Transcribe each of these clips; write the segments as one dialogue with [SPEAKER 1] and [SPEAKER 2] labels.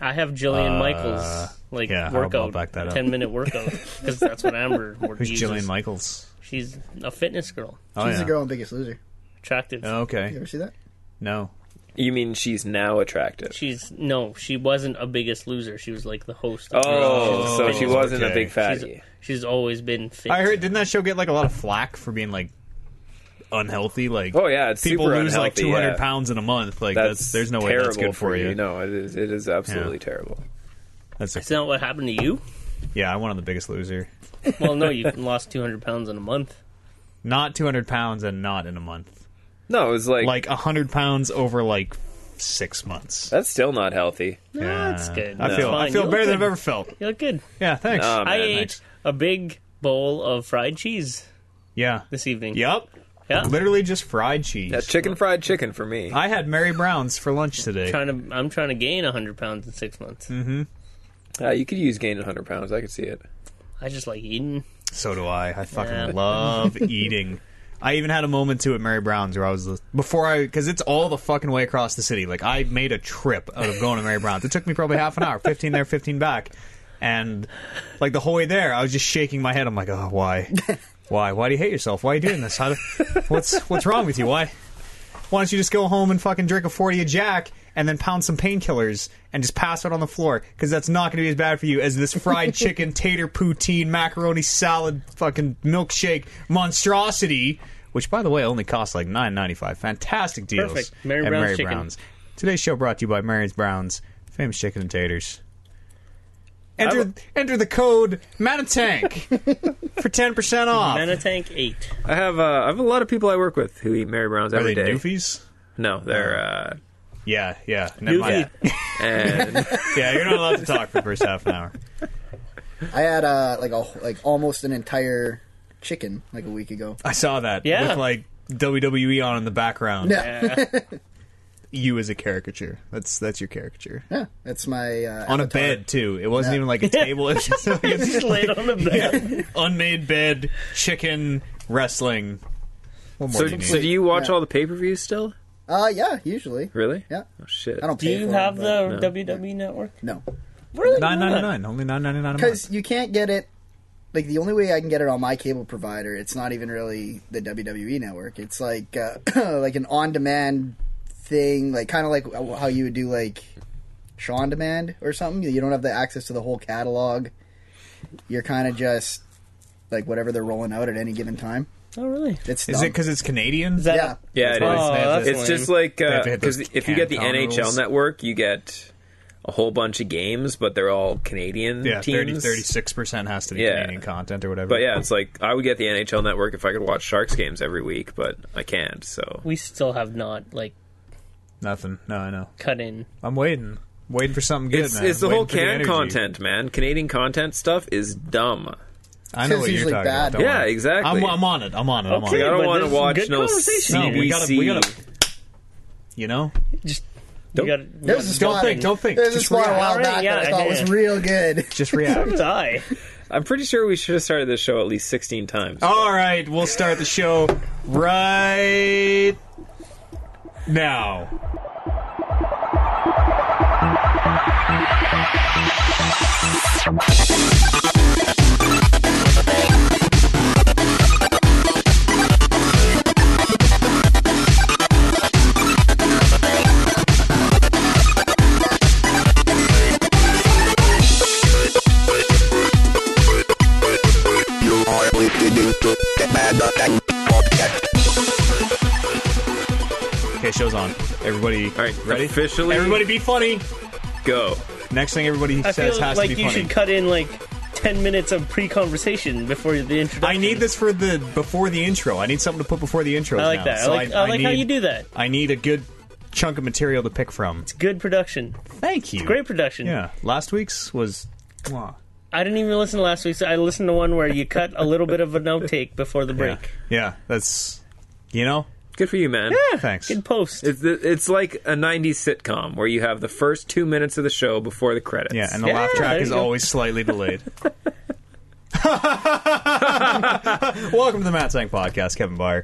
[SPEAKER 1] I have Jillian Michaels like
[SPEAKER 2] Uh, yeah, I'll- I'll
[SPEAKER 1] workout,
[SPEAKER 2] back that up.
[SPEAKER 1] ten minute workout because that's what Amber. Who's
[SPEAKER 2] Who's Jillian Michaels?
[SPEAKER 1] She's a fitness girl,
[SPEAKER 2] Oh,
[SPEAKER 3] She's
[SPEAKER 2] yeah.
[SPEAKER 3] the girl in Biggest Loser.
[SPEAKER 1] attractive.
[SPEAKER 3] You
[SPEAKER 2] Okay.
[SPEAKER 3] ever see that?
[SPEAKER 2] No.
[SPEAKER 4] You mean she's now attractive?
[SPEAKER 1] She's no, she wasn't a Biggest Loser. She was like the host.
[SPEAKER 4] Oh,
[SPEAKER 1] Of
[SPEAKER 4] so she wasn't
[SPEAKER 2] okay.
[SPEAKER 4] a big fatty.
[SPEAKER 1] she's, she's always been fit.
[SPEAKER 2] I heard. Didn't that show get like a lot of flack for being like unhealthy? Like,
[SPEAKER 4] Oh, yeah, it's
[SPEAKER 2] people
[SPEAKER 4] super
[SPEAKER 2] lose like
[SPEAKER 4] unhealthy,
[SPEAKER 2] 200
[SPEAKER 4] yeah.
[SPEAKER 2] pounds in a month. Like, that's,
[SPEAKER 4] That's,
[SPEAKER 2] there's no way
[SPEAKER 4] terrible
[SPEAKER 2] that's good for, you.
[SPEAKER 4] No, it is. It is absolutely terrible.
[SPEAKER 2] That's a,
[SPEAKER 1] Is that what happened to you?
[SPEAKER 2] yeah. I went on the Biggest Loser.
[SPEAKER 1] Well, no, you lost two hundred pounds in a month.
[SPEAKER 2] Not 200 pounds and not in a month.
[SPEAKER 4] No, it was like,
[SPEAKER 2] Like 100 pounds over like six months. Uh,
[SPEAKER 4] that's still not healthy.
[SPEAKER 1] Nah, it's good.
[SPEAKER 2] I
[SPEAKER 1] It's
[SPEAKER 2] feel I
[SPEAKER 1] fine. You
[SPEAKER 2] feel better
[SPEAKER 1] look
[SPEAKER 2] than I've
[SPEAKER 1] good.
[SPEAKER 2] ever felt.
[SPEAKER 1] You look good.
[SPEAKER 2] Yeah, thanks.
[SPEAKER 4] Nah, man,
[SPEAKER 1] I ate
[SPEAKER 2] thanks.
[SPEAKER 1] a big bowl of fried cheese
[SPEAKER 2] Yeah.
[SPEAKER 1] this evening.
[SPEAKER 2] Yep.
[SPEAKER 1] Yeah.
[SPEAKER 2] Literally just fried cheese.
[SPEAKER 4] That's chicken fried chicken for me.
[SPEAKER 2] I had Mary Brown's for lunch today.
[SPEAKER 1] Trying to, I'm trying to gain 100 pounds in six months.
[SPEAKER 2] Mm.
[SPEAKER 4] Uh, you could use gaining 100 pounds. I could see it.
[SPEAKER 1] I just like eating.
[SPEAKER 2] So do I. I fucking
[SPEAKER 1] Yeah.
[SPEAKER 2] love eating. I even had a moment too at Mary Brown's where I was before I because it's all the fucking way across the city. Like I made a trip out of going to Mary Brown's. It took me probably half an hour, fifteen there, fifteen back, and like the whole way there, I was just shaking my head. I'm like, oh, why, why, why do you hate yourself? Why are you doing this? How do, what's what's wrong with you? Why? Why don't you just go home and fucking drink a forty of Jack and then pound some painkillers and just pass out on the floor? Because that's not going to be as bad for you as this fried chicken, tater poutine, macaroni salad, fucking milkshake monstrosity. Which, by the way, only costs like nine ninety five. Fantastic deals
[SPEAKER 1] Perfect. Mary
[SPEAKER 2] at
[SPEAKER 1] Brown's
[SPEAKER 2] Mary
[SPEAKER 1] Chicken.
[SPEAKER 2] Brown's. Today's show brought to you by Mary's Brown's, famous chicken and taters. Enter enter the code Manatank for ten percent off.
[SPEAKER 1] And a tank eight.
[SPEAKER 4] I have uh, I have a lot of people I work with who eat Mary Browns
[SPEAKER 2] Are
[SPEAKER 4] every
[SPEAKER 2] they Oh.
[SPEAKER 4] day.
[SPEAKER 2] doofies?
[SPEAKER 4] No, they're uh,
[SPEAKER 2] Yeah, yeah. Never mind.
[SPEAKER 1] Doofy.
[SPEAKER 4] and
[SPEAKER 2] Yeah, you're not allowed to talk for the first half an hour.
[SPEAKER 3] I had uh, like a like almost an entire chicken like a week ago.
[SPEAKER 2] I saw that.
[SPEAKER 1] Yeah.
[SPEAKER 2] With like WWE on in the background.
[SPEAKER 3] Yeah,
[SPEAKER 2] You as a caricature. That's that's your caricature.
[SPEAKER 3] yeah. that's my uh,
[SPEAKER 2] Ah. On a
[SPEAKER 3] avatar.
[SPEAKER 2] bed too. It wasn't even like a table. It was just like
[SPEAKER 1] It's just laid on the bed.
[SPEAKER 2] unmade bed, chicken, wrestling. What more
[SPEAKER 4] so,
[SPEAKER 2] do you need?
[SPEAKER 4] so do you watch all the pay per views still?
[SPEAKER 3] Uh, yeah, usually.
[SPEAKER 4] Really?
[SPEAKER 3] Yeah,
[SPEAKER 4] Oh, shit.
[SPEAKER 3] I don't.
[SPEAKER 1] Do
[SPEAKER 3] pay
[SPEAKER 1] you
[SPEAKER 3] for 'em,
[SPEAKER 1] have
[SPEAKER 3] but-
[SPEAKER 1] the WWE network?
[SPEAKER 3] no?
[SPEAKER 1] Really?
[SPEAKER 2] nine ninety nine. Only nine ninety nine a month.
[SPEAKER 3] Because you can't get it. Like the only way I can get it on my cable provider, it's not even really the WWE network. It's like uh, like an on-demand thing, like kind of like how you would do like Shaw on demand or something. You don't have the access to the whole catalog. You're kind of just like whatever they're rolling out at any given time.
[SPEAKER 1] Oh, really?
[SPEAKER 3] It's
[SPEAKER 2] Is
[SPEAKER 3] dumb.
[SPEAKER 2] it because it's Canadian?
[SPEAKER 1] that-
[SPEAKER 3] yeah.
[SPEAKER 4] Yeah,
[SPEAKER 2] That's
[SPEAKER 4] it is.
[SPEAKER 2] why they have
[SPEAKER 1] Oh,
[SPEAKER 2] to-
[SPEAKER 1] that's
[SPEAKER 4] It's just like
[SPEAKER 2] have to hit
[SPEAKER 4] because
[SPEAKER 2] those
[SPEAKER 4] if you get the
[SPEAKER 2] Canton
[SPEAKER 4] NHL
[SPEAKER 2] rules.
[SPEAKER 4] network, you get a whole bunch of games, but they're all Canadian
[SPEAKER 2] yeah,
[SPEAKER 4] teams.
[SPEAKER 2] 36 percent has to be
[SPEAKER 4] Yeah.
[SPEAKER 2] Canadian content or whatever.
[SPEAKER 4] But yeah, it's like I would get the NHL network if I could watch Sharks games every week, but I can't. So
[SPEAKER 1] We still have not like
[SPEAKER 2] nothing. No, I know.
[SPEAKER 1] cut in.
[SPEAKER 2] I'm waiting, waiting for something good.
[SPEAKER 4] it's,
[SPEAKER 2] man.
[SPEAKER 4] it's the
[SPEAKER 2] Waiting
[SPEAKER 4] whole
[SPEAKER 2] for the
[SPEAKER 4] can
[SPEAKER 2] energy.
[SPEAKER 4] content, man. Canadian content stuff is dumb.
[SPEAKER 2] I know
[SPEAKER 3] It's
[SPEAKER 2] what you're
[SPEAKER 3] usually
[SPEAKER 2] talking
[SPEAKER 3] bad.
[SPEAKER 2] about. Don't
[SPEAKER 4] Yeah,
[SPEAKER 2] worry.
[SPEAKER 4] exactly.
[SPEAKER 2] I'm, I'm on it. I'm on it. I'm on
[SPEAKER 4] Like,
[SPEAKER 1] Okay.
[SPEAKER 2] it.
[SPEAKER 4] I don't
[SPEAKER 1] but this
[SPEAKER 4] want to
[SPEAKER 1] is
[SPEAKER 4] watch
[SPEAKER 1] good
[SPEAKER 4] no CBC.
[SPEAKER 1] conversation.
[SPEAKER 2] No, we gotta- we gotta- You know,
[SPEAKER 1] Just
[SPEAKER 4] Don't-
[SPEAKER 1] you gotta, you
[SPEAKER 3] There was a
[SPEAKER 1] gotta
[SPEAKER 2] don't
[SPEAKER 3] spot.
[SPEAKER 2] think, don't think.
[SPEAKER 3] There was a
[SPEAKER 2] Just
[SPEAKER 3] spot a
[SPEAKER 2] react.
[SPEAKER 3] while
[SPEAKER 1] Alright,
[SPEAKER 3] back
[SPEAKER 1] yeah,
[SPEAKER 3] that I
[SPEAKER 1] I
[SPEAKER 3] thought
[SPEAKER 1] did.
[SPEAKER 3] was real good.
[SPEAKER 2] just react.
[SPEAKER 1] die.
[SPEAKER 4] I'm pretty sure we should have started this show at least 16 times.
[SPEAKER 2] All right, we'll start the show right now.
[SPEAKER 5] You are listening to the Bad Attack Podcast.
[SPEAKER 2] Okay, show's on. Everybody,
[SPEAKER 4] All right,
[SPEAKER 2] ready?
[SPEAKER 4] officially-
[SPEAKER 2] everybody, be funny.
[SPEAKER 4] Go.
[SPEAKER 2] Next thing everybody
[SPEAKER 1] I
[SPEAKER 2] says
[SPEAKER 1] feel
[SPEAKER 2] has
[SPEAKER 1] like
[SPEAKER 2] to be
[SPEAKER 1] you
[SPEAKER 2] funny.
[SPEAKER 1] should cut in like ten minutes of pre-conversation before the introduction.
[SPEAKER 2] I need this for the before the intro. I need something to put before the intro.
[SPEAKER 1] I like
[SPEAKER 2] now.
[SPEAKER 1] that.
[SPEAKER 2] So
[SPEAKER 1] I like, I like how
[SPEAKER 2] need-
[SPEAKER 1] you do that.
[SPEAKER 2] I need a good chunk of material to pick from.
[SPEAKER 1] Good production.
[SPEAKER 2] Thank you.
[SPEAKER 1] Great production.
[SPEAKER 2] Yeah, last week's was. Mwah.
[SPEAKER 1] I didn't even listen to last week's. I listened to one where you cut a little bit of an outtake before the break.
[SPEAKER 2] Yeah, that's you know.
[SPEAKER 4] Good for you, man.
[SPEAKER 2] Thanks.
[SPEAKER 1] Good post.
[SPEAKER 4] It's, it's like a 90s sitcom where you have the first two minutes of the show before the credits.
[SPEAKER 2] Yeah, and the
[SPEAKER 1] Yeah,
[SPEAKER 2] laugh track
[SPEAKER 1] there
[SPEAKER 2] is
[SPEAKER 1] you go.
[SPEAKER 2] always slightly delayed. Welcome to the Matt Sank Podcast, Kevin Byer.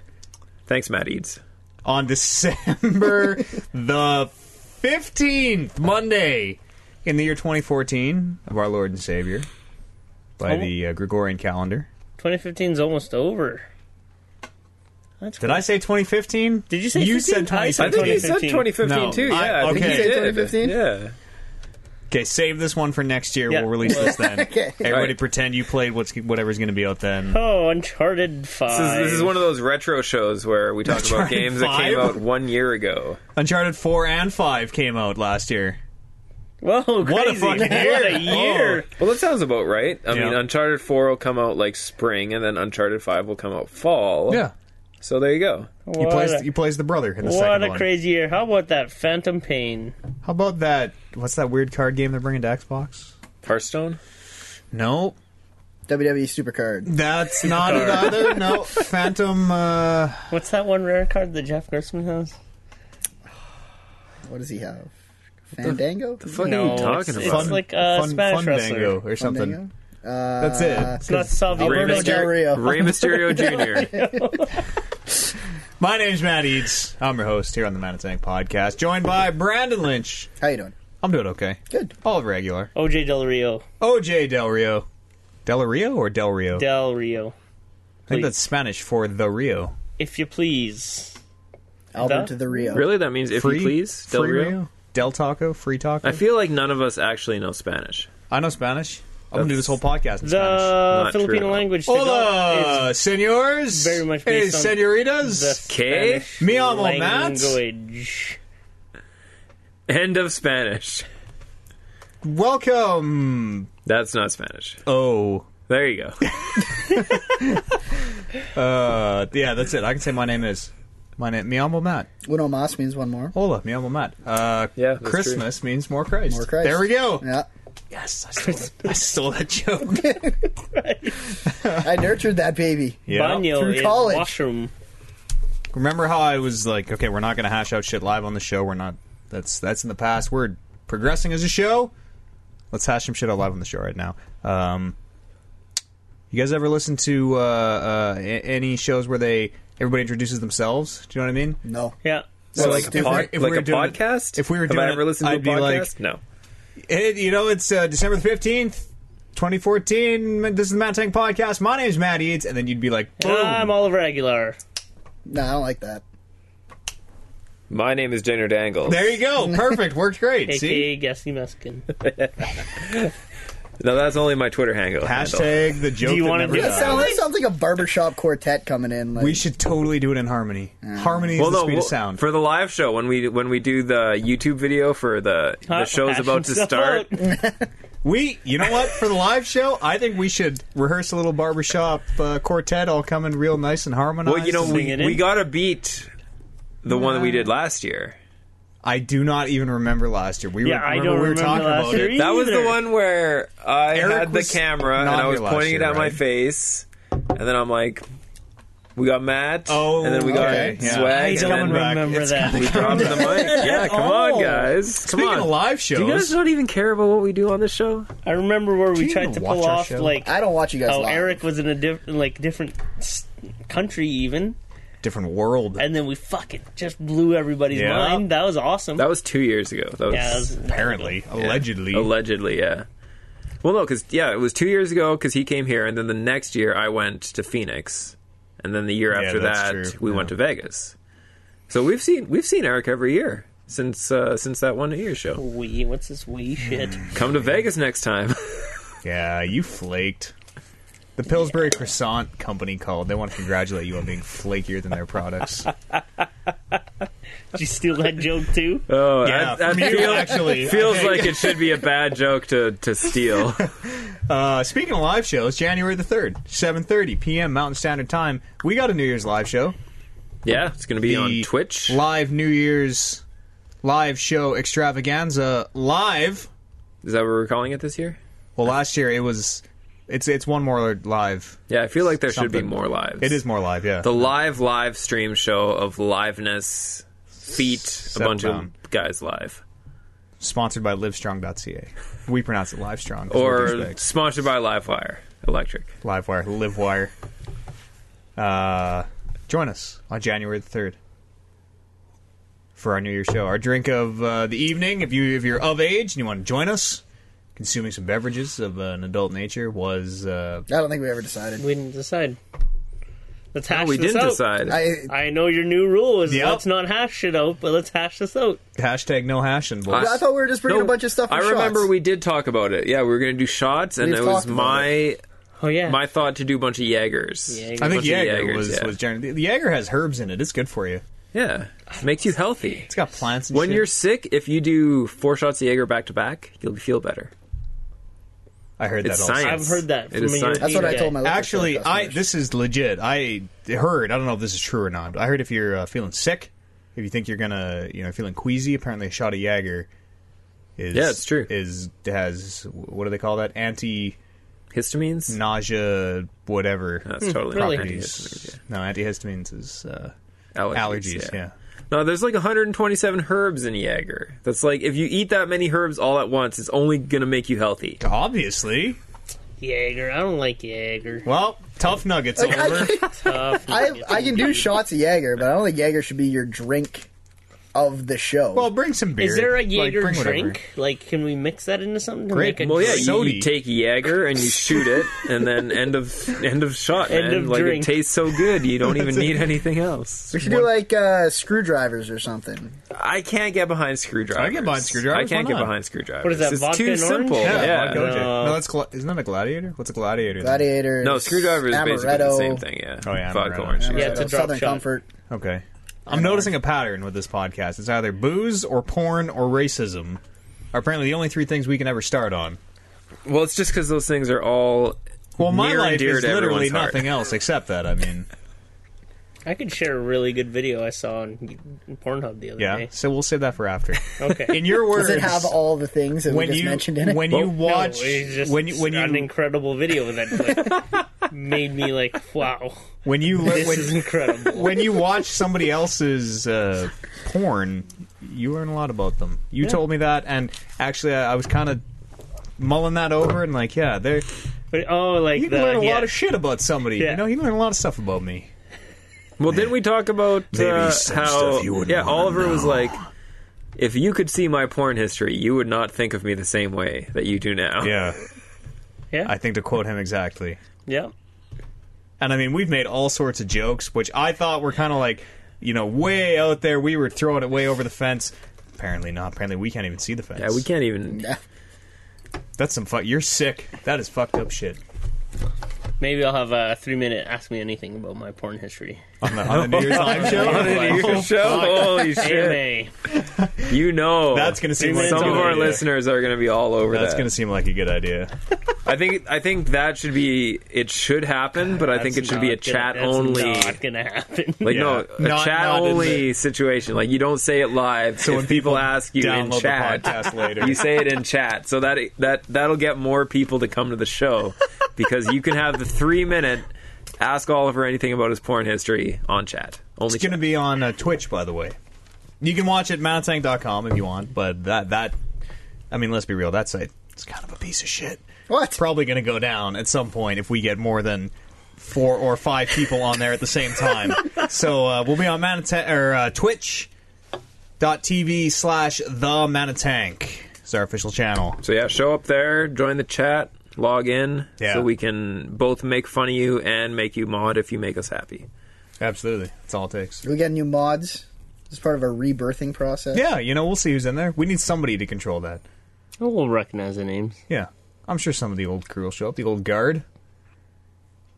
[SPEAKER 4] Thanks, Matt Eads.
[SPEAKER 2] On December the 15th, Monday, in the year 2014 of our Lord and Savior by
[SPEAKER 1] Oh.
[SPEAKER 2] the uh, Gregorian calendar.
[SPEAKER 1] 2015 is almost over. That's
[SPEAKER 2] Did I say 2015?
[SPEAKER 1] Did you say
[SPEAKER 2] you
[SPEAKER 1] 15?
[SPEAKER 2] said
[SPEAKER 1] I said
[SPEAKER 4] I think he
[SPEAKER 2] 2015?
[SPEAKER 4] said 2015
[SPEAKER 2] No,
[SPEAKER 4] too. Yeah,
[SPEAKER 2] I-
[SPEAKER 4] I, think
[SPEAKER 2] okay. Did
[SPEAKER 4] he
[SPEAKER 3] he say
[SPEAKER 4] did.
[SPEAKER 3] 2015?
[SPEAKER 4] Yeah.
[SPEAKER 2] Okay, save this one for next year.
[SPEAKER 1] Yeah.
[SPEAKER 2] We'll release this then.
[SPEAKER 3] Okay.
[SPEAKER 2] Everybody
[SPEAKER 4] Right.
[SPEAKER 2] pretend you played what's whatever's going to be out then.
[SPEAKER 1] Oh, Uncharted 5.
[SPEAKER 4] This is, this is one of those retro shows where we talk
[SPEAKER 2] That's
[SPEAKER 4] about
[SPEAKER 2] right,
[SPEAKER 4] games that came
[SPEAKER 2] five.
[SPEAKER 4] out one year ago.
[SPEAKER 2] Uncharted 4 and 5 came out last year.
[SPEAKER 1] Whoa, crazy.
[SPEAKER 2] What a fucking year.
[SPEAKER 1] What a year.
[SPEAKER 4] Well, that sounds about right. I mean,
[SPEAKER 2] Yeah.
[SPEAKER 4] Uncharted 4 will come out like spring, and then Uncharted 5 will come out fall.
[SPEAKER 2] Yeah.
[SPEAKER 4] So there you go.
[SPEAKER 2] He
[SPEAKER 1] What
[SPEAKER 2] plays,
[SPEAKER 1] a-
[SPEAKER 2] he plays the brother in the
[SPEAKER 1] What
[SPEAKER 2] second
[SPEAKER 1] a
[SPEAKER 2] one.
[SPEAKER 1] crazy year. How about that Phantom Pain?
[SPEAKER 2] How about that? What's that weird card game they're bringing to Xbox?
[SPEAKER 4] Hearthstone?
[SPEAKER 2] No,
[SPEAKER 3] WWE E Supercard.
[SPEAKER 2] that's not it either. No, Phantom. Uh,
[SPEAKER 1] What's that one rare card that Jeff Gerstmann has?
[SPEAKER 3] What does he have? Fandango?
[SPEAKER 4] The fuck are you
[SPEAKER 1] it's,
[SPEAKER 4] talking
[SPEAKER 1] it's
[SPEAKER 4] about?
[SPEAKER 1] like uh,
[SPEAKER 2] Fun-
[SPEAKER 1] Smash
[SPEAKER 2] Fundango
[SPEAKER 1] Wrestler. Uh,
[SPEAKER 2] or something.
[SPEAKER 3] Fandango?
[SPEAKER 2] That's it.
[SPEAKER 1] It's not Salvia.
[SPEAKER 4] Rey
[SPEAKER 3] Alberto Del
[SPEAKER 4] Mysterio,
[SPEAKER 3] Rio.
[SPEAKER 4] Rey Mysterio Jr.
[SPEAKER 2] My name's Matt Eads. I'm your host here on the Manitank Podcast, joined by Brandon Lynch.
[SPEAKER 3] How you doing?
[SPEAKER 2] I'm doing okay.
[SPEAKER 3] Good.
[SPEAKER 2] All regular.
[SPEAKER 1] OJ Del Rio.
[SPEAKER 2] OJ Del Rio. Del Rio or Del Rio?
[SPEAKER 1] Del Rio.
[SPEAKER 2] I think
[SPEAKER 1] please.
[SPEAKER 2] that's Spanish for the Rio.
[SPEAKER 1] If you please.
[SPEAKER 3] Albert
[SPEAKER 1] That-
[SPEAKER 3] to the Rio.
[SPEAKER 4] really? That means if
[SPEAKER 2] Free,
[SPEAKER 4] you please? Del
[SPEAKER 2] free
[SPEAKER 4] Rio?
[SPEAKER 2] Del Taco, Free Taco.
[SPEAKER 4] I feel like none of us actually know Spanish.
[SPEAKER 2] I know Spanish. I'm going to do this whole podcast in Spanish.
[SPEAKER 1] The
[SPEAKER 4] Not
[SPEAKER 1] Filipino
[SPEAKER 4] true.
[SPEAKER 1] language. to go-
[SPEAKER 2] Hola, senores.
[SPEAKER 1] very much
[SPEAKER 2] Hey,
[SPEAKER 1] based on
[SPEAKER 2] senoritas.
[SPEAKER 1] is the
[SPEAKER 4] Okay.
[SPEAKER 1] Spanish
[SPEAKER 2] Me amo Matt.
[SPEAKER 1] language.
[SPEAKER 4] End of Spanish.
[SPEAKER 2] Welcome.
[SPEAKER 4] That's not Spanish.
[SPEAKER 2] Oh.
[SPEAKER 4] There you go.
[SPEAKER 2] Uh, yeah, that's it. I can say my name is. My name, mi amo Matt.
[SPEAKER 3] Uno mas means one more.
[SPEAKER 2] Hola, mi amo Matt. Uh,
[SPEAKER 4] Yeah, that's
[SPEAKER 2] Christmas means more Christ.
[SPEAKER 3] More Christ.
[SPEAKER 2] There we go.
[SPEAKER 3] Yeah.
[SPEAKER 2] Yes, I stole, that, I stole that joke.
[SPEAKER 3] I nurtured that baby.
[SPEAKER 2] Yeah.
[SPEAKER 1] Banyo
[SPEAKER 3] Through
[SPEAKER 1] is
[SPEAKER 3] college.
[SPEAKER 1] washroom.
[SPEAKER 2] Remember how I was like, okay, we're not going to hash out shit live on the show. We're not. That's that's in the past. We're progressing as a show. Let's hash some shit out live on the show right now. Um, you guys ever listen to uh, uh, a- any shows where they everybody introduces themselves? Do you know what I mean?
[SPEAKER 3] No.
[SPEAKER 1] Yeah.
[SPEAKER 2] So
[SPEAKER 3] like
[SPEAKER 2] if
[SPEAKER 3] a
[SPEAKER 2] we-
[SPEAKER 3] pod-
[SPEAKER 2] if we
[SPEAKER 4] like
[SPEAKER 2] were
[SPEAKER 4] a
[SPEAKER 2] doing it-
[SPEAKER 4] podcast?
[SPEAKER 2] if we were
[SPEAKER 4] Have
[SPEAKER 2] doing
[SPEAKER 4] I
[SPEAKER 2] it,
[SPEAKER 4] ever listened to a
[SPEAKER 2] I'd be
[SPEAKER 4] podcast?
[SPEAKER 2] like-
[SPEAKER 4] no.
[SPEAKER 2] Hey, you know, it's uh, December the 15th, 2014. This is the Matt Tank Podcast. My name's Matt Eads. And then you'd be like, boom.
[SPEAKER 1] I'm Oliver Aguilar.
[SPEAKER 3] No, I don't like that.
[SPEAKER 4] My name is Jenner Dangle.
[SPEAKER 2] there you go. Perfect. Worked great. See?
[SPEAKER 1] AKA Gassy Meskin.
[SPEAKER 4] No, that's only my Twitter hangout. handle.
[SPEAKER 2] Hashtag the joke.
[SPEAKER 1] Do you
[SPEAKER 2] that
[SPEAKER 1] wanna
[SPEAKER 2] never
[SPEAKER 1] do
[SPEAKER 4] Uh,
[SPEAKER 2] dies.
[SPEAKER 1] that?
[SPEAKER 3] Sound- That sounds like a barbershop quartet coming in. Like,
[SPEAKER 2] We should totally do it in harmony. Harmony is
[SPEAKER 4] Well,
[SPEAKER 2] the
[SPEAKER 4] no,
[SPEAKER 2] speed
[SPEAKER 4] we'll-
[SPEAKER 2] of sound.
[SPEAKER 4] for the live show when we when we do the YouTube video for the the show's about to
[SPEAKER 1] Passion
[SPEAKER 4] start.
[SPEAKER 1] stuff
[SPEAKER 2] we, you know what? For the live show, I think we should rehearse a little barbershop uh, quartet, all coming real nice and harmonized.
[SPEAKER 4] Well, you know,
[SPEAKER 1] Sing
[SPEAKER 4] we,
[SPEAKER 1] it in.
[SPEAKER 4] we got to beat the one that we did last year.
[SPEAKER 2] I do not even remember last year. We
[SPEAKER 1] Yeah,
[SPEAKER 2] were,
[SPEAKER 1] I
[SPEAKER 2] remember
[SPEAKER 1] don't
[SPEAKER 2] we were
[SPEAKER 1] remember
[SPEAKER 2] talking
[SPEAKER 1] last
[SPEAKER 2] about
[SPEAKER 1] year
[SPEAKER 2] it.
[SPEAKER 1] either.
[SPEAKER 4] That was the one where I
[SPEAKER 2] Eric
[SPEAKER 4] had the
[SPEAKER 2] was
[SPEAKER 4] camera and
[SPEAKER 2] not
[SPEAKER 4] I was
[SPEAKER 2] here last
[SPEAKER 4] pointing it
[SPEAKER 2] year,
[SPEAKER 4] at my
[SPEAKER 2] right?
[SPEAKER 4] face, and then I'm like, "We got Matt."
[SPEAKER 2] Oh,
[SPEAKER 4] and then we got
[SPEAKER 2] okay, yeah.
[SPEAKER 4] Swag.
[SPEAKER 1] I
[SPEAKER 4] and then
[SPEAKER 1] don't
[SPEAKER 2] back.
[SPEAKER 1] remember
[SPEAKER 2] It's
[SPEAKER 1] that.
[SPEAKER 4] We dropped the mic. Yeah, come
[SPEAKER 1] all.
[SPEAKER 4] on, guys. Come
[SPEAKER 2] Oh. Speaking
[SPEAKER 4] on.
[SPEAKER 2] of live shows,
[SPEAKER 4] do you guys not even care about what we do on this show?
[SPEAKER 1] I remember where we
[SPEAKER 2] you
[SPEAKER 1] tried
[SPEAKER 2] even
[SPEAKER 1] to
[SPEAKER 2] watch
[SPEAKER 1] pull
[SPEAKER 2] our
[SPEAKER 1] off
[SPEAKER 2] show?
[SPEAKER 1] like
[SPEAKER 3] I don't watch you guys.
[SPEAKER 1] how
[SPEAKER 3] live.
[SPEAKER 1] Oh, Eric was in a different like different s- country even,
[SPEAKER 2] different world.
[SPEAKER 1] and then we fucking just blew everybody's
[SPEAKER 2] Yeah.
[SPEAKER 1] mind. That was awesome.
[SPEAKER 4] That was two years ago. That was,
[SPEAKER 1] yeah, that was-
[SPEAKER 2] Apparently, allegedly,
[SPEAKER 4] allegedly, yeah. Well, no, because yeah, it was two years ago because he came here, and then the next year I went to Phoenix, and then the year
[SPEAKER 2] Yeah,
[SPEAKER 4] after
[SPEAKER 2] that's
[SPEAKER 4] that
[SPEAKER 2] true,
[SPEAKER 4] we
[SPEAKER 2] yeah.
[SPEAKER 4] went to Vegas. So we've seen we've seen Eric every year since uh, since that one New Year's show.
[SPEAKER 1] wee. What's this wee shit?
[SPEAKER 2] Oh,
[SPEAKER 4] Come to Vegas next time.
[SPEAKER 2] Yeah, you flaked. The Pillsbury Croissant Company called. They want to congratulate you on being flakier than their products.
[SPEAKER 1] Did you steal that joke too?
[SPEAKER 4] Oh,
[SPEAKER 2] Yeah,
[SPEAKER 4] that, that
[SPEAKER 2] from you,
[SPEAKER 4] feel-
[SPEAKER 2] actually, I
[SPEAKER 4] feels
[SPEAKER 2] think.
[SPEAKER 4] like it should be a bad joke to to steal.
[SPEAKER 2] Uh, speaking of live shows, January the third, seven thirty p.m. Mountain Standard Time. We got a New Year's live show.
[SPEAKER 4] yeah, it's going to be on
[SPEAKER 2] The
[SPEAKER 4] Twitch.
[SPEAKER 2] live New Year's live show extravaganza live.
[SPEAKER 4] Is that what we're calling it this year?
[SPEAKER 2] Well, last year it was. It's it's one more live.
[SPEAKER 4] Yeah, I feel like there should be
[SPEAKER 2] Something.
[SPEAKER 4] more lives.
[SPEAKER 2] It is more live. Yeah.
[SPEAKER 4] the live live stream show of liveness feet a
[SPEAKER 2] Settle
[SPEAKER 4] bunch
[SPEAKER 2] down.
[SPEAKER 4] of guys live
[SPEAKER 2] Sponsored by Livestrong.ca. We pronounce it Livestrong. 'cause we're
[SPEAKER 4] or
[SPEAKER 2] douchebags.
[SPEAKER 4] sponsored by livewire electric
[SPEAKER 2] Livewire, Livewire. Uh, join us on January the 3rd for our New Year's show. Our drink of uh, the evening, if you if you're of age and you want to join us, consuming some beverages of uh, an adult nature was uh,
[SPEAKER 3] I don't think we ever decided.
[SPEAKER 1] We didn't decide. Let's hash
[SPEAKER 4] we
[SPEAKER 1] this
[SPEAKER 4] didn't
[SPEAKER 1] out.
[SPEAKER 4] decide.
[SPEAKER 3] I
[SPEAKER 1] I know your new rule is
[SPEAKER 2] Yep.
[SPEAKER 1] let's not hash it out, but let's hash this out.
[SPEAKER 2] hashtag no hashing boys.
[SPEAKER 3] I thought we were just bringing
[SPEAKER 4] No,
[SPEAKER 3] a bunch of stuff. For
[SPEAKER 4] I remember
[SPEAKER 3] shots.
[SPEAKER 4] we did talk about it. Yeah, we were going to do shots, and
[SPEAKER 3] We've
[SPEAKER 4] it was
[SPEAKER 3] talked about
[SPEAKER 4] my
[SPEAKER 1] Oh yeah,
[SPEAKER 4] my thought to do a bunch of Jaegers.
[SPEAKER 1] Yeah,
[SPEAKER 2] I think
[SPEAKER 4] Bunch of
[SPEAKER 2] Jaeger
[SPEAKER 4] Jaegers,
[SPEAKER 2] was
[SPEAKER 4] yeah.
[SPEAKER 2] was Jared. The Jaeger has herbs in it. It's good for you.
[SPEAKER 4] Yeah, makes you healthy.
[SPEAKER 2] It's got plants. And
[SPEAKER 4] When
[SPEAKER 2] shit.
[SPEAKER 4] you're sick, if you do four shots of Jaeger back to back, you'll feel better.
[SPEAKER 2] I heard
[SPEAKER 4] It's
[SPEAKER 2] that also.
[SPEAKER 4] science.
[SPEAKER 1] I've heard that
[SPEAKER 4] It
[SPEAKER 1] from
[SPEAKER 4] is
[SPEAKER 1] a
[SPEAKER 4] science.
[SPEAKER 3] That's what I
[SPEAKER 1] DJ.
[SPEAKER 3] told my liquor store
[SPEAKER 2] Actually, I
[SPEAKER 3] customers.
[SPEAKER 2] this is legit. I heard. I don't know if this is true or not. But I heard if you're uh, feeling sick, if you think you're gonna, you know, feeling queasy, apparently a shot of Jaeger is
[SPEAKER 4] Yeah, it's true.
[SPEAKER 2] Is has what do they call that? Anti
[SPEAKER 4] Histamines?
[SPEAKER 2] nausea, whatever. Hmm.
[SPEAKER 4] That's totally
[SPEAKER 1] really?
[SPEAKER 4] antihistamines,
[SPEAKER 2] Properties. No, antihistamines is uh,
[SPEAKER 4] yeah.
[SPEAKER 2] allergies. Yeah.
[SPEAKER 4] No, there's like 127 herbs in Jaeger. That's like if you eat that many herbs all at once, it's only gonna make you healthy.
[SPEAKER 2] Obviously.
[SPEAKER 1] Jaeger. I don't like Jaeger.
[SPEAKER 2] Well, tough nuggets
[SPEAKER 3] Like, I
[SPEAKER 2] over.
[SPEAKER 3] can-
[SPEAKER 1] Tough.
[SPEAKER 3] I, I can do shots of Jaeger, but I don't think Jaeger should be your drink of the show.
[SPEAKER 2] well, bring some beer.
[SPEAKER 1] Is there a
[SPEAKER 2] Like,
[SPEAKER 1] Jaeger
[SPEAKER 2] bring whatever.
[SPEAKER 1] drink? Like, can we mix that into something to
[SPEAKER 2] Great.
[SPEAKER 1] make a
[SPEAKER 4] Well, yeah, you,
[SPEAKER 2] Sody.
[SPEAKER 4] you take Jaeger and you shoot it, and then end of end of shot,
[SPEAKER 1] End
[SPEAKER 4] man.
[SPEAKER 1] of
[SPEAKER 4] like
[SPEAKER 1] drink.
[SPEAKER 4] it tastes so good, you don't even need anything else.
[SPEAKER 3] we should do like uh, screwdrivers or something.
[SPEAKER 4] I can't get behind screwdrivers.
[SPEAKER 2] I get behind screwdrivers,
[SPEAKER 4] I can't
[SPEAKER 2] why
[SPEAKER 4] get
[SPEAKER 2] not?
[SPEAKER 4] behind screwdrivers.
[SPEAKER 1] What is that,
[SPEAKER 4] It's
[SPEAKER 1] vodka
[SPEAKER 4] too
[SPEAKER 1] and orange?
[SPEAKER 4] simple.
[SPEAKER 2] Yeah,
[SPEAKER 4] Yeah.
[SPEAKER 2] vodka orange.
[SPEAKER 1] No.
[SPEAKER 2] no, that's gla- isn't that a gladiator? What's a gladiator? then?
[SPEAKER 3] Gladiator.
[SPEAKER 4] No, screwdriver is basically the same thing. Yeah.
[SPEAKER 2] Oh, yeah,
[SPEAKER 4] Vodka
[SPEAKER 2] amaretto.
[SPEAKER 4] orange.
[SPEAKER 1] Yeah, it's a drop
[SPEAKER 3] Southern
[SPEAKER 1] shot.
[SPEAKER 3] Comfort.
[SPEAKER 2] Okay. I'm noticing a pattern with this podcast. It's either booze or porn or racism. Are apparently the only three things we can ever start on.
[SPEAKER 4] Well, it's just because those things are all.
[SPEAKER 2] Well, my
[SPEAKER 4] near and
[SPEAKER 2] life
[SPEAKER 4] dear
[SPEAKER 2] is
[SPEAKER 4] to
[SPEAKER 2] literally
[SPEAKER 4] everyone's heart.
[SPEAKER 2] nothing else except that. I mean,
[SPEAKER 1] I could share a really good video I saw on Pornhub the other
[SPEAKER 2] yeah.
[SPEAKER 1] day.
[SPEAKER 2] So we'll save that for after.
[SPEAKER 1] Okay.
[SPEAKER 2] In your words,
[SPEAKER 3] Does it have all the things that we
[SPEAKER 2] when
[SPEAKER 3] just
[SPEAKER 2] you
[SPEAKER 3] mentioned in it?
[SPEAKER 2] when you
[SPEAKER 4] Well,
[SPEAKER 1] No,
[SPEAKER 2] watch
[SPEAKER 1] it's just
[SPEAKER 2] when you when
[SPEAKER 1] an
[SPEAKER 2] you
[SPEAKER 1] incredible video that like, made me like, wow,
[SPEAKER 2] when you
[SPEAKER 1] this
[SPEAKER 2] when,
[SPEAKER 1] is incredible.
[SPEAKER 2] when you watch somebody else's uh, porn, you learn a lot about them. You told me that, and actually, I, I was kind of mulling that over, and like, yeah, there
[SPEAKER 1] But, oh, like
[SPEAKER 2] you
[SPEAKER 1] the,
[SPEAKER 2] can learn a
[SPEAKER 1] yeah.
[SPEAKER 2] lot of shit about somebody.
[SPEAKER 1] Yeah.
[SPEAKER 2] You know, you learn a lot of stuff about me.
[SPEAKER 4] Well, didn't we talk about uh,
[SPEAKER 2] some
[SPEAKER 4] how?
[SPEAKER 2] stuff you wouldn't
[SPEAKER 4] Yeah,
[SPEAKER 2] wanna
[SPEAKER 4] Oliver was like, if you could see my porn history, you would not think of me the same way that you do now.
[SPEAKER 2] Yeah,
[SPEAKER 1] yeah,
[SPEAKER 2] I think to quote him exactly.
[SPEAKER 1] yeah.
[SPEAKER 2] And I mean, we've made all sorts of jokes, which I thought were kind of like, you know, way out there. We were throwing it way over the fence. Apparently not. Apparently we can't even see the fence.
[SPEAKER 4] Yeah, we can't even.
[SPEAKER 2] That's some fuck. You're sick. That is fucked up shit.
[SPEAKER 1] Maybe I'll have a three minute ask me anything about my porn history.
[SPEAKER 2] On the, on the New Year's live
[SPEAKER 4] On
[SPEAKER 2] show.
[SPEAKER 4] a new
[SPEAKER 1] Oh,
[SPEAKER 4] show. Holy shit!
[SPEAKER 1] AMA.
[SPEAKER 4] You know,
[SPEAKER 2] That's gonna seem like
[SPEAKER 4] some
[SPEAKER 2] a
[SPEAKER 4] of
[SPEAKER 2] good
[SPEAKER 4] our
[SPEAKER 2] idea.
[SPEAKER 4] listeners are going to be all over
[SPEAKER 2] That's
[SPEAKER 4] that.
[SPEAKER 2] going to seem like a good idea.
[SPEAKER 4] I think I think that should be it should happen, but I think it
[SPEAKER 1] That's
[SPEAKER 4] should be a
[SPEAKER 1] not gonna-
[SPEAKER 4] chat
[SPEAKER 1] that's
[SPEAKER 4] only.
[SPEAKER 1] Not gonna happen.
[SPEAKER 4] Like no,
[SPEAKER 2] Yeah.
[SPEAKER 4] a
[SPEAKER 2] Not-
[SPEAKER 4] chat
[SPEAKER 2] not in
[SPEAKER 4] only situation. Like you don't say it live. So
[SPEAKER 2] when
[SPEAKER 4] when people
[SPEAKER 2] people
[SPEAKER 4] ask you in
[SPEAKER 2] Download the
[SPEAKER 4] chat,
[SPEAKER 2] podcast later.
[SPEAKER 4] you say it in chat. So that that that'll get more people to come to the show because you can have the three minute ask Oliver anything about his porn history on chat. Only
[SPEAKER 2] It's going to be on uh, Twitch, by the way. You can watch it mountaintank.com if you want, but that that I mean, let's be real. That site it's kind of a piece of shit.
[SPEAKER 3] What?
[SPEAKER 2] It's probably going to go down at some point if we get more than four or five people on there at the same time. so uh, we'll be on Manita- or uh, Twitch. Dot TV slash the Manitank is our official channel.
[SPEAKER 4] So yeah, show up there, join the chat, log in,
[SPEAKER 2] Yeah.
[SPEAKER 4] so we can both make fun of you and make you mod if you make us happy.
[SPEAKER 2] Absolutely, that's all it takes.
[SPEAKER 3] Do we get new mods? This is part of our rebirthing process.
[SPEAKER 2] Yeah, you know, we'll see who's in there. We need somebody to control that.
[SPEAKER 1] We'll recognize the names
[SPEAKER 2] Yeah, I'm sure some of the old crew will show up. The old guard,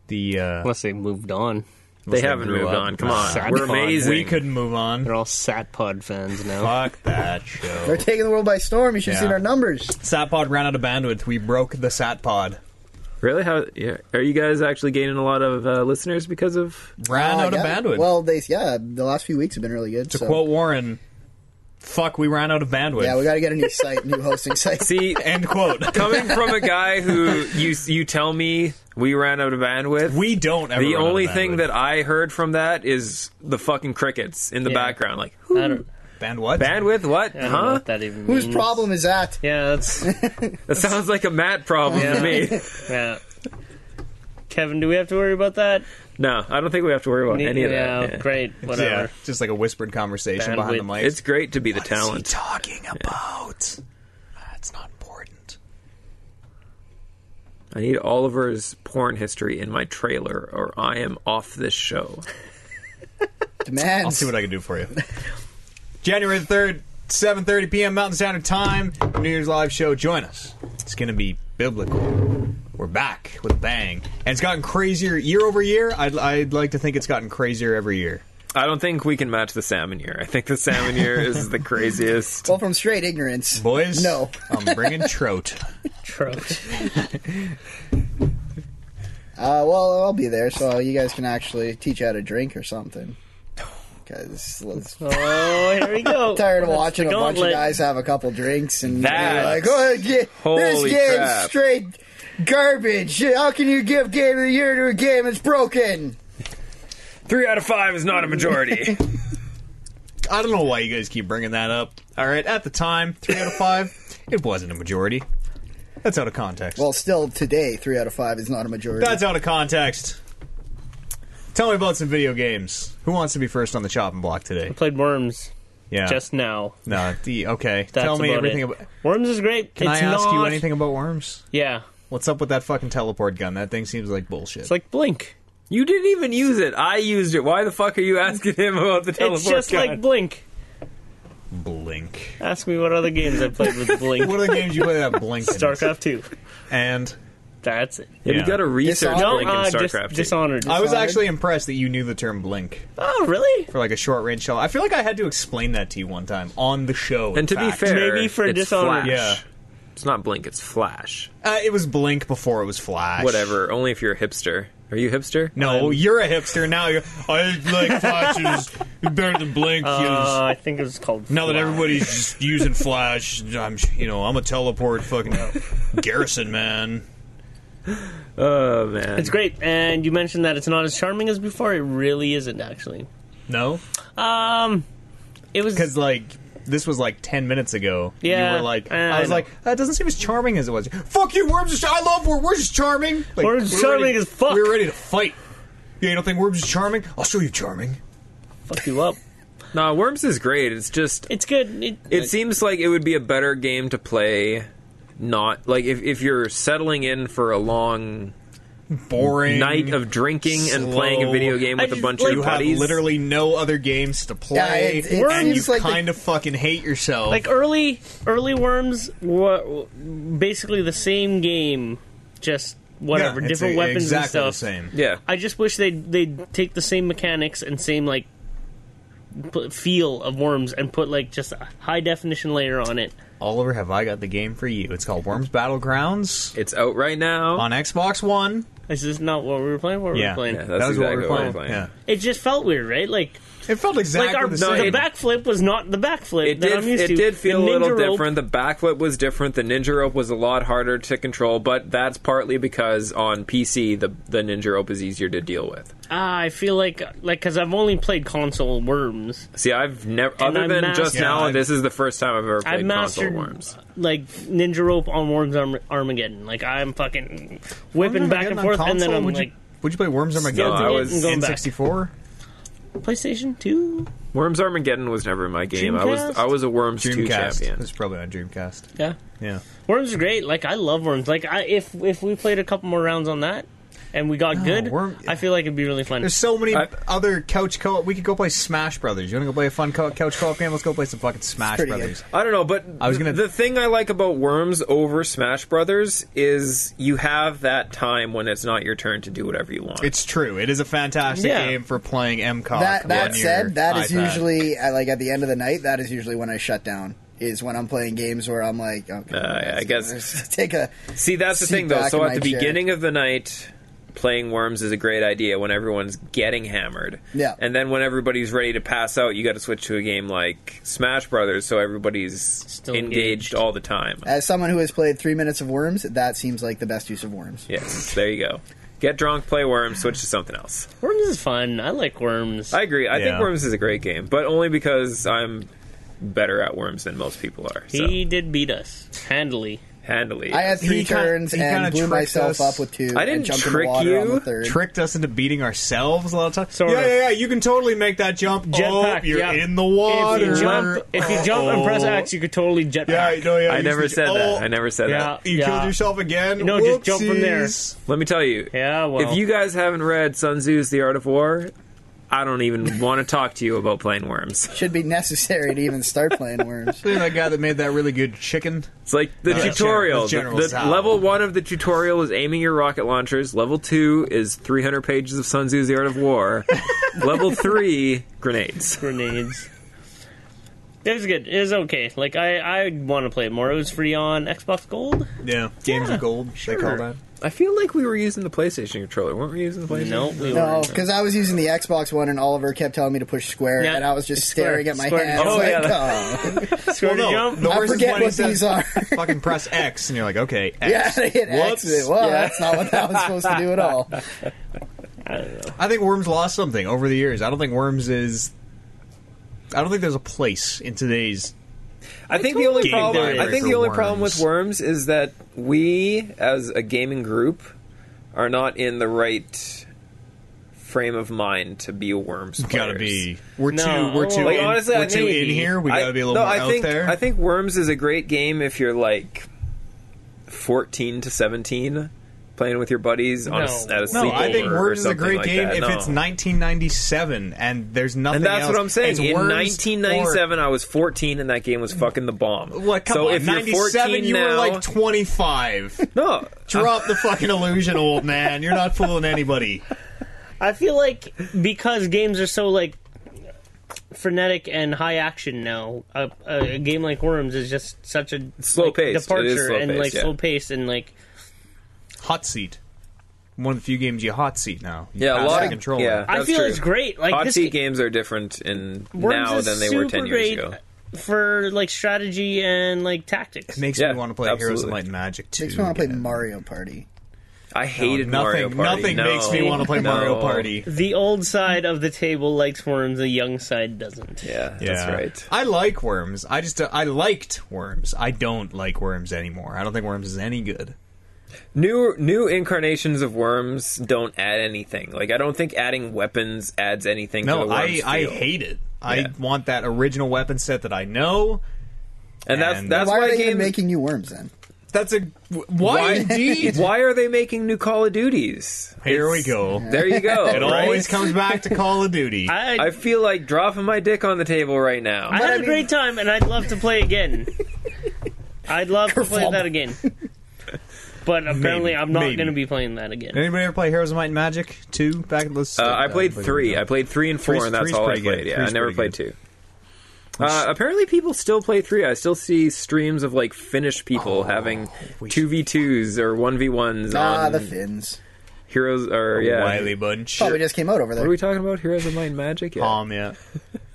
[SPEAKER 2] the uh,
[SPEAKER 1] unless they moved on.
[SPEAKER 4] They
[SPEAKER 2] they
[SPEAKER 4] haven't
[SPEAKER 2] grew
[SPEAKER 4] moved
[SPEAKER 2] up.
[SPEAKER 4] on. Come on,
[SPEAKER 1] Sad
[SPEAKER 4] we're
[SPEAKER 1] fun.
[SPEAKER 4] amazing.
[SPEAKER 2] we couldn't move on.
[SPEAKER 1] They're all Satpod fans now.
[SPEAKER 2] Fuck that
[SPEAKER 3] They're
[SPEAKER 2] show.
[SPEAKER 3] taking the world by storm. You should have
[SPEAKER 2] Yeah.
[SPEAKER 3] seen our numbers.
[SPEAKER 2] Satpod ran out of bandwidth. We broke the Satpod.
[SPEAKER 4] Really? How? Yeah. Are you guys actually gaining a lot of uh, listeners because of?
[SPEAKER 2] Ran
[SPEAKER 3] Uh,
[SPEAKER 2] out
[SPEAKER 3] yeah.
[SPEAKER 2] of bandwidth.
[SPEAKER 3] Well, they yeah, the last few weeks have been really good.
[SPEAKER 2] to
[SPEAKER 3] so.
[SPEAKER 2] quote Warren, "Fuck, we ran out of bandwidth."
[SPEAKER 3] yeah, we got to get a new site, new hosting site.
[SPEAKER 4] See,
[SPEAKER 2] End quote.
[SPEAKER 4] coming from a guy who you you tell me we ran out of bandwidth.
[SPEAKER 2] we don't. Ever
[SPEAKER 4] the
[SPEAKER 2] run out of
[SPEAKER 4] only
[SPEAKER 2] bandwidth.
[SPEAKER 4] thing that I heard from that is the fucking crickets in the
[SPEAKER 1] Yeah.
[SPEAKER 4] background. Like
[SPEAKER 1] I don't,
[SPEAKER 2] band what
[SPEAKER 4] bandwidth? What?
[SPEAKER 1] I don't know
[SPEAKER 4] Huh?
[SPEAKER 1] what that even means.
[SPEAKER 3] Whose problem is that?
[SPEAKER 1] Yeah, that's
[SPEAKER 4] That sounds like a Matt problem to me.
[SPEAKER 1] yeah. Kevin, do we have to worry about that?
[SPEAKER 4] No, I don't think we have to worry about any of
[SPEAKER 1] yeah,
[SPEAKER 4] that. Yeah.
[SPEAKER 1] Great,
[SPEAKER 2] Yeah,
[SPEAKER 1] whatever.
[SPEAKER 2] just like a whispered conversation behind the
[SPEAKER 1] Bandwidth.
[SPEAKER 2] mic.
[SPEAKER 4] It's great to be the
[SPEAKER 2] What's
[SPEAKER 4] talent.
[SPEAKER 2] he talking about? That's not important.
[SPEAKER 4] I need Oliver's porn history in my trailer, or I am off this show.
[SPEAKER 3] Demands.
[SPEAKER 2] I'll see what I can do for you. January the third, seven thirty p.m. Mountain Standard Time, New Year's live show. Join us. It's going to be biblical. We're back with a bang, and it's gotten crazier year over year. I'd, I'd like to think it's gotten crazier every year.
[SPEAKER 4] I don't think we can match the salmon year. I think the salmon year is the craziest.
[SPEAKER 3] Well, from straight ignorance,
[SPEAKER 2] Boys,
[SPEAKER 3] No.
[SPEAKER 2] I'm bringing trout.
[SPEAKER 1] Trout.
[SPEAKER 3] Uh, well, I'll be there, so you guys can actually teach how to drink or something. Because
[SPEAKER 1] Oh, here we go.
[SPEAKER 3] tired of
[SPEAKER 1] That's
[SPEAKER 3] watching a
[SPEAKER 1] the
[SPEAKER 3] bunch of
[SPEAKER 1] gauntlet.
[SPEAKER 3] guys have a couple drinks and you're
[SPEAKER 4] That's-
[SPEAKER 3] like, oh, yeah,
[SPEAKER 4] Holy
[SPEAKER 3] this game's
[SPEAKER 4] crap.
[SPEAKER 3] straight garbage. How can you give game of the year to a game that's broken?
[SPEAKER 4] Three out of five is not a majority.
[SPEAKER 2] I don't know why you guys keep bringing that up. All right, at the time, three out of five, it wasn't a majority. That's out of context.
[SPEAKER 3] Well, still today, three out of five is not a majority.
[SPEAKER 2] That's out of context. Tell me about some video games. Who wants to be first on the chopping block today?
[SPEAKER 1] Played Worms
[SPEAKER 2] Yeah.
[SPEAKER 1] just now.
[SPEAKER 2] no. The, okay.
[SPEAKER 1] That's
[SPEAKER 2] Tell me
[SPEAKER 1] about
[SPEAKER 2] everything
[SPEAKER 1] it.
[SPEAKER 2] about.
[SPEAKER 1] Worms is great.
[SPEAKER 2] Can
[SPEAKER 1] it's
[SPEAKER 2] I ask
[SPEAKER 1] not,
[SPEAKER 2] you anything about worms?
[SPEAKER 1] Yeah,
[SPEAKER 2] What's up with that fucking teleport gun? That thing seems like bullshit.
[SPEAKER 1] it's like Blink.
[SPEAKER 4] you didn't even use it. I used it. Why the fuck are you asking him about the
[SPEAKER 2] Oh,
[SPEAKER 4] teleport
[SPEAKER 1] it's just
[SPEAKER 4] gun?
[SPEAKER 1] like Blink.
[SPEAKER 2] Blink.
[SPEAKER 1] Ask me what other games I played with Blink.
[SPEAKER 2] what are the games you play that Blink? in?
[SPEAKER 1] StarCraft 2.
[SPEAKER 2] And
[SPEAKER 1] That's it.
[SPEAKER 4] Yeah,
[SPEAKER 2] Yeah.
[SPEAKER 4] You got to research
[SPEAKER 3] Dishonored?
[SPEAKER 4] Blink in
[SPEAKER 1] uh, Dis-
[SPEAKER 4] StarCraft. too.
[SPEAKER 1] Dishonored.
[SPEAKER 2] I was
[SPEAKER 3] Dishonored?
[SPEAKER 2] actually impressed that you knew the term Blink
[SPEAKER 1] oh, really?
[SPEAKER 2] for like a short range shell. I feel like I had to explain that to you one time on the show. in
[SPEAKER 4] and to be
[SPEAKER 2] fact.
[SPEAKER 4] fair,
[SPEAKER 1] Maybe for
[SPEAKER 4] it's
[SPEAKER 1] Dishonored.
[SPEAKER 4] Flash.
[SPEAKER 2] Yeah.
[SPEAKER 4] It's not Blink. It's Flash.
[SPEAKER 2] uh, it was Blink before it was Flash.
[SPEAKER 4] Whatever. Only if you're a hipster. Are you a hipster?
[SPEAKER 2] No, you're a hipster now. You're, I like flashes better than blink.
[SPEAKER 1] Uh, I think it was called.
[SPEAKER 2] now that
[SPEAKER 1] Flash.
[SPEAKER 2] everybody's just using flash, I'm you know I'm a teleport fucking garrison man.
[SPEAKER 4] Oh man.
[SPEAKER 1] It's great, and you mentioned that it's not as charming as before. It really isn't, actually.
[SPEAKER 2] No,
[SPEAKER 1] It was
[SPEAKER 2] because like this was like ten minutes ago.
[SPEAKER 1] Yeah,
[SPEAKER 2] you were like
[SPEAKER 1] I-
[SPEAKER 2] I was
[SPEAKER 1] I
[SPEAKER 2] like that doesn't seem as charming as it was. Fuck you, worms! Is, I love worms. Worms is charming. Like,
[SPEAKER 1] Worms is
[SPEAKER 2] we're
[SPEAKER 1] charming
[SPEAKER 2] ready-
[SPEAKER 1] as fuck.
[SPEAKER 2] We're ready to fight. Yeah, you don't think worms is charming? I'll show you charming.
[SPEAKER 1] fuck you up.
[SPEAKER 4] No, Worms is great. It's just
[SPEAKER 1] It's good. It,
[SPEAKER 4] it seems like it would be a better game to play not like if, if you're settling in for a long
[SPEAKER 2] Boring
[SPEAKER 4] night of drinking and playing a
[SPEAKER 2] slow.
[SPEAKER 4] video game
[SPEAKER 1] I
[SPEAKER 4] with a
[SPEAKER 1] just-
[SPEAKER 4] bunch
[SPEAKER 1] like-
[SPEAKER 4] of
[SPEAKER 2] You have
[SPEAKER 4] buddies.
[SPEAKER 2] literally no other games to play,
[SPEAKER 3] Yeah, it- it
[SPEAKER 2] and you
[SPEAKER 3] seems like the-
[SPEAKER 2] kind of fucking hate yourself.
[SPEAKER 1] like early early worms were basically the same game, just
[SPEAKER 2] Yeah,
[SPEAKER 1] whatever
[SPEAKER 2] it's
[SPEAKER 1] different
[SPEAKER 2] e-
[SPEAKER 1] weapons
[SPEAKER 2] exactly
[SPEAKER 1] and stuff.
[SPEAKER 2] The same.
[SPEAKER 4] yeah.
[SPEAKER 1] I just wish they would they would take the same mechanics and same like put feel of worms and put like just a high definition layer on it.
[SPEAKER 2] Oliver, have I got the game for you? It's called Worms Battlegrounds
[SPEAKER 4] It's out right now.
[SPEAKER 2] on Xbox One.
[SPEAKER 1] This is not what we were playing. What were
[SPEAKER 2] Yeah,
[SPEAKER 1] we playing?
[SPEAKER 4] Yeah, that's
[SPEAKER 2] that was what we
[SPEAKER 4] exactly
[SPEAKER 2] were
[SPEAKER 4] what
[SPEAKER 2] playing.
[SPEAKER 4] we're playing.
[SPEAKER 2] Yeah.
[SPEAKER 1] It just felt weird, right? Like
[SPEAKER 2] It felt exactly
[SPEAKER 1] like our, the,
[SPEAKER 2] the same.
[SPEAKER 1] backflip was not the backflip
[SPEAKER 4] it
[SPEAKER 1] that
[SPEAKER 4] did
[SPEAKER 1] I'm used
[SPEAKER 4] it
[SPEAKER 1] to.
[SPEAKER 4] did feel
[SPEAKER 1] The
[SPEAKER 4] a little
[SPEAKER 1] ninja rope-
[SPEAKER 4] different. The backflip was different. The ninja rope was a lot harder to control, but that's partly because on PC the the ninja rope is easier to deal with.
[SPEAKER 1] Ah, I feel like like because I've only played console worms.
[SPEAKER 4] See, I've never
[SPEAKER 1] And
[SPEAKER 4] other
[SPEAKER 1] I
[SPEAKER 4] than just
[SPEAKER 1] mastered-
[SPEAKER 4] now
[SPEAKER 2] Yeah, I-
[SPEAKER 4] this is the first time I've ever
[SPEAKER 1] I
[SPEAKER 4] played console
[SPEAKER 1] mastered
[SPEAKER 4] worms.
[SPEAKER 1] like ninja rope on Worms Arm- Armageddon. Like I'm fucking whipping back and forth, and then I'm
[SPEAKER 2] would
[SPEAKER 1] like
[SPEAKER 2] you, would you play Worms Armageddon?
[SPEAKER 1] still
[SPEAKER 4] No, I
[SPEAKER 1] doing it
[SPEAKER 4] was
[SPEAKER 1] and going
[SPEAKER 2] in
[SPEAKER 1] back.
[SPEAKER 2] sixty four.
[SPEAKER 1] PlayStation Two.
[SPEAKER 4] Worms Armageddon was never my game. I was
[SPEAKER 1] Dreamcast?
[SPEAKER 4] I was a Worms two
[SPEAKER 2] Dreamcast.
[SPEAKER 4] champion.
[SPEAKER 2] It's probably on Dreamcast.
[SPEAKER 1] Yeah,
[SPEAKER 2] Yeah.
[SPEAKER 1] Worms are great. Like I love Worms. Like I, if if we played a couple more rounds on that. And we got good.
[SPEAKER 2] Oh, Worm-
[SPEAKER 1] I feel like it'd be really fun.
[SPEAKER 2] There's so many
[SPEAKER 4] I-
[SPEAKER 2] other couch co-op. We could go play Smash Brothers. You want to go play a fun co- couch co-op game? Let's go play some fucking Smash
[SPEAKER 3] pretty
[SPEAKER 2] Brothers.
[SPEAKER 4] I don't know, but
[SPEAKER 2] I was gonna-
[SPEAKER 4] the thing I like about Worms over Smash Brothers is you have that time when it's not your turn to do whatever you want.
[SPEAKER 2] It's true. It is a fantastic
[SPEAKER 1] Yeah.
[SPEAKER 2] game for playing MCOM.
[SPEAKER 3] that that
[SPEAKER 2] on your
[SPEAKER 3] said, that is
[SPEAKER 2] iPad.
[SPEAKER 3] usually uh, like at the end of the night. That is usually when I shut down. Is when I'm playing games where I'm like, okay,
[SPEAKER 4] Uh, I guess-
[SPEAKER 3] take a
[SPEAKER 4] See, that's the
[SPEAKER 3] Sit
[SPEAKER 4] thing, though.
[SPEAKER 3] back
[SPEAKER 4] So
[SPEAKER 3] in
[SPEAKER 4] at the
[SPEAKER 3] my chair.
[SPEAKER 4] beginning of the night, playing Worms is a great idea when everyone's getting hammered.
[SPEAKER 3] Yeah.
[SPEAKER 4] And then when everybody's ready to pass out, you got to switch to a game like Smash Brothers, so everybody's
[SPEAKER 1] Still
[SPEAKER 4] engaged,
[SPEAKER 1] engaged.
[SPEAKER 4] all the time.
[SPEAKER 3] as someone who has played three minutes of Worms. That seems like the best use of Worms.
[SPEAKER 4] Yes, there you go. Get drunk, play Worms, switch to something else.
[SPEAKER 1] worms is fun. I like worms.
[SPEAKER 4] I agree. I
[SPEAKER 2] Yeah.
[SPEAKER 4] think Worms is a great game, but only because I'm better at Worms than most people are. So.
[SPEAKER 1] He did beat us handily.
[SPEAKER 4] handily.
[SPEAKER 3] I had three
[SPEAKER 2] He kinda-
[SPEAKER 3] turns
[SPEAKER 2] he kinda
[SPEAKER 3] and blew
[SPEAKER 2] tricked
[SPEAKER 3] myself
[SPEAKER 2] us.
[SPEAKER 3] up with two.
[SPEAKER 4] I
[SPEAKER 3] and
[SPEAKER 4] didn't
[SPEAKER 3] jumped
[SPEAKER 4] trick
[SPEAKER 3] in the water
[SPEAKER 4] you.
[SPEAKER 3] On the third.
[SPEAKER 2] Tricked us into beating ourselves a lot of times.
[SPEAKER 1] Sort
[SPEAKER 2] yeah,
[SPEAKER 1] of.
[SPEAKER 2] yeah, yeah. You can totally make that jump.
[SPEAKER 1] Jetpack,
[SPEAKER 2] oh, you're
[SPEAKER 1] yeah.
[SPEAKER 2] in the water. Oh.
[SPEAKER 1] If you jump, if you jump and
[SPEAKER 4] Oh.
[SPEAKER 1] press X, you could totally jetpack.
[SPEAKER 2] Yeah, no, yeah.
[SPEAKER 4] I
[SPEAKER 2] you
[SPEAKER 4] never
[SPEAKER 2] just-
[SPEAKER 4] said
[SPEAKER 2] oh,
[SPEAKER 4] that. I never said
[SPEAKER 1] Yeah.
[SPEAKER 4] that.
[SPEAKER 2] You
[SPEAKER 1] Uh, Yeah.
[SPEAKER 2] killed yourself again.
[SPEAKER 1] No, just jump from there.
[SPEAKER 2] Whoopsies.
[SPEAKER 4] Let me tell you.
[SPEAKER 1] Yeah, well.
[SPEAKER 4] If you guys haven't read Sun Tzu's The Art of War, I don't even want to talk to you about playing worms.
[SPEAKER 3] Should be necessary to even start playing worms.
[SPEAKER 2] See that guy that made that really good chicken?
[SPEAKER 4] It's like the
[SPEAKER 2] No, that's
[SPEAKER 4] tutorial.
[SPEAKER 2] general-
[SPEAKER 4] the
[SPEAKER 2] that's
[SPEAKER 4] the
[SPEAKER 2] general style.
[SPEAKER 4] level one of the tutorial is aiming your rocket launchers. Level two is 300 pages of Sun Tzu's The Art of War. level three, grenades.
[SPEAKER 1] grenades. It was good. It was okay. Like I, I want to play it more. It was free on Xbox Gold.
[SPEAKER 2] Yeah, games
[SPEAKER 1] Yeah,
[SPEAKER 2] of gold. They call
[SPEAKER 1] sure.
[SPEAKER 2] that.
[SPEAKER 4] I feel like we were using the PlayStation controller. weren't we using the PlayStation?
[SPEAKER 1] No, we
[SPEAKER 3] No,
[SPEAKER 1] weren't.
[SPEAKER 3] because I was using the Xbox One, and Oliver kept telling me to push square,
[SPEAKER 1] Yeah,
[SPEAKER 3] and I was just
[SPEAKER 1] square,
[SPEAKER 3] staring at my
[SPEAKER 1] square.
[SPEAKER 3] hands.
[SPEAKER 1] Oh, Square
[SPEAKER 3] like,
[SPEAKER 2] Well,
[SPEAKER 1] to
[SPEAKER 2] no,
[SPEAKER 1] jump.
[SPEAKER 2] the
[SPEAKER 3] "Oh, I
[SPEAKER 2] worst is
[SPEAKER 3] forget
[SPEAKER 2] when he
[SPEAKER 3] what
[SPEAKER 2] says,
[SPEAKER 3] these are.
[SPEAKER 2] Fucking press X, and you're like, okay, X.
[SPEAKER 3] yeah, they hit
[SPEAKER 2] Whoops.
[SPEAKER 3] exit. Well,
[SPEAKER 2] Yeah.
[SPEAKER 3] that's not what that was supposed to do at all.
[SPEAKER 2] I think Worms lost something over the years. I don't think Worms is. I don't think there's a place in today's.
[SPEAKER 4] I think the only
[SPEAKER 2] Game
[SPEAKER 4] problem.
[SPEAKER 2] theory
[SPEAKER 4] I think
[SPEAKER 2] for
[SPEAKER 4] the only problem
[SPEAKER 2] worms.
[SPEAKER 4] with worms is that we, as a gaming group, are not in the right frame of mind to be a worms.
[SPEAKER 2] Gotta
[SPEAKER 4] players.
[SPEAKER 2] be. We're
[SPEAKER 1] No,
[SPEAKER 2] too. We're too.
[SPEAKER 1] well,
[SPEAKER 2] in,
[SPEAKER 4] honestly, I
[SPEAKER 2] we're too in
[SPEAKER 4] think-
[SPEAKER 2] here. We
[SPEAKER 4] I-
[SPEAKER 2] gotta be a little
[SPEAKER 4] no,
[SPEAKER 2] more
[SPEAKER 4] I think,
[SPEAKER 2] out there.
[SPEAKER 4] I think worms is a great game if you're like fourteen to seventeen, playing with your buddies on a, s-
[SPEAKER 1] No.
[SPEAKER 4] at a
[SPEAKER 2] no,
[SPEAKER 4] sleepover
[SPEAKER 2] I think Worms
[SPEAKER 4] or
[SPEAKER 2] is a
[SPEAKER 4] something
[SPEAKER 2] great
[SPEAKER 4] like
[SPEAKER 2] game
[SPEAKER 4] that.
[SPEAKER 2] if
[SPEAKER 4] No.
[SPEAKER 2] it's 1997 and there's nothing.
[SPEAKER 4] And that's
[SPEAKER 2] else.
[SPEAKER 4] what I'm saying.
[SPEAKER 2] It's
[SPEAKER 4] In
[SPEAKER 2] Worms
[SPEAKER 4] 1997, I was 14, and that game was fucking the bomb.
[SPEAKER 2] Or, what? Come
[SPEAKER 4] so
[SPEAKER 2] on.
[SPEAKER 4] if you're
[SPEAKER 2] 97,
[SPEAKER 4] 14
[SPEAKER 2] you were
[SPEAKER 4] now-
[SPEAKER 2] like 25.
[SPEAKER 4] no,
[SPEAKER 2] Drop the fucking illusion, old man. You're not fooling anybody.
[SPEAKER 1] I feel like because games are so like frenetic and high action now, a, a game like Worms is just such a
[SPEAKER 4] Slow
[SPEAKER 1] like,
[SPEAKER 4] paced. It is
[SPEAKER 1] departure
[SPEAKER 4] slow
[SPEAKER 1] and
[SPEAKER 4] paced,
[SPEAKER 1] like
[SPEAKER 4] yeah.
[SPEAKER 1] slow paced and like
[SPEAKER 2] Hot seat. One of the few games you hot seat now. You
[SPEAKER 4] Yeah, a
[SPEAKER 2] pass
[SPEAKER 4] lot
[SPEAKER 2] the
[SPEAKER 4] of
[SPEAKER 2] controller.
[SPEAKER 4] Yeah,
[SPEAKER 1] I
[SPEAKER 4] that's
[SPEAKER 1] feel
[SPEAKER 4] true.
[SPEAKER 1] it's great. Like
[SPEAKER 4] Hot
[SPEAKER 1] this
[SPEAKER 4] seat
[SPEAKER 1] ga-
[SPEAKER 4] games are different in
[SPEAKER 1] Worms
[SPEAKER 4] now
[SPEAKER 1] is
[SPEAKER 4] than they were ten
[SPEAKER 1] super
[SPEAKER 4] years
[SPEAKER 1] great
[SPEAKER 4] ago.
[SPEAKER 1] for like strategy and like tactics.
[SPEAKER 2] Makes
[SPEAKER 4] Yeah,
[SPEAKER 2] me want to play Heroes of
[SPEAKER 4] absolutely.
[SPEAKER 2] Light and Magic too.
[SPEAKER 3] Makes me want to play
[SPEAKER 2] again.
[SPEAKER 3] Mario Party.
[SPEAKER 4] I hated
[SPEAKER 2] nothing,
[SPEAKER 4] Mario Party.
[SPEAKER 2] Nothing
[SPEAKER 4] No.
[SPEAKER 2] makes me want to play
[SPEAKER 4] No.
[SPEAKER 2] Mario Party.
[SPEAKER 1] The old side of the table likes worms, the young side doesn't.
[SPEAKER 4] Yeah,
[SPEAKER 2] Yeah.
[SPEAKER 4] that's right.
[SPEAKER 2] I like worms. I just uh, I liked worms. I don't like worms anymore. I don't think worms is any good.
[SPEAKER 4] New new incarnations of worms don't add anything. Like I don't think adding weapons adds anything. to
[SPEAKER 2] No,
[SPEAKER 4] the
[SPEAKER 2] I
[SPEAKER 4] worms
[SPEAKER 2] I
[SPEAKER 4] feel.
[SPEAKER 2] hate it.
[SPEAKER 4] Yeah.
[SPEAKER 2] I want that original weapon set that I know.
[SPEAKER 4] and that's
[SPEAKER 2] and-
[SPEAKER 4] that's
[SPEAKER 3] Why are
[SPEAKER 4] why
[SPEAKER 3] they even
[SPEAKER 4] game.
[SPEAKER 3] making new worms then?
[SPEAKER 2] That's a why indeed.
[SPEAKER 4] why are they making new Call of Duties?
[SPEAKER 2] Here we
[SPEAKER 4] It's-
[SPEAKER 2] go.
[SPEAKER 4] There you go.
[SPEAKER 2] It
[SPEAKER 4] right?
[SPEAKER 2] always comes back to Call of Duty.
[SPEAKER 1] I,
[SPEAKER 4] I feel like dropping my dick on the table right now.
[SPEAKER 1] I had
[SPEAKER 3] I
[SPEAKER 1] a
[SPEAKER 3] mean-
[SPEAKER 1] great time, and I'd love to play again. I'd love to play
[SPEAKER 3] Kerflump.
[SPEAKER 1] that again. But apparently, I'm not
[SPEAKER 2] maybe.
[SPEAKER 1] going to be playing that again.
[SPEAKER 2] Anybody ever play Heroes of Might and Magic two? Back let's.
[SPEAKER 4] Uh, I played three. I played three and four,
[SPEAKER 2] Three's-
[SPEAKER 4] and that's
[SPEAKER 2] three's
[SPEAKER 4] all I
[SPEAKER 2] pretty good.
[SPEAKER 4] played. Yeah, I
[SPEAKER 2] Three's
[SPEAKER 4] never
[SPEAKER 2] pretty
[SPEAKER 4] played
[SPEAKER 2] good.
[SPEAKER 4] two. Uh, apparently, people still play three. I still see streams of like Finnish
[SPEAKER 2] Oh,
[SPEAKER 4] people having two v twos or one v ones
[SPEAKER 3] Ah,
[SPEAKER 4] on
[SPEAKER 3] the Finns.
[SPEAKER 4] Heroes or yeah.
[SPEAKER 2] Wiley Bunch.
[SPEAKER 3] Probably just came out over
[SPEAKER 4] What are
[SPEAKER 3] there.
[SPEAKER 4] we talking about? Heroes of Might and Magic. Yeah,
[SPEAKER 2] Palm, yeah.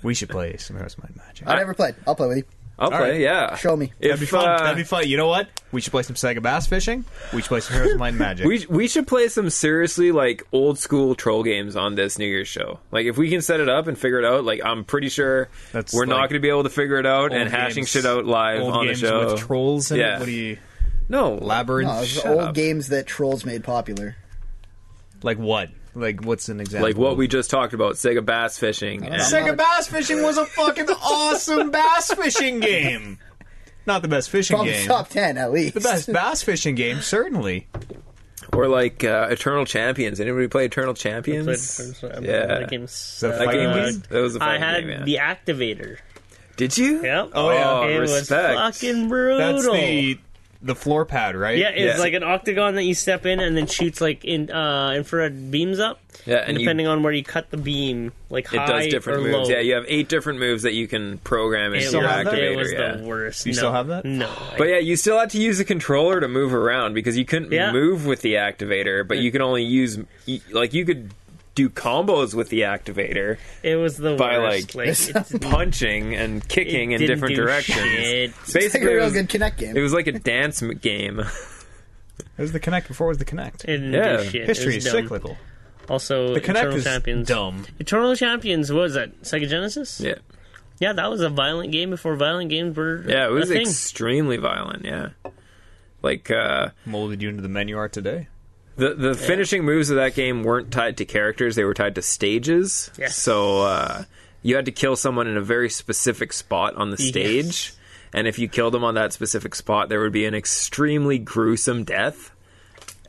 [SPEAKER 2] We should play some Heroes of Might and Magic.
[SPEAKER 3] I never played. I'll play with you.
[SPEAKER 4] I'll play.
[SPEAKER 2] right.
[SPEAKER 4] Yeah,
[SPEAKER 3] Show me.
[SPEAKER 4] If,
[SPEAKER 2] That'd be fun.
[SPEAKER 4] uh,
[SPEAKER 2] That'd be fun. You know what? We should play some Sega Bass Fishing. We should play some Heroes of Might and Magic.
[SPEAKER 4] we we should play some seriously like old school troll games on this New Year's show. Like if we can set it up and figure it out, like I'm pretty sure
[SPEAKER 2] That's
[SPEAKER 4] we're not
[SPEAKER 2] like
[SPEAKER 4] going to be able to figure it
[SPEAKER 2] Old
[SPEAKER 4] out and hashing
[SPEAKER 2] games-
[SPEAKER 4] shit out live
[SPEAKER 2] old
[SPEAKER 4] on the
[SPEAKER 2] games
[SPEAKER 4] show.
[SPEAKER 2] with trolls in
[SPEAKER 4] Yeah.
[SPEAKER 2] it. What do you
[SPEAKER 4] no,
[SPEAKER 2] elaborate?
[SPEAKER 3] No, it's
[SPEAKER 2] Shut
[SPEAKER 3] Oh, old
[SPEAKER 2] up.
[SPEAKER 3] games that trolls made popular.
[SPEAKER 2] Like what? Like what's an example?
[SPEAKER 4] like what we just talked about, Sega bass fishing. And
[SPEAKER 2] Sega Bass Fishing was a fucking awesome bass fishing game. Not the best fishing
[SPEAKER 3] Probably
[SPEAKER 2] game.
[SPEAKER 3] top ten at least.
[SPEAKER 2] The best bass fishing game, certainly.
[SPEAKER 4] or like uh, Eternal Champions. Anybody play Eternal
[SPEAKER 1] Played
[SPEAKER 4] Champions?
[SPEAKER 1] First Time.
[SPEAKER 4] Yeah.
[SPEAKER 1] that game.
[SPEAKER 2] That
[SPEAKER 1] sucked.
[SPEAKER 2] game
[SPEAKER 4] was- that was a fun
[SPEAKER 1] I had
[SPEAKER 4] game, yeah.
[SPEAKER 1] the activator.
[SPEAKER 4] Did you?
[SPEAKER 1] Yep.
[SPEAKER 2] Oh, yeah.
[SPEAKER 1] it
[SPEAKER 4] respect.
[SPEAKER 1] was fucking brutal.
[SPEAKER 2] That's the the floor pad, right?
[SPEAKER 1] yeah, it's
[SPEAKER 4] Yeah.
[SPEAKER 1] like an octagon that you step in and then shoots like in uh, infrared beams up.
[SPEAKER 4] Yeah,
[SPEAKER 1] and
[SPEAKER 4] and you-
[SPEAKER 1] depending on where you cut the beam, like
[SPEAKER 4] It
[SPEAKER 1] high
[SPEAKER 4] does different
[SPEAKER 1] or
[SPEAKER 4] moves.
[SPEAKER 1] low.
[SPEAKER 4] Yeah, you have eight different moves that you can program
[SPEAKER 1] it
[SPEAKER 4] into
[SPEAKER 1] was,
[SPEAKER 4] your
[SPEAKER 2] have that?
[SPEAKER 1] it was
[SPEAKER 4] activator. Yeah.
[SPEAKER 1] the worst.
[SPEAKER 2] You
[SPEAKER 1] no,
[SPEAKER 2] still have that?
[SPEAKER 1] No.
[SPEAKER 4] But yeah, you still had to use a controller to move around because you couldn't
[SPEAKER 1] Yeah. Mm.
[SPEAKER 4] move with the activator, but you could only use y- like you could do combos with the activator,
[SPEAKER 1] It was the
[SPEAKER 4] By,
[SPEAKER 1] worst.
[SPEAKER 4] like,
[SPEAKER 1] it's-
[SPEAKER 4] punching and kicking
[SPEAKER 1] It
[SPEAKER 4] in
[SPEAKER 1] didn't
[SPEAKER 4] different
[SPEAKER 1] do
[SPEAKER 4] directions.
[SPEAKER 1] shit.
[SPEAKER 3] It's like
[SPEAKER 4] Basically,
[SPEAKER 3] a
[SPEAKER 4] it
[SPEAKER 3] real
[SPEAKER 4] was,
[SPEAKER 3] good Kinect game.
[SPEAKER 4] it was like a dance m- game.
[SPEAKER 2] It was the Connect before it was the Connect.
[SPEAKER 1] it didn't
[SPEAKER 4] Yeah.
[SPEAKER 1] do shit. It
[SPEAKER 2] History
[SPEAKER 1] was
[SPEAKER 2] is
[SPEAKER 1] dumb.
[SPEAKER 2] cyclical.
[SPEAKER 1] Also,
[SPEAKER 2] The Connect
[SPEAKER 1] Eternal
[SPEAKER 2] is
[SPEAKER 1] Champions.
[SPEAKER 2] dumb.
[SPEAKER 1] Eternal Champions what was that Sega Genesis?
[SPEAKER 4] yeah,
[SPEAKER 1] Yeah, that was a violent game before violent games were
[SPEAKER 4] yeah, it was
[SPEAKER 1] a thing.
[SPEAKER 4] extremely violent. Yeah, Like uh,
[SPEAKER 2] Molded you into the menu art today.
[SPEAKER 4] the the finishing moves of that game weren't tied to characters; they were tied to stages.
[SPEAKER 1] Yes.
[SPEAKER 4] So uh, you had to kill someone in a very specific spot on the stage, and if you killed them on that specific spot, there would be an extremely gruesome death.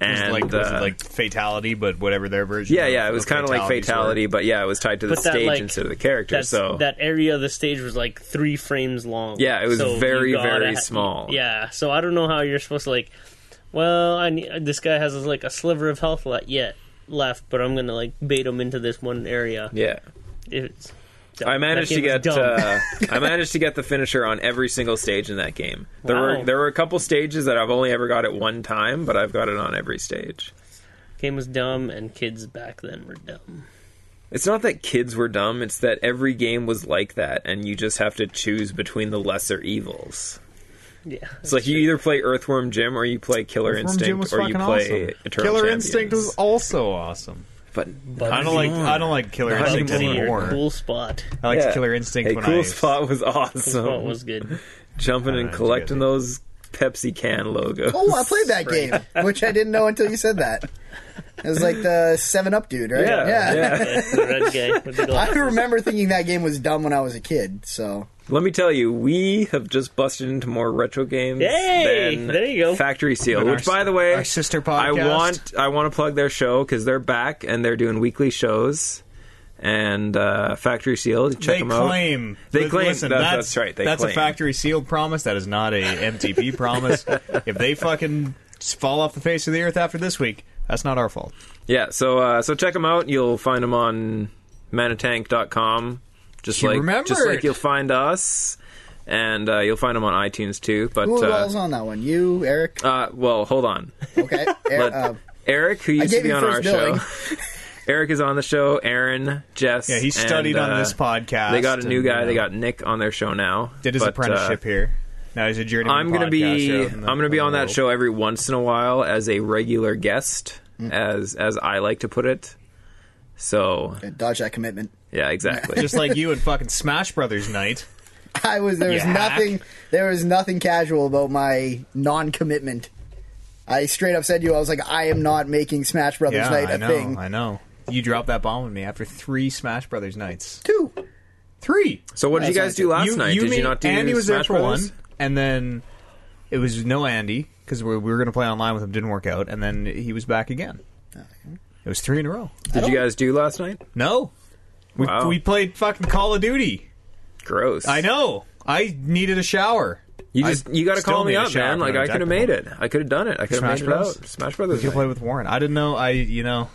[SPEAKER 2] It was
[SPEAKER 4] And
[SPEAKER 2] like, was it
[SPEAKER 4] uh,
[SPEAKER 2] like fatality, but whatever their version.
[SPEAKER 4] yeah,
[SPEAKER 2] of-
[SPEAKER 4] yeah, it was kind of like
[SPEAKER 2] fatalities were.
[SPEAKER 4] fatality, but yeah, it was tied to the
[SPEAKER 1] But that,
[SPEAKER 4] stage
[SPEAKER 1] like,
[SPEAKER 4] instead of the character.
[SPEAKER 1] That's,
[SPEAKER 4] So
[SPEAKER 1] that area of the stage was like three frames long.
[SPEAKER 4] Yeah, it was
[SPEAKER 1] So you
[SPEAKER 4] very,
[SPEAKER 1] gotta
[SPEAKER 4] very small.
[SPEAKER 1] Yeah, so I don't know how you're supposed to like. Well, I need, this guy has like a sliver of health le- yet left, but I'm gonna like bait him into this one area.
[SPEAKER 4] yeah.
[SPEAKER 1] It's,
[SPEAKER 4] I managed
[SPEAKER 1] that
[SPEAKER 4] to
[SPEAKER 1] game was
[SPEAKER 4] get
[SPEAKER 1] dumb.
[SPEAKER 4] uh, I managed to get the finisher on every single stage in that game. There
[SPEAKER 1] Wow.
[SPEAKER 4] were there were a couple stages that I've only ever got at one time, but I've got it on every stage.
[SPEAKER 1] game was dumb, and kids back then were dumb.
[SPEAKER 4] It's not that kids were dumb, it's that every game was like that and you just have to choose between the lesser evils.
[SPEAKER 1] Yeah,
[SPEAKER 4] It's like you either play Earthworm Jim or you play Killer
[SPEAKER 2] Earthworm Jim was
[SPEAKER 4] Instinct or you
[SPEAKER 2] fucking
[SPEAKER 4] play
[SPEAKER 2] awesome.
[SPEAKER 4] Eternal
[SPEAKER 2] Killer
[SPEAKER 4] Champions.
[SPEAKER 2] Instinct was also awesome.
[SPEAKER 4] but
[SPEAKER 2] I don't like. I don't like Killer
[SPEAKER 4] Not
[SPEAKER 2] Instinct
[SPEAKER 1] Bubsy,
[SPEAKER 4] anymore.
[SPEAKER 1] your
[SPEAKER 2] anymore.
[SPEAKER 1] cool spot.
[SPEAKER 2] I liked
[SPEAKER 4] Yeah.
[SPEAKER 2] Killer Instinct
[SPEAKER 4] Hey,
[SPEAKER 2] when
[SPEAKER 4] cool
[SPEAKER 2] I
[SPEAKER 4] spot was awesome.
[SPEAKER 1] Spot was good.
[SPEAKER 4] Jumping and
[SPEAKER 2] it's
[SPEAKER 4] collecting
[SPEAKER 2] good.
[SPEAKER 4] those Pepsi can logos.
[SPEAKER 3] Oh, I played that game, which I didn't know until you said that. It was like the Seven Up dude, right?
[SPEAKER 4] Yeah, yeah.
[SPEAKER 1] Yeah, the red guy with the
[SPEAKER 3] I
[SPEAKER 1] glasses.
[SPEAKER 3] remember thinking that game was dumb when I was a kid. So
[SPEAKER 4] Let me tell you, we have just busted into more retro games.
[SPEAKER 1] Hey,
[SPEAKER 4] than
[SPEAKER 1] there you go.
[SPEAKER 4] Factory Seal,
[SPEAKER 2] Than our
[SPEAKER 4] which by the way,
[SPEAKER 2] s- our sister
[SPEAKER 4] I
[SPEAKER 2] podcast.
[SPEAKER 4] want I want to plug their show because they're back and they're doing weekly shows. And uh, Factory Seal, check
[SPEAKER 2] they
[SPEAKER 4] them out.
[SPEAKER 2] claim.
[SPEAKER 4] They
[SPEAKER 2] li-
[SPEAKER 4] claim.
[SPEAKER 2] Listen,
[SPEAKER 4] that-
[SPEAKER 2] that's,
[SPEAKER 4] that's right, they
[SPEAKER 2] that's
[SPEAKER 4] claim.
[SPEAKER 2] a factory sealed promise. That is not a MTP promise. If they fucking s- fall off the face of the earth after this week, that's not our fault.
[SPEAKER 4] Yeah, so uh, so check them out. You'll find them on manatank.com. Just
[SPEAKER 2] She
[SPEAKER 4] like just
[SPEAKER 2] remembered.
[SPEAKER 4] like you'll find us, and uh, you'll find them on iTunes too. But
[SPEAKER 3] who
[SPEAKER 4] uh,
[SPEAKER 3] was on that one? You, Eric?
[SPEAKER 4] uh, well, hold on.
[SPEAKER 3] Okay, Eric,
[SPEAKER 4] But
[SPEAKER 3] uh,
[SPEAKER 4] Eric, who used
[SPEAKER 3] gave
[SPEAKER 4] to be
[SPEAKER 3] you
[SPEAKER 4] on our
[SPEAKER 3] first billing.
[SPEAKER 4] show, Eric is on the show. Aaron, Jess,
[SPEAKER 2] Yeah, he studied
[SPEAKER 4] and,
[SPEAKER 2] on
[SPEAKER 4] uh,
[SPEAKER 2] this podcast.
[SPEAKER 4] They got a new
[SPEAKER 2] and,
[SPEAKER 4] guy.
[SPEAKER 2] you
[SPEAKER 4] They
[SPEAKER 2] know,
[SPEAKER 4] got Nick on their show now.
[SPEAKER 2] did his
[SPEAKER 4] But, uh,
[SPEAKER 2] apprenticeship here. Now he's a journeyman. Oh.
[SPEAKER 4] I'm gonna be
[SPEAKER 2] podcaster out in
[SPEAKER 4] I'm
[SPEAKER 2] the-
[SPEAKER 4] gonna be
[SPEAKER 2] the
[SPEAKER 4] on that
[SPEAKER 2] world.
[SPEAKER 4] show every once in a while as a regular guest,
[SPEAKER 3] Mm.
[SPEAKER 4] as as I like to put it. So
[SPEAKER 3] dodge that commitment.
[SPEAKER 4] yeah, exactly.
[SPEAKER 2] just like you and fucking Smash Brothers night.
[SPEAKER 3] I was there was
[SPEAKER 2] You hack.
[SPEAKER 3] nothing there was nothing casual about my non-commitment. I straight up said to you, I was like, I am not making Smash Brothers
[SPEAKER 2] Yeah,
[SPEAKER 3] Night a
[SPEAKER 2] I know.
[SPEAKER 3] thing.
[SPEAKER 2] I know. You dropped that bomb on me after three Smash Brothers nights.
[SPEAKER 3] Two.
[SPEAKER 2] Three.
[SPEAKER 4] so what did you
[SPEAKER 3] That's
[SPEAKER 4] guys
[SPEAKER 3] what I
[SPEAKER 4] do
[SPEAKER 3] did.
[SPEAKER 4] last night? did
[SPEAKER 2] me-
[SPEAKER 4] you not do
[SPEAKER 2] Andy was there
[SPEAKER 4] Smash
[SPEAKER 2] for
[SPEAKER 4] Brothers?
[SPEAKER 2] one, and then it was no Andy because we, we were going to play online with him. Didn't work out, and then he was back again. It was three in a row.
[SPEAKER 4] Did you guys do last night?
[SPEAKER 2] No, we
[SPEAKER 4] Wow.
[SPEAKER 2] we played fucking Call of Duty.
[SPEAKER 4] Gross.
[SPEAKER 2] I know. I needed a shower.
[SPEAKER 4] You
[SPEAKER 2] I
[SPEAKER 4] just you got to
[SPEAKER 2] still
[SPEAKER 4] call me
[SPEAKER 2] need a
[SPEAKER 4] up,
[SPEAKER 2] shower
[SPEAKER 4] man.
[SPEAKER 2] for
[SPEAKER 4] Like
[SPEAKER 2] an
[SPEAKER 4] I could have
[SPEAKER 2] injectable.
[SPEAKER 4] made it. I could have done it. I could have
[SPEAKER 2] Smash
[SPEAKER 4] made
[SPEAKER 2] Bros?
[SPEAKER 4] it out. Smash
[SPEAKER 2] We
[SPEAKER 4] Brothers.
[SPEAKER 2] could play with Warren. I didn't know. I you know.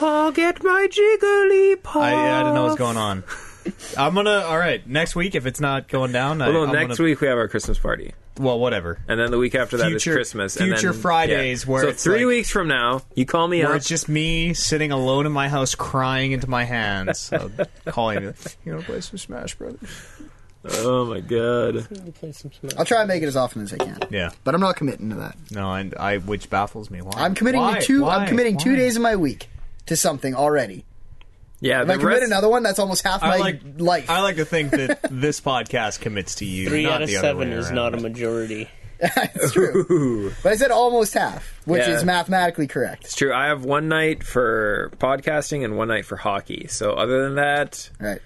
[SPEAKER 4] I'll get my Jigglypuff.
[SPEAKER 2] I, I didn't know what was going on. I'm gonna. All right, next week if it's not going down, I,
[SPEAKER 4] Although
[SPEAKER 2] I'm
[SPEAKER 4] next
[SPEAKER 2] gonna,
[SPEAKER 4] week we have our Christmas party,
[SPEAKER 2] Well, whatever.
[SPEAKER 4] and then the week after that is
[SPEAKER 2] Future-
[SPEAKER 4] Christmas. and
[SPEAKER 2] future
[SPEAKER 4] then,
[SPEAKER 2] Fridays
[SPEAKER 4] yeah.
[SPEAKER 2] where
[SPEAKER 4] so
[SPEAKER 2] it's
[SPEAKER 4] three
[SPEAKER 2] like-
[SPEAKER 4] weeks from now, you call me
[SPEAKER 2] Where
[SPEAKER 4] up.
[SPEAKER 2] it's just me sitting alone in my house crying into my hands, uh, calling me. You want to play some Smash Brothers?
[SPEAKER 4] oh my god!
[SPEAKER 1] Play some Smash.
[SPEAKER 3] I'll try and make it as often as I can.
[SPEAKER 2] Yeah.
[SPEAKER 3] But I'm not committing to that.
[SPEAKER 2] No, and I which baffles me. Why?
[SPEAKER 3] I'm committing
[SPEAKER 2] Why?
[SPEAKER 3] to two
[SPEAKER 2] Why?
[SPEAKER 3] I'm committing two
[SPEAKER 2] Why?
[SPEAKER 3] days of my week to something already.
[SPEAKER 4] Yeah,
[SPEAKER 3] If I
[SPEAKER 4] the
[SPEAKER 3] commit
[SPEAKER 4] rest,
[SPEAKER 3] another one, that's almost half my
[SPEAKER 2] I like
[SPEAKER 3] life.
[SPEAKER 2] I like to think that this podcast commits to you.
[SPEAKER 1] Three
[SPEAKER 2] not
[SPEAKER 1] out of
[SPEAKER 2] the other
[SPEAKER 1] seven
[SPEAKER 2] way
[SPEAKER 1] is
[SPEAKER 2] around.
[SPEAKER 1] not a majority.
[SPEAKER 3] That's true. But I said almost half, which
[SPEAKER 4] Yeah.
[SPEAKER 3] is mathematically correct.
[SPEAKER 4] It's true. I have one night for podcasting and one night for hockey. So other than that,
[SPEAKER 3] Right.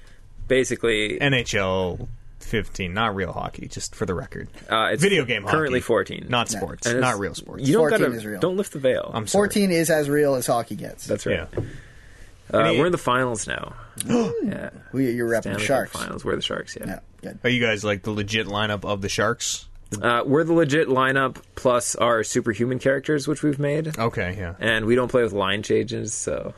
[SPEAKER 4] basically,
[SPEAKER 2] NHL 15, not real hockey. Just for the record,
[SPEAKER 4] uh, it's
[SPEAKER 2] video game hockey.
[SPEAKER 4] currently fourteen.
[SPEAKER 2] not sports,
[SPEAKER 4] And it's-
[SPEAKER 2] not real sports.
[SPEAKER 4] You don't
[SPEAKER 3] 14
[SPEAKER 4] gotta
[SPEAKER 3] is real.
[SPEAKER 4] don't lift the veil.
[SPEAKER 2] I'm sorry.
[SPEAKER 3] 14 is as real as hockey gets.
[SPEAKER 4] That's right.
[SPEAKER 2] Yeah.
[SPEAKER 4] Uh,
[SPEAKER 2] Any-
[SPEAKER 4] we're in the finals now. yeah.
[SPEAKER 3] Who you- you're repping
[SPEAKER 4] Stanley
[SPEAKER 3] the
[SPEAKER 4] Cup
[SPEAKER 3] Sharks.
[SPEAKER 4] Finals. We're the Sharks. Yeah.
[SPEAKER 3] Yeah, good.
[SPEAKER 2] Are you guys like the legit lineup of the Sharks?
[SPEAKER 4] Uh, we're the legit lineup plus our superhuman characters, which we've made,
[SPEAKER 2] Okay, yeah.
[SPEAKER 4] and we don't play with line changes. So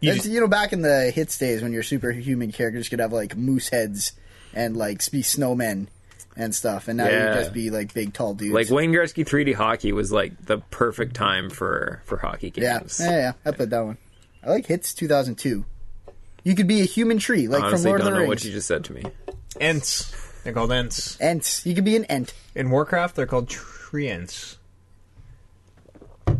[SPEAKER 2] You
[SPEAKER 3] That's-
[SPEAKER 2] just-
[SPEAKER 3] you know, back in the hits days when your superhuman characters could have like moose heads and like be snowmen and stuff, and now
[SPEAKER 4] Yeah.
[SPEAKER 3] you just be like big tall dudes.
[SPEAKER 4] like Wayne Gretzky 3D hockey was like the perfect time for for hockey
[SPEAKER 3] yeah,
[SPEAKER 4] games.
[SPEAKER 3] yeah, yeah. I played that one. I like hits 2002. You could be a human tree, like from
[SPEAKER 4] Honestly,
[SPEAKER 3] Lord
[SPEAKER 4] don't
[SPEAKER 3] of the
[SPEAKER 4] know
[SPEAKER 3] Rings.
[SPEAKER 4] what you just said to me.
[SPEAKER 2] Ents. They're called Ents.
[SPEAKER 3] Ents. You could be an ent.
[SPEAKER 2] In Warcraft, they're called treants.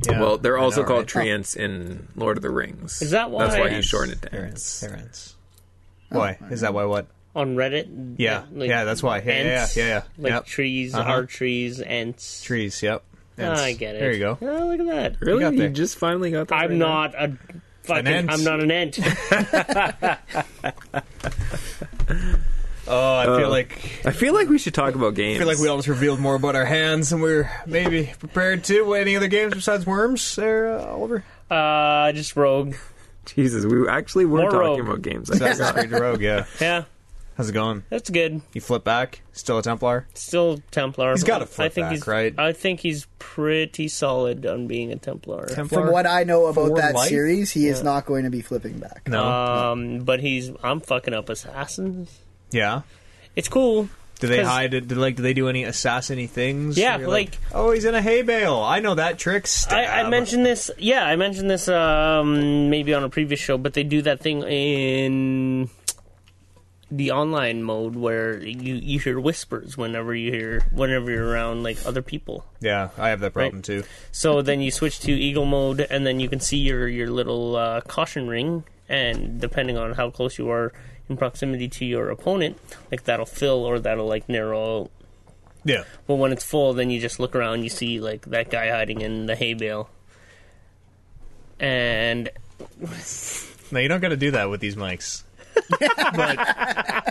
[SPEAKER 2] Yeah,
[SPEAKER 4] well, they're
[SPEAKER 2] I
[SPEAKER 4] also
[SPEAKER 2] know,
[SPEAKER 4] called
[SPEAKER 2] right?
[SPEAKER 4] treants in Lord of the Rings.
[SPEAKER 1] Is that why-
[SPEAKER 4] That's why
[SPEAKER 1] Treants.
[SPEAKER 4] he shortened it
[SPEAKER 2] They're
[SPEAKER 4] down. Oh,
[SPEAKER 2] ants. They're ants. Why is that? Why what?
[SPEAKER 1] on Reddit.
[SPEAKER 2] Yeah,
[SPEAKER 1] like
[SPEAKER 2] yeah, that's why. Yeah, yeah,
[SPEAKER 1] ants,
[SPEAKER 2] yeah, yeah.
[SPEAKER 1] Like
[SPEAKER 2] Yep.
[SPEAKER 1] trees,
[SPEAKER 2] Uh-huh.
[SPEAKER 1] hard trees, ants.
[SPEAKER 2] Trees. Yep.
[SPEAKER 1] Ah,
[SPEAKER 2] Ants.
[SPEAKER 1] I get it.
[SPEAKER 2] There you go.
[SPEAKER 1] Oh, look at that.
[SPEAKER 4] Really?
[SPEAKER 2] got
[SPEAKER 4] You,
[SPEAKER 2] there.
[SPEAKER 4] just finally got that? right
[SPEAKER 1] I'm
[SPEAKER 4] now?
[SPEAKER 1] not a fucking.
[SPEAKER 2] ant.
[SPEAKER 1] I'm not an ant.
[SPEAKER 2] Oh, I feel
[SPEAKER 4] Oh.
[SPEAKER 2] like
[SPEAKER 4] I feel like we should talk about games.
[SPEAKER 2] I feel like we almost revealed more about our hands than we are maybe prepared to. Any other games besides Worms, there, uh, Oliver?
[SPEAKER 1] uh, just rogue.
[SPEAKER 4] Jesus, we actually were
[SPEAKER 1] More
[SPEAKER 4] talking
[SPEAKER 1] rogue.
[SPEAKER 4] about games. I
[SPEAKER 2] Assassin's
[SPEAKER 4] forgot.
[SPEAKER 2] Creed Rogue. Yeah.
[SPEAKER 1] Yeah,
[SPEAKER 2] How's it going?
[SPEAKER 1] that's good.
[SPEAKER 2] You flip back. Still a Templar.
[SPEAKER 1] Still Templar.
[SPEAKER 2] He's gotta
[SPEAKER 1] I
[SPEAKER 2] flip
[SPEAKER 1] think
[SPEAKER 2] back,
[SPEAKER 1] he's
[SPEAKER 2] right?
[SPEAKER 1] I think he's pretty solid on being a Templar.
[SPEAKER 2] Templar.
[SPEAKER 3] From what I know about
[SPEAKER 2] For
[SPEAKER 3] that
[SPEAKER 2] life?
[SPEAKER 3] series, he is not going to be flipping back.
[SPEAKER 2] no.
[SPEAKER 1] Um, but he's I'm fucking up assassins.
[SPEAKER 2] yeah.
[SPEAKER 1] It's cool.
[SPEAKER 2] Do they
[SPEAKER 1] 'Cause-
[SPEAKER 2] hide? it? Do, like, do they do any assassiny things?
[SPEAKER 1] Yeah,
[SPEAKER 2] You're
[SPEAKER 1] like-
[SPEAKER 2] oh, he's in a hay bale. I know that trick.
[SPEAKER 1] I, I
[SPEAKER 2] Stab.
[SPEAKER 1] mentioned this. Yeah, I mentioned this um, maybe on a previous show, but they do that thing in the online mode where you, you hear whispers whenever you hear whenever you're around like other people.
[SPEAKER 2] Yeah, I have that problem
[SPEAKER 1] Right.
[SPEAKER 2] too.
[SPEAKER 1] So then you switch to eagle mode, and then you can see your your little uh, caution ring, and depending on how close you are in proximity to your opponent, like that'll fill or that'll like narrow. out.
[SPEAKER 2] Yeah.
[SPEAKER 1] But when it's full, then you just look around, you see like that guy hiding in the hay bale, and
[SPEAKER 2] No, you don't got to do that with these mics. but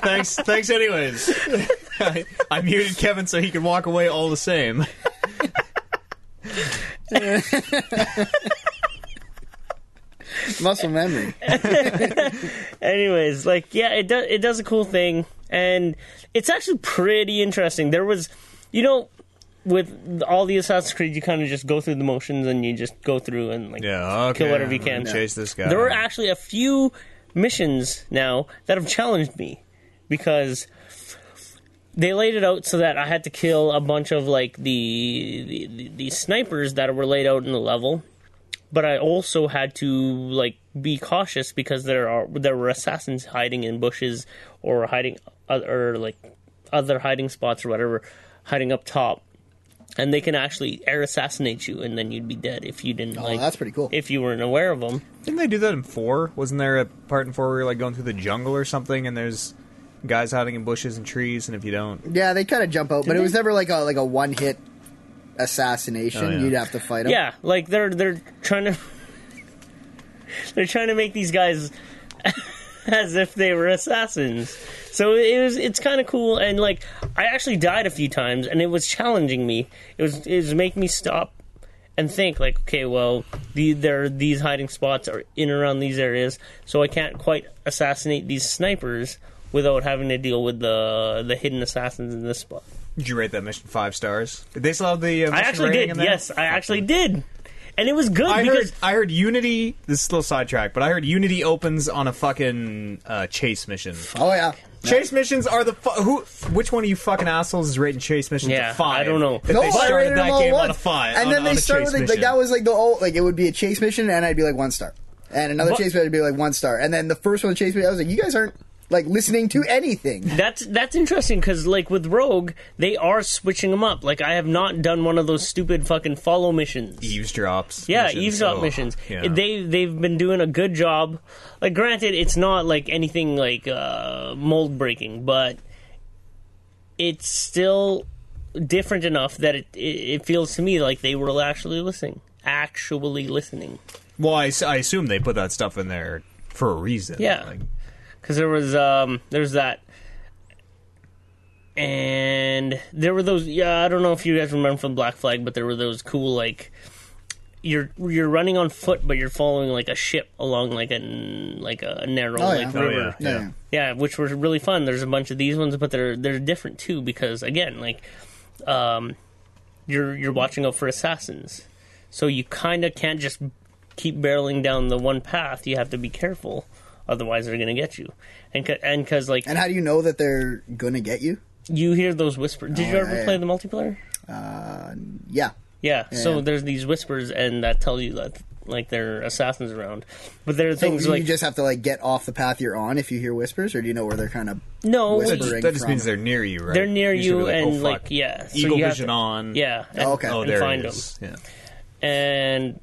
[SPEAKER 2] thanks, thanks anyways. I, I muted Kevin so he could walk away all the same.
[SPEAKER 3] Muscle memory.
[SPEAKER 1] anyways, like yeah, it does it does a cool thing, and it's actually pretty interesting. There was, you know. With all the Assassin's Creed, you kind of just go through the motions and you just go through and like
[SPEAKER 2] Yeah, okay.
[SPEAKER 1] Kill whatever you
[SPEAKER 2] I'm
[SPEAKER 1] can.
[SPEAKER 2] gonna Chase this guy.
[SPEAKER 1] There are actually a few missions now that have challenged me because they laid it out so that I had to kill a bunch of like the the, the, the snipers that were laid out in the level. But I also had to like be cautious because there are there were assassins hiding in bushes or hiding or like other hiding spots or whatever, hiding up top, and they can actually air assassinate you, and then you'd be dead if you didn't. like
[SPEAKER 3] that's pretty cool.
[SPEAKER 1] If you weren't aware of them,
[SPEAKER 2] Didn't they do that in four? Wasn't there a part in four where you're like going through the jungle or something, and there's guys hiding in bushes and trees, and if you don't,
[SPEAKER 3] Yeah, they kind of jump out, but it was never like a like a one hit assassination.
[SPEAKER 2] Oh, yeah.
[SPEAKER 3] You'd have to fight him.
[SPEAKER 1] yeah, like they're they're trying to they're trying to make these guys as if they were assassins. So it was it's kind of cool and like I actually died a few times and it was challenging me. It was it was making me stop and think like okay, well, the, there are these hiding spots are in and around these areas, so I can't quite assassinate these snipers without having to deal with the the hidden assassins in this spot.
[SPEAKER 2] did you rate that mission five stars? Did they still have the?
[SPEAKER 1] I
[SPEAKER 2] Uh, mission
[SPEAKER 1] actually
[SPEAKER 2] rating
[SPEAKER 1] did.
[SPEAKER 2] in there?
[SPEAKER 1] Yes, I actually did. And it was good
[SPEAKER 2] I
[SPEAKER 1] because
[SPEAKER 2] heard. I heard Unity. This is a little sidetrack, but I heard Unity opens on a fucking uh, chase mission.
[SPEAKER 3] Oh yeah.
[SPEAKER 2] Chase missions are the fu- who? Which one of you fucking assholes is rating chase missions
[SPEAKER 1] Yeah,
[SPEAKER 2] a five?
[SPEAKER 1] I don't know.
[SPEAKER 2] That
[SPEAKER 3] No,
[SPEAKER 2] they
[SPEAKER 3] I rated
[SPEAKER 2] started
[SPEAKER 3] them
[SPEAKER 2] that
[SPEAKER 3] all
[SPEAKER 2] game on a
[SPEAKER 3] once.
[SPEAKER 2] five,
[SPEAKER 3] and
[SPEAKER 2] on-
[SPEAKER 3] then
[SPEAKER 2] on
[SPEAKER 3] they
[SPEAKER 2] a
[SPEAKER 3] started
[SPEAKER 2] chase
[SPEAKER 3] like, like
[SPEAKER 2] mission.
[SPEAKER 3] that was like the old like it would be a chase mission, and I'd be like one star, and another
[SPEAKER 1] But-
[SPEAKER 3] chase mission would be like one star, and then the first one chase mission, I was like, you guys aren't like listening to anything.
[SPEAKER 1] That's that's interesting because like with Rogue, they are switching them up. Like I have not done one of those stupid fucking follow missions.
[SPEAKER 2] eavesdrops.
[SPEAKER 1] yeah,
[SPEAKER 2] missions.
[SPEAKER 1] eavesdrop
[SPEAKER 2] Oh,
[SPEAKER 1] missions.
[SPEAKER 2] yeah.
[SPEAKER 1] They they've been doing a good job. Like granted, it's not like anything like uh, mold breaking, but it's still different enough that it, it it feels to me like they were actually listening, actually listening.
[SPEAKER 2] well, I, s- I assume they put that stuff in there for a reason.
[SPEAKER 1] Yeah.
[SPEAKER 2] Like,
[SPEAKER 1] because there was um there's that and there were those yeah i don't know if you guys remember from black flag but there were those cool like you're you're running on foot but you're following like a ship along like a n- like a narrow
[SPEAKER 3] Oh, yeah.
[SPEAKER 1] like
[SPEAKER 3] Oh,
[SPEAKER 1] river
[SPEAKER 2] yeah.
[SPEAKER 3] No, no.
[SPEAKER 1] yeah, which were really fun. There's a bunch of these ones, but they're they're different too because again, like, um, you're you're watching out for assassins, so you kind of can't just keep barreling down the one path. You have to be careful, otherwise they're gonna get you. And 'ca- and because like
[SPEAKER 3] And how do you know that they're gonna get you?
[SPEAKER 1] you hear those whispers. Did you
[SPEAKER 3] Oh,
[SPEAKER 1] ever
[SPEAKER 3] yeah,
[SPEAKER 1] play
[SPEAKER 3] yeah.
[SPEAKER 1] the multiplayer?
[SPEAKER 3] Yeah.
[SPEAKER 1] Yeah, So
[SPEAKER 3] Yeah.
[SPEAKER 1] there's these whispers, and that tell you that like there are assassins around. But there are
[SPEAKER 3] So
[SPEAKER 1] things
[SPEAKER 3] you
[SPEAKER 1] like
[SPEAKER 3] just have to like get off the path you're on if you hear whispers, or do you know where they're kind of?
[SPEAKER 1] no,
[SPEAKER 2] that
[SPEAKER 3] whispering.
[SPEAKER 2] just, that just
[SPEAKER 3] from-
[SPEAKER 2] means they're near you, right?
[SPEAKER 1] they're near
[SPEAKER 2] should be
[SPEAKER 1] you,
[SPEAKER 2] oh,
[SPEAKER 1] and
[SPEAKER 2] fuck.
[SPEAKER 1] like yeah, so
[SPEAKER 2] eagle
[SPEAKER 1] you have
[SPEAKER 2] vision
[SPEAKER 1] to-
[SPEAKER 2] on.
[SPEAKER 1] Yeah, and,
[SPEAKER 3] okay.
[SPEAKER 2] Oh,
[SPEAKER 1] and
[SPEAKER 2] there
[SPEAKER 1] find
[SPEAKER 2] it
[SPEAKER 1] them.
[SPEAKER 2] is. Yeah.
[SPEAKER 1] and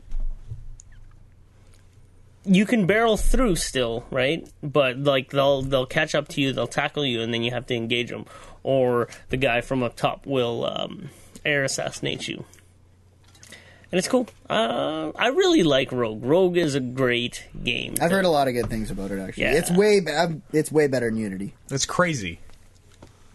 [SPEAKER 1] you can barrel through still, right? But like they'll they'll catch up to you, they'll tackle you, and then you have to engage them, or the guy from up top will um, air assassinate you. And it's cool. Uh, I really like Rogue. Rogue is a great game.
[SPEAKER 3] I've heard a lot of good things about it. Actually,
[SPEAKER 1] Yeah.
[SPEAKER 3] it's way be- I'm- it's way better than Unity.
[SPEAKER 2] That's crazy.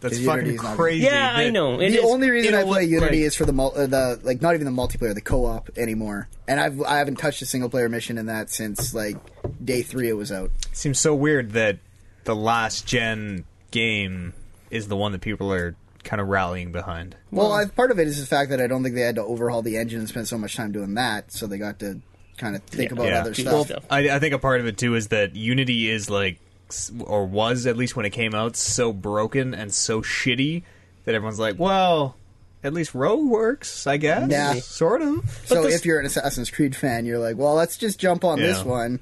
[SPEAKER 2] That's
[SPEAKER 3] Because
[SPEAKER 2] fucking
[SPEAKER 3] Unity's not-
[SPEAKER 2] crazy.
[SPEAKER 1] yeah, I
[SPEAKER 2] that-
[SPEAKER 1] know. It
[SPEAKER 3] the
[SPEAKER 1] is-
[SPEAKER 3] only reason I
[SPEAKER 2] it'll
[SPEAKER 3] play
[SPEAKER 2] look
[SPEAKER 3] Unity
[SPEAKER 2] great.
[SPEAKER 3] is for the mul- uh, the like not even the multiplayer, the co-op anymore. And I've I haven't touched a single player mission in that since like day three it was out.
[SPEAKER 2] seems so weird that the last gen game is the one that people are kind of rallying behind.
[SPEAKER 3] Well, I, part of it is the fact that I don't think they had to overhaul the engine and spend so much time doing that, so they got to kind of think
[SPEAKER 1] Yeah.
[SPEAKER 3] about
[SPEAKER 2] Yeah.
[SPEAKER 3] other
[SPEAKER 1] Well,
[SPEAKER 3] stuff.
[SPEAKER 1] Yeah.
[SPEAKER 2] I, I think a part of it too is that Unity is like, s- or was at least when it came out, so broken and so shitty that everyone's like, well, at least Rogue works, I guess.
[SPEAKER 3] Yeah.
[SPEAKER 2] Sort of.
[SPEAKER 3] so
[SPEAKER 1] this-
[SPEAKER 3] if you're an Assassin's Creed fan, you're like, well, let's just jump on this
[SPEAKER 2] Yeah.
[SPEAKER 3] one.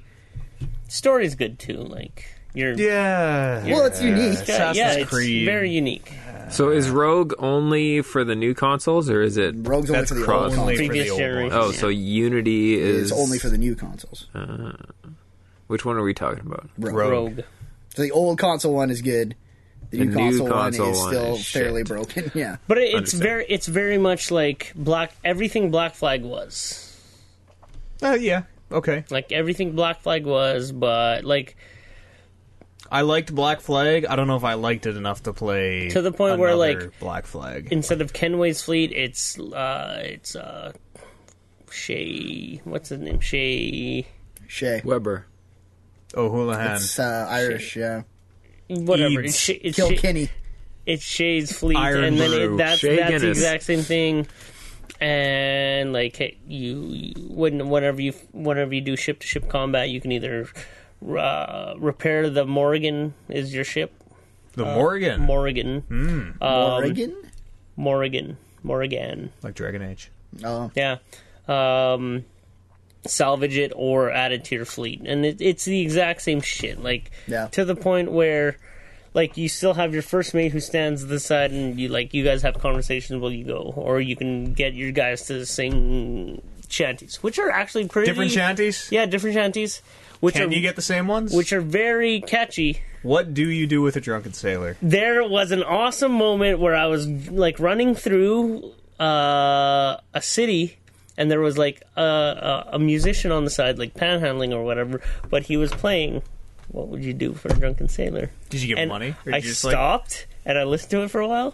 [SPEAKER 1] story's good too. Like you're
[SPEAKER 2] Yeah.
[SPEAKER 3] Well, it's unique.
[SPEAKER 1] Yeah,
[SPEAKER 2] Assassin's
[SPEAKER 1] yeah, it's
[SPEAKER 2] Creed.
[SPEAKER 1] very unique.
[SPEAKER 4] So is Rogue only for the new consoles, or is it?
[SPEAKER 3] Rogue's only
[SPEAKER 2] That's
[SPEAKER 3] for the
[SPEAKER 4] cross-
[SPEAKER 3] old
[SPEAKER 2] only
[SPEAKER 3] consoles.
[SPEAKER 2] for the
[SPEAKER 1] Previous
[SPEAKER 2] old
[SPEAKER 1] generation.
[SPEAKER 2] one.
[SPEAKER 4] Oh, so Unity is
[SPEAKER 3] It's only for the new consoles.
[SPEAKER 4] Which one are we talking about?
[SPEAKER 2] Rogue.
[SPEAKER 1] Rogue.
[SPEAKER 3] So the old console one is good. The new,
[SPEAKER 4] new
[SPEAKER 3] console,
[SPEAKER 4] console
[SPEAKER 3] one is
[SPEAKER 4] one
[SPEAKER 3] still
[SPEAKER 4] is
[SPEAKER 3] fairly
[SPEAKER 4] shit.
[SPEAKER 3] broken. Yeah.
[SPEAKER 1] But it, it's
[SPEAKER 4] Understand.
[SPEAKER 1] very it's very much like Black everything Black Flag was.
[SPEAKER 2] Uh, yeah. Okay.
[SPEAKER 1] Like everything Black Flag was, but like
[SPEAKER 2] I liked Black Flag. I don't know if I liked it enough to play
[SPEAKER 1] To the point where,
[SPEAKER 2] another
[SPEAKER 1] like,
[SPEAKER 2] Black Flag.
[SPEAKER 1] instead of Kenway's fleet, it's uh it's uh Shay what's his name? Shay
[SPEAKER 3] Shay.
[SPEAKER 4] Weber.
[SPEAKER 2] Oh, O'Houlihan.
[SPEAKER 3] It's uh, Irish, yeah.
[SPEAKER 1] whatever.
[SPEAKER 2] Eads.
[SPEAKER 1] It's, Shay, it's, Shay,
[SPEAKER 3] Kilkenny.
[SPEAKER 1] it's Shay's fleet
[SPEAKER 2] Iron
[SPEAKER 1] and then
[SPEAKER 2] Brew.
[SPEAKER 1] it, that's
[SPEAKER 4] Shay
[SPEAKER 1] that's the
[SPEAKER 4] Guinness.
[SPEAKER 1] exact same thing. And like hey, you, you when whenever you whenever you do ship to ship combat, you can either uh, repair the Morgan is your ship
[SPEAKER 2] the
[SPEAKER 1] uh,
[SPEAKER 2] Morgan.
[SPEAKER 1] Morrigan.
[SPEAKER 2] Um,
[SPEAKER 3] Oregon?
[SPEAKER 1] Morrigan. Morrigan.
[SPEAKER 2] like Dragon Age.
[SPEAKER 3] Oh.
[SPEAKER 1] Yeah. Um, salvage it or add it to your fleet. And it, it's the exact same shit. Like,
[SPEAKER 3] Yeah.
[SPEAKER 1] to the point where. Like you still have your first mate who stands to the side, and you like you guys have conversations while you go, or you can get your guys to sing shanties, which are actually pretty
[SPEAKER 2] Different shanties?
[SPEAKER 1] Yeah, different shanties, which
[SPEAKER 2] Can
[SPEAKER 1] are
[SPEAKER 2] you get the same ones?
[SPEAKER 1] which are very catchy.
[SPEAKER 2] What do you do with a drunken sailor?
[SPEAKER 1] there was an awesome moment where I was like running through uh, a city, and there was like a, a, a musician on the side, like panhandling or whatever, but he was playing. What would you do for a drunken sailor?
[SPEAKER 2] Did you give
[SPEAKER 1] And
[SPEAKER 2] money? Or did
[SPEAKER 1] I
[SPEAKER 2] you just like
[SPEAKER 1] stopped and I listened to it for a while.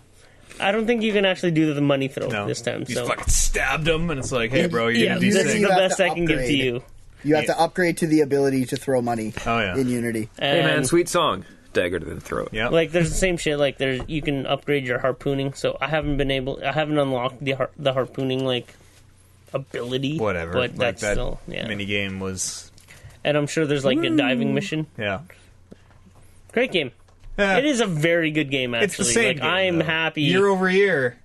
[SPEAKER 1] I don't think you can actually do the money throw
[SPEAKER 2] no.
[SPEAKER 1] this time.
[SPEAKER 2] You
[SPEAKER 1] so
[SPEAKER 2] fucking stabbed him, and it's like, hey, bro, you're
[SPEAKER 1] yeah,
[SPEAKER 2] gonna do
[SPEAKER 1] this
[SPEAKER 3] Unity,
[SPEAKER 1] is
[SPEAKER 2] things.
[SPEAKER 1] the
[SPEAKER 3] you have
[SPEAKER 1] best
[SPEAKER 3] to
[SPEAKER 1] I can give to
[SPEAKER 3] upgrade.
[SPEAKER 1] you.
[SPEAKER 3] You have to upgrade to the ability to throw money
[SPEAKER 2] Oh, yeah.
[SPEAKER 3] in Unity.
[SPEAKER 4] Hey man,
[SPEAKER 1] And-
[SPEAKER 4] sweet song. Dagger to the throat.
[SPEAKER 2] Yeah.
[SPEAKER 1] Like there's the same shit. Like there's you can upgrade your harpooning. So I haven't been able. I haven't unlocked the har- the harpooning like ability.
[SPEAKER 2] whatever.
[SPEAKER 1] But
[SPEAKER 2] like
[SPEAKER 1] that's
[SPEAKER 2] that
[SPEAKER 1] still yeah.
[SPEAKER 2] mini game was
[SPEAKER 1] and I'm sure there's like a diving mission.
[SPEAKER 2] yeah.
[SPEAKER 1] Great game.
[SPEAKER 2] Yeah.
[SPEAKER 1] It is a very good game. Actually,
[SPEAKER 2] It's the same.
[SPEAKER 1] like
[SPEAKER 2] game,
[SPEAKER 1] I'm
[SPEAKER 2] though.
[SPEAKER 1] happy.
[SPEAKER 2] year over year.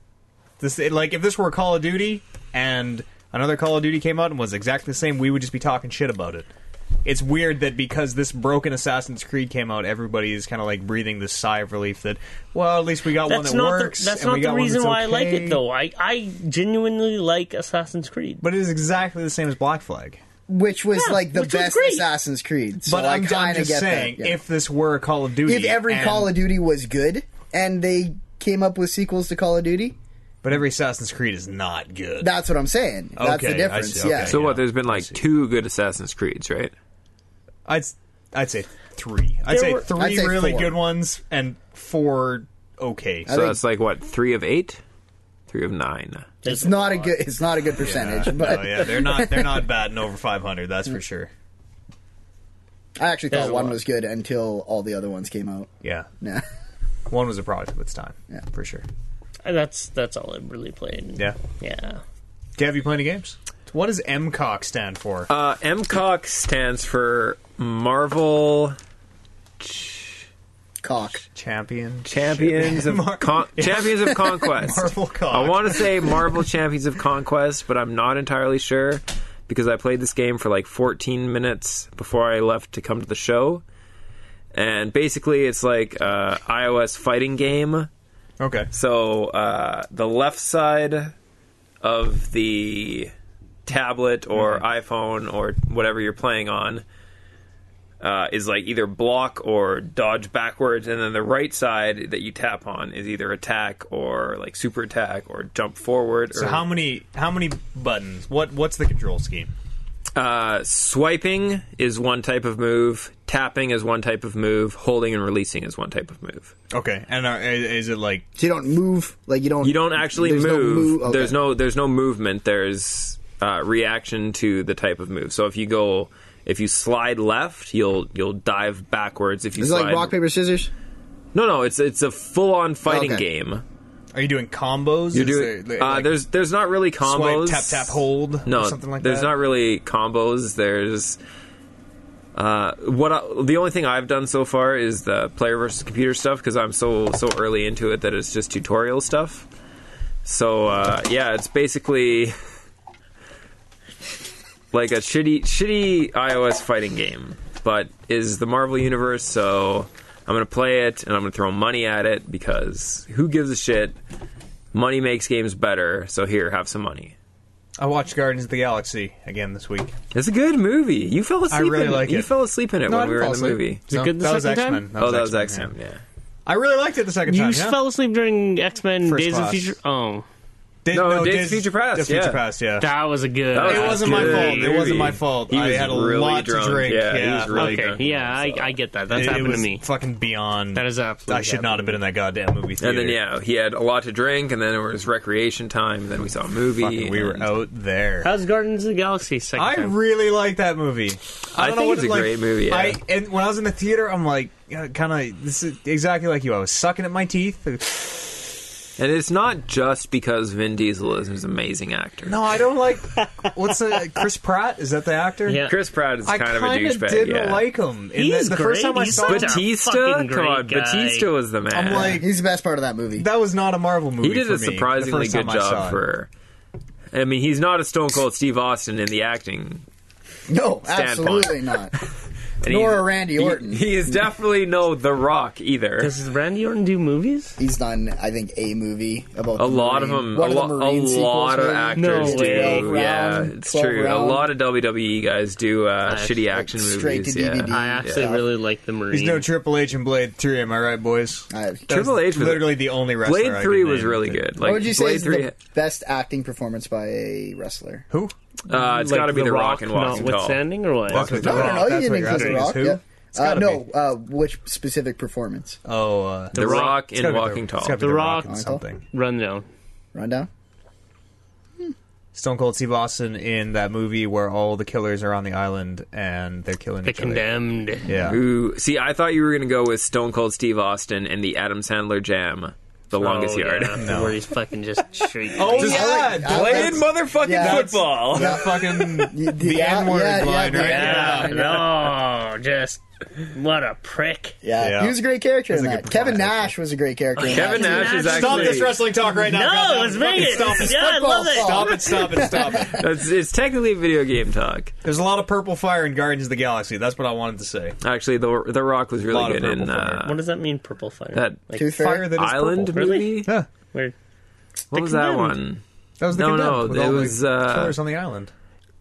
[SPEAKER 2] This it- like if this were Call of Duty and another Call of Duty came out and was exactly the same, we would just be talking shit about it. It's weird that because this broken Assassin's Creed came out, everybody is kind of like breathing this sigh of relief that well, at least we got
[SPEAKER 1] that's
[SPEAKER 2] one that
[SPEAKER 1] not
[SPEAKER 2] works.
[SPEAKER 1] the, that's
[SPEAKER 2] and
[SPEAKER 1] not
[SPEAKER 2] we
[SPEAKER 1] the
[SPEAKER 2] got one
[SPEAKER 1] reason
[SPEAKER 2] that's
[SPEAKER 1] why I like
[SPEAKER 2] okay.
[SPEAKER 1] it though. I I genuinely like Assassin's Creed.
[SPEAKER 2] But it is exactly the same as Black Flag.
[SPEAKER 3] Which was
[SPEAKER 1] Yeah,
[SPEAKER 3] like the
[SPEAKER 1] which was
[SPEAKER 3] best
[SPEAKER 1] great.
[SPEAKER 3] Assassin's Creed. So
[SPEAKER 2] But
[SPEAKER 3] I
[SPEAKER 2] I'm, I'm
[SPEAKER 3] kinda
[SPEAKER 2] just
[SPEAKER 3] get
[SPEAKER 2] saying,
[SPEAKER 3] that. yeah.
[SPEAKER 2] if this were Call of Duty,
[SPEAKER 3] if every
[SPEAKER 2] and-
[SPEAKER 3] Call of Duty was good and they came up with sequels to Call of Duty,
[SPEAKER 2] but every Assassin's Creed is not good.
[SPEAKER 3] that's what I'm saying. That's
[SPEAKER 2] Okay,
[SPEAKER 3] the
[SPEAKER 2] I
[SPEAKER 3] difference.
[SPEAKER 2] see,
[SPEAKER 3] Yeah.
[SPEAKER 2] okay.
[SPEAKER 4] So
[SPEAKER 2] Yeah,
[SPEAKER 4] what? There's been like
[SPEAKER 2] see.
[SPEAKER 4] two good Assassin's Creeds, right?
[SPEAKER 2] I'd I'd say three. I'd
[SPEAKER 1] There
[SPEAKER 2] say
[SPEAKER 1] were-
[SPEAKER 2] 3
[SPEAKER 3] I'd say
[SPEAKER 2] really
[SPEAKER 3] four.
[SPEAKER 2] good ones and four okay.
[SPEAKER 4] So
[SPEAKER 3] think-
[SPEAKER 4] that's like what three of eight, three of nine.
[SPEAKER 3] It's not a good. It's not a good percentage, but
[SPEAKER 2] Oh yeah, they're not they're not batting over 500. That's for sure.
[SPEAKER 3] I actually
[SPEAKER 1] There's
[SPEAKER 3] thought
[SPEAKER 1] a
[SPEAKER 3] one
[SPEAKER 1] lot.
[SPEAKER 3] was good until all the other ones came out.
[SPEAKER 2] Yeah,
[SPEAKER 3] Yeah,
[SPEAKER 2] one was a product of its time.
[SPEAKER 3] Yeah.
[SPEAKER 2] for sure.
[SPEAKER 1] And that's that's all I really played.
[SPEAKER 2] Yeah.
[SPEAKER 1] yeah.
[SPEAKER 2] Okay, have you played any games? What does MCOC stand for?
[SPEAKER 4] Uh, MCOC stands for Marvel
[SPEAKER 3] cock.
[SPEAKER 2] Champion.
[SPEAKER 4] Champions of
[SPEAKER 2] Mar-
[SPEAKER 4] Con- Champions of Conquest.
[SPEAKER 2] Marvel cock.
[SPEAKER 4] I want to say Marvel Champions of Conquest, but I'm not entirely sure because I played this game for like 14 minutes before I left to come to the show. And basically, it's like uh, iOS fighting game.
[SPEAKER 2] Okay.
[SPEAKER 4] So uh, the left side
[SPEAKER 2] Mm-hmm.
[SPEAKER 4] of the tablet or iPhone or whatever you're playing on uh, is like either block or dodge backwards, and then the right side that you tap on is either attack or like super attack or jump forward.
[SPEAKER 2] So
[SPEAKER 4] or,
[SPEAKER 2] how many how many buttons? What what's the control scheme?
[SPEAKER 4] Uh, swiping is one type of move. Tapping is one type of move. Holding and releasing is one type of move.
[SPEAKER 2] Okay, and are, is it like
[SPEAKER 3] So you don't move. Like you don't.
[SPEAKER 4] You don't actually
[SPEAKER 3] there's no
[SPEAKER 4] move.
[SPEAKER 3] move- okay.
[SPEAKER 4] There's no there's no movement. There's uh, reaction to the type of move. So if you go if you slide left, you'll you'll dive backwards. If you
[SPEAKER 3] Is it
[SPEAKER 4] slide,
[SPEAKER 3] like rock paper scissors?
[SPEAKER 4] no, no, it's it's a full on fighting
[SPEAKER 3] Okay.
[SPEAKER 4] game.
[SPEAKER 2] are you doing combos?
[SPEAKER 4] You're
[SPEAKER 2] Is
[SPEAKER 4] doing
[SPEAKER 2] there,
[SPEAKER 4] uh,
[SPEAKER 2] like,
[SPEAKER 4] there's there's not really combos.
[SPEAKER 2] swipe, tap tap hold
[SPEAKER 4] No,
[SPEAKER 2] or something like
[SPEAKER 4] there's
[SPEAKER 2] that.
[SPEAKER 4] not really combos. There's uh, what I, the only thing I've done so far is the player versus computer stuff because I'm so so early into it that it's just tutorial stuff. So uh, yeah, it's basically like a shitty shitty iOS fighting game, but is the Marvel universe. So I'm gonna play it and I'm gonna throw money at it because who gives a shit? Money makes games better. So here, have some money.
[SPEAKER 2] I watched Guardians of the Galaxy again this week.
[SPEAKER 4] It's a good movie. You fell asleep.
[SPEAKER 2] really
[SPEAKER 4] in,
[SPEAKER 2] like
[SPEAKER 4] You
[SPEAKER 2] it.
[SPEAKER 4] fell asleep in it when we were in the movie.
[SPEAKER 1] it good the
[SPEAKER 2] that was
[SPEAKER 1] second time?
[SPEAKER 2] X-Men.
[SPEAKER 4] oh, that was excellent.
[SPEAKER 2] yeah.
[SPEAKER 4] Yeah.
[SPEAKER 2] I really liked it the second
[SPEAKER 1] You
[SPEAKER 2] time. yeah.
[SPEAKER 1] fell asleep during X Men
[SPEAKER 2] First
[SPEAKER 1] Days
[SPEAKER 2] Class.
[SPEAKER 1] of Future. Oh,
[SPEAKER 2] Did-
[SPEAKER 4] No, Days of Future Past,
[SPEAKER 2] Days of
[SPEAKER 4] yeah.
[SPEAKER 2] Future Past. Yeah.
[SPEAKER 1] that was a good.
[SPEAKER 4] That was
[SPEAKER 2] it
[SPEAKER 4] a
[SPEAKER 2] wasn't my
[SPEAKER 4] good
[SPEAKER 2] fault. It wasn't my
[SPEAKER 4] movie.
[SPEAKER 2] fault.
[SPEAKER 4] He
[SPEAKER 2] I
[SPEAKER 4] was
[SPEAKER 2] had a
[SPEAKER 4] really
[SPEAKER 2] lot
[SPEAKER 4] drunk.
[SPEAKER 2] to drink.
[SPEAKER 4] Yeah, he was really
[SPEAKER 1] okay,
[SPEAKER 4] drunk,
[SPEAKER 1] yeah, I,
[SPEAKER 4] uh, so.
[SPEAKER 1] I get that. That's
[SPEAKER 2] It- it
[SPEAKER 1] happened
[SPEAKER 2] was
[SPEAKER 1] to me.
[SPEAKER 2] Fucking beyond.
[SPEAKER 1] That is absolutely.
[SPEAKER 2] I should not have been in that goddamn movie theater.
[SPEAKER 4] And then yeah, he had a lot to drink, and then it was recreation time. And then we saw a movie.
[SPEAKER 2] Fucking, we were
[SPEAKER 4] and
[SPEAKER 2] out there.
[SPEAKER 1] How's Guardians of the Galaxy second
[SPEAKER 2] I
[SPEAKER 1] time?
[SPEAKER 2] really like that movie.
[SPEAKER 4] I
[SPEAKER 2] don't
[SPEAKER 4] think
[SPEAKER 2] know what
[SPEAKER 4] it's a
[SPEAKER 2] like-
[SPEAKER 4] great movie, yeah.
[SPEAKER 2] I, and when I was in the theater, I'm like, kind of, this is exactly like you. I was sucking at my teeth.
[SPEAKER 4] And it's not just because Vin Diesel is an amazing actor.
[SPEAKER 2] No, I don't like. what's the Chris Pratt? Is that the actor?
[SPEAKER 1] Yeah.
[SPEAKER 4] Chris Pratt is
[SPEAKER 2] I
[SPEAKER 4] kind of a
[SPEAKER 2] kinda
[SPEAKER 4] douchebag.
[SPEAKER 2] didn't
[SPEAKER 4] yeah.
[SPEAKER 2] like him. In
[SPEAKER 1] He's
[SPEAKER 2] the, the first
[SPEAKER 1] great.
[SPEAKER 2] time I
[SPEAKER 1] He's
[SPEAKER 2] saw
[SPEAKER 1] such
[SPEAKER 2] him,
[SPEAKER 1] a-
[SPEAKER 4] Batista,
[SPEAKER 1] fucking
[SPEAKER 4] come on,
[SPEAKER 1] great guy.
[SPEAKER 4] Batista was the man.
[SPEAKER 2] I'm like,
[SPEAKER 3] He's the best part of that movie.
[SPEAKER 2] that was not a Marvel movie.
[SPEAKER 4] he did
[SPEAKER 2] for
[SPEAKER 4] a
[SPEAKER 2] me,
[SPEAKER 4] surprisingly
[SPEAKER 2] the first
[SPEAKER 4] good
[SPEAKER 2] time I saw
[SPEAKER 4] job
[SPEAKER 2] it.
[SPEAKER 4] for. I mean, he's not a Stone Cold Steve Austin in the acting.
[SPEAKER 3] no,
[SPEAKER 4] standpoint.
[SPEAKER 3] absolutely not.
[SPEAKER 4] And
[SPEAKER 3] Nor
[SPEAKER 4] he's-
[SPEAKER 3] a Randy
[SPEAKER 4] he-
[SPEAKER 3] Orton.
[SPEAKER 4] He, is definitely no The Rock either.
[SPEAKER 1] Does Randy Orton do movies?
[SPEAKER 3] He's done, I think, a movie about
[SPEAKER 4] A
[SPEAKER 3] the
[SPEAKER 4] lot of
[SPEAKER 3] Marine-
[SPEAKER 4] them, a,
[SPEAKER 3] One
[SPEAKER 4] lo-
[SPEAKER 3] of the
[SPEAKER 4] a
[SPEAKER 3] Marine sequels,
[SPEAKER 4] lot of
[SPEAKER 3] maybe?
[SPEAKER 4] actors
[SPEAKER 1] No
[SPEAKER 4] do.
[SPEAKER 1] way.
[SPEAKER 3] 12
[SPEAKER 4] yeah,
[SPEAKER 3] round,
[SPEAKER 4] it's
[SPEAKER 3] 12
[SPEAKER 4] true. A
[SPEAKER 3] round.
[SPEAKER 4] lot of WWE guys do uh, shitty action
[SPEAKER 3] straight
[SPEAKER 4] movies.
[SPEAKER 3] to
[SPEAKER 4] yeah.
[SPEAKER 3] DVD.
[SPEAKER 1] I actually
[SPEAKER 3] Mm, Yeah.
[SPEAKER 1] really like the Marine.
[SPEAKER 2] There's no Triple H in Blade Three. Am I right, boys?
[SPEAKER 3] Uh,
[SPEAKER 2] That was
[SPEAKER 4] Triple H was-
[SPEAKER 2] literally the only wrestler. I
[SPEAKER 4] Blade
[SPEAKER 2] could
[SPEAKER 4] Three was
[SPEAKER 2] name.
[SPEAKER 4] really good. Like
[SPEAKER 3] what would you say
[SPEAKER 4] Blade
[SPEAKER 3] is
[SPEAKER 4] Three,
[SPEAKER 3] the best acting performance by a wrestler?
[SPEAKER 2] Who?
[SPEAKER 4] uh, it's
[SPEAKER 1] Like
[SPEAKER 4] got to be The Rock, and Walking Tall.
[SPEAKER 1] notwithstanding or what?
[SPEAKER 2] Walking
[SPEAKER 3] No,
[SPEAKER 2] The
[SPEAKER 3] no,
[SPEAKER 2] Rock.
[SPEAKER 3] no,
[SPEAKER 2] That's
[SPEAKER 3] you didn't
[SPEAKER 2] what you're
[SPEAKER 3] include The
[SPEAKER 2] asking, is
[SPEAKER 3] Rock.
[SPEAKER 2] who?
[SPEAKER 3] Yeah.
[SPEAKER 2] It's
[SPEAKER 3] Uh,
[SPEAKER 2] gotta
[SPEAKER 3] no,
[SPEAKER 2] be.
[SPEAKER 3] uh, which specific performance?
[SPEAKER 2] Oh, uh,
[SPEAKER 4] The Rock,
[SPEAKER 2] It's
[SPEAKER 4] and
[SPEAKER 2] gotta be
[SPEAKER 4] Walking
[SPEAKER 2] the, it's
[SPEAKER 4] Tall.
[SPEAKER 2] gotta be
[SPEAKER 1] The
[SPEAKER 2] the
[SPEAKER 1] Rock.
[SPEAKER 2] and something.
[SPEAKER 1] Rundown.
[SPEAKER 3] Rundown?
[SPEAKER 2] Stone Cold Steve Austin in that movie where all the killers are on the island and they're killing
[SPEAKER 1] The
[SPEAKER 2] each other.
[SPEAKER 1] Condemned.
[SPEAKER 2] Yeah.
[SPEAKER 4] Ooh, see, I thought you were going to go with Stone Cold Steve Austin and the Adam Sandler Jam, The Longest
[SPEAKER 1] Oh,
[SPEAKER 4] Yard.
[SPEAKER 1] yeah,
[SPEAKER 2] No.
[SPEAKER 1] Where he's fucking just straight.
[SPEAKER 2] Oh
[SPEAKER 3] Just-
[SPEAKER 2] yeah,
[SPEAKER 3] I like-
[SPEAKER 2] Blade
[SPEAKER 4] Playing motherfucking
[SPEAKER 3] Yeah.
[SPEAKER 4] football.
[SPEAKER 2] That fucking
[SPEAKER 3] Yeah,
[SPEAKER 2] the
[SPEAKER 3] yeah,
[SPEAKER 2] N word
[SPEAKER 3] yeah,
[SPEAKER 2] line,
[SPEAKER 3] yeah,
[SPEAKER 2] right?
[SPEAKER 1] yeah, no, just what a prick.
[SPEAKER 3] Yeah.
[SPEAKER 2] Yeah.
[SPEAKER 3] he was a great character in
[SPEAKER 2] a good
[SPEAKER 3] that. Kevin
[SPEAKER 2] performance,
[SPEAKER 3] Nash was a great character. in
[SPEAKER 4] Kevin
[SPEAKER 3] that.
[SPEAKER 4] Nash is
[SPEAKER 1] Stop
[SPEAKER 4] actually.
[SPEAKER 2] wrestling talk right
[SPEAKER 1] No, let's make it. Yeah, I love it.
[SPEAKER 3] Stop.
[SPEAKER 2] it! Stop it! Stop it!
[SPEAKER 4] It's, it's technically video game talk.
[SPEAKER 2] There's a lot of purple fire in Guardians of the Galaxy. That's what I wanted to say.
[SPEAKER 4] Actually, The The Rock was
[SPEAKER 2] Lot
[SPEAKER 4] really
[SPEAKER 2] of
[SPEAKER 4] good
[SPEAKER 2] purple
[SPEAKER 4] in
[SPEAKER 2] fire.
[SPEAKER 1] What
[SPEAKER 4] uh,
[SPEAKER 1] does that mean, purple fire?
[SPEAKER 4] that
[SPEAKER 1] like
[SPEAKER 3] Too
[SPEAKER 2] Fire
[SPEAKER 3] fair.
[SPEAKER 2] that is
[SPEAKER 4] Island
[SPEAKER 2] Purple.
[SPEAKER 1] Really?
[SPEAKER 4] movie.
[SPEAKER 2] Yeah,
[SPEAKER 1] weird.
[SPEAKER 4] What was that
[SPEAKER 1] Condemned.
[SPEAKER 4] one?
[SPEAKER 2] that was the
[SPEAKER 4] No,
[SPEAKER 2] Condemned
[SPEAKER 4] no,
[SPEAKER 2] with
[SPEAKER 4] it
[SPEAKER 2] all the
[SPEAKER 4] was, uh,
[SPEAKER 2] killers on the island.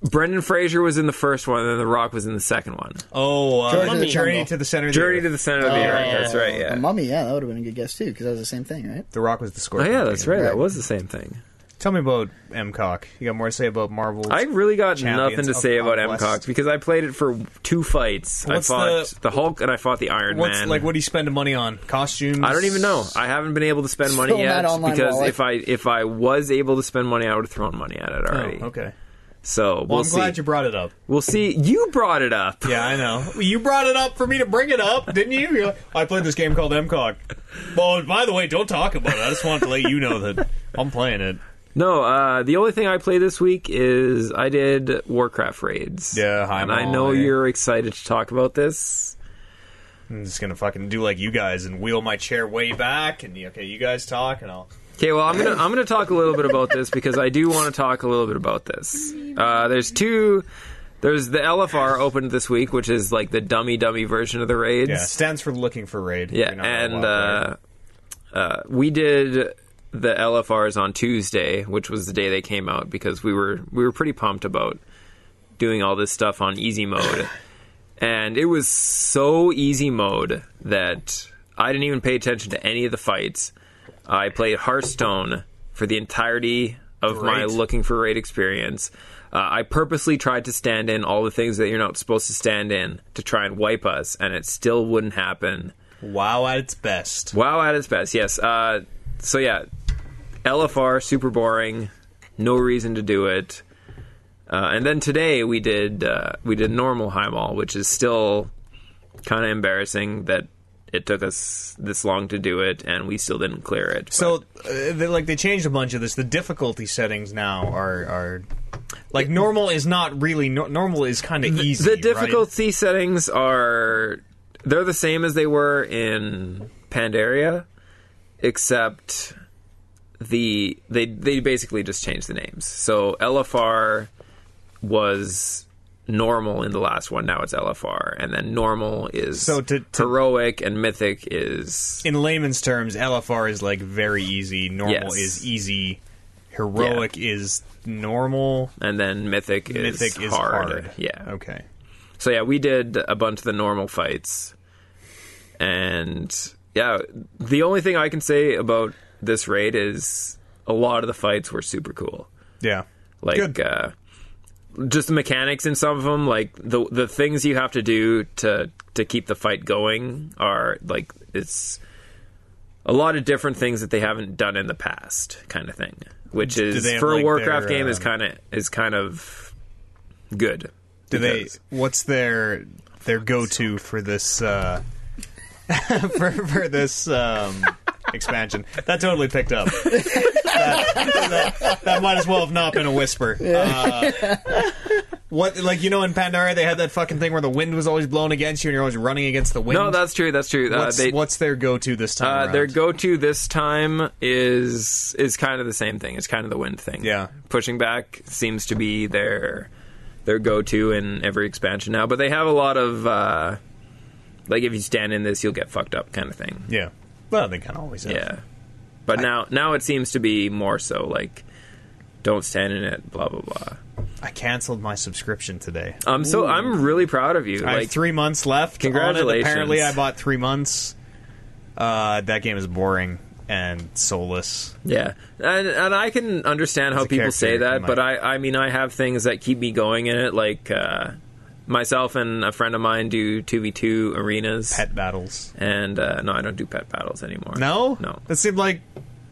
[SPEAKER 4] Brendan Fraser was in the first one, and The Rock was in the second one.
[SPEAKER 2] Oh, uh,
[SPEAKER 3] Journey
[SPEAKER 1] to the
[SPEAKER 2] Journey
[SPEAKER 3] Jungle.
[SPEAKER 2] to the Center. of the
[SPEAKER 4] Journey
[SPEAKER 2] Earth.
[SPEAKER 4] to the Center
[SPEAKER 2] Oh,
[SPEAKER 4] of the Earth. That's right.
[SPEAKER 3] The
[SPEAKER 4] Yeah.
[SPEAKER 3] Mummy, yeah, that would have been a good guess too, because that was the same thing, right?
[SPEAKER 2] The Rock was the
[SPEAKER 4] Oh
[SPEAKER 2] Scorpion.
[SPEAKER 4] yeah, that's
[SPEAKER 2] King.
[SPEAKER 4] right. That was the same thing.
[SPEAKER 2] Tell me about MCOC. You got more to say about Marvel?
[SPEAKER 4] I really got
[SPEAKER 2] Champions
[SPEAKER 4] nothing to
[SPEAKER 2] of-
[SPEAKER 4] say
[SPEAKER 2] of
[SPEAKER 4] about
[SPEAKER 2] West.
[SPEAKER 4] MCOX because I played it for two fights.
[SPEAKER 2] What's
[SPEAKER 4] I fought
[SPEAKER 2] the-
[SPEAKER 4] the, Hulk and I fought the Iron
[SPEAKER 2] What's
[SPEAKER 4] Man.
[SPEAKER 2] like? What do you spend money on? Costumes?
[SPEAKER 4] I don't even know. I haven't been able to spend money
[SPEAKER 3] Still
[SPEAKER 4] yet
[SPEAKER 3] not online
[SPEAKER 4] because
[SPEAKER 3] wallet.
[SPEAKER 4] if I if I was able to spend money, I would have thrown money at it
[SPEAKER 2] Oh,
[SPEAKER 4] already.
[SPEAKER 2] okay.
[SPEAKER 4] So we'll
[SPEAKER 2] Well, I'm
[SPEAKER 4] see.
[SPEAKER 2] glad you brought it up.
[SPEAKER 4] We'll see. You brought it up.
[SPEAKER 2] Yeah, I know. You brought it up for me to bring it up, didn't you? You're like, I played this game called MCOG. Well, by the way, don't talk about it. I just wanted to let you know that I'm playing it.
[SPEAKER 4] No, uh, the only thing I played this week is I did Warcraft raids.
[SPEAKER 2] Yeah, I'm
[SPEAKER 4] and I
[SPEAKER 2] all
[SPEAKER 4] know
[SPEAKER 2] in.
[SPEAKER 4] you're excited to talk about this.
[SPEAKER 2] I'm just gonna fucking do like you guys and wheel my chair way back. And okay, you guys talk, and I'll.
[SPEAKER 4] Okay, well, I'm gonna I'm gonna talk a little bit about this because I do want to talk a little bit about this. Uh, there's two. There's the LFR opened this week, which is like the dummy dummy version of the raids.
[SPEAKER 2] Yeah, stands for looking for raid.
[SPEAKER 4] Yeah,
[SPEAKER 2] You're not a
[SPEAKER 4] and
[SPEAKER 2] wild player.
[SPEAKER 4] uh, uh, we did the LFRs on Tuesday, which was the day they came out because we were we were pretty pumped about doing all this stuff on easy mode. and it was so easy mode that I didn't even pay attention to any of the fights. I played Hearthstone for the entirety of my
[SPEAKER 2] Great.
[SPEAKER 4] looking for raid experience. Uh, I purposely tried to stand in all the things that you're not supposed to stand in to try and wipe us, and it still wouldn't happen.
[SPEAKER 2] Wow at its best.
[SPEAKER 4] WoW at its best, yes. Uh, so yeah, LFR super boring, no reason to do it. Uh, and then today we did uh, we did normal high mall, which is still kind of embarrassing that it took us this long to do it and we still didn't clear it.
[SPEAKER 2] So, uh, they, like, they changed a bunch of this. The difficulty settings now are are like normal is not really nor normal is kind of easy.
[SPEAKER 4] the
[SPEAKER 2] right?
[SPEAKER 4] difficulty settings are they're the same as they were in Pandaria, except the they they basically just changed the names. So LFR was normal in the last one. Now it's LFR, and then normal is
[SPEAKER 2] So to- to-
[SPEAKER 4] heroic and mythic is
[SPEAKER 2] in layman's terms, LFR is like very easy. Normal
[SPEAKER 4] Yes.
[SPEAKER 2] is easy. Heroic is normal.
[SPEAKER 4] and then mythic is
[SPEAKER 2] Mythic is
[SPEAKER 4] hard.
[SPEAKER 2] hard.
[SPEAKER 4] Yeah.
[SPEAKER 2] Okay.
[SPEAKER 4] So yeah, we did a bunch of the normal fights, and yeah, the only thing I can say about this raid is a lot of the fights were super cool.
[SPEAKER 2] Yeah.
[SPEAKER 4] Like,
[SPEAKER 2] Good.
[SPEAKER 4] uh, just the mechanics in some of them, like the the things you have to do to to keep the fight going are like it's a lot of different things that they haven't done in the past, kind of thing. Which is
[SPEAKER 2] they have,
[SPEAKER 4] for
[SPEAKER 2] like,
[SPEAKER 4] a Warcraft
[SPEAKER 2] their,
[SPEAKER 4] game is
[SPEAKER 2] um,
[SPEAKER 4] kind of is kind of good.
[SPEAKER 2] Do they?
[SPEAKER 4] because-
[SPEAKER 2] What's their their go to for this uh, for for this um, expansion? That totally picked up. that, that, that might as well have not been a whisper. Uh, what like you know in Pandora they had that fucking thing where the wind was always blowing against you and you're always running against the wind.
[SPEAKER 4] No, that's true. That's true.
[SPEAKER 2] what's,
[SPEAKER 4] uh, they,
[SPEAKER 2] what's their go to this time?
[SPEAKER 4] Uh,
[SPEAKER 2] around?
[SPEAKER 4] their go-to this time is is kind of the same thing. It's kind of the wind thing.
[SPEAKER 2] Yeah.
[SPEAKER 4] pushing back seems to be their their go-to in every expansion now. But they have a lot of uh, like if you stand in this, you'll get fucked up kind of thing.
[SPEAKER 2] yeah. Well, they kind of always have.
[SPEAKER 4] Yeah, but now now it seems to be more so like don't stand in it. Blah blah blah.
[SPEAKER 2] I canceled my subscription today.
[SPEAKER 4] Um, so I'm really proud of you.
[SPEAKER 2] I
[SPEAKER 4] like
[SPEAKER 2] have three months left. on it.
[SPEAKER 4] Congratulations.
[SPEAKER 2] Apparently, I bought three months. Uh, that game is boring and soulless.
[SPEAKER 4] Yeah, and and I can understand how
[SPEAKER 2] a
[SPEAKER 4] people say
[SPEAKER 2] character,
[SPEAKER 4] that,
[SPEAKER 2] you
[SPEAKER 4] but I
[SPEAKER 2] might-
[SPEAKER 4] I mean I have things that keep me going in it, like uh, myself and a friend of mine do two v two arenas,
[SPEAKER 2] Pet battles.
[SPEAKER 4] and uh, no, I don't do pet battles anymore.
[SPEAKER 2] No,
[SPEAKER 4] no,
[SPEAKER 2] That seemed like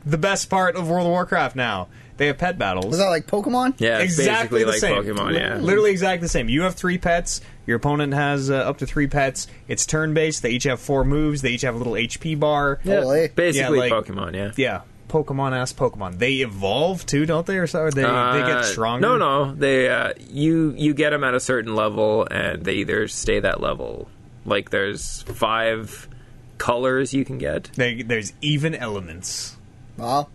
[SPEAKER 2] the best part of World of Warcraft. Now they have pet battles.
[SPEAKER 3] Was that like Pokemon?
[SPEAKER 4] yeah, it's
[SPEAKER 2] exactly
[SPEAKER 4] basically
[SPEAKER 2] the
[SPEAKER 4] like
[SPEAKER 2] same.
[SPEAKER 4] Pokemon. Yeah,
[SPEAKER 2] Literally exactly the same. You have three pets. Your opponent has uh, up to three pets. It's turn based. They each have four moves. They each have a little HP bar.
[SPEAKER 3] Yeah. Holy.
[SPEAKER 4] basically
[SPEAKER 2] Yeah, like-
[SPEAKER 4] Pokemon. Yeah.
[SPEAKER 2] Yeah. Pokemon ass Pokemon. They evolve too, don't they? Or so or they they
[SPEAKER 4] Uh,
[SPEAKER 2] get stronger.
[SPEAKER 4] No, no, they uh, you you get them at a certain level, and they either stay that level. Like there's five colors you can get.
[SPEAKER 2] They, there's even elements.
[SPEAKER 3] Well,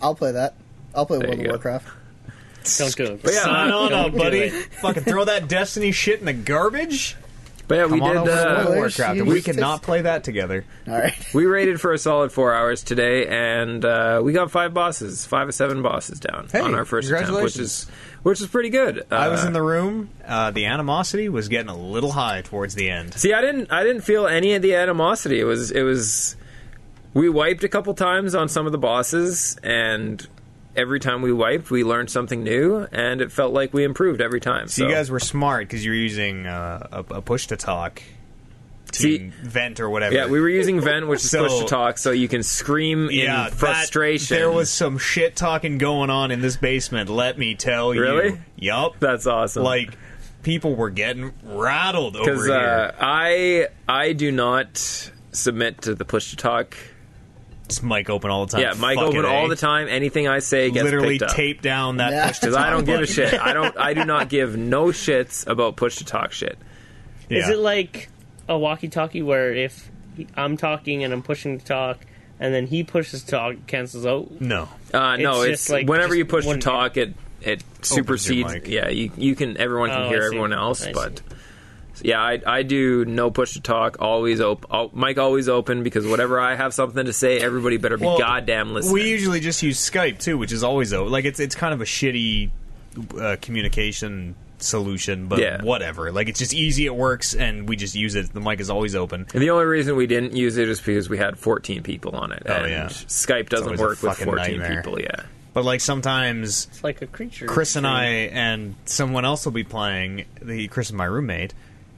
[SPEAKER 3] I'll play that. I'll play World
[SPEAKER 4] you
[SPEAKER 3] of
[SPEAKER 4] go.
[SPEAKER 3] Warcraft.
[SPEAKER 1] Don't do it.
[SPEAKER 4] yeah,
[SPEAKER 2] Sign on
[SPEAKER 1] Don't
[SPEAKER 2] up,
[SPEAKER 1] do
[SPEAKER 2] buddy.
[SPEAKER 1] it.
[SPEAKER 2] Fucking throw that Destiny shit in the garbage.
[SPEAKER 4] But yeah, we
[SPEAKER 2] Come on over
[SPEAKER 4] did.
[SPEAKER 2] to
[SPEAKER 4] Uh,
[SPEAKER 2] World of Warcraft, and we
[SPEAKER 3] Jesus.
[SPEAKER 2] cannot play that together.
[SPEAKER 3] All right.
[SPEAKER 4] We raided for a solid four hours today, and uh, we got five bosses, five of seven bosses down
[SPEAKER 2] Hey,
[SPEAKER 4] on our first attempt, which
[SPEAKER 2] congratulations.
[SPEAKER 4] is which is pretty good. Uh,
[SPEAKER 2] I was in the room. Uh, the animosity was getting a little high towards the end.
[SPEAKER 4] see, I didn't, I didn't feel any of the animosity. It was, it was. We wiped a couple times on some of the bosses, and every time we wiped, we learned something new, and it felt like we improved every time.
[SPEAKER 2] So
[SPEAKER 4] So,
[SPEAKER 2] you guys were smart because you were using uh, a, a push to talk to
[SPEAKER 4] See-
[SPEAKER 2] vent or whatever.
[SPEAKER 4] yeah, we were using vent, which is
[SPEAKER 2] So-
[SPEAKER 4] push to talk, so you can scream
[SPEAKER 2] Yeah,
[SPEAKER 4] in
[SPEAKER 2] that-
[SPEAKER 4] frustration.
[SPEAKER 2] there was some shit talking going on in this basement. Let me tell
[SPEAKER 4] Really?
[SPEAKER 2] you. Yup.
[SPEAKER 4] that's awesome.
[SPEAKER 2] Like people were getting rattled over
[SPEAKER 4] because
[SPEAKER 2] here.
[SPEAKER 4] uh, I I do not submit to the push to talk.
[SPEAKER 2] it's mic open all the time.
[SPEAKER 4] Yeah, mic
[SPEAKER 2] Fuck
[SPEAKER 4] open
[SPEAKER 2] it,
[SPEAKER 4] all
[SPEAKER 2] eh?
[SPEAKER 4] the time. Anything I say gets
[SPEAKER 2] Literally
[SPEAKER 4] picked up.
[SPEAKER 2] tape down that
[SPEAKER 3] Yeah.
[SPEAKER 2] push to
[SPEAKER 4] because I don't
[SPEAKER 2] talk
[SPEAKER 4] give a shit. I don't. I do not give no shits about push to talk shit.
[SPEAKER 2] Yeah.
[SPEAKER 1] Is it like a walkie-talkie where if he- I'm talking and I'm pushing to talk, and then he pushes to talk, it cancels out?
[SPEAKER 2] no?
[SPEAKER 4] Uh, no,
[SPEAKER 1] It's
[SPEAKER 4] it's
[SPEAKER 1] just like-
[SPEAKER 4] whenever
[SPEAKER 1] just
[SPEAKER 4] you push to
[SPEAKER 1] one-
[SPEAKER 4] talk, it it supersedes.
[SPEAKER 2] mic.
[SPEAKER 4] Yeah, you you can everyone can
[SPEAKER 1] Oh,
[SPEAKER 4] hear
[SPEAKER 1] I see.
[SPEAKER 4] everyone else,
[SPEAKER 1] I see.
[SPEAKER 4] but. Yeah, I, I do no push to talk. Always open, mic always open because whatever I have something to say, everybody better be
[SPEAKER 2] Well,
[SPEAKER 4] goddamn listening.
[SPEAKER 2] We usually just use Skype too, which is always a, like it's it's kind of a shitty uh, communication solution, but
[SPEAKER 4] Yeah.
[SPEAKER 2] whatever. Like it's just easy, it works, and we just use it. The mic is always open.
[SPEAKER 4] And the only reason we didn't use it is because we had 14 people on it.
[SPEAKER 2] Oh,
[SPEAKER 4] and
[SPEAKER 2] yeah.
[SPEAKER 4] Skype doesn't
[SPEAKER 2] always a
[SPEAKER 4] work with
[SPEAKER 2] fucking
[SPEAKER 4] 14
[SPEAKER 2] nightmare.
[SPEAKER 4] people, yeah.
[SPEAKER 2] But like sometimes
[SPEAKER 1] It's like a creature.
[SPEAKER 2] Chris and I and someone else will be playing. The Chris is my roommate,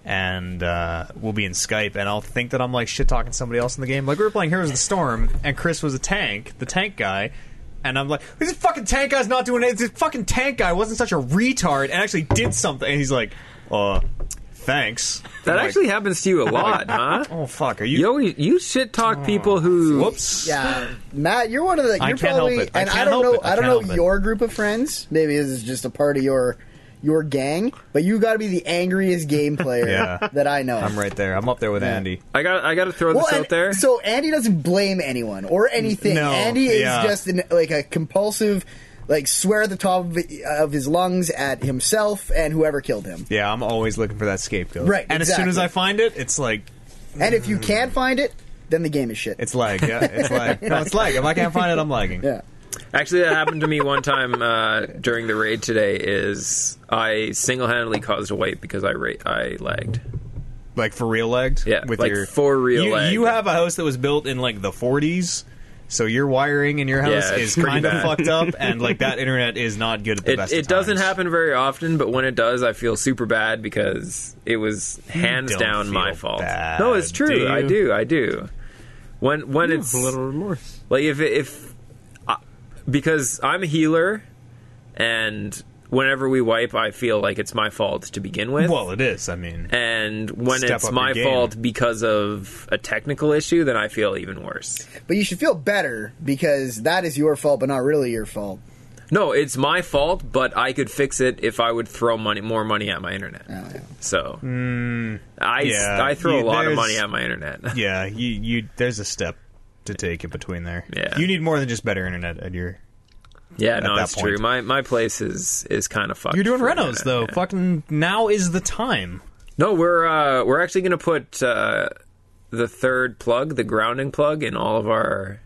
[SPEAKER 2] and uh, we'll be in Skype. And I'll think that I'm like shit talking somebody else in the game. Like we were playing Heroes of the Storm, and Chris was a tank, the tank guy. And I'm like, this fucking tank guy's not doing it. This fucking tank guy wasn't such a retard and actually did something. And he's like, uh, thanks.
[SPEAKER 4] That
[SPEAKER 2] I'm like,
[SPEAKER 4] actually happens to you a lot, huh?
[SPEAKER 2] oh fuck, are you? Oh.
[SPEAKER 4] You always, you shit talk people who
[SPEAKER 2] whoops.
[SPEAKER 3] Yeah, Matt, you're one of the. You're
[SPEAKER 2] I can't help
[SPEAKER 3] probably,
[SPEAKER 2] it. I
[SPEAKER 3] and I
[SPEAKER 2] can't
[SPEAKER 3] don't
[SPEAKER 2] help
[SPEAKER 3] know.
[SPEAKER 2] it. I
[SPEAKER 3] I don't
[SPEAKER 2] can't
[SPEAKER 3] know
[SPEAKER 2] help it.
[SPEAKER 3] your group of friends. Maybe this is just a part of your your gang. But you got to be the angriest game player
[SPEAKER 2] Yeah.
[SPEAKER 3] that I know.
[SPEAKER 2] I'm right there. I'm up there with Andy.
[SPEAKER 4] I got I got to throw
[SPEAKER 3] Well,
[SPEAKER 4] this
[SPEAKER 3] and-
[SPEAKER 4] out there.
[SPEAKER 3] so Andy doesn't blame anyone or anything.
[SPEAKER 2] No,
[SPEAKER 3] Andy is
[SPEAKER 2] yeah.
[SPEAKER 3] just an, like a compulsive, like swear at the top of, of his lungs at himself and whoever killed him.
[SPEAKER 2] Yeah, I'm always looking for that scapegoat.
[SPEAKER 3] Right,
[SPEAKER 2] And as soon as
[SPEAKER 3] exactly.
[SPEAKER 2] I find it, it's like
[SPEAKER 3] And if you can't find it, then the game is shit.
[SPEAKER 2] It's lag. Yeah, it's lag. No, it's lag. If I can't find it, I'm lagging.
[SPEAKER 3] yeah.
[SPEAKER 4] Actually, that happened to me one time uh, during the raid today. Is I single handedly caused a wait because I ra- I lagged.
[SPEAKER 2] Like for real lagged.
[SPEAKER 4] Yeah, like for real
[SPEAKER 2] You,
[SPEAKER 4] lagged.
[SPEAKER 2] you have a house that was built in like the 40s, so your wiring in your house
[SPEAKER 4] Yeah,
[SPEAKER 2] is
[SPEAKER 4] it's pretty
[SPEAKER 2] kind of
[SPEAKER 4] bad.
[SPEAKER 2] fucked up, and like that internet is not good at the
[SPEAKER 4] It,
[SPEAKER 2] best.
[SPEAKER 4] it
[SPEAKER 2] of
[SPEAKER 4] doesn't
[SPEAKER 2] times.
[SPEAKER 4] happen very often, but when it does, I feel super bad because it was hands
[SPEAKER 2] don't
[SPEAKER 4] down my
[SPEAKER 2] feel
[SPEAKER 4] fault.
[SPEAKER 2] bad,
[SPEAKER 4] no, it's true.
[SPEAKER 2] do
[SPEAKER 4] I
[SPEAKER 2] you?
[SPEAKER 4] do. I do. When when
[SPEAKER 6] Yeah,
[SPEAKER 4] it's
[SPEAKER 6] a little remorse.
[SPEAKER 4] like if if I- because I'm a healer, and whenever we wipe, I feel like it's my fault to begin with.
[SPEAKER 2] Well, it is. I mean,
[SPEAKER 4] and when
[SPEAKER 2] Step
[SPEAKER 4] it's
[SPEAKER 2] up
[SPEAKER 4] my
[SPEAKER 2] your game.
[SPEAKER 4] fault because of a technical issue, then I feel even worse.
[SPEAKER 3] But you should feel better because that is your fault, but not really your fault.
[SPEAKER 4] No, it's my fault, but I could fix it if I would throw money, more money at my internet. So I
[SPEAKER 2] Hmm. Yeah.
[SPEAKER 4] I throw
[SPEAKER 2] You-
[SPEAKER 4] a lot of
[SPEAKER 2] there's-
[SPEAKER 4] money at my internet.
[SPEAKER 2] yeah, you you there's a step to take in between there.
[SPEAKER 4] Yeah.
[SPEAKER 2] you need more than just better internet at your.
[SPEAKER 4] yeah, no,
[SPEAKER 2] that
[SPEAKER 4] it's
[SPEAKER 2] point.
[SPEAKER 4] true. My my place is is kind of fucked.
[SPEAKER 2] You're doing
[SPEAKER 4] for
[SPEAKER 2] renos
[SPEAKER 4] internet,
[SPEAKER 2] though.
[SPEAKER 4] yeah.
[SPEAKER 2] Fucking now is the time.
[SPEAKER 4] No, we're uh, we're actually gonna put uh, the third plug, the grounding plug, in all of our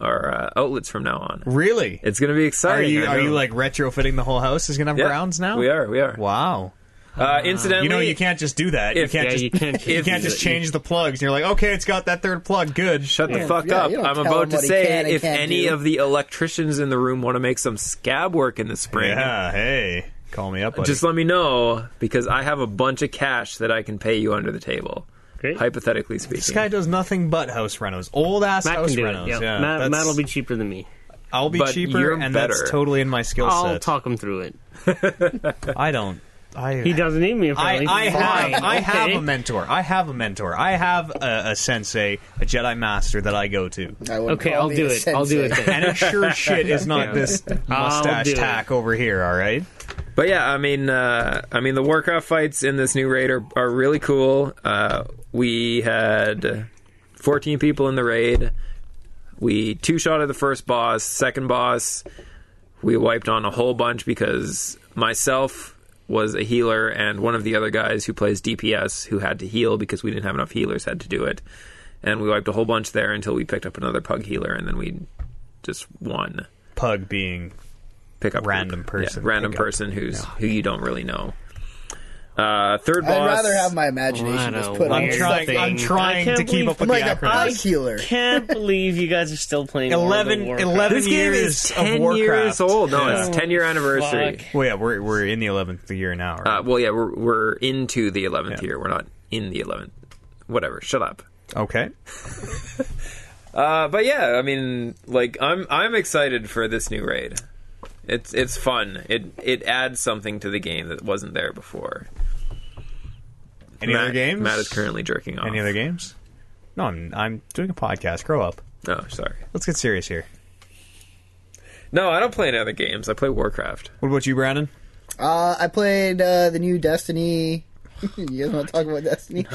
[SPEAKER 4] our uh, outlets from now on.
[SPEAKER 2] Really?
[SPEAKER 4] It's gonna be
[SPEAKER 2] are
[SPEAKER 4] exciting.
[SPEAKER 2] you
[SPEAKER 4] I
[SPEAKER 2] are you
[SPEAKER 4] know.
[SPEAKER 2] like retrofitting the whole house? Is gonna have
[SPEAKER 4] Yeah,
[SPEAKER 2] grounds now?
[SPEAKER 4] We are. We are.
[SPEAKER 2] Wow.
[SPEAKER 4] Uh, incidentally,
[SPEAKER 2] You know, you can't just do that.
[SPEAKER 4] If-
[SPEAKER 2] you can't
[SPEAKER 4] yeah,
[SPEAKER 2] just
[SPEAKER 6] you can't
[SPEAKER 2] you
[SPEAKER 4] if-
[SPEAKER 2] can't just change the plugs. And you're like, okay, it's got that third plug. Good.
[SPEAKER 4] Shut the fuck
[SPEAKER 3] yeah,
[SPEAKER 4] up.
[SPEAKER 3] you don't
[SPEAKER 4] I'm
[SPEAKER 3] tell him
[SPEAKER 4] about to
[SPEAKER 3] what he can
[SPEAKER 4] say
[SPEAKER 3] and
[SPEAKER 4] if
[SPEAKER 3] can't
[SPEAKER 4] any
[SPEAKER 3] do.
[SPEAKER 4] of the electricians in the room want to make some scab work in the spring,
[SPEAKER 2] Yeah. Hey, call me up. Buddy.
[SPEAKER 4] just let me know because I have a bunch of cash that I can pay you under the table.
[SPEAKER 1] Great.
[SPEAKER 4] Hypothetically
[SPEAKER 2] this
[SPEAKER 4] speaking.
[SPEAKER 2] guy does nothing but house renos. Old ass
[SPEAKER 1] Matt
[SPEAKER 2] house
[SPEAKER 1] can do
[SPEAKER 2] renos.
[SPEAKER 1] it. Yeah,
[SPEAKER 2] Yeah,
[SPEAKER 1] Matt,
[SPEAKER 2] that's-
[SPEAKER 1] Matt will be cheaper than me.
[SPEAKER 2] I'll be
[SPEAKER 4] but
[SPEAKER 2] cheaper,
[SPEAKER 4] you're
[SPEAKER 2] and
[SPEAKER 4] better.
[SPEAKER 2] that's totally in my skill
[SPEAKER 1] I'll
[SPEAKER 2] set.
[SPEAKER 1] talk him through it.
[SPEAKER 2] I don't. I.
[SPEAKER 1] He doesn't need me.
[SPEAKER 2] I,
[SPEAKER 1] Apparently.
[SPEAKER 2] I
[SPEAKER 1] Fine,
[SPEAKER 2] have I have
[SPEAKER 1] okay.
[SPEAKER 2] a mentor. I have a mentor. I have a, a sensei, a Jedi master that I go to,
[SPEAKER 3] I wouldn't
[SPEAKER 1] Okay,
[SPEAKER 3] call
[SPEAKER 1] I'll
[SPEAKER 3] me
[SPEAKER 1] do
[SPEAKER 3] a
[SPEAKER 1] it. I'll do it.
[SPEAKER 3] sensei.
[SPEAKER 1] Then.
[SPEAKER 2] and it sure shit is not this
[SPEAKER 1] do
[SPEAKER 2] mustache
[SPEAKER 1] it.
[SPEAKER 2] tack over here. All right,
[SPEAKER 4] But yeah, I mean, uh, I mean, the Warcraft fights in this new raid are, are really cool. Uh, we had 14 people in the raid. We two shot at the first boss, second boss. We wiped on a whole bunch because myself was a healer and one of the other guys who plays DPS who had to heal because we didn't have enough healers had to do it. And we wiped a whole bunch there until we picked up another pug healer and then we just won
[SPEAKER 2] pug being
[SPEAKER 4] pick up
[SPEAKER 2] Random
[SPEAKER 4] group.
[SPEAKER 2] person
[SPEAKER 4] Yeah, random
[SPEAKER 2] pick up.
[SPEAKER 4] person who's who you don't really know. Uh, third boss.
[SPEAKER 3] I'd rather have my imagination
[SPEAKER 1] What a
[SPEAKER 3] just put on
[SPEAKER 1] weird
[SPEAKER 2] I'm trying.
[SPEAKER 1] thing.
[SPEAKER 2] I'm trying
[SPEAKER 1] I can't
[SPEAKER 2] to keep
[SPEAKER 1] believe-
[SPEAKER 2] up with
[SPEAKER 3] like
[SPEAKER 2] the
[SPEAKER 3] a
[SPEAKER 2] acronyms.
[SPEAKER 3] pug healer.
[SPEAKER 1] Can't believe you guys are still playing.
[SPEAKER 2] 11,
[SPEAKER 1] World of
[SPEAKER 2] 11
[SPEAKER 4] this game
[SPEAKER 2] years
[SPEAKER 4] is
[SPEAKER 2] of
[SPEAKER 4] ten
[SPEAKER 2] Warcraft.
[SPEAKER 4] years old. No,
[SPEAKER 2] yeah.
[SPEAKER 4] it's ten year anniversary.
[SPEAKER 1] Oh, Fuck.
[SPEAKER 2] Well, yeah, we're, we're in the 11th year now. Right?
[SPEAKER 4] Uh, well, yeah, we're we're into the eleventh
[SPEAKER 2] Yeah.
[SPEAKER 4] year. We're not in the eleventh. Whatever. Shut up.
[SPEAKER 2] okay.
[SPEAKER 4] Uh, but yeah, I mean, like I'm I'm excited for this new raid. It's it's fun. It it adds something to the game that wasn't there before.
[SPEAKER 2] Any
[SPEAKER 4] Matt,
[SPEAKER 2] other games?
[SPEAKER 4] Matt is currently jerking off.
[SPEAKER 2] Any other games? No, I'm, I'm doing a podcast. Grow up.
[SPEAKER 4] Oh, sorry.
[SPEAKER 2] Let's get serious here.
[SPEAKER 4] No, I don't play any other games. I play Warcraft.
[SPEAKER 2] What about you, Brandon?
[SPEAKER 3] Uh, I played uh, the new Destiny. you guys want to talk about Destiny?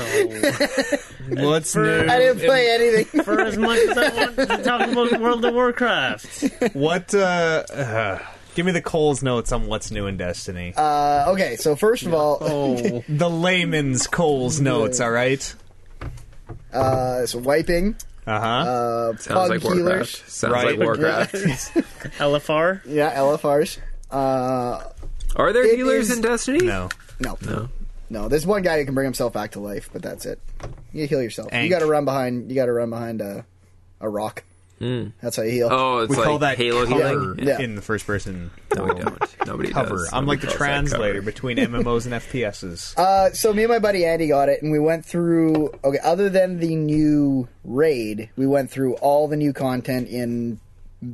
[SPEAKER 2] What's
[SPEAKER 3] I didn't play anything.
[SPEAKER 1] For as much as I want to talk about World of Warcraft,
[SPEAKER 2] What? Uh, uh, give me the Cole's notes on what's new in Destiny.
[SPEAKER 3] Uh, okay, so first of all,
[SPEAKER 2] the layman's Cole's notes. All right.
[SPEAKER 3] uh, so wiping,
[SPEAKER 2] Uh huh.
[SPEAKER 3] uh,
[SPEAKER 4] Sounds
[SPEAKER 3] pug
[SPEAKER 4] like
[SPEAKER 3] healers,
[SPEAKER 4] Warcraft. Sounds
[SPEAKER 2] Right.
[SPEAKER 4] like Warcraft.
[SPEAKER 1] LFR.
[SPEAKER 3] yeah, LFRs. Uh,
[SPEAKER 4] Are there
[SPEAKER 3] It
[SPEAKER 4] healers
[SPEAKER 3] is-
[SPEAKER 4] in Destiny?
[SPEAKER 2] No.
[SPEAKER 3] No. No. There's one guy who can bring himself back to life, but that's it. You heal yourself. You
[SPEAKER 2] Ank.
[SPEAKER 3] got to run behind. You got to run behind a, a rock. That's how you heal.
[SPEAKER 4] Oh, it's
[SPEAKER 2] We
[SPEAKER 4] like
[SPEAKER 2] call that
[SPEAKER 4] Halo
[SPEAKER 2] cover
[SPEAKER 4] healing.
[SPEAKER 3] Yeah.
[SPEAKER 2] in the first person.
[SPEAKER 4] No, we don't. Nobody
[SPEAKER 2] Cover.
[SPEAKER 4] does.
[SPEAKER 2] I'm like
[SPEAKER 4] Nobody
[SPEAKER 2] the
[SPEAKER 4] calls that cover.
[SPEAKER 2] translator between MMOs and FPSs.
[SPEAKER 3] Uh, so me and my buddy Andy got it, and we went through. Okay, other than the new raid, we went through all the new content in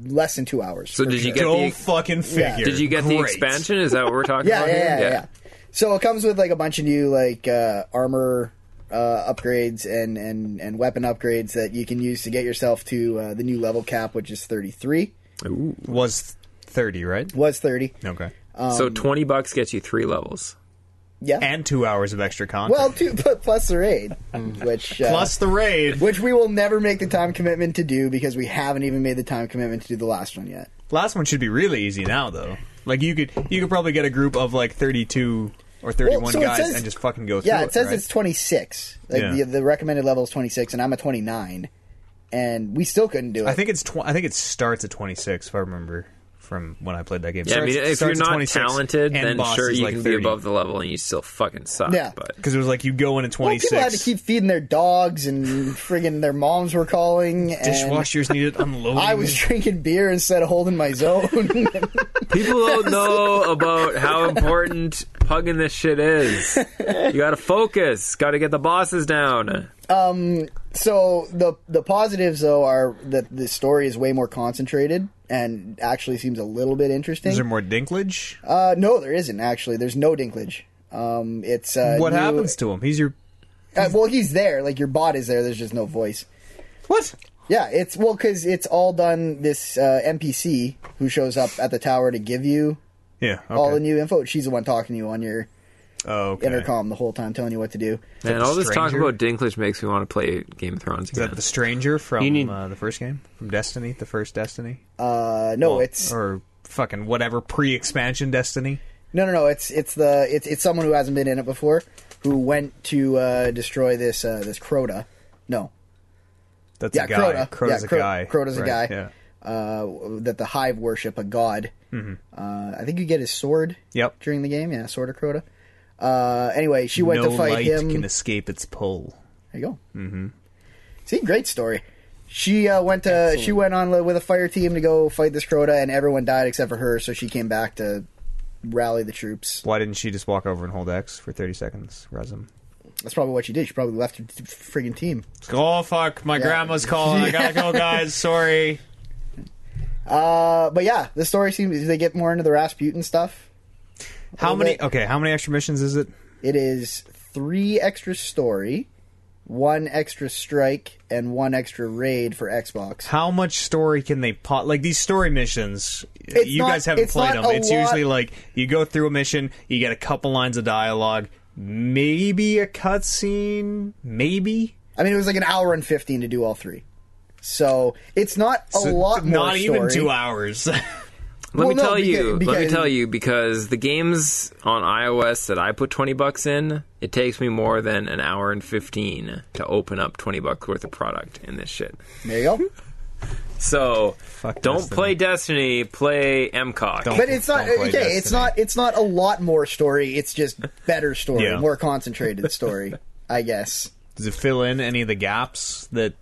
[SPEAKER 3] less than two hours.
[SPEAKER 4] So did you get
[SPEAKER 2] Go
[SPEAKER 4] the
[SPEAKER 2] fucking figure.
[SPEAKER 4] did you get the
[SPEAKER 2] Great.
[SPEAKER 4] expansion? Is that what we're talking
[SPEAKER 3] yeah,
[SPEAKER 4] about?
[SPEAKER 3] yeah,
[SPEAKER 4] here?
[SPEAKER 3] yeah, yeah, yeah. So it comes with like a bunch of new like uh, armor uh, upgrades and and and weapon upgrades that you can use to get yourself to uh, the new level cap, which is thirty three.
[SPEAKER 2] Was 30, right?
[SPEAKER 3] Was thirty.
[SPEAKER 2] Okay.
[SPEAKER 3] Um,
[SPEAKER 4] so twenty bucks gets you three levels.
[SPEAKER 3] Yeah.
[SPEAKER 2] And two hours of extra content.
[SPEAKER 3] well, two but plus the raid, which uh,
[SPEAKER 2] Plus the raid.
[SPEAKER 3] which we will never make the time commitment to do because we haven't even made the time commitment to do the last one yet.
[SPEAKER 2] Last one should be really easy now, though. Like you could, you could probably get a group of like 32 or 31
[SPEAKER 3] so it
[SPEAKER 2] guys
[SPEAKER 3] says-
[SPEAKER 2] and just fucking go through.
[SPEAKER 3] Yeah, it says
[SPEAKER 2] right?
[SPEAKER 3] it's 26. Like
[SPEAKER 2] Yeah.
[SPEAKER 3] the, the recommended level is 26, and I'm a 29, and we still couldn't do it.
[SPEAKER 2] I think it's tw- I think it starts at 26 if I remember from when I played that game.
[SPEAKER 4] Yeah, I mean, if you're not talented, then sure you can be above the level and you still fucking suck.
[SPEAKER 3] Yeah.
[SPEAKER 4] But
[SPEAKER 2] because it was like you go in at
[SPEAKER 3] well,
[SPEAKER 2] 26.
[SPEAKER 3] people had to keep feeding their dogs, and friggin' their moms were calling. And
[SPEAKER 2] dishwashers needed unloading.
[SPEAKER 3] I was drinking beer instead of holding my zone.
[SPEAKER 4] people don't know about how important pugging this shit is. You gotta focus. Gotta get the bosses down.
[SPEAKER 3] so the the positives though are that the story is way more concentrated and actually seems a little bit interesting.
[SPEAKER 2] Is there more dinklage?
[SPEAKER 3] Uh, no, there isn't actually. There's no dinklage. Um, it's uh,
[SPEAKER 2] what
[SPEAKER 3] new-
[SPEAKER 2] happens to him? He's your
[SPEAKER 3] Uh, well, he's there. Like your bot is there. There's just no voice.
[SPEAKER 2] what?
[SPEAKER 3] Yeah, it's well because it's all done. This uh, NPC who shows up at the tower to give you
[SPEAKER 2] Yeah. Okay.
[SPEAKER 3] all the new info. She's the one talking to you on your
[SPEAKER 2] oh, okay.
[SPEAKER 3] intercom the whole time, telling you what to do.
[SPEAKER 4] And all this talk
[SPEAKER 2] stranger?
[SPEAKER 4] about Dinklage makes me want to play Game of Thrones
[SPEAKER 2] Is
[SPEAKER 4] again.
[SPEAKER 2] that the stranger from
[SPEAKER 1] You need-
[SPEAKER 2] uh, the first game from Destiny, the first Destiny,
[SPEAKER 3] Uh, no, it's
[SPEAKER 2] or fucking whatever pre-expansion Destiny?
[SPEAKER 3] no, no, no. It's it's the it's it's someone who hasn't been in it before who went to uh, destroy this uh, this Crota. No,
[SPEAKER 2] That's
[SPEAKER 3] Yeah,
[SPEAKER 2] a guy.
[SPEAKER 3] Crota.
[SPEAKER 2] Crota's
[SPEAKER 3] Yeah,
[SPEAKER 2] a
[SPEAKER 3] Cro-
[SPEAKER 2] guy.
[SPEAKER 3] Crota's a
[SPEAKER 2] Right,
[SPEAKER 3] guy.
[SPEAKER 2] Yeah.
[SPEAKER 3] uh, that the Hive worship a god. Uh, I think you get his sword.
[SPEAKER 2] Mm-hmm. Yep.
[SPEAKER 3] During the game, yeah, sword of Crota. Uh, anyway, she went
[SPEAKER 2] no
[SPEAKER 3] to fight
[SPEAKER 2] light
[SPEAKER 3] him.
[SPEAKER 2] can escape its pull.
[SPEAKER 3] There you go. Mm-hmm. See, great story. She uh, went to she went on li- with a fire team to go fight this Crota, and everyone died except for her. So she came back to rally the troops.
[SPEAKER 2] Why didn't she just walk over and hold X for 30 seconds? Resum.
[SPEAKER 3] That's probably what she did. She probably left her t- friggin' team.
[SPEAKER 2] Oh, fuck. My grandma's calling. I gotta go, guys. Sorry.
[SPEAKER 3] Uh, but yeah, the story seems they get more into the Rasputin stuff.
[SPEAKER 2] How
[SPEAKER 3] Well,
[SPEAKER 2] many?
[SPEAKER 3] they-
[SPEAKER 2] Okay, how many extra missions is it?
[SPEAKER 3] It is three extra story, one extra strike, and one extra raid for Xbox.
[SPEAKER 2] How much story can they pot? Like these story missions,
[SPEAKER 3] It's
[SPEAKER 2] you
[SPEAKER 3] not-
[SPEAKER 2] guys haven't
[SPEAKER 3] it's
[SPEAKER 2] played
[SPEAKER 3] not
[SPEAKER 2] them.
[SPEAKER 3] a
[SPEAKER 2] It's
[SPEAKER 3] lot-
[SPEAKER 2] usually like you go through a mission, you get a couple lines of dialogue, maybe a cutscene, maybe.
[SPEAKER 3] I mean, it was like an hour and fifteen to do all three. So it's not a
[SPEAKER 2] So
[SPEAKER 3] lot more.
[SPEAKER 2] Not even
[SPEAKER 3] story.
[SPEAKER 2] two hours.
[SPEAKER 4] Let me
[SPEAKER 3] Well, no,
[SPEAKER 4] tell
[SPEAKER 3] because-
[SPEAKER 4] you. let me
[SPEAKER 3] because-
[SPEAKER 4] tell you because the games on iOS that I put twenty bucks in, it takes me more than an hour and fifteen to open up twenty bucks worth of product in this shit.
[SPEAKER 3] There you go.
[SPEAKER 4] So don't
[SPEAKER 2] Destiny.
[SPEAKER 4] play Destiny. Play MCOC.
[SPEAKER 2] Don't.
[SPEAKER 3] But it's not
[SPEAKER 2] Don't play
[SPEAKER 3] okay. It's
[SPEAKER 2] Destiny.
[SPEAKER 3] not. It's not a lot more story. It's just better story,
[SPEAKER 2] Yeah.
[SPEAKER 3] more concentrated story. I guess.
[SPEAKER 2] Does it fill in any of the gaps that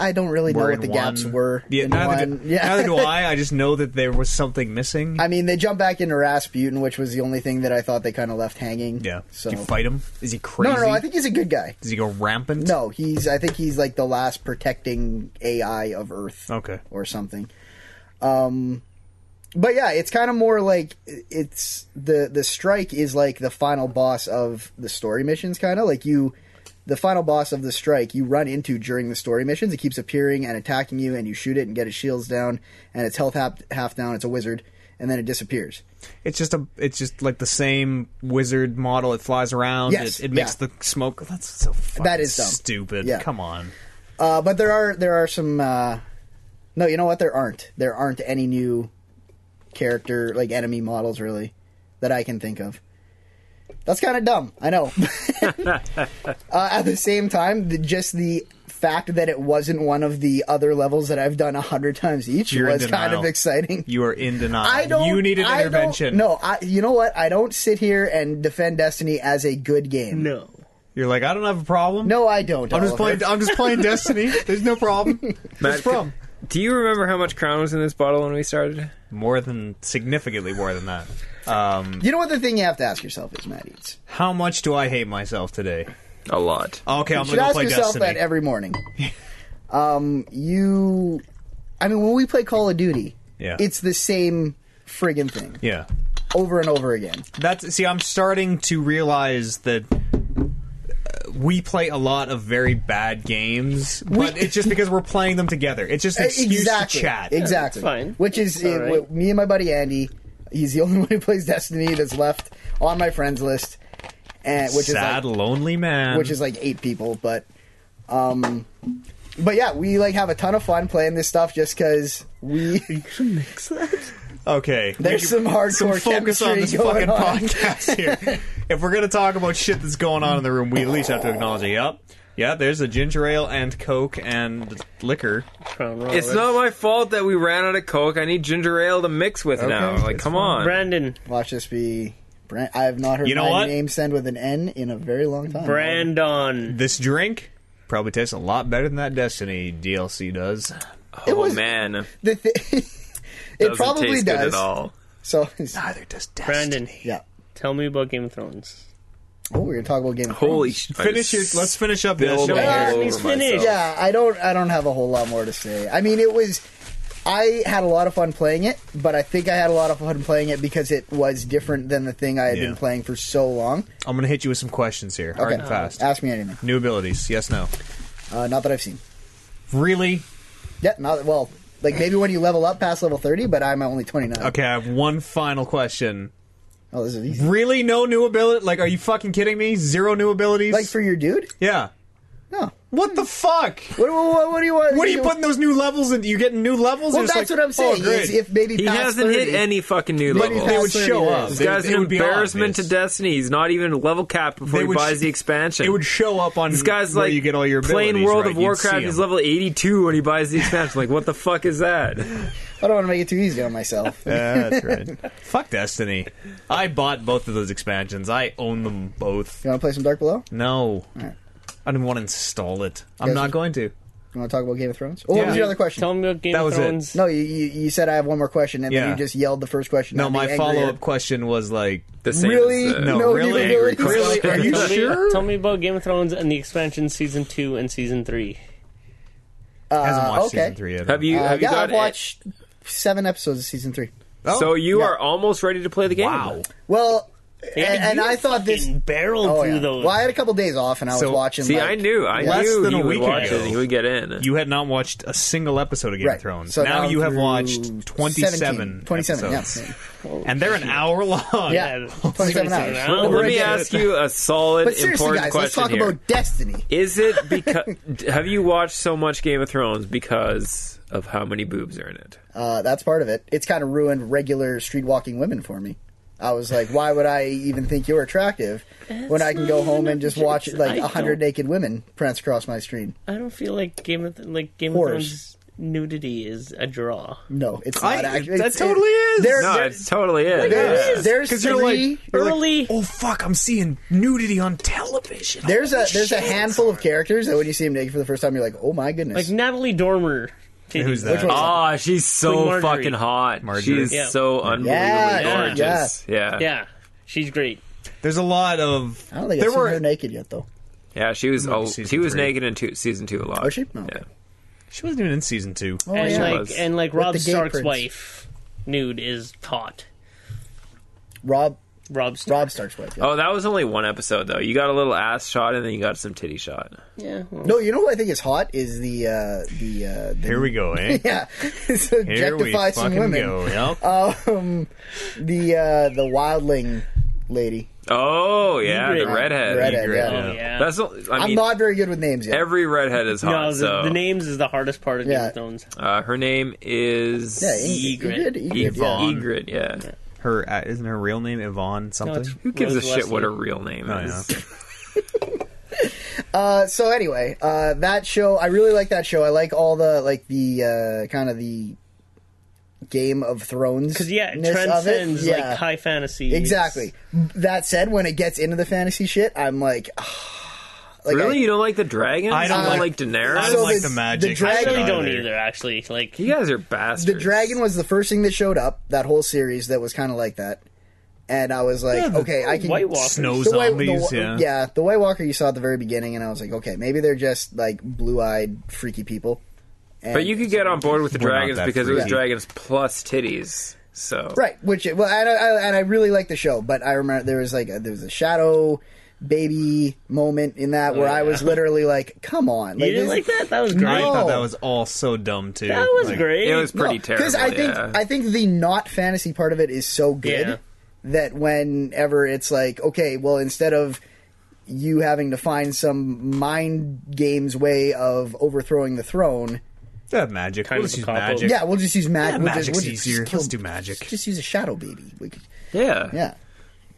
[SPEAKER 3] I don't really know
[SPEAKER 2] were
[SPEAKER 3] what
[SPEAKER 2] in
[SPEAKER 3] the
[SPEAKER 2] one?
[SPEAKER 3] gaps were.
[SPEAKER 2] Yeah,
[SPEAKER 3] in
[SPEAKER 2] neither,
[SPEAKER 3] one.
[SPEAKER 2] Do,
[SPEAKER 3] yeah.
[SPEAKER 2] neither do I. I just know that there was something missing.
[SPEAKER 3] I mean, they jump back into Rasputin, which was the only thing that I thought they kind of left hanging.
[SPEAKER 2] yeah.
[SPEAKER 3] So
[SPEAKER 2] Do you fight him? Is he
[SPEAKER 3] no,
[SPEAKER 2] crazy?
[SPEAKER 3] no, no. I think he's a good guy.
[SPEAKER 2] Does he go rampant?
[SPEAKER 3] No, he's. I think he's like the last protecting AI of Earth.
[SPEAKER 2] Okay.
[SPEAKER 3] or something. Um, but yeah, it's kind of more like it's the the strike is like the final boss of the story missions, kind of like you. The final boss of the strike you run into during the story missions. It keeps appearing and attacking you, and you shoot it and get its shields down and its health half, half down. It's a wizard, and then it disappears.
[SPEAKER 2] It's just a. It's just like the same wizard model. It flies around.
[SPEAKER 3] Yes,
[SPEAKER 2] it, it makes
[SPEAKER 3] yeah.
[SPEAKER 2] the smoke. Oh, That's so fucking
[SPEAKER 3] That is dumb.
[SPEAKER 2] stupid.
[SPEAKER 3] Yeah.
[SPEAKER 2] Come on.
[SPEAKER 3] Uh, but there are there are some. Uh, no, you know what? There aren't. There aren't any new character like enemy models really that I can think of. That's kind of dumb. I know. uh, at the same time, the, just the fact that it wasn't one of the other levels that I've done a hundred times each
[SPEAKER 2] You're in
[SPEAKER 3] was kind
[SPEAKER 2] denial.
[SPEAKER 3] of exciting.
[SPEAKER 2] You are in denial.
[SPEAKER 3] I don't.
[SPEAKER 2] You need an
[SPEAKER 3] I don't-
[SPEAKER 2] intervention.
[SPEAKER 3] No, I, you know what? I don't sit here and defend Destiny as a good game.
[SPEAKER 1] No.
[SPEAKER 2] You're like, I don't have a problem.
[SPEAKER 3] No, I don't.
[SPEAKER 2] I'm just
[SPEAKER 3] Oliver.
[SPEAKER 2] playing. I'm just playing Destiny. There's no problem. What's
[SPEAKER 4] Matt,
[SPEAKER 2] from?
[SPEAKER 4] Do you remember how much crown was in this bottle when we started?
[SPEAKER 2] More than significantly more than that. Um,
[SPEAKER 3] You know what the thing you have to ask yourself is, Matt Eats.
[SPEAKER 2] how much do I hate myself today?
[SPEAKER 4] A lot.
[SPEAKER 2] Okay, I'm gonna
[SPEAKER 3] You should
[SPEAKER 2] go
[SPEAKER 3] ask
[SPEAKER 2] play
[SPEAKER 3] yourself
[SPEAKER 2] Destiny.
[SPEAKER 3] that every morning. um, you, I mean, when we play Call of Duty,
[SPEAKER 2] Yeah.
[SPEAKER 3] it's the same friggin' thing
[SPEAKER 2] yeah,
[SPEAKER 3] over and over again.
[SPEAKER 2] that's see. I'm starting to realize that. uh, We play a lot of very bad games, but it's just because we're playing them together. It's just an excuse
[SPEAKER 3] Eh, exactly.
[SPEAKER 2] to chat.
[SPEAKER 3] Exactly.
[SPEAKER 1] Yeah, that's fine.
[SPEAKER 3] Which is
[SPEAKER 1] That's
[SPEAKER 3] it-
[SPEAKER 1] all right.
[SPEAKER 3] what- me and my buddy Andy. He's the only one who plays Destiny that's left on my friends list, and which is like,
[SPEAKER 2] Sad, lonely man.
[SPEAKER 3] which is like eight people, but um but yeah, we like have a ton of fun playing this stuff just cuz we
[SPEAKER 2] Okay.
[SPEAKER 3] There's
[SPEAKER 2] We-
[SPEAKER 3] some
[SPEAKER 2] some
[SPEAKER 3] hardcore
[SPEAKER 2] focus on
[SPEAKER 3] chemistry
[SPEAKER 2] this
[SPEAKER 3] going
[SPEAKER 2] fucking
[SPEAKER 3] on.
[SPEAKER 2] podcast here. if we're gonna talk about shit that's going on in the room, we at least have to acknowledge it. Yep. Yeah, there's a ginger ale and coke and liquor.
[SPEAKER 1] Crown Royal.
[SPEAKER 4] It's not my fault that we ran out of Coke. I need ginger ale to mix with now. Like, come on.
[SPEAKER 1] Brandon.
[SPEAKER 3] watch this be Brand- I have not heard
[SPEAKER 2] You know
[SPEAKER 3] my
[SPEAKER 2] what?
[SPEAKER 3] name send with an N in a very long time.
[SPEAKER 1] Brandon.
[SPEAKER 2] This drink probably tastes a lot better than that Destiny DLC does.
[SPEAKER 4] oh,
[SPEAKER 3] was-
[SPEAKER 4] man. It
[SPEAKER 3] The thi- it probably
[SPEAKER 4] taste
[SPEAKER 3] does.
[SPEAKER 4] good at all.
[SPEAKER 3] So
[SPEAKER 2] Neither does Destiny.
[SPEAKER 1] Brandon.
[SPEAKER 3] yeah.
[SPEAKER 1] Tell me about Game of Thrones.
[SPEAKER 3] Oh, we're gonna talk about Game of
[SPEAKER 4] Holy
[SPEAKER 3] Thrones.
[SPEAKER 4] shit.
[SPEAKER 2] Finish your. Let's finish up this.
[SPEAKER 4] Spilled
[SPEAKER 2] show.
[SPEAKER 4] all
[SPEAKER 1] Yeah,
[SPEAKER 4] over
[SPEAKER 1] he's finished.
[SPEAKER 4] myself.
[SPEAKER 3] Yeah, I don't. I don't have a whole lot more to say. I mean, it was. I had a lot of fun playing it, but I think I had a lot of fun playing it because it was different than the thing I had
[SPEAKER 2] Yeah.
[SPEAKER 3] been playing for so long.
[SPEAKER 2] I'm gonna hit you with some questions here, hard and fast.
[SPEAKER 3] Ask me anything.
[SPEAKER 2] New abilities? Yes, no.
[SPEAKER 3] Uh, not that I've seen.
[SPEAKER 2] Really?
[SPEAKER 3] Yeah, not well. Like maybe when you level up past level thirty, but I'm only twenty nine.
[SPEAKER 2] Okay, I have one final question.
[SPEAKER 3] Oh, this is easy.
[SPEAKER 2] Really? No new ability? Like, are you fucking kidding me? Zero new abilities?
[SPEAKER 3] Like for your dude?
[SPEAKER 2] yeah.
[SPEAKER 3] No.
[SPEAKER 2] What the fuck?
[SPEAKER 3] What, what, what, what do you want?
[SPEAKER 2] What are you putting those new levels in? You getting new levels?
[SPEAKER 3] Well,
[SPEAKER 2] It's
[SPEAKER 3] that's
[SPEAKER 2] like,
[SPEAKER 3] what I'm saying.
[SPEAKER 2] Oh, great.
[SPEAKER 3] is if maybe
[SPEAKER 4] He
[SPEAKER 3] past
[SPEAKER 4] hasn't
[SPEAKER 3] 30,
[SPEAKER 4] hit any fucking new
[SPEAKER 3] But he
[SPEAKER 4] level.
[SPEAKER 2] they would
[SPEAKER 3] past 30
[SPEAKER 2] show up.
[SPEAKER 3] days.
[SPEAKER 4] This guy's
[SPEAKER 2] They- it
[SPEAKER 4] an
[SPEAKER 2] would be
[SPEAKER 4] embarrassment to
[SPEAKER 2] obvious.
[SPEAKER 4] Destiny. He's not even level capped before
[SPEAKER 2] They
[SPEAKER 4] he
[SPEAKER 2] would
[SPEAKER 4] buys
[SPEAKER 2] sh-
[SPEAKER 4] the expansion.
[SPEAKER 2] It would show up on
[SPEAKER 4] this guy's
[SPEAKER 2] where
[SPEAKER 4] like
[SPEAKER 2] you get all your
[SPEAKER 4] playing
[SPEAKER 2] abilities,
[SPEAKER 4] World
[SPEAKER 2] right?
[SPEAKER 4] of
[SPEAKER 2] You'd
[SPEAKER 4] Warcraft.
[SPEAKER 2] see
[SPEAKER 4] He's
[SPEAKER 2] 'em.
[SPEAKER 4] level 82 when he buys the expansion. like, what the fuck is that?
[SPEAKER 3] I don't want to make it too easy on myself.
[SPEAKER 2] Yeah, that's right. Fuck Destiny. I bought both of those expansions. I own them both.
[SPEAKER 3] You want to play some Dark Below?
[SPEAKER 2] No, I didn't want to install it. I'm
[SPEAKER 3] Guys-
[SPEAKER 2] not going to.
[SPEAKER 3] You want to talk about Game of Thrones? Oh, what
[SPEAKER 2] Yeah.
[SPEAKER 3] was your other question?
[SPEAKER 1] Tell me about Game
[SPEAKER 2] That
[SPEAKER 1] of
[SPEAKER 2] was it.
[SPEAKER 1] Thrones.
[SPEAKER 3] No, you, you you said I have one more question, and
[SPEAKER 2] Yeah.
[SPEAKER 3] then you just yelled the first question.
[SPEAKER 2] No,
[SPEAKER 3] I'm
[SPEAKER 2] my
[SPEAKER 3] angry
[SPEAKER 2] follow
[SPEAKER 3] at-
[SPEAKER 2] up question was like,
[SPEAKER 4] The same
[SPEAKER 3] Really?
[SPEAKER 4] as, uh,
[SPEAKER 2] no,
[SPEAKER 3] No
[SPEAKER 2] really,
[SPEAKER 3] new abilities.
[SPEAKER 2] really? Are you
[SPEAKER 1] Tell me,
[SPEAKER 2] sure?
[SPEAKER 1] tell me about Game of Thrones and the expansion season two and season three.
[SPEAKER 2] Hasn't watched
[SPEAKER 3] Uh, okay.
[SPEAKER 2] season three yet.
[SPEAKER 4] Have you?
[SPEAKER 3] Uh,
[SPEAKER 4] have you
[SPEAKER 3] yeah,
[SPEAKER 4] got
[SPEAKER 3] I've
[SPEAKER 4] it?
[SPEAKER 3] watched seven episodes of season three.
[SPEAKER 2] Oh,
[SPEAKER 4] So you
[SPEAKER 3] yeah.
[SPEAKER 4] are almost ready to play the game.
[SPEAKER 2] Wow.
[SPEAKER 3] Well,
[SPEAKER 1] Yeah,
[SPEAKER 3] and, and
[SPEAKER 1] you
[SPEAKER 3] I thought this.
[SPEAKER 1] fucking barreled
[SPEAKER 3] Oh,
[SPEAKER 1] through
[SPEAKER 3] yeah.
[SPEAKER 1] those.
[SPEAKER 3] Well, I had a couple days off, and I was
[SPEAKER 2] So-
[SPEAKER 3] watching.
[SPEAKER 4] See,
[SPEAKER 3] like-
[SPEAKER 4] I knew, I
[SPEAKER 3] Less
[SPEAKER 4] knew
[SPEAKER 2] than a
[SPEAKER 4] he would
[SPEAKER 2] week
[SPEAKER 4] watch
[SPEAKER 2] ago.
[SPEAKER 4] it. and He would get in.
[SPEAKER 2] You had not watched a single episode of Game
[SPEAKER 3] Right.
[SPEAKER 2] of Thrones.
[SPEAKER 3] So
[SPEAKER 2] now
[SPEAKER 3] down
[SPEAKER 2] you have
[SPEAKER 3] through
[SPEAKER 2] watched 27
[SPEAKER 3] 17, 27, yeah.
[SPEAKER 2] episodes. And they're an hour long.
[SPEAKER 3] Yeah, twenty-seven
[SPEAKER 1] hours.
[SPEAKER 3] hours.
[SPEAKER 4] Let-
[SPEAKER 1] Well,
[SPEAKER 4] Let me
[SPEAKER 3] Overrated.
[SPEAKER 4] ask you a solid,
[SPEAKER 3] But seriously,
[SPEAKER 4] important
[SPEAKER 3] guys, let's
[SPEAKER 4] question
[SPEAKER 3] talk
[SPEAKER 4] here.
[SPEAKER 3] about Destiny.
[SPEAKER 4] Is it because have you watched so much Game of Thrones because of how many boobs are in it?
[SPEAKER 3] Uh, that's part of it. It's kind of ruined regular street walking women for me. I was like, why would I even think you're attractive when I can go home and just watch like
[SPEAKER 1] I
[SPEAKER 3] a hundred
[SPEAKER 1] don't-
[SPEAKER 3] naked women prance across my screen?
[SPEAKER 1] I don't feel like Game of like Game
[SPEAKER 3] Horse.
[SPEAKER 1] of Thrones nudity is a draw.
[SPEAKER 3] No, it's
[SPEAKER 2] I-
[SPEAKER 3] not actually.
[SPEAKER 2] that
[SPEAKER 3] it's-
[SPEAKER 2] totally is.
[SPEAKER 3] There,
[SPEAKER 4] No,
[SPEAKER 3] there-
[SPEAKER 4] it totally is.
[SPEAKER 3] there's there's
[SPEAKER 2] Because
[SPEAKER 3] 3
[SPEAKER 2] you're like, you're like,
[SPEAKER 1] Early-
[SPEAKER 2] oh fuck, I'm seeing nudity on television.
[SPEAKER 3] There's a
[SPEAKER 2] Holy
[SPEAKER 3] there's a
[SPEAKER 2] shit."
[SPEAKER 3] handful of characters that when you see them naked for the first time, you're like, oh my
[SPEAKER 1] Like
[SPEAKER 3] goodness.
[SPEAKER 1] Natalie Dormer.
[SPEAKER 2] Who's that?
[SPEAKER 3] one?
[SPEAKER 4] Ah, she's so
[SPEAKER 1] Like Marjorie.
[SPEAKER 4] fucking hot. She
[SPEAKER 2] Marjorie.
[SPEAKER 4] is
[SPEAKER 1] Yeah.
[SPEAKER 4] so unbelievably
[SPEAKER 3] Yeah, yeah,
[SPEAKER 4] gorgeous. Yeah.
[SPEAKER 1] Yeah, she's great.
[SPEAKER 2] There's a lot of.
[SPEAKER 3] I don't think
[SPEAKER 2] there
[SPEAKER 3] I've seen
[SPEAKER 2] were,
[SPEAKER 3] her naked yet, though.
[SPEAKER 4] Yeah, she was. Oh,
[SPEAKER 2] season
[SPEAKER 4] she was
[SPEAKER 2] three.
[SPEAKER 4] naked in two, season two a lot.
[SPEAKER 3] Was she? Oh,
[SPEAKER 4] yeah.
[SPEAKER 3] okay.
[SPEAKER 2] She wasn't even in season two.
[SPEAKER 3] Oh,
[SPEAKER 1] and,
[SPEAKER 3] yeah.
[SPEAKER 1] like,
[SPEAKER 4] was.
[SPEAKER 1] and like
[SPEAKER 3] With
[SPEAKER 1] Rob
[SPEAKER 3] the gay
[SPEAKER 1] Stark's
[SPEAKER 3] prince.
[SPEAKER 1] wife, nude is hot.
[SPEAKER 3] Rob
[SPEAKER 1] Rob Stark.
[SPEAKER 3] Rob Stark's wife. Yeah.
[SPEAKER 4] Oh, that was only one episode though. You got a little ass shot and then you got some titty shot.
[SPEAKER 1] Yeah, well,
[SPEAKER 3] No, you know who I think is hot is the uh, the, uh, the
[SPEAKER 2] Here we go, eh?
[SPEAKER 3] yeah It's
[SPEAKER 2] Here we
[SPEAKER 3] objectify some
[SPEAKER 2] fucking
[SPEAKER 3] women.
[SPEAKER 2] go. Yep.
[SPEAKER 3] Um, the uh, the wildling lady.
[SPEAKER 4] Oh yeah, the
[SPEAKER 1] Ingrid.
[SPEAKER 4] redhead.
[SPEAKER 3] Redhead,
[SPEAKER 2] Ingrid,
[SPEAKER 3] yeah.
[SPEAKER 1] oh, yeah.
[SPEAKER 4] That's. the- I
[SPEAKER 3] I'm
[SPEAKER 4] mean,
[SPEAKER 3] not very good with names yet.
[SPEAKER 4] every redhead is hot.
[SPEAKER 1] no, the,
[SPEAKER 4] so
[SPEAKER 1] the names is the hardest part of Game
[SPEAKER 3] Yeah.
[SPEAKER 1] of Thrones.
[SPEAKER 4] Uh, her name is
[SPEAKER 3] yeah, Ingrid,
[SPEAKER 1] Ygritte.
[SPEAKER 3] Ingrid, Ingrid, yeah.
[SPEAKER 2] Yvonne.
[SPEAKER 4] Egret. Yeah.
[SPEAKER 2] Her uh, isn't her real name Yvonne something.
[SPEAKER 1] it's-
[SPEAKER 4] Who gives
[SPEAKER 1] Rose
[SPEAKER 4] a shit
[SPEAKER 1] Leslie.
[SPEAKER 4] what her real name
[SPEAKER 2] Oh,
[SPEAKER 4] is?
[SPEAKER 2] yeah.
[SPEAKER 3] Uh, so anyway, uh, that show I really like that show. I like all the like the uh, kind of the Game of Thrones
[SPEAKER 1] Because yeah, it transcends like high fantasy.
[SPEAKER 3] exactly. That said, when it gets into the fantasy shit, I'm like, like
[SPEAKER 4] really,
[SPEAKER 3] I-
[SPEAKER 4] you don't like the dragons?
[SPEAKER 2] I don't
[SPEAKER 4] you don't like,
[SPEAKER 2] like-
[SPEAKER 4] Daenerys.
[SPEAKER 2] I
[SPEAKER 3] So
[SPEAKER 2] don't like
[SPEAKER 3] the-
[SPEAKER 2] the
[SPEAKER 3] the
[SPEAKER 2] magic.
[SPEAKER 1] I
[SPEAKER 3] dragon-
[SPEAKER 1] really don't either. Actually, like
[SPEAKER 4] you guys are
[SPEAKER 3] the
[SPEAKER 4] bastards.
[SPEAKER 3] dragon was the first thing that showed up. That whole series that was kind of like that, and I was like,
[SPEAKER 2] Yeah, the
[SPEAKER 3] okay, I can
[SPEAKER 1] White Walkers.
[SPEAKER 2] Snow
[SPEAKER 3] the White- the
[SPEAKER 2] zombies,
[SPEAKER 3] Wa-
[SPEAKER 2] yeah.
[SPEAKER 3] the White Walker you saw at the very beginning, and I was like, okay, maybe they're just like blue-eyed, freaky people. And,
[SPEAKER 4] But you could get on board with the
[SPEAKER 2] We're not
[SPEAKER 4] dragons
[SPEAKER 2] that
[SPEAKER 4] because it was
[SPEAKER 2] freaky.
[SPEAKER 4] dragons plus titties. So
[SPEAKER 3] right, which well, and I, I, and I really like the show, but I remember there was like a, there was a shadow baby moment in that where I was literally like, come on,
[SPEAKER 1] Oh, you didn't
[SPEAKER 3] this-
[SPEAKER 1] like that? That was
[SPEAKER 2] I
[SPEAKER 1] great.
[SPEAKER 3] No.
[SPEAKER 2] thought that was all so dumb too.
[SPEAKER 1] That was
[SPEAKER 2] Like,
[SPEAKER 1] great.
[SPEAKER 4] it was pretty terrible.
[SPEAKER 3] Because I think
[SPEAKER 4] yeah.
[SPEAKER 3] I think the not fantasy part of it is so good
[SPEAKER 1] Yeah.
[SPEAKER 3] that whenever it's like, okay, well, instead of you having to find some mind games way of overthrowing the throne,
[SPEAKER 2] Yeah, magic.
[SPEAKER 1] Kind
[SPEAKER 2] We'll
[SPEAKER 1] of
[SPEAKER 2] just
[SPEAKER 1] a
[SPEAKER 2] use
[SPEAKER 1] cop-out.
[SPEAKER 2] magic.
[SPEAKER 3] yeah, we'll just use mag-
[SPEAKER 2] Yeah,
[SPEAKER 3] we'll
[SPEAKER 2] magic's
[SPEAKER 3] just, we'll just
[SPEAKER 2] easier.
[SPEAKER 3] kill-
[SPEAKER 2] Let's do magic.
[SPEAKER 3] Just use a shadow baby. We could,
[SPEAKER 4] yeah,
[SPEAKER 3] yeah.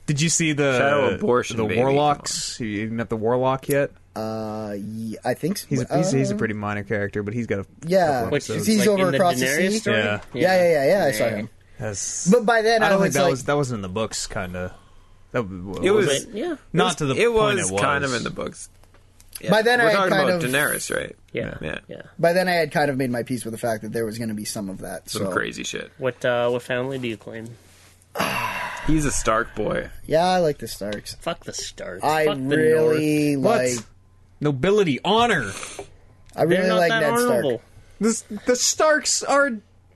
[SPEAKER 2] Did you see the
[SPEAKER 4] Shadow abortion,
[SPEAKER 2] The
[SPEAKER 4] baby.
[SPEAKER 2] warlocks. You you met the warlock yet?
[SPEAKER 3] Uh, ye- I think so.
[SPEAKER 2] He's a, he's, he's a
[SPEAKER 3] Uh,
[SPEAKER 2] pretty minor character, but he's got a
[SPEAKER 3] yeah.
[SPEAKER 2] couple
[SPEAKER 1] Which
[SPEAKER 2] episodes.
[SPEAKER 1] is
[SPEAKER 3] He's
[SPEAKER 1] like
[SPEAKER 3] over
[SPEAKER 1] in the
[SPEAKER 3] across the
[SPEAKER 1] Daenerys
[SPEAKER 3] sea?
[SPEAKER 1] story.
[SPEAKER 2] Yeah.
[SPEAKER 3] yeah, yeah, yeah, yeah. I saw him.
[SPEAKER 2] That's-
[SPEAKER 3] But by then,
[SPEAKER 2] I
[SPEAKER 3] I,
[SPEAKER 2] don't
[SPEAKER 3] was
[SPEAKER 2] think that
[SPEAKER 3] like,
[SPEAKER 2] was that wasn't in the books, kind of. That w-
[SPEAKER 4] It was-
[SPEAKER 1] But, yeah,
[SPEAKER 2] not to the
[SPEAKER 4] it
[SPEAKER 2] point.
[SPEAKER 4] was,
[SPEAKER 2] it was
[SPEAKER 4] kind of in the books. Yeah.
[SPEAKER 3] By then
[SPEAKER 4] We're
[SPEAKER 3] I
[SPEAKER 4] talking
[SPEAKER 3] kind
[SPEAKER 4] about
[SPEAKER 3] of-
[SPEAKER 4] Daenerys, right?
[SPEAKER 1] yeah,
[SPEAKER 4] yeah,
[SPEAKER 1] yeah.
[SPEAKER 3] by then I had kind of made my peace with the fact that there was going to be some of that.
[SPEAKER 4] Some
[SPEAKER 3] so
[SPEAKER 4] crazy shit.
[SPEAKER 1] What uh, what family do you claim?
[SPEAKER 4] He's a Stark boy.
[SPEAKER 3] yeah, I like the Starks.
[SPEAKER 1] Fuck the Starks.
[SPEAKER 3] I
[SPEAKER 1] Fuck the North.
[SPEAKER 3] really
[SPEAKER 2] What?
[SPEAKER 3] like.
[SPEAKER 2] Nobility, honor.
[SPEAKER 3] I
[SPEAKER 1] They're
[SPEAKER 3] really
[SPEAKER 1] not
[SPEAKER 3] like
[SPEAKER 1] that
[SPEAKER 3] Ned
[SPEAKER 1] honorable.
[SPEAKER 3] Stark.
[SPEAKER 2] This, the Starks are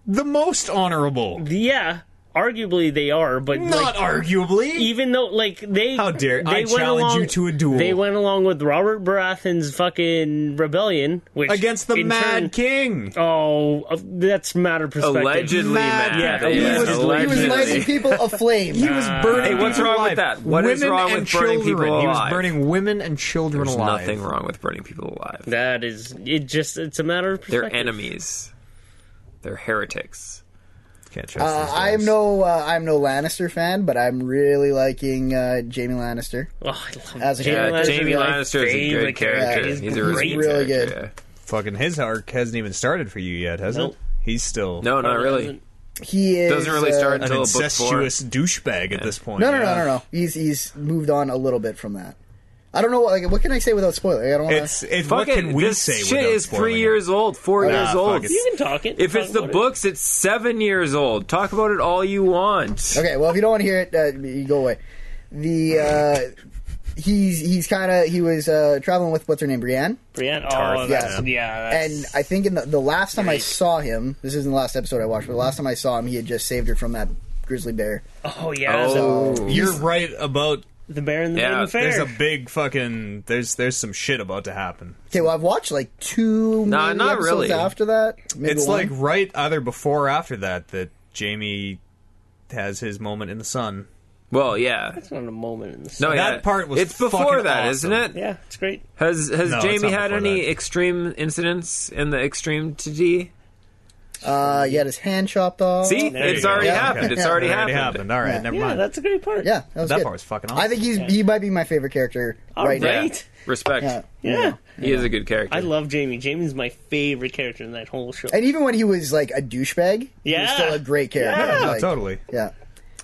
[SPEAKER 2] the most honorable.
[SPEAKER 1] Yeah, arguably they are, but like,
[SPEAKER 2] Not arguably.
[SPEAKER 1] even though like they
[SPEAKER 2] How dare-
[SPEAKER 1] they
[SPEAKER 2] I
[SPEAKER 1] went
[SPEAKER 2] challenge
[SPEAKER 1] along-
[SPEAKER 2] you to a duel.
[SPEAKER 1] They went along with Robert Baratheon's fucking rebellion, which
[SPEAKER 2] against the
[SPEAKER 1] in
[SPEAKER 2] Mad
[SPEAKER 1] turn-
[SPEAKER 2] King.
[SPEAKER 1] Oh, uh, that's matter of perspective.
[SPEAKER 4] Allegedly,
[SPEAKER 2] Mad.
[SPEAKER 4] mad.
[SPEAKER 1] Yeah, he was- he was
[SPEAKER 3] He was
[SPEAKER 1] Really?
[SPEAKER 3] lighting people aflame.
[SPEAKER 2] He was burning.
[SPEAKER 4] Hey, what's
[SPEAKER 2] people
[SPEAKER 4] wrong with
[SPEAKER 2] alive.
[SPEAKER 4] that? What
[SPEAKER 2] women
[SPEAKER 4] is wrong
[SPEAKER 2] and
[SPEAKER 4] with burning
[SPEAKER 2] children.
[SPEAKER 4] people
[SPEAKER 2] He
[SPEAKER 4] alive?
[SPEAKER 2] was burning women and children
[SPEAKER 4] There's
[SPEAKER 2] alive.
[SPEAKER 4] nothing wrong with burning people alive.
[SPEAKER 1] That is it. Just it's a matter of
[SPEAKER 4] They're
[SPEAKER 1] perspective.
[SPEAKER 4] enemies. They're heretics.
[SPEAKER 2] Can't trust
[SPEAKER 3] Uh,
[SPEAKER 2] these
[SPEAKER 3] I am
[SPEAKER 2] guys.
[SPEAKER 3] no uh, I'm no Lannister fan, but I'm really liking uh, Jamie Lannister.
[SPEAKER 1] Oh, I love
[SPEAKER 3] As a
[SPEAKER 1] Jamie
[SPEAKER 4] Yeah,
[SPEAKER 3] Lannister's
[SPEAKER 4] Jamie
[SPEAKER 3] my
[SPEAKER 4] Lannister is a
[SPEAKER 1] favorite
[SPEAKER 4] good character.
[SPEAKER 1] character.
[SPEAKER 4] He's,
[SPEAKER 1] He's
[SPEAKER 4] a really,
[SPEAKER 1] great.
[SPEAKER 4] good
[SPEAKER 3] Really good.
[SPEAKER 4] character, yeah.
[SPEAKER 2] Fucking his arc hasn't even started for you yet, has
[SPEAKER 1] Nope.
[SPEAKER 2] it? He's still
[SPEAKER 4] No, not really.
[SPEAKER 1] Lannister.
[SPEAKER 3] He is
[SPEAKER 4] Doesn't really start
[SPEAKER 3] Uh,
[SPEAKER 2] an
[SPEAKER 4] until book four.
[SPEAKER 2] incestuous douchebag at this point.
[SPEAKER 3] no, no, no,
[SPEAKER 2] yeah.
[SPEAKER 3] no, no. He's he's moved on a little bit from that. I don't know. what- Like, what can I say without spoiler? I don't. Wanna...
[SPEAKER 2] It's it, what
[SPEAKER 4] Fucking
[SPEAKER 2] can we
[SPEAKER 4] this
[SPEAKER 2] say?
[SPEAKER 4] shit
[SPEAKER 2] without
[SPEAKER 4] is
[SPEAKER 2] spoiling
[SPEAKER 4] three
[SPEAKER 2] it?
[SPEAKER 4] years old, four
[SPEAKER 2] Nah,
[SPEAKER 4] years
[SPEAKER 2] fuck,
[SPEAKER 4] old.
[SPEAKER 2] it's-
[SPEAKER 1] You can talk it.
[SPEAKER 4] If
[SPEAKER 1] Talk
[SPEAKER 4] it's the
[SPEAKER 1] about it.
[SPEAKER 4] books, it's seven years old. Talk about it all you want.
[SPEAKER 3] Okay, well, if you don't want to hear it, uh, you go away. The uh, he's he's kind of he was uh, traveling with what's her name, Brienne,
[SPEAKER 1] Brienne. Oh,
[SPEAKER 2] Tarth,
[SPEAKER 1] that's,
[SPEAKER 2] yeah.
[SPEAKER 1] yeah.
[SPEAKER 3] and
[SPEAKER 1] That's,
[SPEAKER 3] I think in the, the last time I
[SPEAKER 1] Yikes.
[SPEAKER 3] saw him, this isn't the last episode I watched, but the last time I saw him, he had just saved her from that grizzly bear.
[SPEAKER 1] oh yeah.
[SPEAKER 4] Oh,
[SPEAKER 2] You're right about.
[SPEAKER 1] The Bear and the
[SPEAKER 4] Yeah,
[SPEAKER 1] Maiden Fair.
[SPEAKER 2] There's a big fucking. There's there's some shit about to happen.
[SPEAKER 3] Okay, well, I've watched like two.
[SPEAKER 4] Nah,
[SPEAKER 3] maybe
[SPEAKER 4] not
[SPEAKER 3] episodes
[SPEAKER 4] really.
[SPEAKER 3] After that, Maybe
[SPEAKER 2] it's
[SPEAKER 3] one.
[SPEAKER 2] like right either before or after that that Jamie has his moment in the sun.
[SPEAKER 4] Well, yeah.
[SPEAKER 1] It's not a moment in the
[SPEAKER 4] No,
[SPEAKER 1] sun.
[SPEAKER 2] That
[SPEAKER 4] yeah.
[SPEAKER 2] part was
[SPEAKER 4] It's before
[SPEAKER 2] fucking
[SPEAKER 4] that,
[SPEAKER 2] awesome.
[SPEAKER 4] not it?
[SPEAKER 1] Yeah, it's great.
[SPEAKER 4] Has has
[SPEAKER 2] No, it's
[SPEAKER 4] Jamie
[SPEAKER 2] not
[SPEAKER 4] had
[SPEAKER 2] before
[SPEAKER 4] any
[SPEAKER 2] that.
[SPEAKER 4] extreme incidents in the extreme TD?
[SPEAKER 3] uh, he had his hand chopped off.
[SPEAKER 2] Oh,
[SPEAKER 4] See,
[SPEAKER 1] there
[SPEAKER 4] it's
[SPEAKER 1] you go.
[SPEAKER 4] already
[SPEAKER 3] Yeah,
[SPEAKER 4] happened.
[SPEAKER 3] okay.
[SPEAKER 4] It's already,
[SPEAKER 2] It already
[SPEAKER 4] happened.
[SPEAKER 2] happened. All right, never
[SPEAKER 1] Yeah,
[SPEAKER 2] mind.
[SPEAKER 1] that's a great part.
[SPEAKER 3] yeah, that was
[SPEAKER 2] That
[SPEAKER 3] good.
[SPEAKER 2] part was fucking
[SPEAKER 3] I
[SPEAKER 2] awesome.
[SPEAKER 3] think he's he might be my favorite character
[SPEAKER 1] All right.
[SPEAKER 3] right, now.
[SPEAKER 1] Great.
[SPEAKER 4] Respect.
[SPEAKER 3] Yeah.
[SPEAKER 1] Yeah.
[SPEAKER 4] He is a good character.
[SPEAKER 1] I love Jamie. Jamie's my favorite character in that whole show.
[SPEAKER 3] And even when he was like a douchebag, he was
[SPEAKER 1] Yeah.
[SPEAKER 3] still a great character.
[SPEAKER 1] Yeah.
[SPEAKER 2] No,
[SPEAKER 3] Like,
[SPEAKER 2] totally.
[SPEAKER 3] Yeah.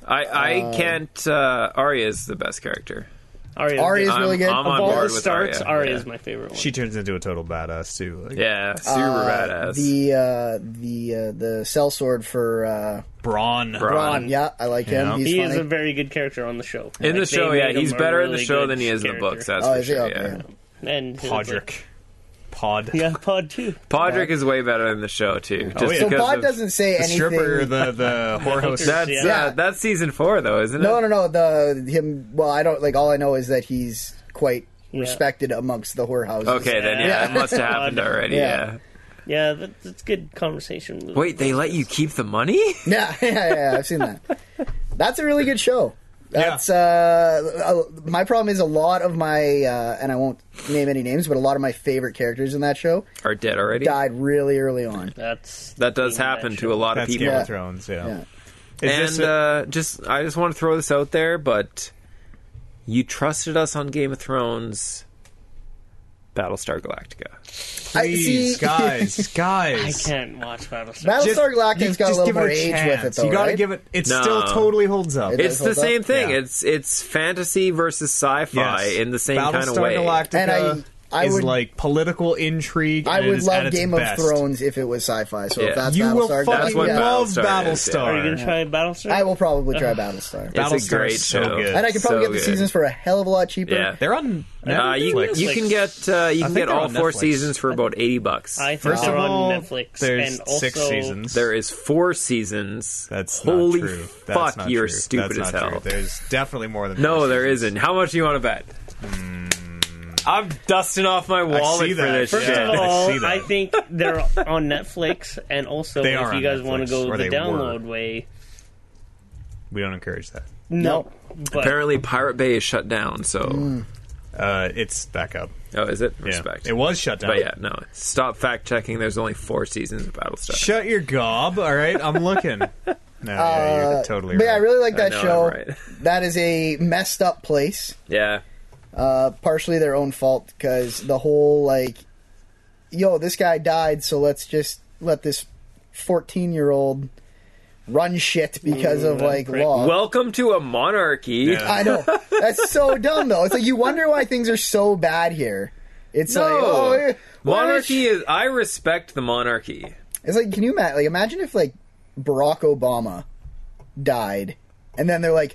[SPEAKER 4] I, I can't. Uh, Arya is the best character.
[SPEAKER 1] Arya,
[SPEAKER 3] Arya's
[SPEAKER 1] of
[SPEAKER 4] I'm,
[SPEAKER 3] really good.
[SPEAKER 4] I'm
[SPEAKER 3] Of
[SPEAKER 4] on
[SPEAKER 1] all
[SPEAKER 4] board
[SPEAKER 1] the
[SPEAKER 4] with
[SPEAKER 1] starts,
[SPEAKER 4] Arya.
[SPEAKER 1] Arya
[SPEAKER 4] yeah.
[SPEAKER 1] is my favorite one.
[SPEAKER 2] She turns into a total badass too. Like,
[SPEAKER 4] Yeah, super badass.
[SPEAKER 3] The uh, the uh, the cell sword for uh,
[SPEAKER 2] Braun.
[SPEAKER 4] Braun.
[SPEAKER 3] Braun. Yeah, I like him.
[SPEAKER 2] Yeah.
[SPEAKER 3] He's
[SPEAKER 1] he
[SPEAKER 3] funny.
[SPEAKER 1] is a very good character on the show.
[SPEAKER 4] in the
[SPEAKER 1] Like, they
[SPEAKER 4] show, yeah,
[SPEAKER 1] made him
[SPEAKER 4] he's
[SPEAKER 1] a
[SPEAKER 4] better in the
[SPEAKER 1] really
[SPEAKER 4] show
[SPEAKER 1] good
[SPEAKER 4] than he is in the
[SPEAKER 1] character.
[SPEAKER 4] books. That's
[SPEAKER 3] oh,
[SPEAKER 4] for
[SPEAKER 3] is he?
[SPEAKER 4] sure.
[SPEAKER 3] Okay.
[SPEAKER 4] Yeah.
[SPEAKER 1] and his,
[SPEAKER 2] Podrick.
[SPEAKER 1] like-
[SPEAKER 2] Pod.
[SPEAKER 1] yeah, Pod too.
[SPEAKER 4] Podrick is way better in the show
[SPEAKER 1] Oh,
[SPEAKER 4] too. Just
[SPEAKER 2] yeah.
[SPEAKER 3] So
[SPEAKER 4] because
[SPEAKER 3] Bod
[SPEAKER 4] of-
[SPEAKER 3] doesn't say
[SPEAKER 2] The
[SPEAKER 3] anything.
[SPEAKER 2] stripper, the the whorehouse.
[SPEAKER 1] That's-
[SPEAKER 4] That's
[SPEAKER 1] Yeah.
[SPEAKER 4] uh, that's season four though, isn't it?
[SPEAKER 3] no, no, no. The him. Well, I don't like. All I know is that he's quite respected amongst the whorehouses.
[SPEAKER 4] Okay, then yeah,
[SPEAKER 1] Yeah.
[SPEAKER 4] it must have happened already.
[SPEAKER 3] Yeah.
[SPEAKER 4] Yeah.
[SPEAKER 1] Yeah, that, that's good conversation.
[SPEAKER 4] Wait, they let you keep the money?
[SPEAKER 3] Yeah, yeah, yeah, yeah. I've seen that. That's a really good show. That's uh, uh, my problem is a lot of my uh, and I won't name any names, but a lot of my favorite characters in that show
[SPEAKER 4] Are dead already?
[SPEAKER 3] died really early on.
[SPEAKER 1] That's
[SPEAKER 4] That does
[SPEAKER 1] being in
[SPEAKER 4] happen
[SPEAKER 1] that
[SPEAKER 4] to
[SPEAKER 1] show.
[SPEAKER 4] a lot of
[SPEAKER 2] That's
[SPEAKER 4] people.
[SPEAKER 2] Game
[SPEAKER 3] Yeah.
[SPEAKER 2] of Thrones. Yeah.
[SPEAKER 3] Yeah.
[SPEAKER 2] Is
[SPEAKER 4] and
[SPEAKER 2] this a-
[SPEAKER 4] uh, just I just want to throw this out there, but you trusted us on Game of Thrones. Battlestar Galactica.
[SPEAKER 3] I-
[SPEAKER 2] Please,
[SPEAKER 3] see-
[SPEAKER 2] guys,
[SPEAKER 1] I
[SPEAKER 2] guys.
[SPEAKER 1] can't watch Battlestar.
[SPEAKER 2] Just-
[SPEAKER 3] Battlestar
[SPEAKER 2] you-
[SPEAKER 3] Galactica's got a
[SPEAKER 2] just
[SPEAKER 3] little
[SPEAKER 2] give it
[SPEAKER 3] more
[SPEAKER 2] a
[SPEAKER 3] age
[SPEAKER 2] chance.
[SPEAKER 3] with it, though.
[SPEAKER 2] You gotta
[SPEAKER 3] right?
[SPEAKER 2] give it. It
[SPEAKER 4] No.
[SPEAKER 2] still totally holds up.
[SPEAKER 3] It
[SPEAKER 4] It's
[SPEAKER 3] hold
[SPEAKER 4] the
[SPEAKER 3] up?
[SPEAKER 4] same thing.
[SPEAKER 2] Yeah.
[SPEAKER 4] It's it's fantasy versus sci-fi
[SPEAKER 2] Yes.
[SPEAKER 4] in the same
[SPEAKER 2] Battlestar
[SPEAKER 4] kind of way.
[SPEAKER 2] Galactica
[SPEAKER 3] And I- I
[SPEAKER 2] is
[SPEAKER 3] would-
[SPEAKER 2] like political intrigue.
[SPEAKER 3] I
[SPEAKER 2] and it
[SPEAKER 3] would
[SPEAKER 2] is at
[SPEAKER 3] love
[SPEAKER 2] its
[SPEAKER 3] Game
[SPEAKER 2] best.
[SPEAKER 3] of Thrones if it was sci-fi. So
[SPEAKER 4] Yeah.
[SPEAKER 3] if that's
[SPEAKER 2] You will
[SPEAKER 3] Battlestar,
[SPEAKER 2] fucking
[SPEAKER 4] That's what
[SPEAKER 3] Galactica,
[SPEAKER 2] love
[SPEAKER 4] Battlestar is, yeah.
[SPEAKER 1] Are you gonna try Battlestar?
[SPEAKER 3] I will probably try Battlestar.
[SPEAKER 4] It's
[SPEAKER 2] Battlestar
[SPEAKER 4] a great
[SPEAKER 2] is so
[SPEAKER 4] show.
[SPEAKER 2] good.
[SPEAKER 3] And I could probably
[SPEAKER 4] so
[SPEAKER 3] get the
[SPEAKER 4] good.
[SPEAKER 3] seasons for a hell of a lot cheaper.
[SPEAKER 4] Yeah.
[SPEAKER 2] They're on
[SPEAKER 4] Uh,
[SPEAKER 2] Netflix.
[SPEAKER 4] you, you can get uh, you
[SPEAKER 2] think
[SPEAKER 4] can get
[SPEAKER 2] they're
[SPEAKER 4] all
[SPEAKER 2] on
[SPEAKER 4] four
[SPEAKER 2] Netflix.
[SPEAKER 4] seasons for about eighty bucks.
[SPEAKER 1] I think
[SPEAKER 2] First
[SPEAKER 1] they're
[SPEAKER 2] of all,
[SPEAKER 1] on Netflix.
[SPEAKER 2] there's
[SPEAKER 1] and also,
[SPEAKER 2] six seasons.
[SPEAKER 4] there is four seasons.
[SPEAKER 2] That's not
[SPEAKER 4] holy
[SPEAKER 2] true. That's
[SPEAKER 4] fuck.
[SPEAKER 2] not
[SPEAKER 4] you're
[SPEAKER 2] true.
[SPEAKER 4] stupid
[SPEAKER 2] That's
[SPEAKER 4] as
[SPEAKER 2] not
[SPEAKER 4] hell.
[SPEAKER 2] true. There's definitely more than
[SPEAKER 4] No,
[SPEAKER 2] four
[SPEAKER 4] there
[SPEAKER 2] seasons. Hmm.
[SPEAKER 4] isn't. How much do you want to bet? I'm dusting off my wallet for
[SPEAKER 2] that.
[SPEAKER 4] this
[SPEAKER 2] First
[SPEAKER 4] shit.
[SPEAKER 2] Yeah,
[SPEAKER 1] First of
[SPEAKER 2] I
[SPEAKER 1] all,
[SPEAKER 2] see that.
[SPEAKER 1] I think they're on Netflix, and also
[SPEAKER 2] They
[SPEAKER 1] if
[SPEAKER 2] are
[SPEAKER 1] you
[SPEAKER 2] on
[SPEAKER 1] guys want
[SPEAKER 2] Netflix,
[SPEAKER 1] to go
[SPEAKER 2] or
[SPEAKER 1] the
[SPEAKER 2] they were.
[SPEAKER 1] download way,
[SPEAKER 2] We don't encourage that.
[SPEAKER 1] no. But
[SPEAKER 4] Apparently, Pirate Bay is shut down. So,
[SPEAKER 3] Hmm.
[SPEAKER 2] Uh, it's back up.
[SPEAKER 4] oh, is it?
[SPEAKER 2] Yeah.
[SPEAKER 4] Respect.
[SPEAKER 2] It was shut down.
[SPEAKER 4] But yeah, no. Stop fact checking. There's only four seasons of Battlestar.
[SPEAKER 2] Shut your gob, all right? I'm looking. no, yeah, you're totally
[SPEAKER 3] Uh, But
[SPEAKER 2] right.
[SPEAKER 3] yeah, I really like that
[SPEAKER 4] know, I'm
[SPEAKER 3] show.
[SPEAKER 4] right.
[SPEAKER 3] That is a messed up place.
[SPEAKER 4] yeah.
[SPEAKER 3] Uh, partially their own fault because the whole like, yo, this guy died, so let's just let this fourteen-year-old run shit because
[SPEAKER 4] Mm,
[SPEAKER 3] of like
[SPEAKER 1] prick.
[SPEAKER 3] law.
[SPEAKER 4] Welcome to a monarchy.
[SPEAKER 2] Yeah.
[SPEAKER 3] I know that's so dumb though. It's like you wonder why things are so bad here. It's
[SPEAKER 4] No.
[SPEAKER 3] like oh, eh, why don't
[SPEAKER 4] monarchy
[SPEAKER 3] you-
[SPEAKER 4] is. I respect the monarchy.
[SPEAKER 3] It's like can you imagine? Like imagine if like Barack Obama died, and then they're like,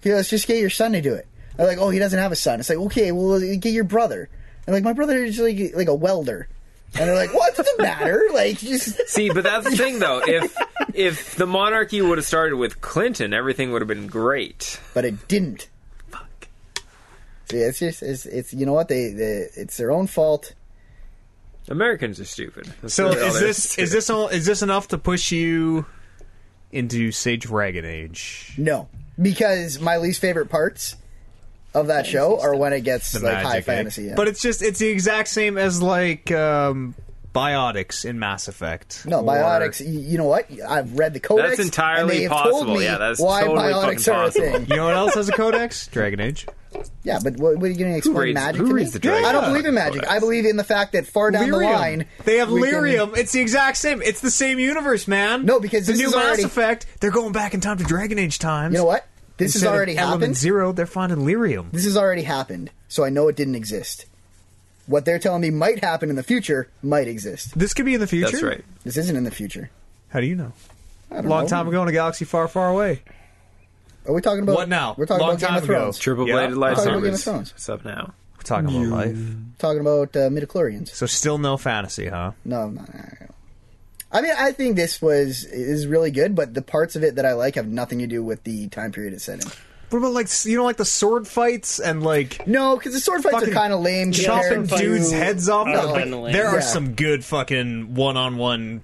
[SPEAKER 3] okay, let's just get your son to do it. They're like, oh, he doesn't have a son. It's like okay, well, get your brother. And like my brother is like like a welder, and they're like, what's the matter? Like just
[SPEAKER 4] See, but that's the thing, though. If if the monarchy would have started with Clinton, everything would have been great.
[SPEAKER 3] but it didn't.
[SPEAKER 4] Fuck.
[SPEAKER 3] See, it's just it's, it's you know what they, they it's their own fault.
[SPEAKER 4] Americans are stupid. That's
[SPEAKER 2] So
[SPEAKER 4] really all
[SPEAKER 2] is
[SPEAKER 4] there
[SPEAKER 2] this
[SPEAKER 4] to
[SPEAKER 2] is
[SPEAKER 4] it.
[SPEAKER 2] this all, is this enough to push you into say Dragon Age?
[SPEAKER 3] No, because my least favorite parts of that show are when it gets like high
[SPEAKER 2] magic, eh?
[SPEAKER 3] fantasy. yeah.
[SPEAKER 2] But it's just it's the exact same as like um biotics in Mass Effect.
[SPEAKER 3] no,
[SPEAKER 2] Or-
[SPEAKER 3] biotics. y- You know what? I've read the codex.
[SPEAKER 4] That's entirely
[SPEAKER 3] and they have
[SPEAKER 4] possible.
[SPEAKER 3] Told me
[SPEAKER 4] Yeah, that's
[SPEAKER 3] why
[SPEAKER 4] totally
[SPEAKER 3] biotics
[SPEAKER 4] fucking
[SPEAKER 3] are a
[SPEAKER 4] possible.
[SPEAKER 3] thing.
[SPEAKER 2] You know what else has a codex? Dragon Age.
[SPEAKER 3] Yeah, but what, what are you going to explain?
[SPEAKER 4] reads-
[SPEAKER 3] magic?
[SPEAKER 4] who
[SPEAKER 3] to
[SPEAKER 4] reads
[SPEAKER 3] me?
[SPEAKER 4] the Dragon
[SPEAKER 3] I don't
[SPEAKER 2] Age
[SPEAKER 3] believe in magic.
[SPEAKER 4] codex?
[SPEAKER 3] I believe in the fact that far down the line
[SPEAKER 2] They have
[SPEAKER 3] we can-
[SPEAKER 2] Lyrium. It's the exact same. It's the same universe, man.
[SPEAKER 3] No, because
[SPEAKER 2] the
[SPEAKER 3] this
[SPEAKER 2] new
[SPEAKER 3] is
[SPEAKER 2] Mass
[SPEAKER 3] already-
[SPEAKER 2] Effect, they're going back in time to Dragon Age times.
[SPEAKER 3] You know what? This
[SPEAKER 2] Instead
[SPEAKER 3] has
[SPEAKER 2] of
[SPEAKER 3] already
[SPEAKER 2] Element
[SPEAKER 3] happened.
[SPEAKER 2] Zero, they're finding Lyrium.
[SPEAKER 3] This has already happened, so I know it didn't exist. What they're telling me might happen in the future might exist.
[SPEAKER 2] This could be in the future.
[SPEAKER 4] That's right.
[SPEAKER 3] This isn't in the future.
[SPEAKER 2] How do you know?
[SPEAKER 3] I don't
[SPEAKER 2] Long
[SPEAKER 3] know.
[SPEAKER 2] time ago in a galaxy far, far away.
[SPEAKER 3] Are we talking about
[SPEAKER 2] What now?
[SPEAKER 3] We're talking
[SPEAKER 2] Long
[SPEAKER 3] about Game
[SPEAKER 2] time
[SPEAKER 3] of
[SPEAKER 2] ago.
[SPEAKER 3] Thrones.
[SPEAKER 4] Triple
[SPEAKER 2] Yeah.
[SPEAKER 4] bladed
[SPEAKER 2] I'm
[SPEAKER 3] talking about Oh, Game of
[SPEAKER 4] lightsabers.
[SPEAKER 3] Thrones.
[SPEAKER 4] What's up now?
[SPEAKER 2] We're talking about life.
[SPEAKER 3] talking about uh, midichlorians.
[SPEAKER 2] So still no fantasy, huh?
[SPEAKER 3] No, I'm not. I mean, I think this was is really good, but the parts of it that I like have nothing to do with the time period it's set in.
[SPEAKER 2] What about like you know like the sword fights and like
[SPEAKER 3] No, because the sword fights
[SPEAKER 2] Fucking
[SPEAKER 3] are kind of lame.
[SPEAKER 2] chopping
[SPEAKER 3] compared to- Oh,
[SPEAKER 2] dudes' heads off.
[SPEAKER 1] No.
[SPEAKER 2] Like,
[SPEAKER 1] Finally.
[SPEAKER 2] there are
[SPEAKER 3] Yeah.
[SPEAKER 2] some good fucking one-on-one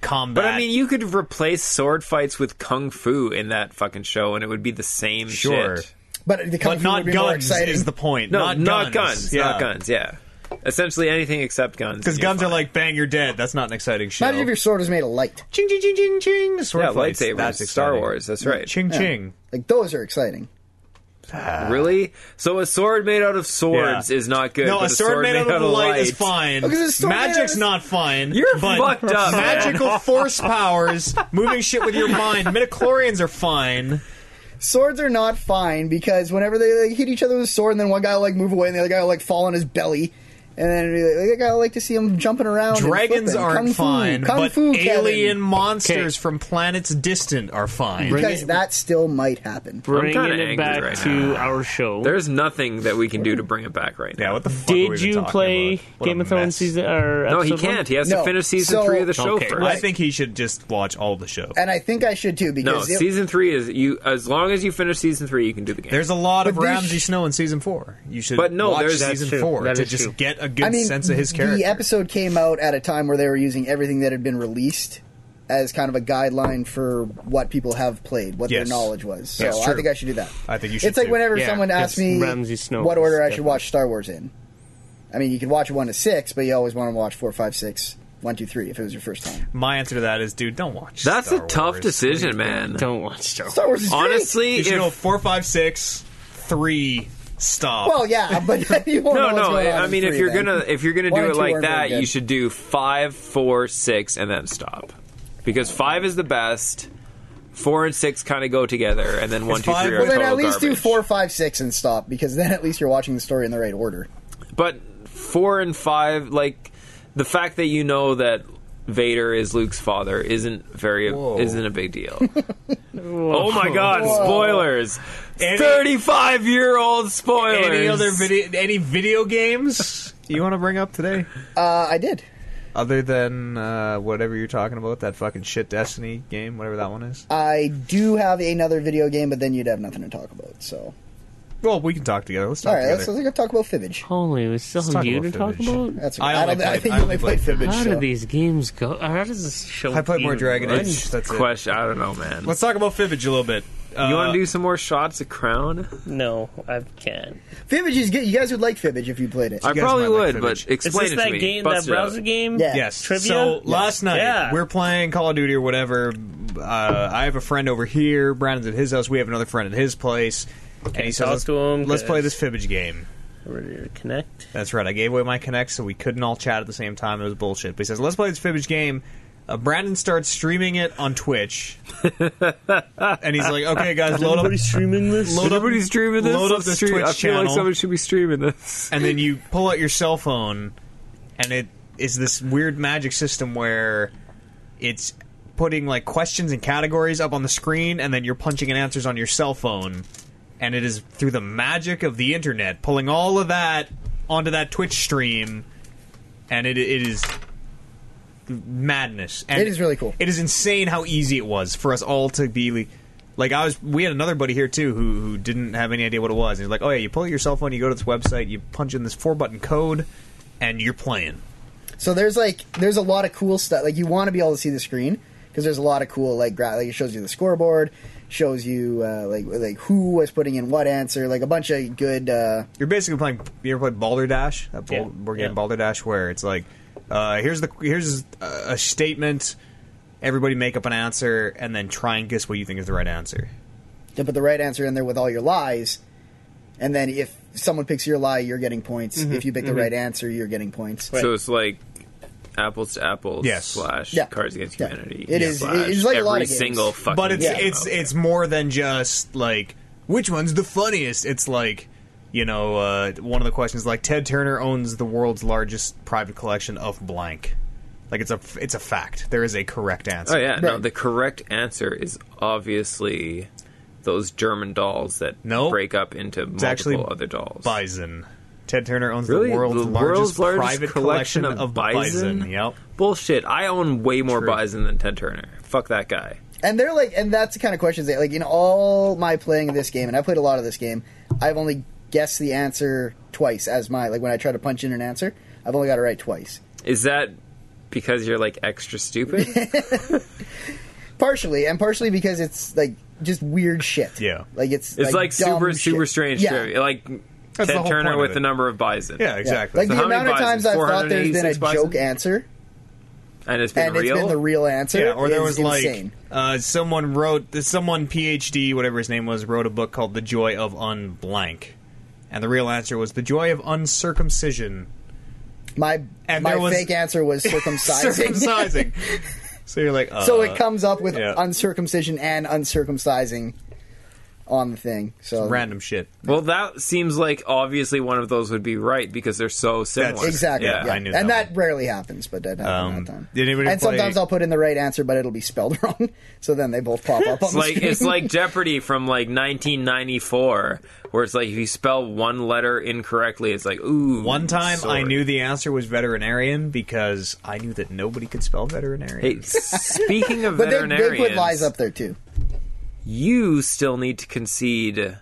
[SPEAKER 2] combat.
[SPEAKER 4] But I mean, you could replace sword fights with kung fu in that fucking show, and it would be the same
[SPEAKER 2] Sure.
[SPEAKER 4] shit.
[SPEAKER 3] but the
[SPEAKER 2] Oh, but
[SPEAKER 3] kung fu would
[SPEAKER 2] not
[SPEAKER 3] be more
[SPEAKER 2] guns
[SPEAKER 3] exciting.
[SPEAKER 2] is the point.
[SPEAKER 4] No,
[SPEAKER 2] not, guns.
[SPEAKER 4] guns. Not guns. Yeah. Essentially anything except guns.
[SPEAKER 2] Because
[SPEAKER 4] You're
[SPEAKER 2] guns are
[SPEAKER 4] fine.
[SPEAKER 2] like bang, you're dead. That's not an exciting show.
[SPEAKER 3] Imagine if your sword was made of light.
[SPEAKER 2] ching ching ching ching ching. Sword
[SPEAKER 4] yeah,
[SPEAKER 2] fights.
[SPEAKER 4] lightsabers.
[SPEAKER 2] That's
[SPEAKER 4] Star
[SPEAKER 2] exciting.
[SPEAKER 4] Wars. That's right.
[SPEAKER 2] Ching ching.
[SPEAKER 3] Like those are exciting.
[SPEAKER 4] Really? So a sword made out of swords
[SPEAKER 2] Yeah.
[SPEAKER 4] is not good.
[SPEAKER 2] No,
[SPEAKER 4] but
[SPEAKER 2] a sword, made out of light, is
[SPEAKER 4] light-
[SPEAKER 2] fine.
[SPEAKER 3] Oh, 'cause a sword made out
[SPEAKER 2] Magic's
[SPEAKER 3] of-
[SPEAKER 2] not fine.
[SPEAKER 4] You're
[SPEAKER 2] but
[SPEAKER 4] fucked up, man.
[SPEAKER 2] Magical force powers, moving shit with your mind. Midichlorians are fine.
[SPEAKER 3] Swords are not fine because whenever they like, hit each other with a sword, and then one guy will, like move away, and the other guy will, like fall on his belly. And then it'd be like, like, I like to see him jumping around. and
[SPEAKER 2] Dragons
[SPEAKER 3] flipping.
[SPEAKER 2] aren't
[SPEAKER 3] Kung fu,
[SPEAKER 2] fine,
[SPEAKER 3] Kung
[SPEAKER 2] but
[SPEAKER 3] fu, Kevin.
[SPEAKER 2] alien monsters
[SPEAKER 1] Okay.
[SPEAKER 2] from planets distant are fine.
[SPEAKER 1] Bring
[SPEAKER 3] because
[SPEAKER 1] it-
[SPEAKER 3] that still might happen.
[SPEAKER 4] I'm
[SPEAKER 1] bringing
[SPEAKER 4] kinda
[SPEAKER 1] it
[SPEAKER 4] angry
[SPEAKER 1] back
[SPEAKER 4] right
[SPEAKER 1] to
[SPEAKER 4] now.
[SPEAKER 1] our show.
[SPEAKER 4] There's nothing that we can do to bring it back right now.
[SPEAKER 2] Yeah, what the fuck? are we
[SPEAKER 1] Did
[SPEAKER 2] even
[SPEAKER 1] you
[SPEAKER 2] talking
[SPEAKER 1] play
[SPEAKER 2] about? What a
[SPEAKER 1] Game of Thrones
[SPEAKER 2] mess.
[SPEAKER 1] season or
[SPEAKER 4] no, he
[SPEAKER 1] episode one?
[SPEAKER 4] can't. He has to
[SPEAKER 3] No,
[SPEAKER 4] finish season
[SPEAKER 3] so-
[SPEAKER 4] three of the show
[SPEAKER 2] Okay,
[SPEAKER 4] first.
[SPEAKER 2] I think he should just watch all the show.
[SPEAKER 3] And I think I should too
[SPEAKER 4] no,
[SPEAKER 3] because it-
[SPEAKER 4] season three is you. As long as you finish season three, you can do the game.
[SPEAKER 2] There's a lot of
[SPEAKER 3] But there's-
[SPEAKER 2] Ramsey Snow in season four. You should
[SPEAKER 4] But no,
[SPEAKER 2] watch
[SPEAKER 4] there's- that's
[SPEAKER 2] season
[SPEAKER 1] true.
[SPEAKER 2] four
[SPEAKER 1] That
[SPEAKER 2] to
[SPEAKER 1] is
[SPEAKER 2] just
[SPEAKER 1] true.
[SPEAKER 2] get a good
[SPEAKER 3] I mean,
[SPEAKER 2] sense of his character.
[SPEAKER 3] The episode came out at a time where they were using everything that had been released as kind of a guideline for what people have played, what
[SPEAKER 2] Yes.
[SPEAKER 3] their knowledge was. So
[SPEAKER 2] That's
[SPEAKER 3] I
[SPEAKER 2] true.
[SPEAKER 3] think I should do that.
[SPEAKER 2] I think you should
[SPEAKER 3] It's like
[SPEAKER 2] too.
[SPEAKER 3] whenever
[SPEAKER 2] Yeah,
[SPEAKER 3] someone asks me
[SPEAKER 1] Ramsey Snow
[SPEAKER 3] what
[SPEAKER 1] is
[SPEAKER 3] order I should
[SPEAKER 1] definitely-
[SPEAKER 3] watch Star Wars in. I mean, you could watch one to six, but you always want to watch four, five, six, one, two, three if it was your first time.
[SPEAKER 2] My answer to that is, dude, don't watch.
[SPEAKER 4] That's
[SPEAKER 2] Star
[SPEAKER 4] a tough
[SPEAKER 2] Wars.
[SPEAKER 4] decision, man.
[SPEAKER 1] Don't watch Star Wars.
[SPEAKER 3] Star Wars is great.
[SPEAKER 4] Honestly,
[SPEAKER 2] You should go
[SPEAKER 4] if
[SPEAKER 2] four, five, six, three, Stop.
[SPEAKER 3] Well, yeah, but you won't know
[SPEAKER 4] No,
[SPEAKER 3] what's
[SPEAKER 4] no.
[SPEAKER 3] going
[SPEAKER 4] I
[SPEAKER 3] on
[SPEAKER 4] I
[SPEAKER 3] in
[SPEAKER 4] mean, if
[SPEAKER 3] three
[SPEAKER 4] you're
[SPEAKER 3] then.
[SPEAKER 4] gonna if you're gonna
[SPEAKER 3] One
[SPEAKER 4] do
[SPEAKER 3] and
[SPEAKER 4] it
[SPEAKER 3] two
[SPEAKER 4] like
[SPEAKER 3] aren't very
[SPEAKER 4] that, you
[SPEAKER 3] good.
[SPEAKER 4] should do five, four, six, and then stop, because five is the best. Four and six kind of go together, and then one, two,
[SPEAKER 2] five-
[SPEAKER 4] three are
[SPEAKER 2] Well,
[SPEAKER 3] Well, then
[SPEAKER 4] total
[SPEAKER 3] at least do
[SPEAKER 4] garbage.
[SPEAKER 3] four, five, six, and stop because then at least you're watching the story in the right order.
[SPEAKER 4] But four and five, like the fact that you know that Vader is Luke's father, isn't very
[SPEAKER 2] Whoa.
[SPEAKER 4] isn't a big deal. oh my God! Spoilers.
[SPEAKER 2] Any-
[SPEAKER 4] Thirty-five year old spoilers.
[SPEAKER 2] any other video? Any video games you want to bring up today?
[SPEAKER 3] Uh, I did.
[SPEAKER 2] Other than uh, whatever you're talking about, that fucking shit Destiny game, whatever that one is.
[SPEAKER 3] I do have another video game, but then you'd have nothing to talk about. So,
[SPEAKER 2] Well, we can talk together. Let's talk
[SPEAKER 3] all right, let's,
[SPEAKER 2] together.
[SPEAKER 3] let's go talk about Fibbage.
[SPEAKER 1] Holy, we still
[SPEAKER 2] talk
[SPEAKER 1] have you to
[SPEAKER 2] about
[SPEAKER 1] talk
[SPEAKER 2] Fibbage.
[SPEAKER 1] about?
[SPEAKER 3] That's
[SPEAKER 2] I
[SPEAKER 3] right. I,
[SPEAKER 2] only
[SPEAKER 3] don't, I
[SPEAKER 2] played-
[SPEAKER 3] think
[SPEAKER 2] I
[SPEAKER 3] you
[SPEAKER 2] only
[SPEAKER 3] only played
[SPEAKER 2] played
[SPEAKER 3] Fibbage.
[SPEAKER 1] How
[SPEAKER 3] so.
[SPEAKER 1] do these games go? Uh, How does this show?
[SPEAKER 2] I played more
[SPEAKER 1] even
[SPEAKER 2] Dragon
[SPEAKER 1] run?
[SPEAKER 2] Age. That's it.
[SPEAKER 4] question? I don't know, man.
[SPEAKER 2] Let's talk about Fibbage a little bit. Uh,
[SPEAKER 4] you want to do some more shots of Crown?
[SPEAKER 1] No, I can't.
[SPEAKER 3] Fibbage is good. You guys would like Fibbage if you played it.
[SPEAKER 4] I
[SPEAKER 2] guys
[SPEAKER 4] probably
[SPEAKER 2] might like
[SPEAKER 4] would, but
[SPEAKER 2] Fibbage.
[SPEAKER 1] Is
[SPEAKER 4] explain
[SPEAKER 1] this
[SPEAKER 4] it
[SPEAKER 1] that
[SPEAKER 4] to me.
[SPEAKER 1] game,
[SPEAKER 4] Bust
[SPEAKER 1] that
[SPEAKER 4] it out.
[SPEAKER 1] browser game?
[SPEAKER 3] Yeah.
[SPEAKER 2] Yes.
[SPEAKER 1] Trivia?
[SPEAKER 2] So
[SPEAKER 1] Yeah.
[SPEAKER 2] last night
[SPEAKER 1] Yeah.
[SPEAKER 2] we're playing Call of Duty or whatever. Uh, I have a friend over here. Brandon's at his house. We have another friend at his place. and he says,
[SPEAKER 1] talk
[SPEAKER 2] "Let's-
[SPEAKER 1] to him,
[SPEAKER 2] Let's play
[SPEAKER 1] 'cause-
[SPEAKER 2] this Fibbage game.
[SPEAKER 1] Ready to connect?
[SPEAKER 2] That's right. I gave away my Kinect, so we couldn't all chat at the same time. It was bullshit. But he says, "Let's play this Fibbage game." Uh, Brandon starts streaming it on Twitch, and he's like, "Okay, guys, load up."
[SPEAKER 1] streaming this?
[SPEAKER 2] Load up-
[SPEAKER 4] Nobody's streaming this.
[SPEAKER 2] Load up
[SPEAKER 4] Let's
[SPEAKER 2] this
[SPEAKER 4] stream-
[SPEAKER 2] Twitch
[SPEAKER 4] I feel
[SPEAKER 2] channel.
[SPEAKER 4] like someone should be streaming this.
[SPEAKER 2] and then you pull out your cell phone, and it is this weird magic system where it's putting like questions and categories up on the screen, and then you're punching in answers on your cell phone, and it is through the magic of the internet pulling all of that onto that Twitch stream, and it it is madness. And
[SPEAKER 3] It is really cool.
[SPEAKER 2] It is insane how easy it was for us all to be. Like, like I was, we had another buddy here too who, who didn't have any idea what it was. He's like, "Oh yeah, you pull out your cell phone, you go to this website, you punch in this four button code, and you're playing."
[SPEAKER 3] So there's like there's a lot of cool stuff. Like you want to be able to see the screen because there's a lot of cool like gra- like it shows you the scoreboard, shows you uh, like like who was putting in what answer, like a bunch of good. Uh,
[SPEAKER 2] You're basically playing. You ever played Balder Dash? That ball,
[SPEAKER 1] Yeah.
[SPEAKER 2] board game
[SPEAKER 1] Yeah.
[SPEAKER 2] Balder Dash, where it's like, uh, here's the here's a, a statement. Everybody make up an answer and then try and guess what you think is the right answer.
[SPEAKER 3] to put the right answer in there with all your lies, and then if someone picks your lie, you're getting points.
[SPEAKER 2] Mm-hmm,
[SPEAKER 3] If you pick the right answer, you're getting points.
[SPEAKER 1] Right.
[SPEAKER 4] So it's like apples to apples
[SPEAKER 2] Yes.
[SPEAKER 4] slash
[SPEAKER 3] Yeah.
[SPEAKER 4] Cards Against
[SPEAKER 3] Yeah.
[SPEAKER 4] Humanity.
[SPEAKER 3] It is-
[SPEAKER 4] slash
[SPEAKER 3] it's like a
[SPEAKER 4] every
[SPEAKER 3] lot of games.
[SPEAKER 4] single fucking.
[SPEAKER 2] but it's
[SPEAKER 3] Yeah.
[SPEAKER 4] game
[SPEAKER 2] it's
[SPEAKER 4] out
[SPEAKER 2] it's more than just like which one's the funniest. It's like you know uh, one of the questions like Ted Turner owns the world's largest private collection of blank. Like it's a it's a fact. There is a correct answer.
[SPEAKER 4] there. Oh yeah, no.
[SPEAKER 3] Right.
[SPEAKER 4] The correct answer is obviously those German dolls that
[SPEAKER 2] Nope.
[SPEAKER 4] break up into
[SPEAKER 2] It's
[SPEAKER 4] multiple
[SPEAKER 2] actually
[SPEAKER 4] other dolls.
[SPEAKER 2] Bison. Ted Turner owns
[SPEAKER 4] Really?
[SPEAKER 2] the world's,
[SPEAKER 4] The
[SPEAKER 2] largest,
[SPEAKER 4] world's largest
[SPEAKER 2] private
[SPEAKER 4] collection
[SPEAKER 2] collection
[SPEAKER 4] of
[SPEAKER 2] of, bison.
[SPEAKER 4] bison?
[SPEAKER 2] Yep.
[SPEAKER 4] Bullshit. I own way more
[SPEAKER 2] True.
[SPEAKER 4] Bison than Ted Turner. Fuck that guy.
[SPEAKER 3] And they're like, and that's the kind of questions that, like, in all my playing of this game, and I played a lot of this game, I've only guessed the answer twice as my, like, when I try to punch in an answer, I've only got it right twice.
[SPEAKER 4] Is that because you're like extra stupid?
[SPEAKER 3] Partially, and partially because it's, like, just weird shit.
[SPEAKER 2] Yeah.
[SPEAKER 3] Like, it's,
[SPEAKER 4] It's like,
[SPEAKER 3] dumb
[SPEAKER 4] super super
[SPEAKER 3] shit.
[SPEAKER 4] strange.
[SPEAKER 3] Yeah.
[SPEAKER 4] trivia. Like
[SPEAKER 2] That's the
[SPEAKER 4] Ted
[SPEAKER 2] whole point
[SPEAKER 4] Turner
[SPEAKER 2] of
[SPEAKER 4] with
[SPEAKER 2] it.
[SPEAKER 4] the number of Bison.
[SPEAKER 2] Yeah,
[SPEAKER 3] Yeah.
[SPEAKER 2] exactly.
[SPEAKER 3] Like,
[SPEAKER 4] So
[SPEAKER 3] the
[SPEAKER 4] how many
[SPEAKER 3] amount of
[SPEAKER 4] bison?
[SPEAKER 3] times I've thought there's been a
[SPEAKER 4] 486
[SPEAKER 3] joke
[SPEAKER 4] bison?
[SPEAKER 3] answer,
[SPEAKER 4] and it's been
[SPEAKER 3] and
[SPEAKER 4] real.
[SPEAKER 3] it's been the real answer.
[SPEAKER 2] Yeah, or there
[SPEAKER 3] is
[SPEAKER 2] was
[SPEAKER 3] insane.
[SPEAKER 2] like uh, someone wrote someone PhD whatever his name was wrote a book called The Joy of Unblank, and the real answer was The Joy of Uncircumcision.
[SPEAKER 3] My,
[SPEAKER 2] and
[SPEAKER 3] my
[SPEAKER 2] there was-
[SPEAKER 3] fake answer was circumcising.
[SPEAKER 2] Circumcising. so you're like, uh,
[SPEAKER 3] so it comes up with
[SPEAKER 2] yeah.
[SPEAKER 3] uncircumcision and uncircumcising on the thing. So
[SPEAKER 2] random shit.
[SPEAKER 4] Well, that seems like obviously one of those would be right because they're so similar.
[SPEAKER 3] Exactly.
[SPEAKER 2] Yeah,
[SPEAKER 3] Yeah,
[SPEAKER 2] I knew
[SPEAKER 3] and
[SPEAKER 2] that
[SPEAKER 3] that, rarely happens, but that happened
[SPEAKER 2] Um,
[SPEAKER 3] that time.
[SPEAKER 2] did anybody
[SPEAKER 3] and
[SPEAKER 2] play-
[SPEAKER 3] sometimes I'll put in the right answer, but it'll be spelled wrong. So then they both pop up on
[SPEAKER 4] It's
[SPEAKER 3] the
[SPEAKER 4] like
[SPEAKER 3] screen.
[SPEAKER 4] it's like Jeopardy from like 1994, where it's like if you spell one letter incorrectly, it's like ooh.
[SPEAKER 2] One time I
[SPEAKER 4] sorry.
[SPEAKER 2] knew the answer was veterinarian because I knew that nobody could spell veterinarian.
[SPEAKER 4] Hey, speaking of
[SPEAKER 3] but they,
[SPEAKER 4] veterinarians,
[SPEAKER 3] they put lies up there too.
[SPEAKER 4] you still need to concede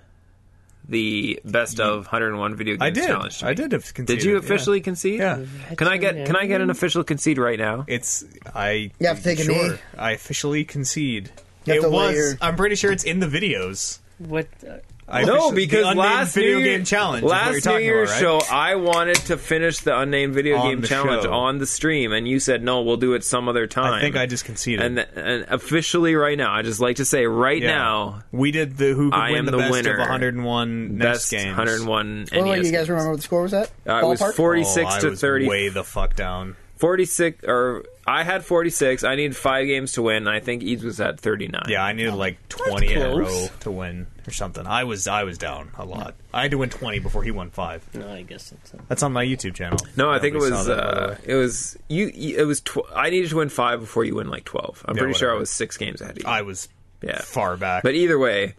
[SPEAKER 4] the best of 101 video games
[SPEAKER 2] I did.
[SPEAKER 4] challenge. to
[SPEAKER 2] I
[SPEAKER 4] me.
[SPEAKER 2] did have conceded,
[SPEAKER 4] Did you
[SPEAKER 2] yeah.
[SPEAKER 4] officially concede?
[SPEAKER 2] Yeah.
[SPEAKER 4] Can I get Can I get an official concede right now?
[SPEAKER 2] It's I.
[SPEAKER 3] You have to take a
[SPEAKER 2] sure,
[SPEAKER 3] knee.
[SPEAKER 2] I officially concede.
[SPEAKER 3] You have
[SPEAKER 2] it
[SPEAKER 3] to lay
[SPEAKER 2] was.
[SPEAKER 3] your-
[SPEAKER 2] I'm pretty sure it's in the videos.
[SPEAKER 1] What? uh,
[SPEAKER 2] I
[SPEAKER 4] No,
[SPEAKER 2] the
[SPEAKER 4] because
[SPEAKER 2] unnamed
[SPEAKER 4] last
[SPEAKER 2] video
[SPEAKER 4] New Year-
[SPEAKER 2] game challenge. is what you're
[SPEAKER 4] last New
[SPEAKER 2] talking
[SPEAKER 4] Year's
[SPEAKER 2] about, right?
[SPEAKER 4] show, I wanted to finish the unnamed video
[SPEAKER 2] On
[SPEAKER 4] game
[SPEAKER 2] the
[SPEAKER 4] challenge
[SPEAKER 2] show.
[SPEAKER 4] on the stream, and you said no, we'll do it some other time.
[SPEAKER 2] I think I just conceded.
[SPEAKER 4] and, th- and officially right now, I just like to say right
[SPEAKER 2] Yeah.
[SPEAKER 4] now,
[SPEAKER 2] we did the who could
[SPEAKER 4] I
[SPEAKER 2] win
[SPEAKER 4] am
[SPEAKER 2] the,
[SPEAKER 4] the
[SPEAKER 2] best
[SPEAKER 4] winner.
[SPEAKER 2] of 101
[SPEAKER 4] best
[SPEAKER 2] NES games.
[SPEAKER 4] 101
[SPEAKER 3] Oh,
[SPEAKER 4] NES.
[SPEAKER 3] you guys
[SPEAKER 4] games.
[SPEAKER 3] remember what the score was at?
[SPEAKER 4] Uh, it was
[SPEAKER 3] Ballpark?
[SPEAKER 4] 46
[SPEAKER 2] oh,
[SPEAKER 4] to
[SPEAKER 2] I was
[SPEAKER 4] 30,
[SPEAKER 2] Way the fuck down.
[SPEAKER 4] 46 or I had 46. I needed five games to win, and I think Eads was at 39.
[SPEAKER 2] Yeah, I needed like 20 in a row
[SPEAKER 1] close.
[SPEAKER 2] to win or something. I was I was down a lot. I had to win 20 before he won five.
[SPEAKER 1] No, I guess that's.
[SPEAKER 2] That's on my YouTube channel.
[SPEAKER 4] No, I think it
[SPEAKER 2] Nobody saw
[SPEAKER 4] was
[SPEAKER 2] that, by the
[SPEAKER 4] uh,
[SPEAKER 2] way.
[SPEAKER 4] it was you. you- It was tw- I needed to win five before you win like twelve. I'm
[SPEAKER 2] Yeah,
[SPEAKER 4] pretty sure I
[SPEAKER 2] whatever.
[SPEAKER 4] was six games ahead. Of you.
[SPEAKER 2] I was
[SPEAKER 4] yeah.
[SPEAKER 2] far back.
[SPEAKER 4] But either way,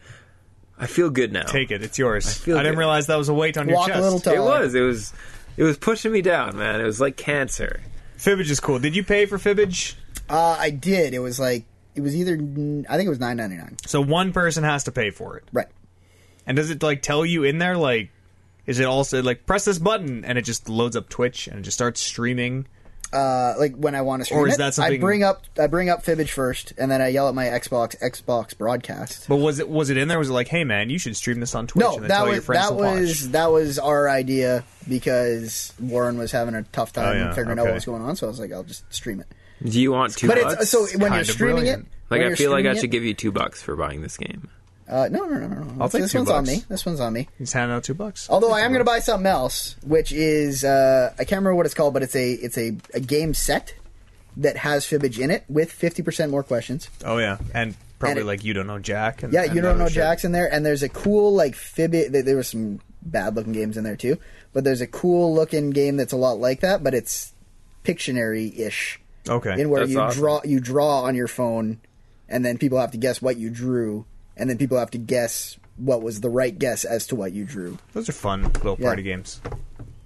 [SPEAKER 4] I feel good now.
[SPEAKER 2] Take it, it's yours. I,
[SPEAKER 4] feel
[SPEAKER 2] didn't
[SPEAKER 4] good.
[SPEAKER 2] realize that was a weight on
[SPEAKER 3] Walk
[SPEAKER 2] your
[SPEAKER 3] a little
[SPEAKER 2] chest.
[SPEAKER 3] taller.
[SPEAKER 4] It was. It was. It was pushing me down, man. It was like cancer.
[SPEAKER 2] Fibbage is cool. Did you pay for Fibbage?
[SPEAKER 3] Uh, I did. It was like it was either I think it was nine ninety nine.
[SPEAKER 2] So one person has to pay for it.
[SPEAKER 3] Right.
[SPEAKER 2] And does it like tell you in there like is it also like press this button and it just loads up Twitch and it just starts streaming?
[SPEAKER 3] Uh, like when I want to stream
[SPEAKER 2] Or is
[SPEAKER 3] it,
[SPEAKER 2] that something-
[SPEAKER 3] I bring up I bring up Fibbage first, and then I yell at my Xbox Xbox broadcast.
[SPEAKER 2] But was it was it in there? Was it like, hey man, you should stream this on Twitch
[SPEAKER 3] No,
[SPEAKER 2] and then
[SPEAKER 3] that
[SPEAKER 2] tell your
[SPEAKER 3] was
[SPEAKER 2] friends
[SPEAKER 3] that
[SPEAKER 2] to
[SPEAKER 3] was
[SPEAKER 2] watch?
[SPEAKER 3] that was our idea because Warren was having a tough time
[SPEAKER 2] Oh, yeah,
[SPEAKER 3] figuring out
[SPEAKER 2] okay.
[SPEAKER 3] what was going on, so I was like, I'll just stream it.
[SPEAKER 4] Do you want two
[SPEAKER 3] But
[SPEAKER 4] bucks?
[SPEAKER 3] it's so when you're
[SPEAKER 2] kinda
[SPEAKER 3] streaming
[SPEAKER 2] brilliant.
[SPEAKER 3] it,
[SPEAKER 4] like
[SPEAKER 3] when
[SPEAKER 4] I
[SPEAKER 3] you're
[SPEAKER 4] feel like I
[SPEAKER 3] streaming
[SPEAKER 4] should
[SPEAKER 3] it-
[SPEAKER 4] give you two bucks for buying this game.
[SPEAKER 3] Uh, no, no, no, no, no.
[SPEAKER 2] I'll take
[SPEAKER 3] this
[SPEAKER 2] two
[SPEAKER 3] one's on
[SPEAKER 2] bucks.
[SPEAKER 3] me. This one's on me.
[SPEAKER 2] He's handing out two bucks.
[SPEAKER 3] Although I am going to buy something else, which is uh, I can't remember what it's called, but it's a it's a, a game set that has Fibbage in it with fifty percent more questions.
[SPEAKER 2] Oh yeah, and probably
[SPEAKER 3] And it-
[SPEAKER 2] like you don't know Jack. And,
[SPEAKER 3] Yeah,
[SPEAKER 2] and
[SPEAKER 3] you don't
[SPEAKER 2] other
[SPEAKER 3] know
[SPEAKER 2] shit.
[SPEAKER 3] Jack's in there, and there's a cool like Fibbage. th- There were some bad looking games in there too, but there's a cool looking game that's a lot like that, but it's Pictionary ish,
[SPEAKER 2] Okay,
[SPEAKER 3] in where
[SPEAKER 4] That's
[SPEAKER 3] you
[SPEAKER 4] awesome.
[SPEAKER 3] draw you draw on your phone, and then people have to guess what you drew, and then people have to guess what was the right guess as to what you drew.
[SPEAKER 2] those are fun little
[SPEAKER 3] Yeah.
[SPEAKER 2] party games.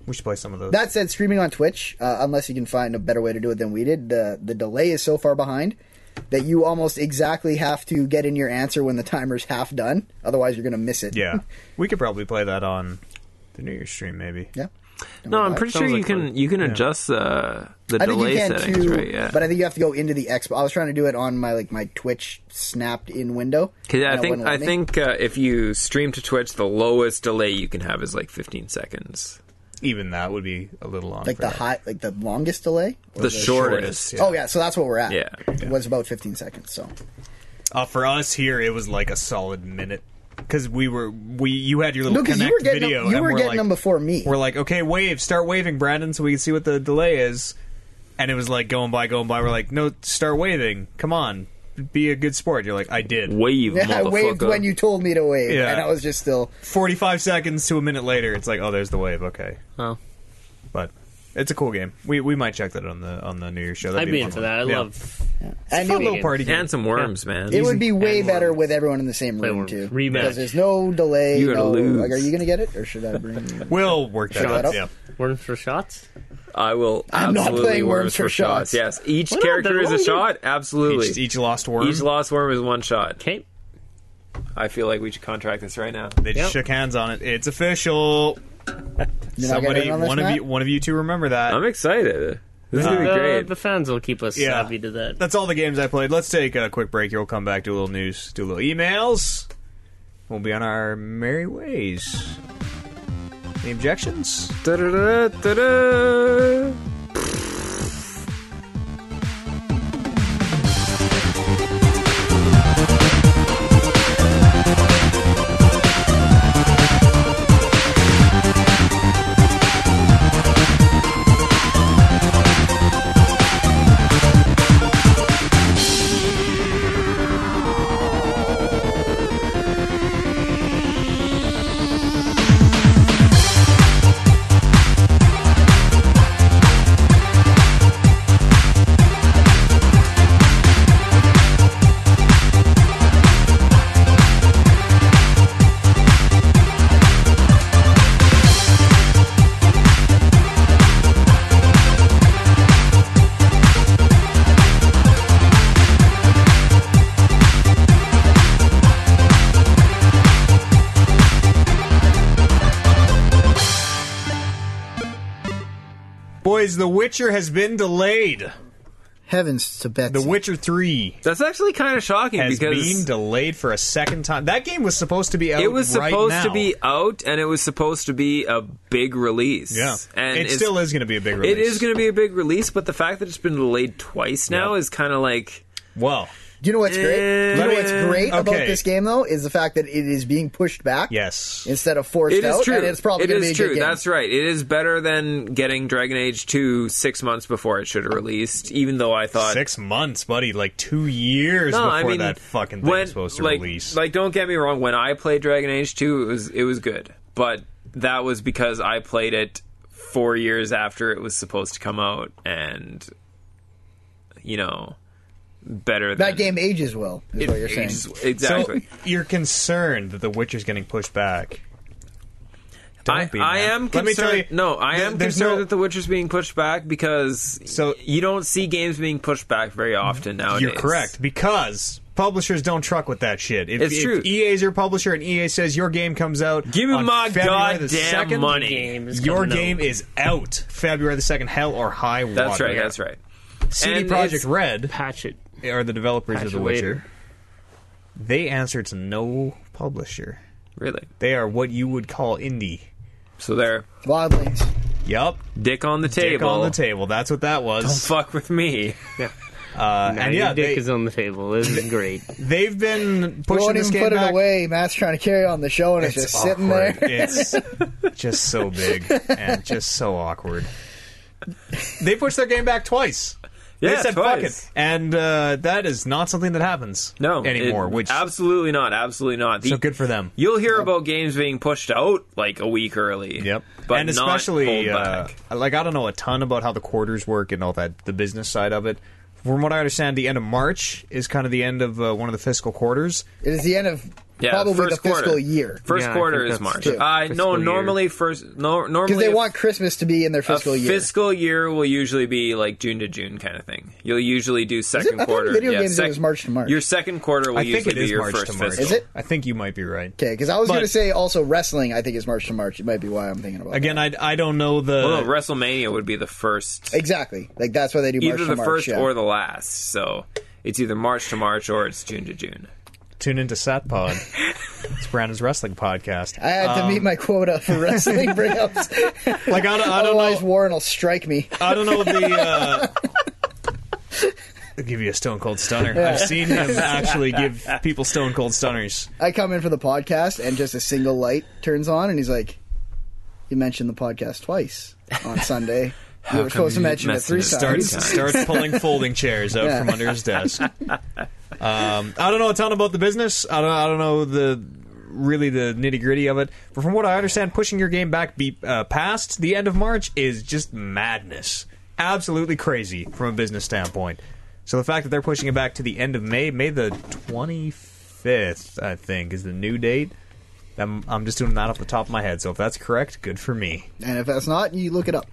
[SPEAKER 2] We should play some of those.
[SPEAKER 3] That said, streaming on Twitch, uh, unless you can find a better way to do it than we did, the the delay is so far behind that you almost exactly have to get in your answer when the timer's half done. Otherwise, you're going to miss it.
[SPEAKER 2] yeah, we could probably play that on the New Year's stream, maybe.
[SPEAKER 3] yeah.
[SPEAKER 4] No, I'm pretty sure
[SPEAKER 2] sounds
[SPEAKER 4] you
[SPEAKER 2] like
[SPEAKER 4] can
[SPEAKER 2] fun.
[SPEAKER 4] you can adjust uh, the
[SPEAKER 3] I think
[SPEAKER 4] delay
[SPEAKER 3] you can
[SPEAKER 4] settings,
[SPEAKER 3] too,
[SPEAKER 4] right? Yeah.
[SPEAKER 3] but I think you have to go into the Xbox. I was trying to do it on my like my Twitch snapped in window.
[SPEAKER 4] Cause
[SPEAKER 3] and
[SPEAKER 4] I
[SPEAKER 3] it
[SPEAKER 4] think
[SPEAKER 3] wouldn't
[SPEAKER 4] I
[SPEAKER 3] let me.
[SPEAKER 4] think uh, if you stream to Twitch, the lowest delay you can have is like 15 seconds.
[SPEAKER 2] Even that would be a little on.
[SPEAKER 3] like
[SPEAKER 2] for
[SPEAKER 3] the
[SPEAKER 2] that.
[SPEAKER 3] high, like the longest delay. Or
[SPEAKER 4] The, shortest.
[SPEAKER 2] shortest, yeah.
[SPEAKER 3] Oh yeah, so that's what we're at.
[SPEAKER 4] Yeah.
[SPEAKER 3] it was about 15 seconds. So
[SPEAKER 2] Uh, for us here, it was like a solid minute because we were we you had your little
[SPEAKER 3] no, because you
[SPEAKER 2] Kinect
[SPEAKER 3] were getting
[SPEAKER 2] video.
[SPEAKER 3] them, you
[SPEAKER 2] and
[SPEAKER 3] were
[SPEAKER 2] we're
[SPEAKER 3] getting
[SPEAKER 2] like,
[SPEAKER 3] them before me.
[SPEAKER 2] We're like, okay, wave, start waving, Brandon, so we can see what the delay is. And it was like going by, going by. We're like, no, start waving. Come on, be a good sport. You're like, I did.
[SPEAKER 4] Wave,
[SPEAKER 3] yeah, I
[SPEAKER 4] motherfucker.
[SPEAKER 3] waved when you told me to wave,
[SPEAKER 2] Yeah.
[SPEAKER 3] and I was just still.
[SPEAKER 2] Forty-five seconds to a minute later, it's like, oh, there's the wave. Okay,
[SPEAKER 4] Oh.
[SPEAKER 2] but it's a cool game. We we might check that on the on the New Year's show.
[SPEAKER 1] I'd
[SPEAKER 2] That'd
[SPEAKER 1] be
[SPEAKER 2] a fun
[SPEAKER 1] into
[SPEAKER 2] one.
[SPEAKER 1] that. I
[SPEAKER 2] Yeah.
[SPEAKER 1] love
[SPEAKER 3] And
[SPEAKER 2] fun
[SPEAKER 3] it-
[SPEAKER 2] little party game.
[SPEAKER 4] and some worms, man.
[SPEAKER 3] It would be way
[SPEAKER 1] and
[SPEAKER 3] better
[SPEAKER 1] worms.
[SPEAKER 3] with everyone in the same
[SPEAKER 1] Play
[SPEAKER 3] room
[SPEAKER 1] worms.
[SPEAKER 3] too.
[SPEAKER 1] Rematch.
[SPEAKER 3] Because there's no delay.
[SPEAKER 4] You're gonna
[SPEAKER 3] no,
[SPEAKER 4] lose.
[SPEAKER 3] Like, are you gonna get it, or should I bring?
[SPEAKER 2] We'll work that
[SPEAKER 3] Shut
[SPEAKER 2] out.
[SPEAKER 3] up.
[SPEAKER 2] Yeah.
[SPEAKER 1] worms for shots.
[SPEAKER 4] I will.
[SPEAKER 3] I'm not
[SPEAKER 4] absolutely
[SPEAKER 3] playing
[SPEAKER 4] worms
[SPEAKER 3] worms
[SPEAKER 4] for
[SPEAKER 3] for
[SPEAKER 4] shots.
[SPEAKER 3] shots.
[SPEAKER 4] Yes, each
[SPEAKER 1] Why not?
[SPEAKER 4] character
[SPEAKER 1] They're
[SPEAKER 4] is a
[SPEAKER 1] only-
[SPEAKER 4] shot. Absolutely.
[SPEAKER 2] Each, each lost worm.
[SPEAKER 4] Each lost worm is one shot.
[SPEAKER 1] Okay,
[SPEAKER 4] I feel like we should contract this right now.
[SPEAKER 2] they just
[SPEAKER 1] Yep.
[SPEAKER 2] shook hands on it. It's official.
[SPEAKER 3] You're not getting
[SPEAKER 2] Somebody,
[SPEAKER 3] in on this,
[SPEAKER 2] one of
[SPEAKER 3] Matt?
[SPEAKER 2] you, one of you two, remember that.
[SPEAKER 4] I'm excited. This is gonna be
[SPEAKER 1] the,
[SPEAKER 4] great.
[SPEAKER 1] Uh, the fans will keep us
[SPEAKER 2] Yeah.
[SPEAKER 1] savvy to that.
[SPEAKER 2] That's all the games I played. Let's take a quick break here. We'll come back, do a little news, do a little emails. We'll be on our merry ways. Any objections?
[SPEAKER 4] Da-da-da-da-da.
[SPEAKER 2] Boys, The Witcher has been delayed.
[SPEAKER 3] Heavens to Betsy.
[SPEAKER 2] The Witcher 3
[SPEAKER 4] That's actually kind of shocking
[SPEAKER 2] has been
[SPEAKER 4] because
[SPEAKER 2] delayed for a second time. That game was supposed to be out
[SPEAKER 4] it was
[SPEAKER 2] right
[SPEAKER 4] supposed to
[SPEAKER 2] now.
[SPEAKER 4] be out and it was supposed to be a big release.
[SPEAKER 2] Yeah.
[SPEAKER 4] and
[SPEAKER 2] it
[SPEAKER 4] it's-
[SPEAKER 2] still is going to be a big release.
[SPEAKER 4] It is going to be a big release, but the fact that it's been delayed twice now
[SPEAKER 2] Yep.
[SPEAKER 4] is kind of like
[SPEAKER 2] Well,
[SPEAKER 3] Do you know what's great? Do you
[SPEAKER 4] Let
[SPEAKER 3] know
[SPEAKER 4] me-
[SPEAKER 3] what's great about
[SPEAKER 2] okay.
[SPEAKER 3] this game though is the fact that it is being pushed back.
[SPEAKER 2] yes.
[SPEAKER 3] Instead of forced
[SPEAKER 4] it is
[SPEAKER 3] out,
[SPEAKER 4] true.
[SPEAKER 3] and it's probably
[SPEAKER 4] It
[SPEAKER 3] going to be
[SPEAKER 4] is
[SPEAKER 3] a
[SPEAKER 4] true.
[SPEAKER 3] good game.
[SPEAKER 4] That's right. It is better than getting Dragon Age two six months before it should have released. Even though I thought
[SPEAKER 2] Six months, buddy. Like two years
[SPEAKER 4] No,
[SPEAKER 2] before
[SPEAKER 4] I mean
[SPEAKER 2] that fucking thing
[SPEAKER 4] when-
[SPEAKER 2] was supposed to
[SPEAKER 4] like,
[SPEAKER 2] release.
[SPEAKER 4] Like, don't get me wrong. When I played Dragon Age two, it was it was good, but that was because I played it four years after it was supposed to come out, and you know, better than
[SPEAKER 3] that game ages well. Is
[SPEAKER 4] It
[SPEAKER 3] what you're saying.
[SPEAKER 4] ages- Exactly.
[SPEAKER 2] So you're concerned that The Witcher's getting pushed back. Don't
[SPEAKER 4] I,
[SPEAKER 2] be,
[SPEAKER 4] I
[SPEAKER 2] man.
[SPEAKER 4] am
[SPEAKER 2] Let
[SPEAKER 4] concerned.
[SPEAKER 2] me tell you,
[SPEAKER 4] no, I
[SPEAKER 2] th-
[SPEAKER 4] am
[SPEAKER 2] there's
[SPEAKER 4] concerned
[SPEAKER 2] no-
[SPEAKER 4] that The Witcher's being pushed back because
[SPEAKER 2] So-
[SPEAKER 4] you don't see games being pushed back very often nowadays.
[SPEAKER 2] You're correct because publishers don't truck with that shit. If,
[SPEAKER 4] It's
[SPEAKER 2] if
[SPEAKER 4] true.
[SPEAKER 2] EA's your publisher and EA says your game comes out,
[SPEAKER 4] Give me
[SPEAKER 2] on
[SPEAKER 4] my
[SPEAKER 2] February the
[SPEAKER 4] goddamn
[SPEAKER 2] 2nd,
[SPEAKER 4] money.
[SPEAKER 1] Game is
[SPEAKER 2] Your
[SPEAKER 1] coming out.
[SPEAKER 2] game is out February the second. Hell or high water.
[SPEAKER 4] That's right. That's right.
[SPEAKER 2] CD
[SPEAKER 4] And
[SPEAKER 2] Project
[SPEAKER 4] it's-
[SPEAKER 2] Red
[SPEAKER 1] Patch it.
[SPEAKER 2] are the developers
[SPEAKER 1] Patch
[SPEAKER 2] of The
[SPEAKER 1] it
[SPEAKER 2] Witcher.
[SPEAKER 1] later.
[SPEAKER 2] They answer to no publisher.
[SPEAKER 4] Really.
[SPEAKER 2] They are what you would call indie.
[SPEAKER 4] So they're
[SPEAKER 3] Wildlings.
[SPEAKER 2] Yup.
[SPEAKER 4] dick on the table.
[SPEAKER 2] Dick on the table. That's what that was.
[SPEAKER 4] Fuck with me.
[SPEAKER 2] Uh,
[SPEAKER 1] Now
[SPEAKER 2] and
[SPEAKER 1] your
[SPEAKER 2] yeah,
[SPEAKER 1] dick
[SPEAKER 2] they,
[SPEAKER 1] is on the table. This is great.
[SPEAKER 2] they've been
[SPEAKER 3] We
[SPEAKER 2] pushing
[SPEAKER 3] won't
[SPEAKER 2] this
[SPEAKER 3] even
[SPEAKER 2] game
[SPEAKER 3] put
[SPEAKER 2] back.
[SPEAKER 3] it away. Matt's trying to carry on the show, and it's, just sitting there.
[SPEAKER 2] awkward. It's just so big and just so awkward. They pushed their game back twice.
[SPEAKER 4] Yeah,
[SPEAKER 2] they said fuck
[SPEAKER 4] twice.
[SPEAKER 2] it, and uh, that is not something that happens
[SPEAKER 4] No, it-
[SPEAKER 2] anymore. which
[SPEAKER 4] absolutely not. Absolutely not. The-
[SPEAKER 2] so good for them.
[SPEAKER 4] You'll hear about games being pushed out like a week early.
[SPEAKER 2] Yep,
[SPEAKER 4] but
[SPEAKER 2] and
[SPEAKER 4] not
[SPEAKER 2] especially
[SPEAKER 4] pulled
[SPEAKER 2] uh,
[SPEAKER 4] back.
[SPEAKER 2] like I don't know a ton about how the quarters work and all that, the business side of it. From what I understand, the end of March is kind of the end of uh, one of the fiscal quarters.
[SPEAKER 3] It is the end of
[SPEAKER 4] Yeah,
[SPEAKER 3] probably the
[SPEAKER 4] first quarter.
[SPEAKER 3] fiscal year
[SPEAKER 4] First
[SPEAKER 1] Yeah, I
[SPEAKER 4] quarter
[SPEAKER 1] think
[SPEAKER 4] is
[SPEAKER 1] that's
[SPEAKER 4] March.
[SPEAKER 1] true.
[SPEAKER 4] Uh, no,
[SPEAKER 1] Fiscal year.
[SPEAKER 4] normally first. No, normally
[SPEAKER 3] because they
[SPEAKER 4] a-
[SPEAKER 3] want Christmas to be in their fiscal
[SPEAKER 4] a
[SPEAKER 3] year.
[SPEAKER 4] fiscal year will usually be like June to June kind of thing. You'll usually do second
[SPEAKER 3] I thought in
[SPEAKER 4] quarter.
[SPEAKER 3] video
[SPEAKER 4] yeah,
[SPEAKER 3] games it
[SPEAKER 4] sec-
[SPEAKER 3] was March to March.
[SPEAKER 4] Your second quarter will
[SPEAKER 2] I think
[SPEAKER 4] usually
[SPEAKER 2] it
[SPEAKER 4] be
[SPEAKER 2] is
[SPEAKER 4] your
[SPEAKER 2] March
[SPEAKER 4] first
[SPEAKER 2] to March.
[SPEAKER 4] fiscal.
[SPEAKER 3] Is it?
[SPEAKER 2] I think you might be right.
[SPEAKER 3] okay, because I was
[SPEAKER 2] But-
[SPEAKER 3] going to say also wrestling. I think is March to March. It might be why I'm thinking about
[SPEAKER 2] Again, I, I don't know the
[SPEAKER 4] Well, no, WrestleMania would be the first,
[SPEAKER 3] That. Exactly. Like that's why they do
[SPEAKER 4] either
[SPEAKER 3] March
[SPEAKER 4] the
[SPEAKER 3] to March.
[SPEAKER 4] first
[SPEAKER 3] yeah.
[SPEAKER 4] or the last. So it's either March to March or it's June to June.
[SPEAKER 2] Tune into Satpod. it's Brandon's wrestling podcast.
[SPEAKER 3] I had to meet my quota for wrestling breakups.
[SPEAKER 2] Like Um. I don't, I don't
[SPEAKER 3] Otherwise,
[SPEAKER 2] know.
[SPEAKER 3] Warren will strike me.
[SPEAKER 2] I don't know the. Uh, I'll give you a stone cold stunner. I've seen him actually give people stone cold stunners.
[SPEAKER 3] I come in for the podcast, and just a single light turns on, and he's like, "You mentioned the podcast twice on Sunday. you were supposed to
[SPEAKER 4] you
[SPEAKER 3] mention it
[SPEAKER 4] messed
[SPEAKER 3] three
[SPEAKER 4] it up?
[SPEAKER 3] times."
[SPEAKER 2] Starts starts pulling folding chairs out
[SPEAKER 3] Yeah.
[SPEAKER 2] from under his desk. Um, I don't know a ton about the business. I don't. I don't know the really the nitty gritty of it. But from what I understand, pushing your game back be, uh, past the end of March is just madness. Absolutely crazy from a business standpoint. So the fact that they're pushing it back to the end of May, May the twenty fifth, I think, is the new date. I'm, I'm just doing that off the top of my head. So if that's correct, good for me.
[SPEAKER 3] And if that's not, you look it up.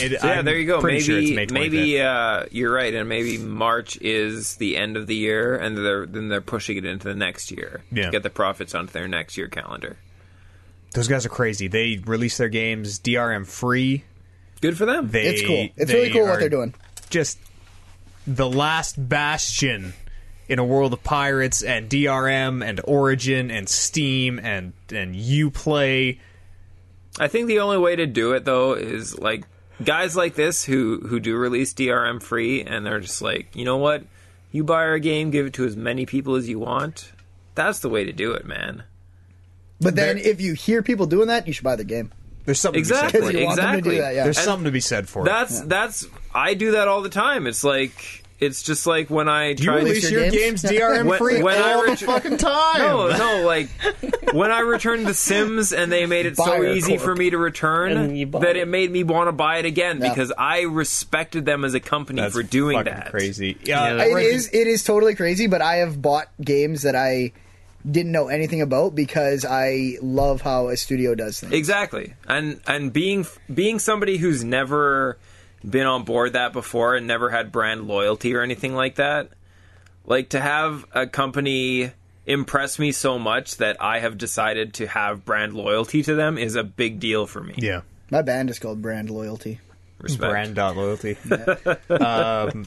[SPEAKER 2] It,
[SPEAKER 4] So yeah,
[SPEAKER 2] I'm
[SPEAKER 4] there you go.
[SPEAKER 2] pretty
[SPEAKER 4] Maybe
[SPEAKER 2] sure it's May 25th.
[SPEAKER 4] maybe uh, you're right, and maybe March is the end of the year, and they're then they're pushing it into the next year
[SPEAKER 2] Yeah.
[SPEAKER 4] to get the profits onto their next year calendar.
[SPEAKER 2] Those guys are crazy. They release their games DRM free.
[SPEAKER 4] Good for them.
[SPEAKER 2] They,
[SPEAKER 3] It's cool. It's
[SPEAKER 2] they
[SPEAKER 3] really cool
[SPEAKER 2] are
[SPEAKER 3] what they're doing.
[SPEAKER 2] Just the last bastion in a world of pirates and DRM and Origin and Steam and and UPlay.
[SPEAKER 4] I think the only way to do it though is like guys like this who who do release DRM free and they're just like, you know what? You buy our game, give it to as many people as you want. That's the way to do it, man.
[SPEAKER 3] But then,
[SPEAKER 2] They're-
[SPEAKER 3] if you hear people doing that, you should buy the game.
[SPEAKER 2] There's something
[SPEAKER 4] Exactly.
[SPEAKER 2] To be said.
[SPEAKER 3] you want them to do
[SPEAKER 4] exactly.
[SPEAKER 3] that, yeah.
[SPEAKER 2] There's something to be said for it.
[SPEAKER 4] That's that's I do that all the time. It's like it's just like when I
[SPEAKER 2] You
[SPEAKER 4] try to
[SPEAKER 2] release your games, DRM
[SPEAKER 4] When-
[SPEAKER 2] free
[SPEAKER 4] when I
[SPEAKER 2] all the
[SPEAKER 4] ret-
[SPEAKER 2] fucking time.
[SPEAKER 4] No, Oh, no, like when I returned The Sims and they made it so
[SPEAKER 3] Buyer
[SPEAKER 4] easy
[SPEAKER 3] corp.
[SPEAKER 4] for me to return
[SPEAKER 1] And you bought
[SPEAKER 4] that
[SPEAKER 1] it.
[SPEAKER 4] it made me want to buy it again
[SPEAKER 3] Yeah.
[SPEAKER 4] because I respected them as a company
[SPEAKER 2] That's
[SPEAKER 4] for doing
[SPEAKER 2] fucking
[SPEAKER 4] that.
[SPEAKER 2] Crazy. Yeah,
[SPEAKER 1] Yeah,
[SPEAKER 3] It
[SPEAKER 2] Origin-
[SPEAKER 3] is. It is totally crazy. But I have bought games that I didn't know anything about because I love how a studio does things.
[SPEAKER 4] Exactly. And and being being somebody who's never been on board that before and never had brand loyalty or anything like that, like to have a company impress me so much that I have decided to have brand loyalty to them is a big deal for me.
[SPEAKER 2] Yeah.
[SPEAKER 3] My band is called Brand Loyalty.
[SPEAKER 4] Respect.
[SPEAKER 2] Brand dot loyalty. um,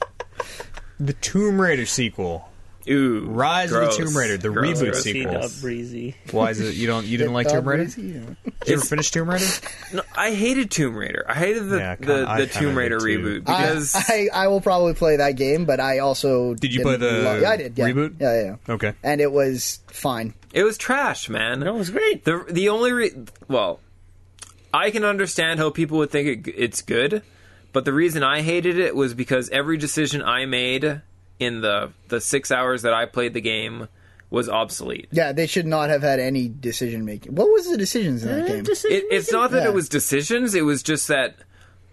[SPEAKER 2] the Tomb Raider sequel,
[SPEAKER 4] Ooh,
[SPEAKER 2] Rise of the
[SPEAKER 4] gross.
[SPEAKER 2] Tomb Raider, the
[SPEAKER 4] Gross,
[SPEAKER 2] reboot
[SPEAKER 4] gross.
[SPEAKER 2] sequel.
[SPEAKER 1] Proceed
[SPEAKER 2] Sequels.
[SPEAKER 1] up breezy.
[SPEAKER 2] Why is it you don't you didn't like Tomb Raider? Did you ever finish Tomb Raider?
[SPEAKER 4] No, I hated Tomb Raider. I hated the
[SPEAKER 2] Yeah, kinda-
[SPEAKER 4] the,
[SPEAKER 2] I
[SPEAKER 4] the
[SPEAKER 2] kinda did
[SPEAKER 4] Tomb Raider
[SPEAKER 2] too.
[SPEAKER 4] reboot
[SPEAKER 2] I-
[SPEAKER 4] because
[SPEAKER 3] I, I, I will probably play that game, but I also
[SPEAKER 2] Did you
[SPEAKER 3] didn't
[SPEAKER 2] play the
[SPEAKER 3] love- yeah, I did, yeah.
[SPEAKER 2] reboot?
[SPEAKER 3] Yeah, yeah, yeah.
[SPEAKER 2] Okay.
[SPEAKER 3] And it was fine.
[SPEAKER 4] it was trash, man.
[SPEAKER 1] No, it was great.
[SPEAKER 4] The the only re- well, I can understand how people would think it, it's good, but the reason I hated it was because every decision I made in the the six hours that I played the game was obsolete.
[SPEAKER 3] Yeah, they should not have had any decision making. What was the decisions in that game?
[SPEAKER 4] It, it's not that
[SPEAKER 3] Yeah.
[SPEAKER 4] it was decisions; it was just that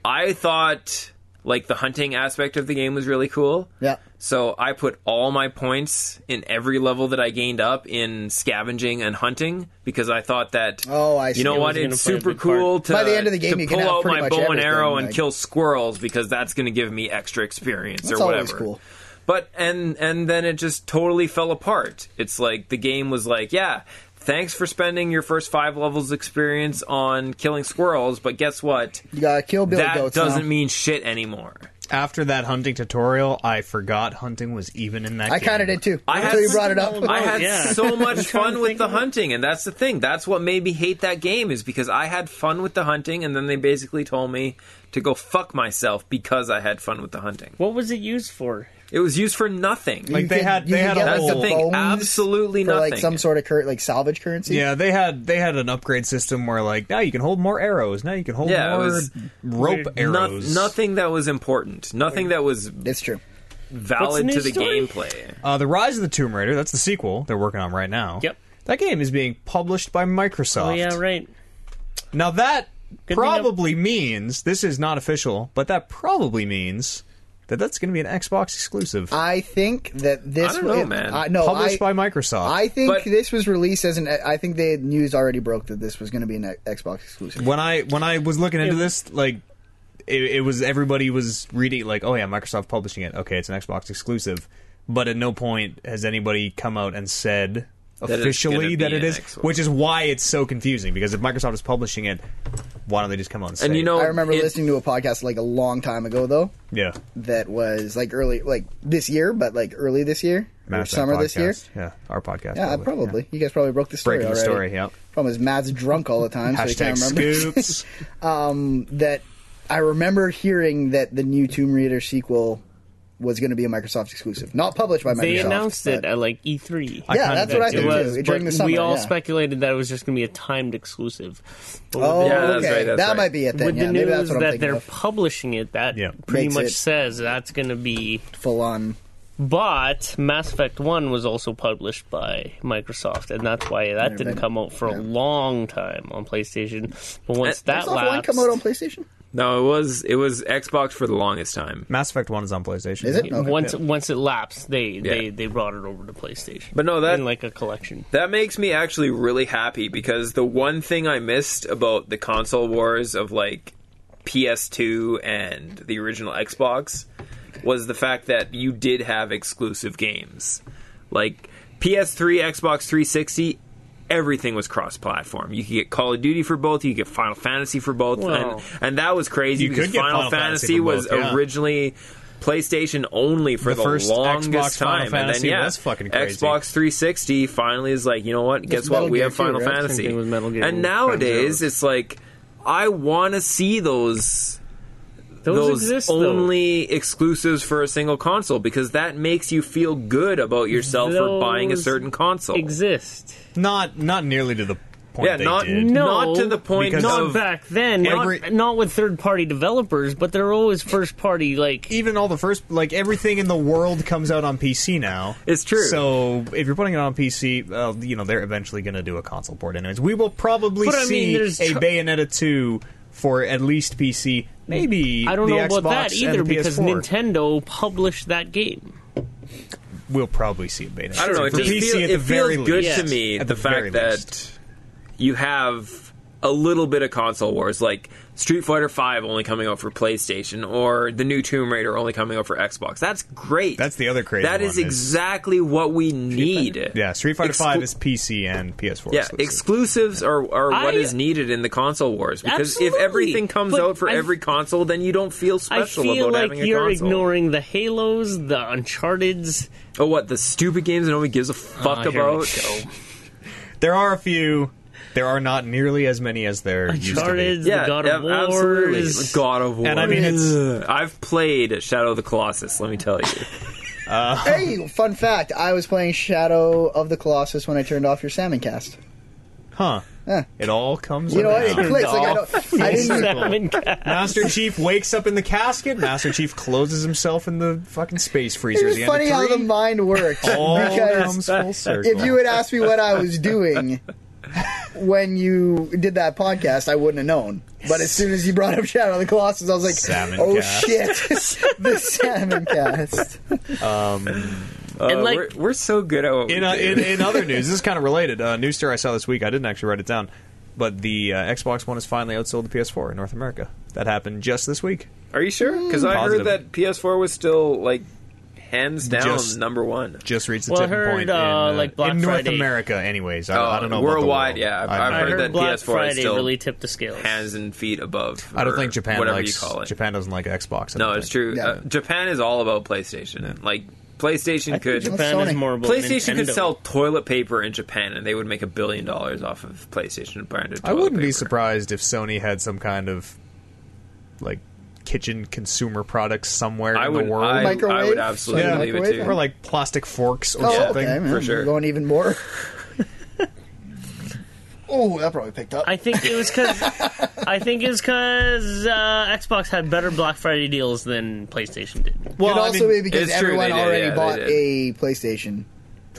[SPEAKER 4] I thought like the hunting aspect of the game was really cool.
[SPEAKER 3] Yeah.
[SPEAKER 4] So I put all my points in every level that I gained up in scavenging and hunting because I thought that
[SPEAKER 3] Oh, I see.
[SPEAKER 4] you know what
[SPEAKER 1] It was
[SPEAKER 4] it's
[SPEAKER 1] gonna play a
[SPEAKER 4] super
[SPEAKER 1] big part.
[SPEAKER 4] cool to
[SPEAKER 3] By the end of the game,
[SPEAKER 4] to
[SPEAKER 3] you
[SPEAKER 4] pull
[SPEAKER 3] can have
[SPEAKER 4] out
[SPEAKER 3] pretty
[SPEAKER 4] my
[SPEAKER 3] much
[SPEAKER 4] bow and
[SPEAKER 3] everything,
[SPEAKER 4] arrow and
[SPEAKER 3] like-
[SPEAKER 4] kill squirrels because that's going to give me extra experience
[SPEAKER 3] That's
[SPEAKER 4] or
[SPEAKER 3] always
[SPEAKER 4] whatever.
[SPEAKER 3] cool.
[SPEAKER 4] But and and then it just totally fell apart. It's like the game was like, yeah, thanks for spending your first five levels experience on killing squirrels, but guess what?
[SPEAKER 3] You gotta kill Billy
[SPEAKER 4] that
[SPEAKER 3] Goats.
[SPEAKER 4] doesn't
[SPEAKER 3] now.
[SPEAKER 4] mean shit anymore.
[SPEAKER 2] After that hunting tutorial, I forgot hunting was even in that
[SPEAKER 3] I
[SPEAKER 2] game.
[SPEAKER 3] kind of did too.
[SPEAKER 4] I
[SPEAKER 3] until
[SPEAKER 4] had-
[SPEAKER 3] you brought it up.
[SPEAKER 1] I
[SPEAKER 4] I had
[SPEAKER 1] yeah.
[SPEAKER 4] so
[SPEAKER 1] I'm trying to
[SPEAKER 4] much fun with
[SPEAKER 1] think
[SPEAKER 4] the
[SPEAKER 1] of it.
[SPEAKER 4] hunting, and that's the thing. That's what made me hate that game is because I had fun with the hunting, and then they basically told me to go fuck myself because I had fun with the hunting.
[SPEAKER 1] What was it used for?
[SPEAKER 4] It was used for nothing.
[SPEAKER 2] Like
[SPEAKER 3] You
[SPEAKER 2] they
[SPEAKER 3] could-
[SPEAKER 2] had
[SPEAKER 3] you
[SPEAKER 2] they had
[SPEAKER 3] could get,
[SPEAKER 2] a
[SPEAKER 3] like,
[SPEAKER 4] That's
[SPEAKER 2] whole
[SPEAKER 4] the thing.
[SPEAKER 3] bones
[SPEAKER 4] Absolutely
[SPEAKER 3] for
[SPEAKER 4] nothing.
[SPEAKER 3] like some sort of cur- like salvage currency.
[SPEAKER 2] Yeah, they had they had an upgrade system where like now you can hold more arrows, now you can hold
[SPEAKER 4] Yeah, it
[SPEAKER 2] more
[SPEAKER 4] was-
[SPEAKER 2] rope
[SPEAKER 4] No-
[SPEAKER 2] arrows.
[SPEAKER 4] nothing that was important. Nothing that was
[SPEAKER 3] that's true.
[SPEAKER 4] valid
[SPEAKER 1] new
[SPEAKER 4] to the
[SPEAKER 1] story?
[SPEAKER 4] gameplay.
[SPEAKER 2] Uh, the Rise of the Tomb Raider, that's the sequel they're working on right now.
[SPEAKER 1] Yep.
[SPEAKER 2] That game is being published by Microsoft.
[SPEAKER 1] Oh yeah, right.
[SPEAKER 2] Now that
[SPEAKER 1] Good thing I'm-
[SPEAKER 2] probably means this is not official, but that probably means that that's going to be an Xbox exclusive
[SPEAKER 3] I think that this.
[SPEAKER 4] I don't know,
[SPEAKER 3] it-
[SPEAKER 4] man.
[SPEAKER 3] I, no, Oh, I,
[SPEAKER 2] published by Microsoft.
[SPEAKER 3] I think
[SPEAKER 4] But-
[SPEAKER 3] this was released as an. I think the news already broke that this was going to be an Xbox exclusive.
[SPEAKER 2] when I when I was looking into this, like it, it was everybody was reading like, oh yeah, Microsoft publishing it. Okay, it's an Xbox exclusive. But at no point has anybody come out and said
[SPEAKER 4] it's
[SPEAKER 2] officially that
[SPEAKER 4] gonna be
[SPEAKER 2] it
[SPEAKER 4] an
[SPEAKER 2] is,
[SPEAKER 4] Xbox.
[SPEAKER 2] which is why it's so confusing. Because if Microsoft is publishing it, why don't they just come out and say?
[SPEAKER 4] And you know,
[SPEAKER 3] I remember
[SPEAKER 4] it-
[SPEAKER 3] listening to a podcast like a long time ago though
[SPEAKER 2] it? yeah,
[SPEAKER 3] that was like early like this year, but like early this year or
[SPEAKER 2] Mass Effect
[SPEAKER 3] summer this year.
[SPEAKER 2] podcast. Yeah, our podcast.
[SPEAKER 3] Yeah, probably.
[SPEAKER 2] Yeah.
[SPEAKER 3] You guys probably broke the story
[SPEAKER 2] breaking the
[SPEAKER 3] already.
[SPEAKER 2] story. Yeah.
[SPEAKER 3] Problem is, Matt's drunk all the time, so he
[SPEAKER 2] Hashtag
[SPEAKER 3] can't remember.
[SPEAKER 2] scoops.
[SPEAKER 3] um, that I remember hearing that the new Tomb Raider sequel was going to be a Microsoft exclusive, not published by Microsoft.
[SPEAKER 1] They announced it
[SPEAKER 3] but-
[SPEAKER 1] at like E E3.
[SPEAKER 2] I
[SPEAKER 3] yeah,
[SPEAKER 2] kinda
[SPEAKER 3] that's
[SPEAKER 2] did
[SPEAKER 3] what I
[SPEAKER 2] too.
[SPEAKER 1] it
[SPEAKER 3] think
[SPEAKER 1] was,
[SPEAKER 3] too.
[SPEAKER 1] but
[SPEAKER 3] During the summer,
[SPEAKER 1] we all
[SPEAKER 3] yeah.
[SPEAKER 1] speculated that it was just going to be a timed exclusive. But
[SPEAKER 3] Oh,
[SPEAKER 1] with the-
[SPEAKER 4] Yeah, that's
[SPEAKER 3] okay.
[SPEAKER 4] right, that's
[SPEAKER 3] that
[SPEAKER 4] right.
[SPEAKER 3] might be a thing.
[SPEAKER 1] with
[SPEAKER 3] yeah,
[SPEAKER 1] the
[SPEAKER 3] maybe
[SPEAKER 1] news
[SPEAKER 3] that's what I'm
[SPEAKER 1] that
[SPEAKER 3] thinking
[SPEAKER 1] they're
[SPEAKER 3] of.
[SPEAKER 1] publishing it, that
[SPEAKER 2] Yeah.
[SPEAKER 1] pretty
[SPEAKER 3] Makes
[SPEAKER 1] much
[SPEAKER 3] it-
[SPEAKER 1] says that's going to be.
[SPEAKER 3] full on.
[SPEAKER 1] But Mass Effect One was also published by Microsoft, and that's why that
[SPEAKER 3] Never
[SPEAKER 1] didn't
[SPEAKER 3] been-
[SPEAKER 1] come out for a
[SPEAKER 3] yeah.
[SPEAKER 1] long time on PlayStation. But once
[SPEAKER 4] Uh,
[SPEAKER 1] that
[SPEAKER 3] Does One come
[SPEAKER 1] lapsed,
[SPEAKER 3] out on PlayStation?
[SPEAKER 4] no, it was it was Xbox for the longest time.
[SPEAKER 2] Mass Effect One is on PlayStation.
[SPEAKER 3] Is it? Okay.
[SPEAKER 1] once once it lapsed, they they
[SPEAKER 4] Yeah.
[SPEAKER 1] they brought it over to PlayStation.
[SPEAKER 4] But no, that-
[SPEAKER 1] in like a collection.
[SPEAKER 4] That makes me actually really happy because the one thing I missed about the console wars of like PS2 and the original Xbox was the fact that you did have exclusive games. Like PS3, Xbox 360, everything was cross platform. You could get Call of Duty for both, you could get Final Fantasy for both,
[SPEAKER 1] Wow.
[SPEAKER 4] and, and that was crazy
[SPEAKER 2] You
[SPEAKER 4] because
[SPEAKER 2] could get
[SPEAKER 4] Final,
[SPEAKER 2] Final Fantasy
[SPEAKER 4] Fantasy,
[SPEAKER 2] for
[SPEAKER 4] was
[SPEAKER 2] both, yeah.
[SPEAKER 4] originally PlayStation only for
[SPEAKER 2] The
[SPEAKER 4] the,
[SPEAKER 2] first
[SPEAKER 4] longest
[SPEAKER 2] Xbox Final
[SPEAKER 4] time, and
[SPEAKER 2] Fantasy
[SPEAKER 4] then yeah,
[SPEAKER 2] was fucking crazy.
[SPEAKER 4] Xbox 360 finally is like, you know what? Guess what?
[SPEAKER 3] Metal
[SPEAKER 4] We
[SPEAKER 3] Gear
[SPEAKER 4] have
[SPEAKER 3] too,
[SPEAKER 4] Final
[SPEAKER 3] right? Same
[SPEAKER 4] Fantasy.
[SPEAKER 1] thing with Metal Gear
[SPEAKER 4] and
[SPEAKER 1] and
[SPEAKER 4] nowadays,
[SPEAKER 1] Fantasy.
[SPEAKER 4] it's like I want to see those
[SPEAKER 1] Those,
[SPEAKER 4] those
[SPEAKER 1] exist though.
[SPEAKER 4] only exclusives for a single console because that makes you feel good about yourself for buying a
[SPEAKER 1] Those
[SPEAKER 4] certain console.
[SPEAKER 1] exist.
[SPEAKER 2] Not not nearly to the point.
[SPEAKER 4] yeah,
[SPEAKER 2] they
[SPEAKER 4] not
[SPEAKER 2] did.
[SPEAKER 1] No.
[SPEAKER 4] not to the point
[SPEAKER 2] Because
[SPEAKER 1] Not
[SPEAKER 4] of
[SPEAKER 1] back then,
[SPEAKER 2] every-
[SPEAKER 1] not, not with third party developers, but they're always first party. Like
[SPEAKER 2] even all the first like everything in the world comes out on PC now.
[SPEAKER 4] It's true.
[SPEAKER 2] So if you're putting it on PC, uh, you know they're eventually going to do a console port, anyways. We will probably
[SPEAKER 1] But I mean,
[SPEAKER 2] see
[SPEAKER 1] there's
[SPEAKER 2] a
[SPEAKER 1] tr-
[SPEAKER 2] Bayonetta two for at least PC, maybe
[SPEAKER 1] I don't
[SPEAKER 2] the
[SPEAKER 1] know
[SPEAKER 2] Xbox
[SPEAKER 1] about that either
[SPEAKER 2] and the
[SPEAKER 1] because
[SPEAKER 2] PS4.
[SPEAKER 1] Nintendo published that game.
[SPEAKER 2] We'll probably see a Bayonetta.
[SPEAKER 4] I don't know. It
[SPEAKER 2] For
[SPEAKER 4] just
[SPEAKER 2] PC
[SPEAKER 4] feel,
[SPEAKER 2] at the
[SPEAKER 4] it feels
[SPEAKER 2] very
[SPEAKER 4] good
[SPEAKER 2] least.
[SPEAKER 4] to me
[SPEAKER 2] At
[SPEAKER 4] the,
[SPEAKER 2] the
[SPEAKER 4] fact
[SPEAKER 2] very
[SPEAKER 4] that
[SPEAKER 2] least.
[SPEAKER 4] you have a little bit of console wars, like Street Fighter Five only coming out for PlayStation, or the new Tomb Raider only coming out for Xbox. That's great.
[SPEAKER 2] That's the other crazy
[SPEAKER 4] That is
[SPEAKER 2] one is-
[SPEAKER 4] exactly what we need.
[SPEAKER 2] Yeah, Street Fighter
[SPEAKER 4] Exclu-
[SPEAKER 2] Five is PC and PS4.
[SPEAKER 4] Yeah,
[SPEAKER 2] exclusive.
[SPEAKER 4] exclusives are, are what
[SPEAKER 1] I-
[SPEAKER 4] is needed in the console wars because
[SPEAKER 1] Absolutely.
[SPEAKER 4] if everything comes
[SPEAKER 1] But
[SPEAKER 4] out for
[SPEAKER 1] I-
[SPEAKER 4] every console, then you don't feel
[SPEAKER 1] I
[SPEAKER 4] special
[SPEAKER 1] feel
[SPEAKER 4] about
[SPEAKER 1] like
[SPEAKER 4] having a
[SPEAKER 1] you're
[SPEAKER 4] console.
[SPEAKER 1] ignoring the Halos, the Uncharted's.
[SPEAKER 4] Oh, what the stupid games that nobody gives a fuck
[SPEAKER 1] Oh, here we
[SPEAKER 4] about?
[SPEAKER 1] go.
[SPEAKER 2] there are a few. There are not nearly as many as there used to be.
[SPEAKER 1] Uncharted's,
[SPEAKER 4] Yeah,
[SPEAKER 1] the God
[SPEAKER 4] yeah,
[SPEAKER 1] of War.
[SPEAKER 4] absolutely. God of War.
[SPEAKER 2] And I mean, it's-
[SPEAKER 4] I've played Shadow of the Colossus. Let me tell you.
[SPEAKER 3] Hey, fun fact: I was playing Shadow of the Colossus when I turned off your salmon cast.
[SPEAKER 2] Huh? It all comes.
[SPEAKER 3] You know what? It
[SPEAKER 2] around.
[SPEAKER 3] clicks. Like I don't. I didn't. even-
[SPEAKER 2] Master Chief wakes up in the casket. Master Chief closes himself in the fucking space freezer.
[SPEAKER 3] It's
[SPEAKER 2] at the
[SPEAKER 3] funny
[SPEAKER 2] end
[SPEAKER 3] how
[SPEAKER 2] of
[SPEAKER 3] the
[SPEAKER 2] three.
[SPEAKER 3] mind works.
[SPEAKER 2] all
[SPEAKER 3] because
[SPEAKER 2] comes full circle.
[SPEAKER 3] if you had asked me what I was doing when you did that podcast, I wouldn't have known. But as soon as you brought up Shadow of the Colossus, I was like,
[SPEAKER 2] Salmon
[SPEAKER 3] "Oh
[SPEAKER 2] cast."
[SPEAKER 3] shit, the salmon cast."
[SPEAKER 4] Uh,
[SPEAKER 1] like-
[SPEAKER 4] we're, we're so good at what
[SPEAKER 2] in,
[SPEAKER 4] we
[SPEAKER 2] uh,
[SPEAKER 4] do.
[SPEAKER 2] in, in other news, this is kind of related. Uh, news story I saw this week. I didn't actually write it down, but the uh, Xbox One has finally outsold the PS4 in North America. That happened just this week.
[SPEAKER 4] Are you sure? Because I
[SPEAKER 2] Hmm, Positive.
[SPEAKER 4] heard that PS4 was still like hands down
[SPEAKER 2] Just-
[SPEAKER 4] number one.
[SPEAKER 2] Just reached the
[SPEAKER 1] Well, I
[SPEAKER 2] tipping
[SPEAKER 1] heard,
[SPEAKER 2] point
[SPEAKER 1] uh,
[SPEAKER 2] in, uh,
[SPEAKER 1] like, Black
[SPEAKER 2] in North
[SPEAKER 1] Friday.
[SPEAKER 2] America. Anyways, I, I don't know about the
[SPEAKER 4] Uh, worldwide,
[SPEAKER 2] world.
[SPEAKER 4] yeah. I've-
[SPEAKER 2] I-
[SPEAKER 4] I've
[SPEAKER 1] I
[SPEAKER 4] heard
[SPEAKER 1] heard
[SPEAKER 4] that
[SPEAKER 1] Black
[SPEAKER 4] PS4 is
[SPEAKER 1] Friday
[SPEAKER 4] still
[SPEAKER 1] really tipped the scales.
[SPEAKER 4] Hands and feet above.
[SPEAKER 2] I don't
[SPEAKER 4] or
[SPEAKER 2] think Japan
[SPEAKER 4] whatever
[SPEAKER 2] likes
[SPEAKER 4] you call it.
[SPEAKER 2] Japan doesn't like Xbox. I
[SPEAKER 4] No,
[SPEAKER 2] don't
[SPEAKER 4] it's
[SPEAKER 2] think.
[SPEAKER 4] true.
[SPEAKER 3] Yeah.
[SPEAKER 4] Uh, Japan is all about PlayStation. Like PlayStation could
[SPEAKER 1] Japan
[SPEAKER 3] Sony.
[SPEAKER 1] is more about
[SPEAKER 4] PlayStation could
[SPEAKER 1] Nintendo.
[SPEAKER 4] sell toilet paper in Japan, and they would make a billion dollars off of PlayStation branded.
[SPEAKER 2] I
[SPEAKER 4] toilet
[SPEAKER 2] wouldn't be
[SPEAKER 4] paper.
[SPEAKER 2] surprised if Sony had some kind of like kitchen consumer products somewhere
[SPEAKER 4] I
[SPEAKER 2] in
[SPEAKER 4] would.
[SPEAKER 2] the world.
[SPEAKER 4] I, I
[SPEAKER 3] Microwave?
[SPEAKER 4] would absolutely
[SPEAKER 2] yeah,
[SPEAKER 4] believe it
[SPEAKER 3] Microwave?
[SPEAKER 4] too.
[SPEAKER 2] or like plastic forks or
[SPEAKER 3] Oh,
[SPEAKER 2] something.
[SPEAKER 3] okay, man,
[SPEAKER 4] for
[SPEAKER 3] we're
[SPEAKER 4] sure.
[SPEAKER 3] Going even more. oh, that probably picked up.
[SPEAKER 1] I think it was because I think it was because uh, Xbox had better Black Friday deals than PlayStation did.
[SPEAKER 2] Well,
[SPEAKER 3] Could
[SPEAKER 2] I
[SPEAKER 3] also
[SPEAKER 2] mean,
[SPEAKER 3] be because
[SPEAKER 4] it's true,
[SPEAKER 3] everyone
[SPEAKER 4] they did,
[SPEAKER 3] already
[SPEAKER 4] yeah, they
[SPEAKER 3] bought
[SPEAKER 4] did.
[SPEAKER 3] a PlayStation,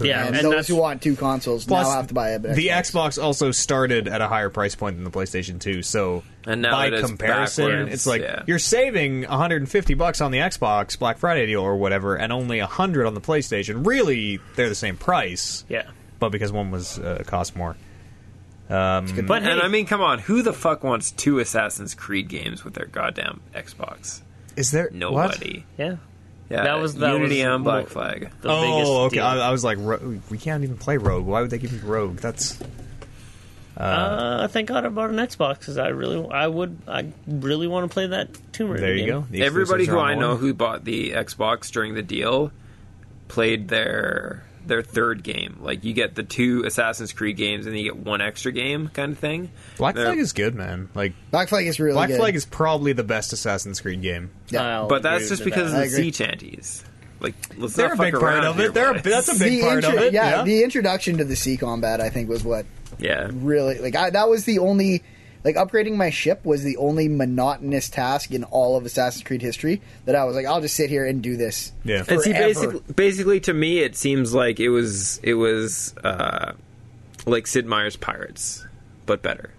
[SPEAKER 1] yeah,
[SPEAKER 3] and,
[SPEAKER 1] and
[SPEAKER 3] those
[SPEAKER 1] that's
[SPEAKER 3] who want two consoles
[SPEAKER 2] plus
[SPEAKER 3] now have to buy a.
[SPEAKER 2] the Xbox also started at a higher price point than the PlayStation 2, so
[SPEAKER 4] And now
[SPEAKER 2] by
[SPEAKER 4] it is
[SPEAKER 2] comparison,
[SPEAKER 4] backwards,
[SPEAKER 2] it's like
[SPEAKER 4] yeah.
[SPEAKER 2] you're saving 150 bucks on the Xbox Black Friday deal or whatever, and only 100 on the PlayStation. Really, they're the same price,
[SPEAKER 1] yeah.
[SPEAKER 2] but because one was uh, cost more.
[SPEAKER 1] But hey,
[SPEAKER 4] And I mean, come on, who the fuck wants two Assassin's Creed games with their goddamn Xbox?
[SPEAKER 2] Is there what?
[SPEAKER 4] Nobody.
[SPEAKER 1] yeah,
[SPEAKER 4] Yeah,
[SPEAKER 1] That was- that
[SPEAKER 4] Unity
[SPEAKER 1] was
[SPEAKER 4] and Black
[SPEAKER 1] mo-
[SPEAKER 4] Flag.
[SPEAKER 1] the biggest
[SPEAKER 2] Oh, okay.
[SPEAKER 1] deal.
[SPEAKER 2] I, I was like, Ro- we can't even play Rogue. Why would they give you Rogue? That's
[SPEAKER 1] uh, thank God I bought an Xbox because I really, I would, I really want to play that Tomb Raider.
[SPEAKER 2] there you
[SPEAKER 1] game.
[SPEAKER 2] go. The
[SPEAKER 4] Everybody
[SPEAKER 2] exclusives are
[SPEAKER 4] who
[SPEAKER 2] on
[SPEAKER 4] I
[SPEAKER 2] the
[SPEAKER 4] know
[SPEAKER 2] line.
[SPEAKER 4] who bought the Xbox during the deal played their their third game. Like you get the two Assassin's Creed games and then you get one extra game kind of thing.
[SPEAKER 2] Black
[SPEAKER 4] They're-
[SPEAKER 2] Flag is good, man. Like
[SPEAKER 3] Black Flag is really
[SPEAKER 2] Black
[SPEAKER 3] good.
[SPEAKER 2] Flag is probably the best Assassin's Creed game.
[SPEAKER 1] I'll
[SPEAKER 4] but that's
[SPEAKER 1] agree
[SPEAKER 4] just
[SPEAKER 1] with
[SPEAKER 4] because
[SPEAKER 1] that.
[SPEAKER 3] I
[SPEAKER 4] of the
[SPEAKER 3] agree.
[SPEAKER 4] sea chanties. Like let's
[SPEAKER 2] They're
[SPEAKER 4] not
[SPEAKER 2] a
[SPEAKER 4] fuck
[SPEAKER 2] big part
[SPEAKER 4] around
[SPEAKER 2] of
[SPEAKER 4] here,
[SPEAKER 2] it. They're a,
[SPEAKER 4] boys.
[SPEAKER 2] that's a big
[SPEAKER 3] The
[SPEAKER 2] part of
[SPEAKER 3] intro-
[SPEAKER 2] it.
[SPEAKER 3] Yeah, the introduction to the sea combat, I think, was what
[SPEAKER 4] yeah.
[SPEAKER 3] really like. I, that was the only like upgrading my ship was the only monotonous task in all of Assassin's Creed history that I was like, I'll just sit here and do this.
[SPEAKER 2] Yeah.
[SPEAKER 4] And see,
[SPEAKER 3] forever.
[SPEAKER 4] basically, basically, to me, it seems like it was it was uh, like Sid Meier's Pirates, but better.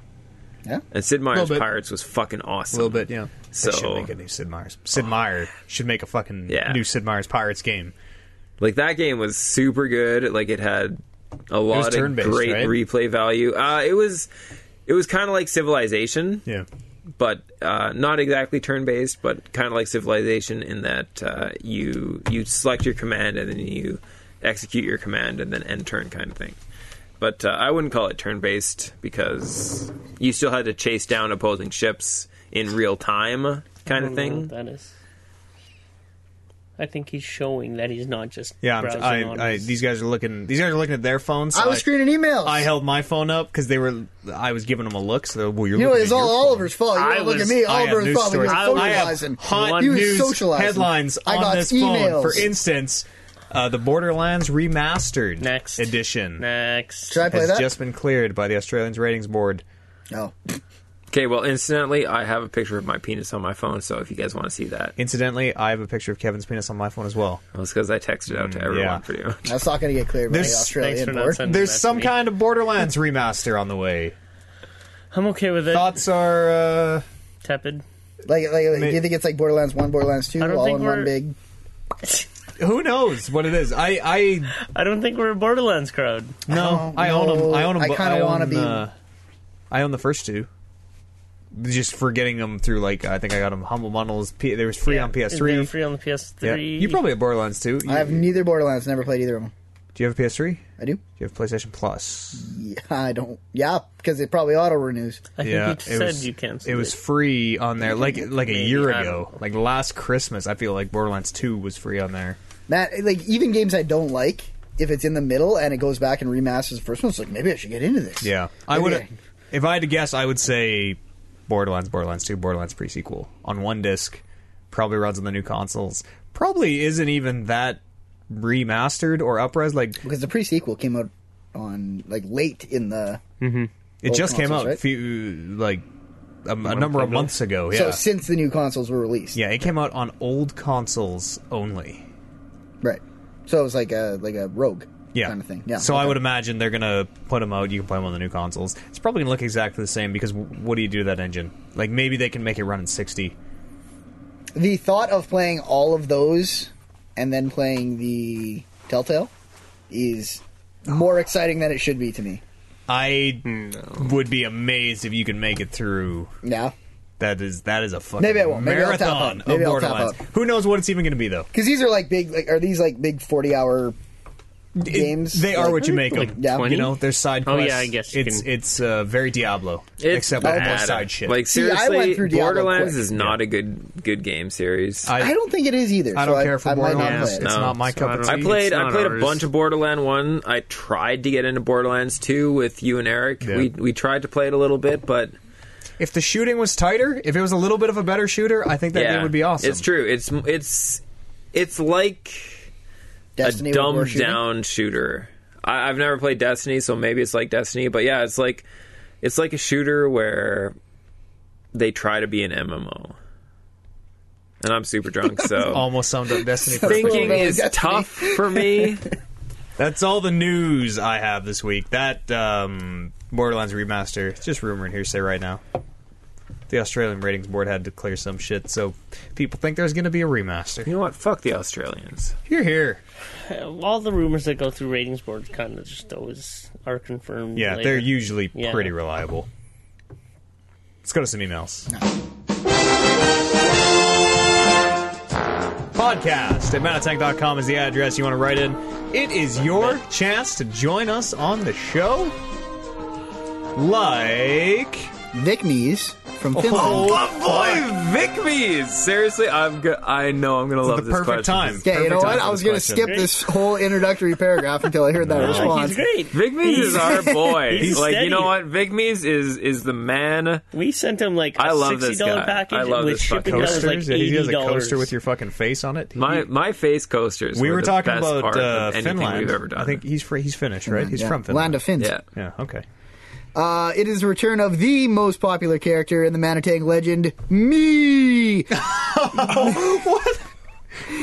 [SPEAKER 3] Yeah.
[SPEAKER 4] And Sid Meier's
[SPEAKER 2] bit.
[SPEAKER 4] Pirates was fucking awesome.
[SPEAKER 2] A little bit, yeah.
[SPEAKER 4] So-
[SPEAKER 2] they should make a new Sid Meier's. Sid Meier should make a fucking
[SPEAKER 4] Yeah.
[SPEAKER 2] new Sid Meier's Pirates game.
[SPEAKER 4] Like that game was super good. Like it had a lot of
[SPEAKER 2] turn-based,
[SPEAKER 4] great
[SPEAKER 2] right?
[SPEAKER 4] replay value. Uh, it was it was kind of like Civilization,
[SPEAKER 2] Yeah.
[SPEAKER 4] but uh, not exactly turn based, but kind of like Civilization in that uh, you you select your command and then you execute your command and then end turn kind of thing. But uh, I wouldn't call it turn based because you still had to chase down opposing ships in real time kind of
[SPEAKER 1] I don't know
[SPEAKER 4] thing.
[SPEAKER 1] what
[SPEAKER 3] Mm-hmm.
[SPEAKER 1] that is. I think he's showing that he's not just
[SPEAKER 2] Yeah, I'm,
[SPEAKER 1] browsing on
[SPEAKER 2] I, I,
[SPEAKER 1] his-
[SPEAKER 2] these guys are looking. These guys are looking at their phones. so
[SPEAKER 3] I was screening emails.
[SPEAKER 2] I held my phone up because they were. I was giving them a look. So well, you're.
[SPEAKER 3] You know,
[SPEAKER 2] looking
[SPEAKER 3] it's
[SPEAKER 2] at
[SPEAKER 3] all
[SPEAKER 2] your phone.
[SPEAKER 3] Oliver's fault. You
[SPEAKER 1] I
[SPEAKER 3] don't look at
[SPEAKER 1] was-
[SPEAKER 3] me.
[SPEAKER 2] I have
[SPEAKER 3] Oliver was
[SPEAKER 2] news
[SPEAKER 3] probably
[SPEAKER 2] stories.
[SPEAKER 1] I- I have
[SPEAKER 3] socializing.
[SPEAKER 2] hot
[SPEAKER 1] He
[SPEAKER 3] was
[SPEAKER 2] news
[SPEAKER 3] socializing.
[SPEAKER 2] headlines
[SPEAKER 3] I
[SPEAKER 2] on
[SPEAKER 3] got
[SPEAKER 2] this phone.
[SPEAKER 3] emails.
[SPEAKER 2] For instance, uh, the Borderlands Remastered
[SPEAKER 1] Next.
[SPEAKER 2] edition
[SPEAKER 1] next.
[SPEAKER 3] Should I play
[SPEAKER 2] has
[SPEAKER 3] that?
[SPEAKER 2] just been cleared by the Australians Ratings Board.
[SPEAKER 3] no.
[SPEAKER 4] Okay, well, incidentally, I have a picture of my penis on my phone, so if you guys want to see that,
[SPEAKER 2] Incidentally, I have a picture of Kevin's penis on my phone as well.
[SPEAKER 4] Well, it's because I texted out to
[SPEAKER 3] Mm,
[SPEAKER 4] everyone
[SPEAKER 2] yeah.
[SPEAKER 4] pretty much.
[SPEAKER 3] That's not going to get cleared by
[SPEAKER 2] There's-
[SPEAKER 3] the
[SPEAKER 1] Thanks for
[SPEAKER 3] Australian
[SPEAKER 1] not
[SPEAKER 3] board.
[SPEAKER 1] sending
[SPEAKER 2] There's
[SPEAKER 1] that to
[SPEAKER 2] some
[SPEAKER 1] me.
[SPEAKER 2] kind of Borderlands remaster on the way.
[SPEAKER 1] I'm okay with it.
[SPEAKER 2] Thoughts are uh,
[SPEAKER 1] Tepid.
[SPEAKER 3] Like, like, like, do
[SPEAKER 2] May-
[SPEAKER 3] you think it's like Borderlands 1, Borderlands 2,
[SPEAKER 1] I don't
[SPEAKER 3] all
[SPEAKER 1] think
[SPEAKER 3] in
[SPEAKER 1] we're-
[SPEAKER 3] one big?
[SPEAKER 2] who knows what it is. I I
[SPEAKER 1] I don't think we're a Borderlands crowd.
[SPEAKER 2] no
[SPEAKER 3] don't
[SPEAKER 2] I own them.
[SPEAKER 3] know.
[SPEAKER 2] I own them.
[SPEAKER 3] I kinda
[SPEAKER 2] own,
[SPEAKER 3] wanna be-
[SPEAKER 2] Uh, I own the first two. just for getting them through like I think I got them Humble Bundles. P- there was free on
[SPEAKER 1] Is there
[SPEAKER 2] PS3.
[SPEAKER 1] free on the PS3.
[SPEAKER 2] Yeah. You probably have Borderlands too. You,
[SPEAKER 3] I have neither Borderlands. Never played either of them.
[SPEAKER 2] do you have a PS3? Do
[SPEAKER 3] I do.
[SPEAKER 2] you have PlayStation Plus?
[SPEAKER 3] Yeah, I don't. Yeah, because it probably auto renews.
[SPEAKER 1] I think
[SPEAKER 2] yeah,
[SPEAKER 1] you said you can't.
[SPEAKER 2] It was free on there like like a
[SPEAKER 1] Maybe,
[SPEAKER 2] year
[SPEAKER 1] I don't
[SPEAKER 2] ago, like last Christmas. I feel like Borderlands Two was free on there.
[SPEAKER 3] Matt, like even games I don't like, if it's in the middle and it goes back and remasters the first one, it's like maybe I should get into this.
[SPEAKER 2] Yeah, I
[SPEAKER 3] Maybe
[SPEAKER 2] would. If I had to guess, I would say Borderlands, Borderlands Two, Borderlands prequel on one disc. Probably runs on the new consoles. Probably isn't even that remastered or upres. Like
[SPEAKER 3] because the pre sequel came out on like late in the.
[SPEAKER 2] it
[SPEAKER 3] Old
[SPEAKER 2] just came
[SPEAKER 3] consoles,
[SPEAKER 2] out
[SPEAKER 3] right?
[SPEAKER 2] few, like a, a number of
[SPEAKER 1] ago.
[SPEAKER 2] months ago. Yeah,
[SPEAKER 3] So since the new consoles were released,
[SPEAKER 2] yeah, it came out on old consoles only.
[SPEAKER 3] right. So it was like a like a rogue
[SPEAKER 2] Yeah,
[SPEAKER 3] kind of thing. Yeah.
[SPEAKER 2] So I
[SPEAKER 3] okay.
[SPEAKER 2] would imagine they're gonna put them out. You can play them on the new consoles. It's probably gonna look exactly the same because w- what do you do to that engine? Like maybe they can make it run in sixty.
[SPEAKER 3] the thought of playing all of those and then playing the Telltale is more exciting than it should be to me.
[SPEAKER 2] I would be amazed if you can make it through.
[SPEAKER 3] Yeah.
[SPEAKER 2] That is that is a fucking
[SPEAKER 3] Maybe I won't. Maybe I'll tap out.
[SPEAKER 2] marathon of
[SPEAKER 3] Maybe I'll tap
[SPEAKER 2] Borderlands.
[SPEAKER 3] out.
[SPEAKER 2] Who knows what it's even going to be though?
[SPEAKER 3] Because these are like big. Like, are these like big forty-hour
[SPEAKER 2] It-
[SPEAKER 3] games?
[SPEAKER 2] they are
[SPEAKER 3] Like-
[SPEAKER 2] what you make
[SPEAKER 1] Like
[SPEAKER 2] them.
[SPEAKER 3] Yeah.
[SPEAKER 2] You
[SPEAKER 1] 20?
[SPEAKER 2] know, there's side
[SPEAKER 1] Oh,
[SPEAKER 2] quests.
[SPEAKER 1] yeah, I guess you
[SPEAKER 2] it's
[SPEAKER 1] can-
[SPEAKER 2] it's uh, very Diablo, except with more
[SPEAKER 4] bad.
[SPEAKER 2] side shit.
[SPEAKER 4] Like
[SPEAKER 3] See, I went
[SPEAKER 4] seriously,
[SPEAKER 3] through Diablo
[SPEAKER 4] Borderlands
[SPEAKER 3] quick.
[SPEAKER 4] is not a good good game series. I,
[SPEAKER 2] I,
[SPEAKER 3] I don't think it is either.
[SPEAKER 2] I don't
[SPEAKER 3] so
[SPEAKER 2] care for
[SPEAKER 3] I, I might not
[SPEAKER 2] Borderlands.
[SPEAKER 3] play it.
[SPEAKER 2] It's
[SPEAKER 4] No,
[SPEAKER 2] not my
[SPEAKER 4] so
[SPEAKER 2] cup
[SPEAKER 4] I
[SPEAKER 2] of
[SPEAKER 4] don't-
[SPEAKER 2] tea.
[SPEAKER 4] I played
[SPEAKER 2] It's
[SPEAKER 4] I
[SPEAKER 2] not
[SPEAKER 4] played a
[SPEAKER 2] ours.
[SPEAKER 4] bunch of Borderland 1. I tried to get into Borderlands 2 with you and Eric.
[SPEAKER 2] Yeah.
[SPEAKER 4] We we tried to play it a little bit, but
[SPEAKER 2] If the shooting was tighter, if it was a little bit of a better shooter, I think that
[SPEAKER 4] yeah,
[SPEAKER 2] game would be awesome.
[SPEAKER 4] It's true. It's it's it's like
[SPEAKER 3] Destiny
[SPEAKER 4] a
[SPEAKER 3] with more
[SPEAKER 4] dumbed
[SPEAKER 3] shooting?
[SPEAKER 4] down shooter. I, I've never played Destiny, so maybe it's like Destiny. But yeah, it's like it's like a shooter where they try to be an MMO. And I'm super drunk, so
[SPEAKER 2] Almost summed up Destiny. perfectly.
[SPEAKER 4] thinking is
[SPEAKER 3] Destiny.
[SPEAKER 4] tough for me.
[SPEAKER 2] That's all the news I have this week. That um, Borderlands remaster, it's just rumor and hearsay right now. The Australian ratings board had to clear some shit, so people think there's going to be a remaster.
[SPEAKER 4] You know what? Fuck the Australians.
[SPEAKER 2] You're here.
[SPEAKER 1] all the rumors that go through ratings boards kind of just always are confirmed.
[SPEAKER 2] Yeah,
[SPEAKER 1] later.
[SPEAKER 2] they're usually
[SPEAKER 1] Yeah.
[SPEAKER 2] pretty reliable. Let's go to some emails. Podcast at manatank.com is the address you want to write in. It is your chance to join us on the show. Like.
[SPEAKER 3] Vic Mies from Finland.
[SPEAKER 2] Oh,
[SPEAKER 4] boy, Vic Mees. Seriously, I'm. Go- I know I'm gonna love
[SPEAKER 2] the
[SPEAKER 4] this
[SPEAKER 2] perfect
[SPEAKER 4] question.
[SPEAKER 2] time.
[SPEAKER 3] Okay, you
[SPEAKER 2] Perfect
[SPEAKER 3] know what?
[SPEAKER 2] time
[SPEAKER 3] I
[SPEAKER 2] for
[SPEAKER 3] was
[SPEAKER 2] this
[SPEAKER 3] going to
[SPEAKER 2] question.
[SPEAKER 3] skip this whole introductory paragraph until I heard that
[SPEAKER 1] Like, he's
[SPEAKER 3] response.
[SPEAKER 1] great.
[SPEAKER 4] Vic Mees is our boy.
[SPEAKER 1] He's
[SPEAKER 4] like
[SPEAKER 1] steady.
[SPEAKER 4] you know what? Vic Mees is is the man.
[SPEAKER 1] We sent him like a
[SPEAKER 4] I love
[SPEAKER 1] sixty
[SPEAKER 4] this
[SPEAKER 1] dollar
[SPEAKER 4] guy.
[SPEAKER 1] package
[SPEAKER 4] I love
[SPEAKER 1] with
[SPEAKER 4] this
[SPEAKER 1] shipping
[SPEAKER 4] fucking
[SPEAKER 1] that was
[SPEAKER 2] Coasters?
[SPEAKER 1] like
[SPEAKER 2] yeah, he has
[SPEAKER 1] eighty
[SPEAKER 2] a
[SPEAKER 1] dollars.
[SPEAKER 2] coaster with your fucking face on it. He-
[SPEAKER 4] My my face coasters.
[SPEAKER 2] we were
[SPEAKER 4] the
[SPEAKER 2] talking
[SPEAKER 4] best
[SPEAKER 2] about
[SPEAKER 4] part
[SPEAKER 2] uh,
[SPEAKER 4] of anything
[SPEAKER 2] Finland.
[SPEAKER 4] we've ever done.
[SPEAKER 2] I think he's fr- he's Finnish, right? He's
[SPEAKER 3] Yeah.
[SPEAKER 2] from Finland.
[SPEAKER 3] Land of Finns.
[SPEAKER 4] Yeah.
[SPEAKER 2] Yeah. Okay.
[SPEAKER 3] Uh, it is the return of the most popular character in the Manitang legend, me.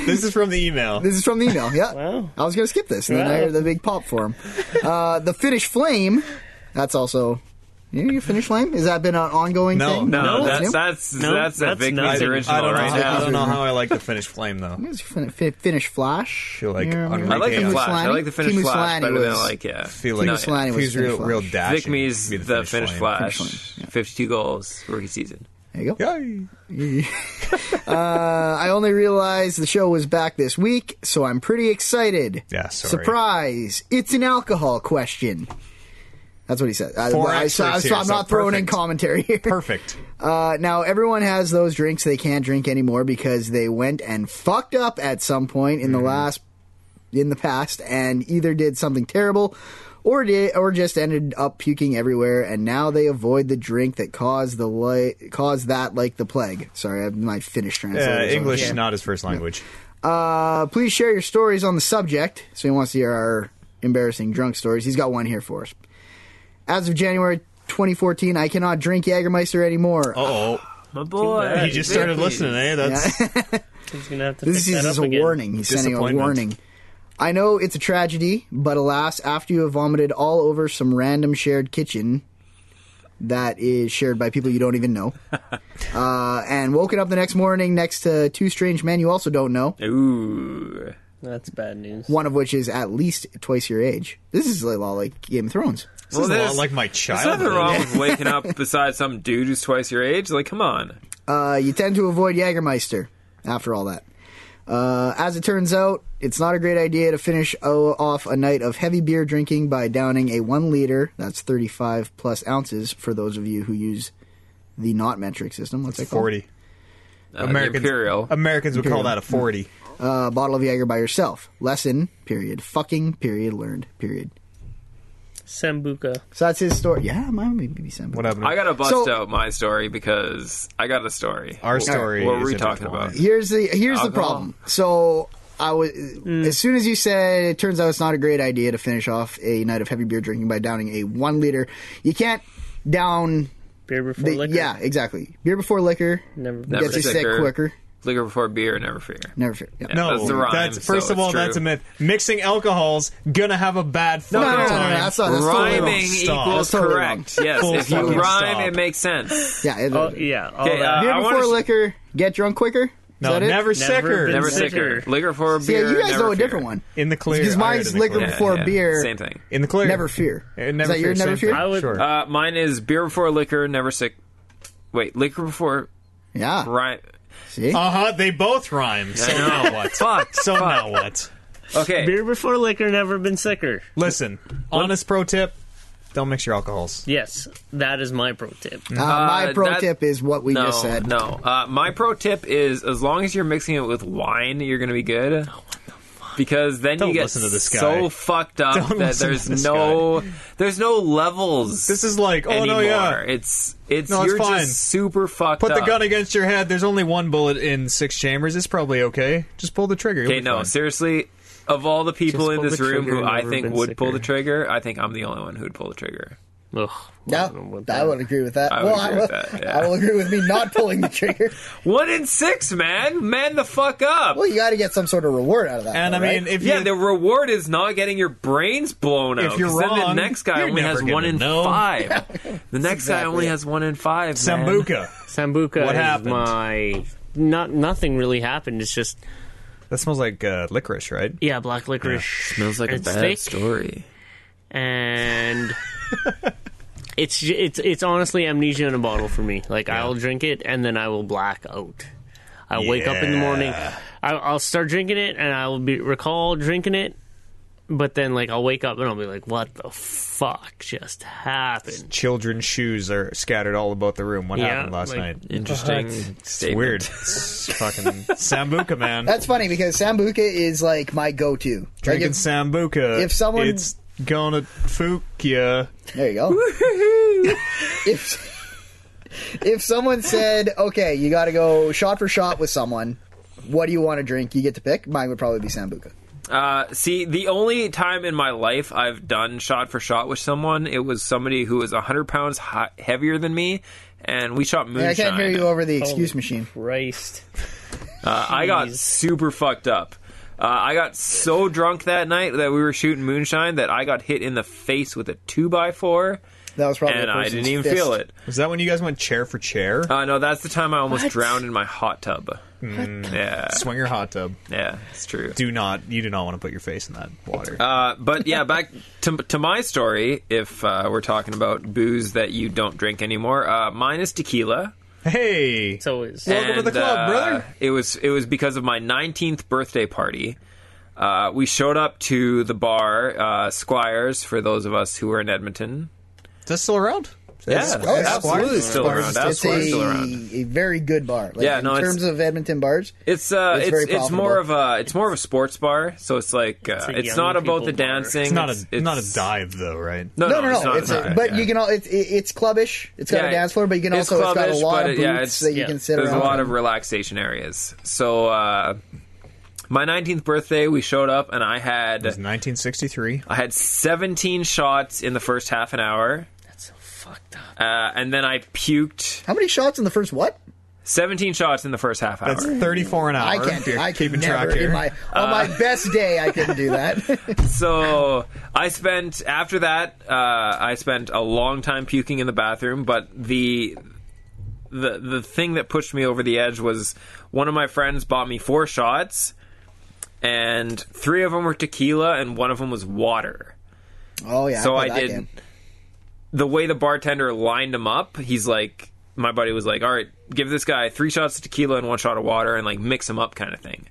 [SPEAKER 2] This is from the email.
[SPEAKER 3] This is from the email. Yeah,
[SPEAKER 1] Wow.
[SPEAKER 3] I was going to skip this, and then I
[SPEAKER 1] Wow.
[SPEAKER 3] heard the big pop for him. Uh, the Finnish Flame. That's also. You know, your Finnish Flame has that been an ongoing
[SPEAKER 2] No,
[SPEAKER 3] thing?
[SPEAKER 4] No,
[SPEAKER 2] No,
[SPEAKER 4] that's
[SPEAKER 3] new?
[SPEAKER 4] that's
[SPEAKER 1] No,
[SPEAKER 4] that's a
[SPEAKER 1] that's
[SPEAKER 4] Vic
[SPEAKER 1] not.
[SPEAKER 2] I,
[SPEAKER 4] Mees
[SPEAKER 1] He's
[SPEAKER 2] don't-
[SPEAKER 4] original
[SPEAKER 2] I don't know.
[SPEAKER 4] right
[SPEAKER 2] How, I
[SPEAKER 4] now.
[SPEAKER 2] don't know how I like the Finnish flame though.
[SPEAKER 3] It's fin- fi- Finnish Flash.
[SPEAKER 2] Feel like
[SPEAKER 4] I like the
[SPEAKER 2] Kimu
[SPEAKER 4] Flash. I like the Finnish
[SPEAKER 3] Kimu
[SPEAKER 4] Flash
[SPEAKER 3] Solani
[SPEAKER 4] better than I
[SPEAKER 3] was-
[SPEAKER 4] like yeah.
[SPEAKER 2] Feel like
[SPEAKER 4] No,
[SPEAKER 3] Kimu Solani
[SPEAKER 2] if
[SPEAKER 3] was
[SPEAKER 2] he's
[SPEAKER 3] Finnish
[SPEAKER 2] real,
[SPEAKER 3] Flash.
[SPEAKER 2] real dash.
[SPEAKER 4] Vic Mees, the, Finnish, Flash,
[SPEAKER 3] Finnish Flame, yeah.
[SPEAKER 4] 52 goals rookie season.
[SPEAKER 3] There you go.
[SPEAKER 2] Yay.
[SPEAKER 3] Uh, I only realized the show was back this week, so I'm pretty excited.
[SPEAKER 2] Yeah, sorry.
[SPEAKER 3] Surprise! It's an alcohol question. That's what he said. I,
[SPEAKER 2] Four
[SPEAKER 3] I, so,
[SPEAKER 2] experts
[SPEAKER 3] so I'm
[SPEAKER 2] here,
[SPEAKER 3] not
[SPEAKER 2] so
[SPEAKER 3] throwing in
[SPEAKER 2] perfect.
[SPEAKER 3] commentary here.
[SPEAKER 2] Perfect.
[SPEAKER 3] Uh, now everyone has those drinks they can't drink anymore because they went and fucked up at some point in the last in the past and either did something terrible or did or just ended up puking everywhere and now they avoid the drink that caused the li- caused that like the plague. Sorry, I'm my Finnish
[SPEAKER 2] Uh,
[SPEAKER 3] translator.
[SPEAKER 2] English is not his first language.
[SPEAKER 3] Uh, please share your stories on the subject. So he wants to hear our embarrassing drunk stories. He's got one here for us. As of January 2014, I cannot drink Jägermeister anymore.
[SPEAKER 2] Oh,
[SPEAKER 4] My boy.
[SPEAKER 2] he just started listening. Eh? That's
[SPEAKER 1] He's gonna have to
[SPEAKER 3] This
[SPEAKER 1] pick
[SPEAKER 3] is
[SPEAKER 1] that
[SPEAKER 3] just
[SPEAKER 1] up
[SPEAKER 3] a
[SPEAKER 1] again.
[SPEAKER 3] warning. He's sending a
[SPEAKER 2] Disappointment.
[SPEAKER 3] warning. I know it's a tragedy, but alas, after you have vomited all over some random shared kitchen that is shared by people you don't even know, uh, and woken up the next morning next to two strange men you also don't know,
[SPEAKER 4] Ooh.
[SPEAKER 1] That's bad news.
[SPEAKER 3] one of which is at least twice your age. This is like, like Game of Thrones.
[SPEAKER 2] This is a
[SPEAKER 4] there's-
[SPEAKER 2] lot like my
[SPEAKER 4] There's nothing
[SPEAKER 2] childhood.
[SPEAKER 4] wrong with waking up beside some dude who's twice your age. Like, come on.
[SPEAKER 3] Uh, you tend to avoid Jägermeister after all that. Uh, as it turns out, it's not a great idea to finish o- off a night of heavy beer drinking by downing a one liter, that's 35 plus ounces for those of you who use the not metric system. What's that called?
[SPEAKER 2] Forty.
[SPEAKER 4] Uh, the Imperial.
[SPEAKER 2] Americans would call that a forty.
[SPEAKER 3] Uh, bottle of Jaeger by yourself. Lesson, period. Fucking, period. Learned, period.
[SPEAKER 1] Sambuca.
[SPEAKER 3] So that's his story. Yeah, mine would be something.
[SPEAKER 2] What happened?
[SPEAKER 4] I gotta bust
[SPEAKER 3] So-
[SPEAKER 4] out my story because I got a story.
[SPEAKER 2] Our story.
[SPEAKER 4] what were
[SPEAKER 2] is
[SPEAKER 4] we
[SPEAKER 2] a
[SPEAKER 4] talking
[SPEAKER 2] different
[SPEAKER 4] about?
[SPEAKER 2] one.
[SPEAKER 3] Here's the here's the
[SPEAKER 4] Alcohol. Hmm.
[SPEAKER 3] problem. So I was as soon as you said it turns out it's not a great idea to finish off a night of heavy beer drinking by downing a one liter. You can't down
[SPEAKER 1] Beer before
[SPEAKER 3] the,
[SPEAKER 1] liquor.
[SPEAKER 3] yeah exactly beer before liquor
[SPEAKER 1] Never.
[SPEAKER 4] Never
[SPEAKER 3] gets you sick
[SPEAKER 4] sicker.
[SPEAKER 3] quicker.
[SPEAKER 4] Liquor before beer, never fear.
[SPEAKER 3] Never fear. Yeah.
[SPEAKER 2] No,
[SPEAKER 4] That's the rhyme,
[SPEAKER 2] that's-
[SPEAKER 4] so
[SPEAKER 2] first of
[SPEAKER 4] it's
[SPEAKER 2] all,
[SPEAKER 4] true.
[SPEAKER 2] that's a myth. Mixing alcohols gonna have a bad fucking
[SPEAKER 3] no, no, no,
[SPEAKER 2] time.
[SPEAKER 3] that's not- that's totally wrong.
[SPEAKER 4] Rhyming
[SPEAKER 2] Stop.
[SPEAKER 4] equals
[SPEAKER 3] That's totally wrong.
[SPEAKER 4] correct. Yes,
[SPEAKER 2] Full
[SPEAKER 4] if you
[SPEAKER 2] fucking
[SPEAKER 4] rhyme,
[SPEAKER 2] stop.
[SPEAKER 4] it makes sense.
[SPEAKER 3] Yeah, it-
[SPEAKER 1] Oh, yeah. All
[SPEAKER 4] Okay,
[SPEAKER 1] that.
[SPEAKER 4] uh,
[SPEAKER 3] beer
[SPEAKER 4] I wanna
[SPEAKER 3] before
[SPEAKER 4] s-
[SPEAKER 3] liquor, get drunk quicker.
[SPEAKER 2] No,
[SPEAKER 3] Is that it?
[SPEAKER 2] never sicker.
[SPEAKER 1] been
[SPEAKER 4] Never
[SPEAKER 1] Never
[SPEAKER 4] sicker.
[SPEAKER 1] sicker.
[SPEAKER 4] Liquor before
[SPEAKER 3] Yeah,
[SPEAKER 4] beer.
[SPEAKER 3] you guys
[SPEAKER 4] never
[SPEAKER 3] know a
[SPEAKER 4] fear.
[SPEAKER 3] different one.
[SPEAKER 2] in the clear.
[SPEAKER 3] Because
[SPEAKER 2] I heard
[SPEAKER 3] mine's
[SPEAKER 2] in the
[SPEAKER 3] liquor
[SPEAKER 2] clear.
[SPEAKER 3] before- beer.
[SPEAKER 4] Same thing.
[SPEAKER 2] In the clear.
[SPEAKER 3] Never fear.
[SPEAKER 2] Uh, Never
[SPEAKER 3] Is that
[SPEAKER 2] fear.
[SPEAKER 3] your never
[SPEAKER 2] same
[SPEAKER 3] fear?
[SPEAKER 2] thing.
[SPEAKER 1] I would-
[SPEAKER 2] Sure.
[SPEAKER 4] Uh, mine is beer before liquor, never sick. Wait, liquor before
[SPEAKER 3] Yeah.
[SPEAKER 4] rhyme.
[SPEAKER 3] See.
[SPEAKER 2] Uh huh. They both rhyme. So
[SPEAKER 4] I know.
[SPEAKER 2] now what?
[SPEAKER 4] Fuck,
[SPEAKER 2] So now what?
[SPEAKER 4] Okay,
[SPEAKER 1] Beer before liquor. Never been sicker.
[SPEAKER 2] Listen. Honest pro tip: don't mix your alcohols.
[SPEAKER 1] Yes, that is my pro tip.
[SPEAKER 2] Mm.
[SPEAKER 3] Uh, my
[SPEAKER 4] Uh,
[SPEAKER 3] pro
[SPEAKER 4] that-
[SPEAKER 3] tip is what we
[SPEAKER 4] no,
[SPEAKER 3] just said.
[SPEAKER 4] no. Uh, my pro tip is as long as you're mixing it with wine, you're gonna be good. Because then
[SPEAKER 2] Don't
[SPEAKER 4] you get
[SPEAKER 2] listen to this guy.
[SPEAKER 4] so fucked up
[SPEAKER 2] Don't
[SPEAKER 4] that
[SPEAKER 2] listen to
[SPEAKER 4] there's
[SPEAKER 2] this
[SPEAKER 4] no there's no levels.
[SPEAKER 2] This is like, oh
[SPEAKER 4] anymore.
[SPEAKER 2] no, yeah.
[SPEAKER 4] It's it's
[SPEAKER 2] No, it's
[SPEAKER 4] you're
[SPEAKER 2] fine.
[SPEAKER 4] just super fucked
[SPEAKER 2] Put
[SPEAKER 4] up.
[SPEAKER 2] the gun against your head. There's only one bullet in six chambers. It's probably okay. Just pull the trigger. You'll
[SPEAKER 4] Okay,
[SPEAKER 2] be
[SPEAKER 4] no,
[SPEAKER 2] fine.
[SPEAKER 4] seriously. Of all the people
[SPEAKER 1] Just
[SPEAKER 4] in
[SPEAKER 1] pull
[SPEAKER 4] this
[SPEAKER 1] the
[SPEAKER 4] room
[SPEAKER 1] trigger,
[SPEAKER 4] who I
[SPEAKER 1] never
[SPEAKER 4] think
[SPEAKER 1] been
[SPEAKER 4] would pull the
[SPEAKER 1] sicker.
[SPEAKER 4] trigger, I think I'm the only one who'd pull the trigger.
[SPEAKER 1] Ugh,
[SPEAKER 3] Yeah,
[SPEAKER 1] don't want
[SPEAKER 3] I
[SPEAKER 1] that.
[SPEAKER 3] would agree with that.
[SPEAKER 4] I would
[SPEAKER 3] well,
[SPEAKER 4] agree
[SPEAKER 3] I, will,
[SPEAKER 4] with that, yeah.
[SPEAKER 3] I will agree with me not pulling the trigger.
[SPEAKER 4] One in six, man. Man, the fuck up.
[SPEAKER 3] Well, you got to get some sort of reward out of that.
[SPEAKER 2] And
[SPEAKER 3] though,
[SPEAKER 2] I mean,
[SPEAKER 3] right?
[SPEAKER 2] if
[SPEAKER 4] yeah,
[SPEAKER 2] you,
[SPEAKER 4] the reward is not getting your brains blown out.
[SPEAKER 2] If you're
[SPEAKER 4] 'cause
[SPEAKER 2] wrong,
[SPEAKER 4] then the next guy
[SPEAKER 2] you're
[SPEAKER 4] only has
[SPEAKER 2] never
[SPEAKER 4] one
[SPEAKER 2] gonna
[SPEAKER 4] in
[SPEAKER 2] know.
[SPEAKER 4] five. The next guy
[SPEAKER 3] exactly
[SPEAKER 4] only
[SPEAKER 3] it.
[SPEAKER 4] has one in five. Man.
[SPEAKER 2] sambuca.
[SPEAKER 1] Sambuca
[SPEAKER 2] What
[SPEAKER 1] is
[SPEAKER 2] happened?
[SPEAKER 1] my not nothing really happened. It's just
[SPEAKER 2] That smells like uh, licorice, right?
[SPEAKER 1] yeah, black licorice
[SPEAKER 4] Smells like a
[SPEAKER 1] It's
[SPEAKER 4] bad
[SPEAKER 1] thick.
[SPEAKER 4] story.
[SPEAKER 1] and it's j- it's it's honestly amnesia in a bottle for me. Like I'll drink it and then I will black out. I wake up in the morning,
[SPEAKER 2] Yeah.
[SPEAKER 1] I, I'll start drinking it and I will be recall drinking it, but then like I'll wake up and I'll be like, what the fuck just happened?
[SPEAKER 2] Children's shoes are scattered all about the room. What
[SPEAKER 1] Yeah,
[SPEAKER 2] happened last
[SPEAKER 1] like-
[SPEAKER 2] night?
[SPEAKER 4] Interesting.
[SPEAKER 2] It's
[SPEAKER 4] statement.
[SPEAKER 2] weird. It's fucking sambuca, man.
[SPEAKER 3] That's funny because sambuca is like my go-to. Like
[SPEAKER 2] Drinking
[SPEAKER 3] if-
[SPEAKER 2] sambuca.
[SPEAKER 3] if someone-
[SPEAKER 2] it's gonna fook ya.
[SPEAKER 3] there you go. if if someone said, "Okay, you got to go shot for shot with someone," what do you want to drink? You get to pick. Mine would probably be sambuca.
[SPEAKER 4] Uh, see, the only time in my life I've done shot for shot with someone, it was somebody who was 100 pounds hi- heavier than me, and we shot
[SPEAKER 3] Yeah,
[SPEAKER 4] moonshine.
[SPEAKER 3] I can't hear you over the excuse machine.
[SPEAKER 1] Christ.
[SPEAKER 4] Uh, I got super fucked up. Uh, I got so drunk that night that we were shooting moonshine that I got hit in the face with a 2x4,
[SPEAKER 3] That was probably.
[SPEAKER 4] and
[SPEAKER 3] a
[SPEAKER 4] I
[SPEAKER 3] person's
[SPEAKER 4] didn't even
[SPEAKER 3] fist.
[SPEAKER 4] feel it.
[SPEAKER 2] Was that when you guys went chair for chair?
[SPEAKER 4] Uh, no, that's the time I almost drowned in my hot tub. Mm. Yeah,
[SPEAKER 2] Swing your hot tub.
[SPEAKER 4] yeah, it's true.
[SPEAKER 2] Do not. You do not want to put your face in that water.
[SPEAKER 4] Uh, but yeah, back to, to my story. If uh, we're talking about booze that you don't drink anymore, uh, mine is tequila. uh,
[SPEAKER 2] hey.
[SPEAKER 1] It's always.
[SPEAKER 2] Welcome to the club, brother.
[SPEAKER 4] It was it was because of my 19th birthday party. Uh, we showed up to the bar, uh, Squires, for those of us who were in Edmonton.
[SPEAKER 2] Is that still around?
[SPEAKER 4] Yeah,
[SPEAKER 3] Squires?
[SPEAKER 4] absolutely still
[SPEAKER 3] Or
[SPEAKER 4] around.
[SPEAKER 3] it's-
[SPEAKER 4] That's
[SPEAKER 3] it's
[SPEAKER 4] Squires still around.
[SPEAKER 3] a, a very good bar. Like,
[SPEAKER 4] Yeah, no,
[SPEAKER 3] in
[SPEAKER 4] it's-
[SPEAKER 3] terms of Edmonton bars,
[SPEAKER 4] It's uh,
[SPEAKER 3] It's
[SPEAKER 4] it's
[SPEAKER 3] very
[SPEAKER 4] it's, more of
[SPEAKER 3] profitable.
[SPEAKER 4] a it's more of a sports bar, so it's like uh,
[SPEAKER 1] It's a
[SPEAKER 4] it's,
[SPEAKER 1] young
[SPEAKER 4] not about the
[SPEAKER 1] people bar.
[SPEAKER 4] dancing.
[SPEAKER 2] It's not a not a dive though, right?
[SPEAKER 4] No,
[SPEAKER 3] No, no, no.
[SPEAKER 4] it's not.
[SPEAKER 3] It's
[SPEAKER 4] not,
[SPEAKER 3] a, but
[SPEAKER 4] yeah.
[SPEAKER 3] you can all. It's it, it's clubbish. It's got
[SPEAKER 4] Yeah,
[SPEAKER 3] a dance floor, but you can
[SPEAKER 4] it's
[SPEAKER 3] also. It's got a
[SPEAKER 4] clubbish,
[SPEAKER 3] lot
[SPEAKER 4] but
[SPEAKER 3] of
[SPEAKER 4] it- yeah,
[SPEAKER 3] booths
[SPEAKER 4] it's-
[SPEAKER 3] that you
[SPEAKER 1] yeah,
[SPEAKER 3] can sit
[SPEAKER 4] There's
[SPEAKER 3] around.
[SPEAKER 4] a lot
[SPEAKER 3] in.
[SPEAKER 4] of relaxation areas. So uh, my 19th birthday, we showed up, and I
[SPEAKER 2] It's
[SPEAKER 4] had
[SPEAKER 2] 1963.
[SPEAKER 4] I had 17 shots in the first half an hour,
[SPEAKER 1] That's so fucked up.
[SPEAKER 4] uh, and then I puked
[SPEAKER 3] How many shots in the first what?
[SPEAKER 4] 17 shots in the first half hour.
[SPEAKER 2] That's 34 an hour.
[SPEAKER 3] I can't.
[SPEAKER 2] if you're
[SPEAKER 3] I
[SPEAKER 2] keeping
[SPEAKER 3] can never,
[SPEAKER 2] track here.
[SPEAKER 3] In my, on my
[SPEAKER 4] Uh,
[SPEAKER 3] best day, I couldn't do that.
[SPEAKER 4] So I spent after that. Uh, I spent a long time puking in the bathroom, but the the the thing that pushed me over the edge was one of my friends bought me four shots, and three of them were tequila, and one of them was water.
[SPEAKER 3] oh yeah.
[SPEAKER 4] so
[SPEAKER 3] I,
[SPEAKER 4] I
[SPEAKER 3] played that
[SPEAKER 4] did
[SPEAKER 3] game.
[SPEAKER 4] the way the bartender lined him up, he's like, my buddy was like, all right, give this guy three shots of tequila and one shot of water and like mix him up kind of thing.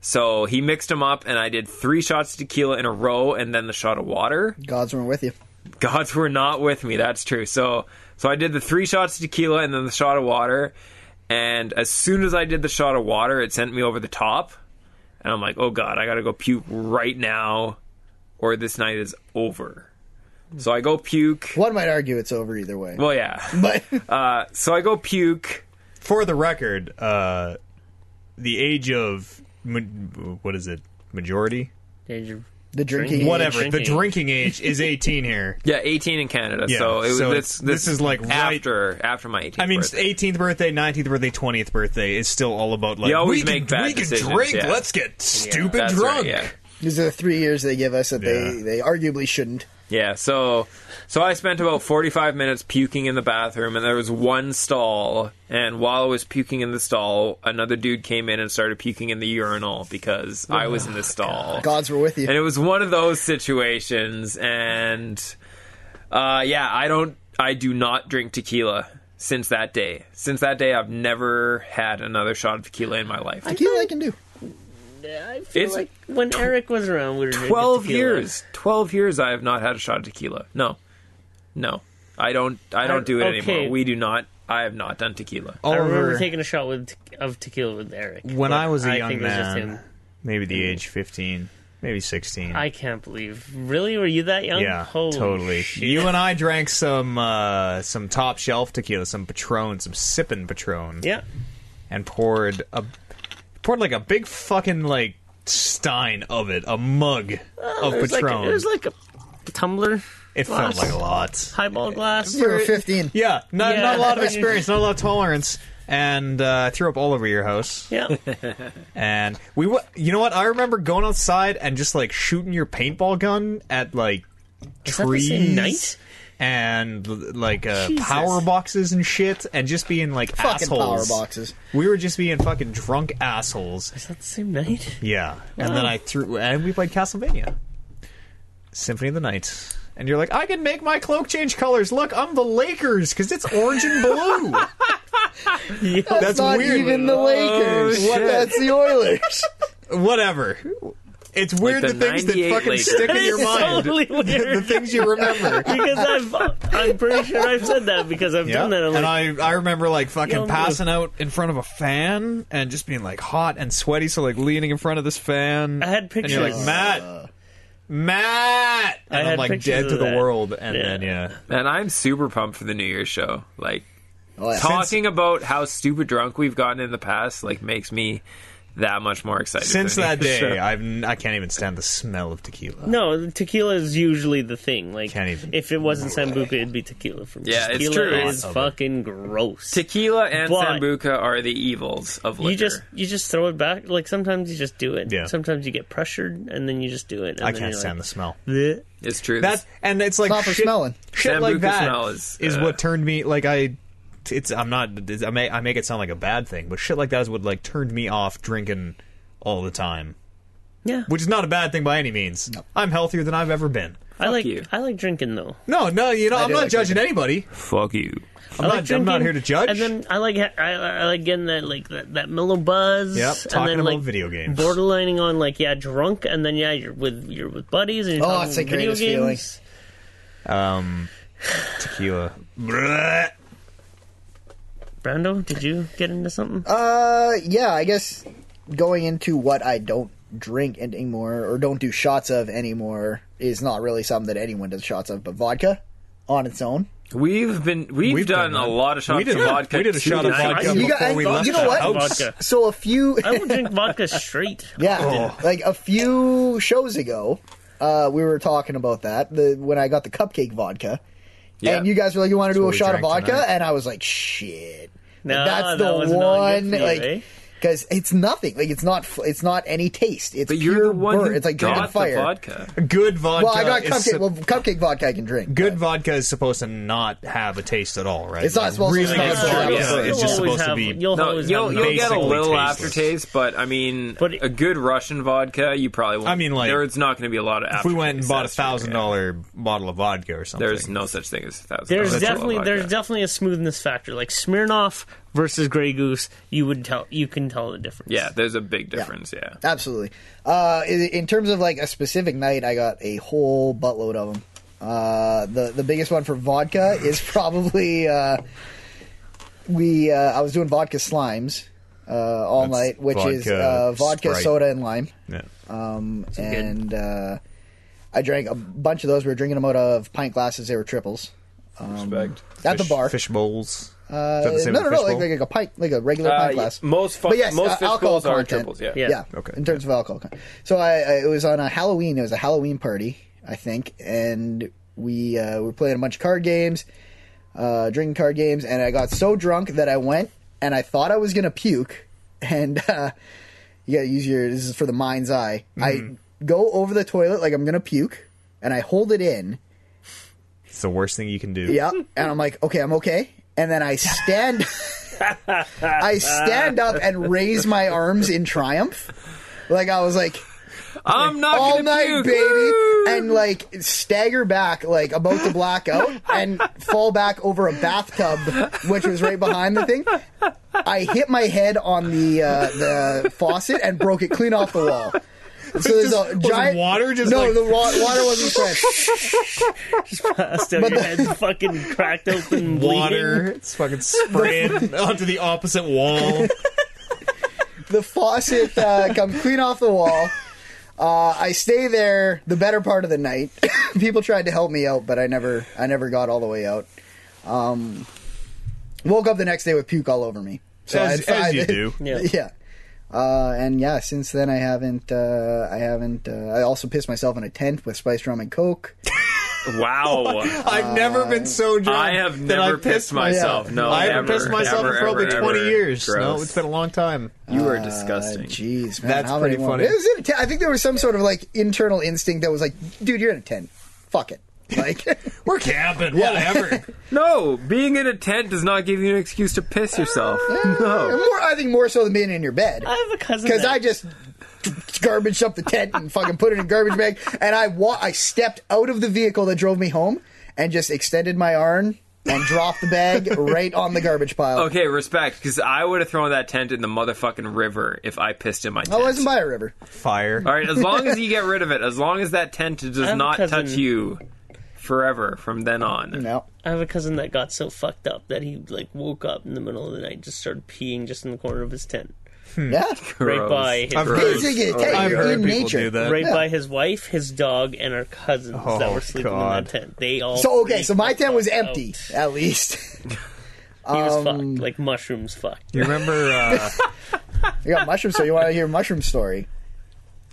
[SPEAKER 4] So he mixed him up, and I did three shots of tequila in a row, and then the shot of water.
[SPEAKER 3] God's were with you.
[SPEAKER 4] Gods were not with me. That's true. So, so I did the three shots of tequila and then the shot of water. And as soon as I did the shot of water, it sent me over the top. And I'm like, oh god, I gotta go puke right now, or this night is over. So I go puke.
[SPEAKER 3] One might argue it's over either way.
[SPEAKER 4] Well, yeah.
[SPEAKER 3] but
[SPEAKER 4] Uh, so I go puke.
[SPEAKER 2] For the record, uh, the age of ma- what is it? Majority,
[SPEAKER 1] Did you-
[SPEAKER 3] the drinking,
[SPEAKER 1] Age.
[SPEAKER 2] whatever. The
[SPEAKER 1] Drinking.
[SPEAKER 2] drinking age is 18 here.
[SPEAKER 4] Yeah, 18 in Canada.
[SPEAKER 2] Yeah,
[SPEAKER 4] so it was
[SPEAKER 2] so
[SPEAKER 4] this,
[SPEAKER 2] it's-
[SPEAKER 4] this.
[SPEAKER 2] this is, like, right-
[SPEAKER 4] after after my 18th.
[SPEAKER 2] I mean,
[SPEAKER 4] birthday.
[SPEAKER 2] 18th birthday, 19th birthday, 20th birthday is still all about like
[SPEAKER 4] You always
[SPEAKER 2] we
[SPEAKER 4] make
[SPEAKER 2] can,
[SPEAKER 4] bad
[SPEAKER 2] we can
[SPEAKER 4] decisions,
[SPEAKER 2] drink.
[SPEAKER 4] yeah.
[SPEAKER 2] Let's get stupid
[SPEAKER 4] That's
[SPEAKER 2] drunk.
[SPEAKER 4] right, yeah.
[SPEAKER 3] These are the three years they give us that they,
[SPEAKER 2] Yeah.
[SPEAKER 3] they arguably shouldn't.
[SPEAKER 4] Yeah, so so I spent about 45 minutes puking in the bathroom and there was one stall and while I was puking in the stall, another dude came in and started puking in the urinal because I was in the stall.
[SPEAKER 3] God's were with you.
[SPEAKER 4] And it was one of those situations and uh yeah, I don't I do not drink tequila since that day. Since that day I've never had another shot of tequila in my life.
[SPEAKER 3] Tequila I can do.
[SPEAKER 1] I feel
[SPEAKER 4] It's-
[SPEAKER 1] like when Eric was around, we were drinking
[SPEAKER 4] 12
[SPEAKER 1] tequila.
[SPEAKER 4] years. 12 years I have not had a shot of tequila. No. No. I don't I don't do it
[SPEAKER 1] okay.
[SPEAKER 4] anymore. We do not I have not done tequila.
[SPEAKER 1] I
[SPEAKER 2] Oliver,
[SPEAKER 1] remember taking a shot with of tequila with Eric
[SPEAKER 2] when
[SPEAKER 1] but
[SPEAKER 2] I was a young
[SPEAKER 1] think it was just
[SPEAKER 2] man,
[SPEAKER 1] him.
[SPEAKER 2] maybe the age 15, maybe 16.
[SPEAKER 1] I can't believe. Really, were you that young?
[SPEAKER 2] yeah,
[SPEAKER 1] Holy
[SPEAKER 2] totally.
[SPEAKER 1] shit.
[SPEAKER 2] You and I drank some uh, some top shelf tequila, some Patron, some sippin' Patron,
[SPEAKER 1] Yeah.
[SPEAKER 2] and poured a poured like a big fucking like stein of it, a mug of
[SPEAKER 1] Oh, It was like
[SPEAKER 2] Patron.
[SPEAKER 1] a- it was like a tumbler,
[SPEAKER 2] It felt
[SPEAKER 1] glass.
[SPEAKER 2] like a lot.
[SPEAKER 1] highball glass.
[SPEAKER 3] You were 15.
[SPEAKER 2] Yeah, not,
[SPEAKER 1] Yeah.
[SPEAKER 2] not a lot of experience, not a lot of tolerance, and uh, I threw up all over your house.
[SPEAKER 1] Yeah.
[SPEAKER 2] And we, wa- you know what? I remember going outside and just like shooting your paintball gun at like
[SPEAKER 1] that the
[SPEAKER 2] trees,
[SPEAKER 1] same night?
[SPEAKER 2] and l- like uh,
[SPEAKER 1] Jesus.
[SPEAKER 2] power boxes and shit, and just being like
[SPEAKER 3] Fucking
[SPEAKER 2] assholes.
[SPEAKER 3] power boxes.
[SPEAKER 2] We were just being fucking drunk assholes.
[SPEAKER 1] Is that the same night?
[SPEAKER 2] Yeah, and
[SPEAKER 3] Oh.
[SPEAKER 2] then I threw, and we played Castlevania, Symphony of the Night, and you're like, I can make my cloak change colors. Look, I'm the Lakers because it's orange and blue. that's
[SPEAKER 3] not
[SPEAKER 2] weird.
[SPEAKER 3] even the Lakers.
[SPEAKER 4] Oh,
[SPEAKER 3] what?
[SPEAKER 4] shit.
[SPEAKER 3] That's the Oilers.
[SPEAKER 2] Whatever. It's weird
[SPEAKER 4] the
[SPEAKER 2] the, things that
[SPEAKER 4] 98
[SPEAKER 2] fucking
[SPEAKER 4] Lakers.
[SPEAKER 2] stick in your
[SPEAKER 1] It's
[SPEAKER 2] mind.
[SPEAKER 1] totally
[SPEAKER 2] the
[SPEAKER 1] weird.
[SPEAKER 2] things you remember.
[SPEAKER 1] because I've, I'm pretty sure I've said that because I've
[SPEAKER 2] Yeah.
[SPEAKER 1] done that. I'm
[SPEAKER 2] and
[SPEAKER 1] like,
[SPEAKER 2] I, I remember like fucking
[SPEAKER 1] Young
[SPEAKER 2] passing out in front of a fan and just being like hot and sweaty, so like leaning in front of this fan.
[SPEAKER 1] I had
[SPEAKER 2] And you're like,
[SPEAKER 1] pictures.
[SPEAKER 2] Matt, Matt, and
[SPEAKER 1] I
[SPEAKER 2] am
[SPEAKER 1] had
[SPEAKER 2] like
[SPEAKER 1] pictures
[SPEAKER 2] dead
[SPEAKER 1] of
[SPEAKER 2] to the
[SPEAKER 1] that.
[SPEAKER 2] world. And
[SPEAKER 1] Yeah.
[SPEAKER 2] then yeah,
[SPEAKER 4] And I'm super pumped for the New Year's show. Like
[SPEAKER 3] Oh, yeah.
[SPEAKER 4] talking about how stupid drunk we've gotten in the past like makes me that much more excited.
[SPEAKER 2] since
[SPEAKER 4] for the
[SPEAKER 2] that
[SPEAKER 4] New Year's
[SPEAKER 2] day,
[SPEAKER 4] show.
[SPEAKER 2] I've n- I can't even stand the smell of tequila.
[SPEAKER 1] no, tequila is usually the thing. Like,
[SPEAKER 2] Can't even-
[SPEAKER 1] if it wasn't sambuca, it'd be tequila for me.
[SPEAKER 4] Yeah, it's
[SPEAKER 1] tequila
[SPEAKER 4] true.
[SPEAKER 1] is
[SPEAKER 2] Lot of it.
[SPEAKER 1] fucking gross.
[SPEAKER 4] tequila and
[SPEAKER 1] But-
[SPEAKER 4] sambuca are the evils of liquor.
[SPEAKER 1] you just you just throw it back. Like sometimes you just do it.
[SPEAKER 2] Yeah.
[SPEAKER 1] Sometimes you get pressured and then you just do it. And
[SPEAKER 2] I
[SPEAKER 1] then
[SPEAKER 2] can't
[SPEAKER 1] you're
[SPEAKER 2] stand the
[SPEAKER 1] like,
[SPEAKER 2] smell.
[SPEAKER 1] this.
[SPEAKER 4] it's true.
[SPEAKER 2] That's and it's like
[SPEAKER 3] Not for
[SPEAKER 2] shit-
[SPEAKER 3] smelling.
[SPEAKER 2] shit like
[SPEAKER 4] Sambuca
[SPEAKER 2] that
[SPEAKER 4] smell is, uh,
[SPEAKER 2] what turned me like I it's I'm not I may I make it sound like a bad thing, but shit like that is what like turned me off drinking all the time,
[SPEAKER 1] Yeah,
[SPEAKER 2] which is not a bad thing by any means. I'm healthier than I've ever been.
[SPEAKER 1] I like
[SPEAKER 4] you.
[SPEAKER 1] I like drinking though.
[SPEAKER 2] No, no, you know I'm
[SPEAKER 3] do
[SPEAKER 2] not
[SPEAKER 3] like
[SPEAKER 2] judging anybody.
[SPEAKER 4] fuck you.
[SPEAKER 2] I'm
[SPEAKER 1] I
[SPEAKER 2] not
[SPEAKER 1] like
[SPEAKER 2] I'm not
[SPEAKER 1] drinking,
[SPEAKER 2] here to judge.
[SPEAKER 1] And then I like ha- I, I like getting that like that, that mellow buzz.
[SPEAKER 2] yep,
[SPEAKER 1] and
[SPEAKER 2] talking
[SPEAKER 1] then,
[SPEAKER 2] about
[SPEAKER 1] like,
[SPEAKER 2] video games.
[SPEAKER 1] Borderlining on like yeah, drunk, and then yeah, you're with you're with buddies and you're
[SPEAKER 3] Oh,
[SPEAKER 1] talking
[SPEAKER 3] it's the
[SPEAKER 1] video
[SPEAKER 3] greatest
[SPEAKER 1] games.
[SPEAKER 2] um, tequila. Blech.
[SPEAKER 1] Brando, did you get into something?
[SPEAKER 3] Uh, yeah, I guess going into what I don't drink anymore or don't do shots of anymore is not really something that anyone does shots of, but vodka on its own.
[SPEAKER 4] We've been we've,
[SPEAKER 2] We've
[SPEAKER 4] done,
[SPEAKER 2] done
[SPEAKER 4] a
[SPEAKER 2] that.
[SPEAKER 4] lot of shots
[SPEAKER 2] We did-
[SPEAKER 4] of vodka.
[SPEAKER 2] we did a
[SPEAKER 4] two
[SPEAKER 2] shot of
[SPEAKER 4] different-
[SPEAKER 2] vodka.
[SPEAKER 3] you,
[SPEAKER 2] before
[SPEAKER 3] got-
[SPEAKER 2] we
[SPEAKER 3] you
[SPEAKER 2] left
[SPEAKER 3] know
[SPEAKER 2] the
[SPEAKER 3] what?
[SPEAKER 2] house.
[SPEAKER 1] Vodka.
[SPEAKER 3] So a few
[SPEAKER 1] I will drink vodka straight.
[SPEAKER 3] Yeah, like a few shows ago, uh, we were talking about that the when I got the cupcake vodka,
[SPEAKER 4] Yeah.
[SPEAKER 3] and you guys were like, "You want to do a
[SPEAKER 2] what we
[SPEAKER 3] shot of
[SPEAKER 2] drank
[SPEAKER 3] vodka?"
[SPEAKER 2] tonight.
[SPEAKER 3] And I was like, "Shit,
[SPEAKER 1] No,
[SPEAKER 3] that's
[SPEAKER 1] that
[SPEAKER 3] the
[SPEAKER 1] was not good
[SPEAKER 3] one."
[SPEAKER 1] for you,
[SPEAKER 3] like,
[SPEAKER 1] eh?
[SPEAKER 3] because it's nothing. Like it's not. f- It's not any taste. It's
[SPEAKER 4] But
[SPEAKER 3] pure
[SPEAKER 4] you're the one
[SPEAKER 3] burn.
[SPEAKER 4] who
[SPEAKER 3] It's like drinking
[SPEAKER 4] got the
[SPEAKER 3] fire.
[SPEAKER 4] vodka.
[SPEAKER 2] Good vodka.
[SPEAKER 3] Well, I got
[SPEAKER 2] is
[SPEAKER 3] cupcake.
[SPEAKER 2] sup-
[SPEAKER 3] well, cupcake vodka I can drink.
[SPEAKER 2] good
[SPEAKER 3] but-
[SPEAKER 2] vodka is supposed to not have a taste at all, right?
[SPEAKER 3] It's not
[SPEAKER 2] Like,
[SPEAKER 3] supposed to-
[SPEAKER 2] really
[SPEAKER 3] it's
[SPEAKER 2] good
[SPEAKER 3] not
[SPEAKER 2] vodka.
[SPEAKER 3] supposed to-
[SPEAKER 2] It's just
[SPEAKER 1] You'll always
[SPEAKER 2] supposed to
[SPEAKER 1] have-
[SPEAKER 2] be.
[SPEAKER 1] You'll
[SPEAKER 4] No,
[SPEAKER 1] always
[SPEAKER 4] you'll
[SPEAKER 1] have
[SPEAKER 4] you'll get a
[SPEAKER 2] basically
[SPEAKER 4] little
[SPEAKER 2] tasteless.
[SPEAKER 4] aftertaste, but I mean,
[SPEAKER 1] But it-
[SPEAKER 4] a good Russian vodka, you probably. Won't,
[SPEAKER 2] I mean, like,
[SPEAKER 4] there's not going to be a lot of.
[SPEAKER 2] if we went and
[SPEAKER 4] aftertaste,
[SPEAKER 2] bought a
[SPEAKER 4] that's for sure,
[SPEAKER 2] thousand
[SPEAKER 4] yeah.
[SPEAKER 2] dollar bottle of vodka or something,
[SPEAKER 4] There's no such thing as a thousand.
[SPEAKER 1] There's
[SPEAKER 4] dollars
[SPEAKER 1] definitely
[SPEAKER 4] bottle of
[SPEAKER 1] there's
[SPEAKER 4] vodka.
[SPEAKER 1] definitely a smoothness factor. Like Smirnoff versus Grey Goose, you would tell you can tell the difference.
[SPEAKER 4] yeah, there's a big difference. Yeah,
[SPEAKER 3] Absolutely. Uh, in, in terms of like a specific night, I got a whole buttload of them. Uh, the the biggest one for vodka is probably uh, we. Uh, I was doing vodka slimes uh, all
[SPEAKER 2] That's
[SPEAKER 3] night, which is
[SPEAKER 2] vodka,
[SPEAKER 3] uh, vodka,
[SPEAKER 2] Sprite.
[SPEAKER 3] soda, and lime.
[SPEAKER 2] Yeah.
[SPEAKER 3] Um,
[SPEAKER 1] good.
[SPEAKER 3] and uh, I drank a bunch of those. We were drinking them out of pint glasses. They were triples
[SPEAKER 4] respect.
[SPEAKER 3] at the
[SPEAKER 2] Fish-
[SPEAKER 3] bar.
[SPEAKER 2] fish bowls.
[SPEAKER 3] Uh,
[SPEAKER 2] Is that the same
[SPEAKER 3] no,
[SPEAKER 2] as
[SPEAKER 3] no,
[SPEAKER 2] a
[SPEAKER 3] no,
[SPEAKER 2] fish
[SPEAKER 3] like,
[SPEAKER 2] bowl?
[SPEAKER 3] like a pint, like a regular
[SPEAKER 4] Uh,
[SPEAKER 3] pint
[SPEAKER 4] yeah,
[SPEAKER 3] glass.
[SPEAKER 4] most fu-
[SPEAKER 3] But yes,
[SPEAKER 4] most
[SPEAKER 3] uh,
[SPEAKER 4] fish
[SPEAKER 3] alcohol
[SPEAKER 4] bowls are
[SPEAKER 3] content.
[SPEAKER 4] triples, yeah.
[SPEAKER 1] Yeah.
[SPEAKER 3] yeah.
[SPEAKER 2] Okay,
[SPEAKER 3] In terms of alcohol, content. so I, I it was on a Halloween. It was a Halloween party, I think, and we uh, were playing a bunch of card games, uh, drinking card games, and I got so drunk that I went and I thought I was gonna puke, and uh, you gotta use your this is for the mind's eye. I Mm-hmm. go over the toilet like I'm gonna puke, and I hold it in.
[SPEAKER 2] It's the worst thing you can do.
[SPEAKER 3] Yeah. And I'm like, okay, I'm okay. And then I stand I stand up and raise my arms in triumph. Like I was like
[SPEAKER 4] I'm not
[SPEAKER 3] all
[SPEAKER 4] gonna
[SPEAKER 3] night,
[SPEAKER 4] puke.
[SPEAKER 3] baby, and like stagger back, like about to black out, and fall back over a bathtub, which was right behind the thing. I hit my head on the uh, the faucet and broke it clean off the wall. So there's a
[SPEAKER 2] was
[SPEAKER 3] giant
[SPEAKER 2] water just
[SPEAKER 3] no,
[SPEAKER 2] like-
[SPEAKER 3] the wa- water wasn't fresh.
[SPEAKER 1] Still your head's fucking cracked open, bleeding.
[SPEAKER 2] Water, it's fucking spraying onto the opposite wall.
[SPEAKER 3] the faucet uh, come clean off the wall. Uh, I stay there the better part of the night. People tried to help me out, but I never, I never got all the way out. Um, woke up the next day with puke all over me. So
[SPEAKER 2] As-
[SPEAKER 3] I-
[SPEAKER 2] as
[SPEAKER 3] I-
[SPEAKER 2] you do.
[SPEAKER 1] Yeah.
[SPEAKER 3] yeah. Uh, and yeah, since then I haven't, uh, I haven't. Uh, I also pissed myself in a tent with spiced rum and coke.
[SPEAKER 4] Wow.
[SPEAKER 2] I've
[SPEAKER 3] Uh,
[SPEAKER 2] never been so drunk.
[SPEAKER 4] I have
[SPEAKER 2] that I
[SPEAKER 4] never pissed myself. No,
[SPEAKER 2] I haven't
[SPEAKER 4] never,
[SPEAKER 2] pissed myself
[SPEAKER 4] ever,
[SPEAKER 2] in probably
[SPEAKER 4] ever,
[SPEAKER 2] twenty
[SPEAKER 4] ever.
[SPEAKER 2] years. No,
[SPEAKER 4] Gross.
[SPEAKER 2] it's been Ah, a long time.
[SPEAKER 4] you are
[SPEAKER 3] Uh,
[SPEAKER 4] disgusting.
[SPEAKER 3] Jeez, man,
[SPEAKER 2] That's
[SPEAKER 3] how many
[SPEAKER 2] pretty
[SPEAKER 3] more-
[SPEAKER 2] funny.
[SPEAKER 3] It was in a tent. I think there was some sort of like internal instinct that was like, dude, you're in a tent. Fuck it. Like.
[SPEAKER 2] We're camping, whatever.
[SPEAKER 4] no, being in a tent does not give you an excuse to piss yourself. No.
[SPEAKER 3] More, I think more so than being in your bed.
[SPEAKER 1] I have a cousin
[SPEAKER 3] Because
[SPEAKER 1] that-
[SPEAKER 3] I just garbaged up the tent and fucking put it in a garbage bag, and I wa- I stepped out of the vehicle that drove me home and just extended my arm and dropped the bag right on the garbage pile.
[SPEAKER 4] Okay, respect, because I would have thrown that tent in the motherfucking river if I pissed in my tent.
[SPEAKER 3] I wasn't by a river.
[SPEAKER 2] Fire.
[SPEAKER 4] All right, as long as you get rid of it, as long as that tent
[SPEAKER 1] have
[SPEAKER 4] does
[SPEAKER 1] a
[SPEAKER 4] not
[SPEAKER 1] cousin-
[SPEAKER 4] touch you forever from then on.
[SPEAKER 3] No.
[SPEAKER 1] I have a cousin that got so fucked up that he like woke up in the middle of the night, just started peeing just in the corner of his tent,
[SPEAKER 3] Yeah.
[SPEAKER 1] right by his,
[SPEAKER 2] I've
[SPEAKER 4] Gross.
[SPEAKER 2] heard,
[SPEAKER 3] It's like a tent.
[SPEAKER 2] Oh, I've
[SPEAKER 3] You're
[SPEAKER 2] heard
[SPEAKER 3] in
[SPEAKER 2] people
[SPEAKER 3] nature.
[SPEAKER 2] do that.
[SPEAKER 1] right by his wife, his dog, and our cousins that
[SPEAKER 2] Oh,
[SPEAKER 1] were sleeping in
[SPEAKER 2] God.
[SPEAKER 1] that tent. They all
[SPEAKER 3] So okay, so my
[SPEAKER 1] freaked the
[SPEAKER 3] tent was
[SPEAKER 1] fuck out.
[SPEAKER 3] empty Um, at least.
[SPEAKER 1] He was fucked like mushrooms fucked.
[SPEAKER 2] You remember? Uh,
[SPEAKER 3] You got mushrooms, so you want to hear mushroom story?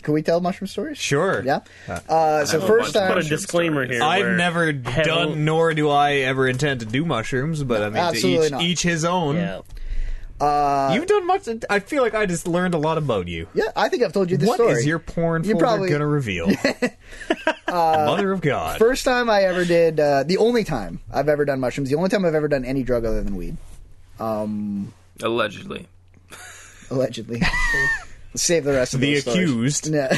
[SPEAKER 3] Can we tell mushroom stories?
[SPEAKER 2] sure.
[SPEAKER 3] Yeah. Uh, so first
[SPEAKER 4] bunch of
[SPEAKER 3] time,
[SPEAKER 1] Put a disclaimer here.
[SPEAKER 2] I've
[SPEAKER 1] where
[SPEAKER 2] never
[SPEAKER 1] Hevel-
[SPEAKER 2] done, nor do I ever intend to do mushrooms. But I mean, to
[SPEAKER 3] absolutely
[SPEAKER 2] each,
[SPEAKER 3] not. Uh,
[SPEAKER 2] each his own.
[SPEAKER 1] Yeah.
[SPEAKER 2] You've done much. I feel like I just learned a lot about you.
[SPEAKER 3] yeah, I think I've told you this
[SPEAKER 2] What is
[SPEAKER 3] story.
[SPEAKER 2] your porn
[SPEAKER 3] You
[SPEAKER 2] folder
[SPEAKER 3] probably- Uh,
[SPEAKER 2] gonna reveal? Mother of God.
[SPEAKER 3] First time I ever did, uh, the only time I've ever done mushrooms, the only time I've ever done any drug other than weed,
[SPEAKER 4] Allegedly.
[SPEAKER 3] allegedly. Save the rest of
[SPEAKER 2] the
[SPEAKER 3] those stories.
[SPEAKER 2] accused.
[SPEAKER 3] No.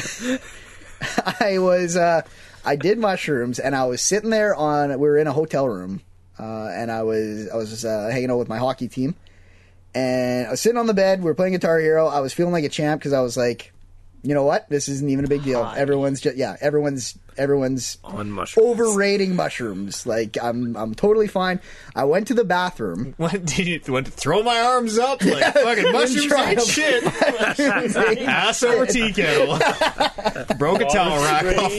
[SPEAKER 3] I was, uh, I did mushrooms, and I was sitting there on. We were in a hotel room, uh, and I was, I was uh, hanging out with my hockey team, and I was sitting on the bed. We were playing Guitar Hero. I was feeling like a champ because I was like, you know what, this isn't even a big deal. Everyone's just, yeah, everyone's, everyone's
[SPEAKER 4] On mushrooms.
[SPEAKER 3] overrating mushrooms. Like I'm, I'm totally fine. I went to the bathroom.
[SPEAKER 2] What did you want to throw my arms up like fucking mushrooms ain't
[SPEAKER 3] triumph.
[SPEAKER 2] shit? Ass over tea kettle. Broke a towel rack off.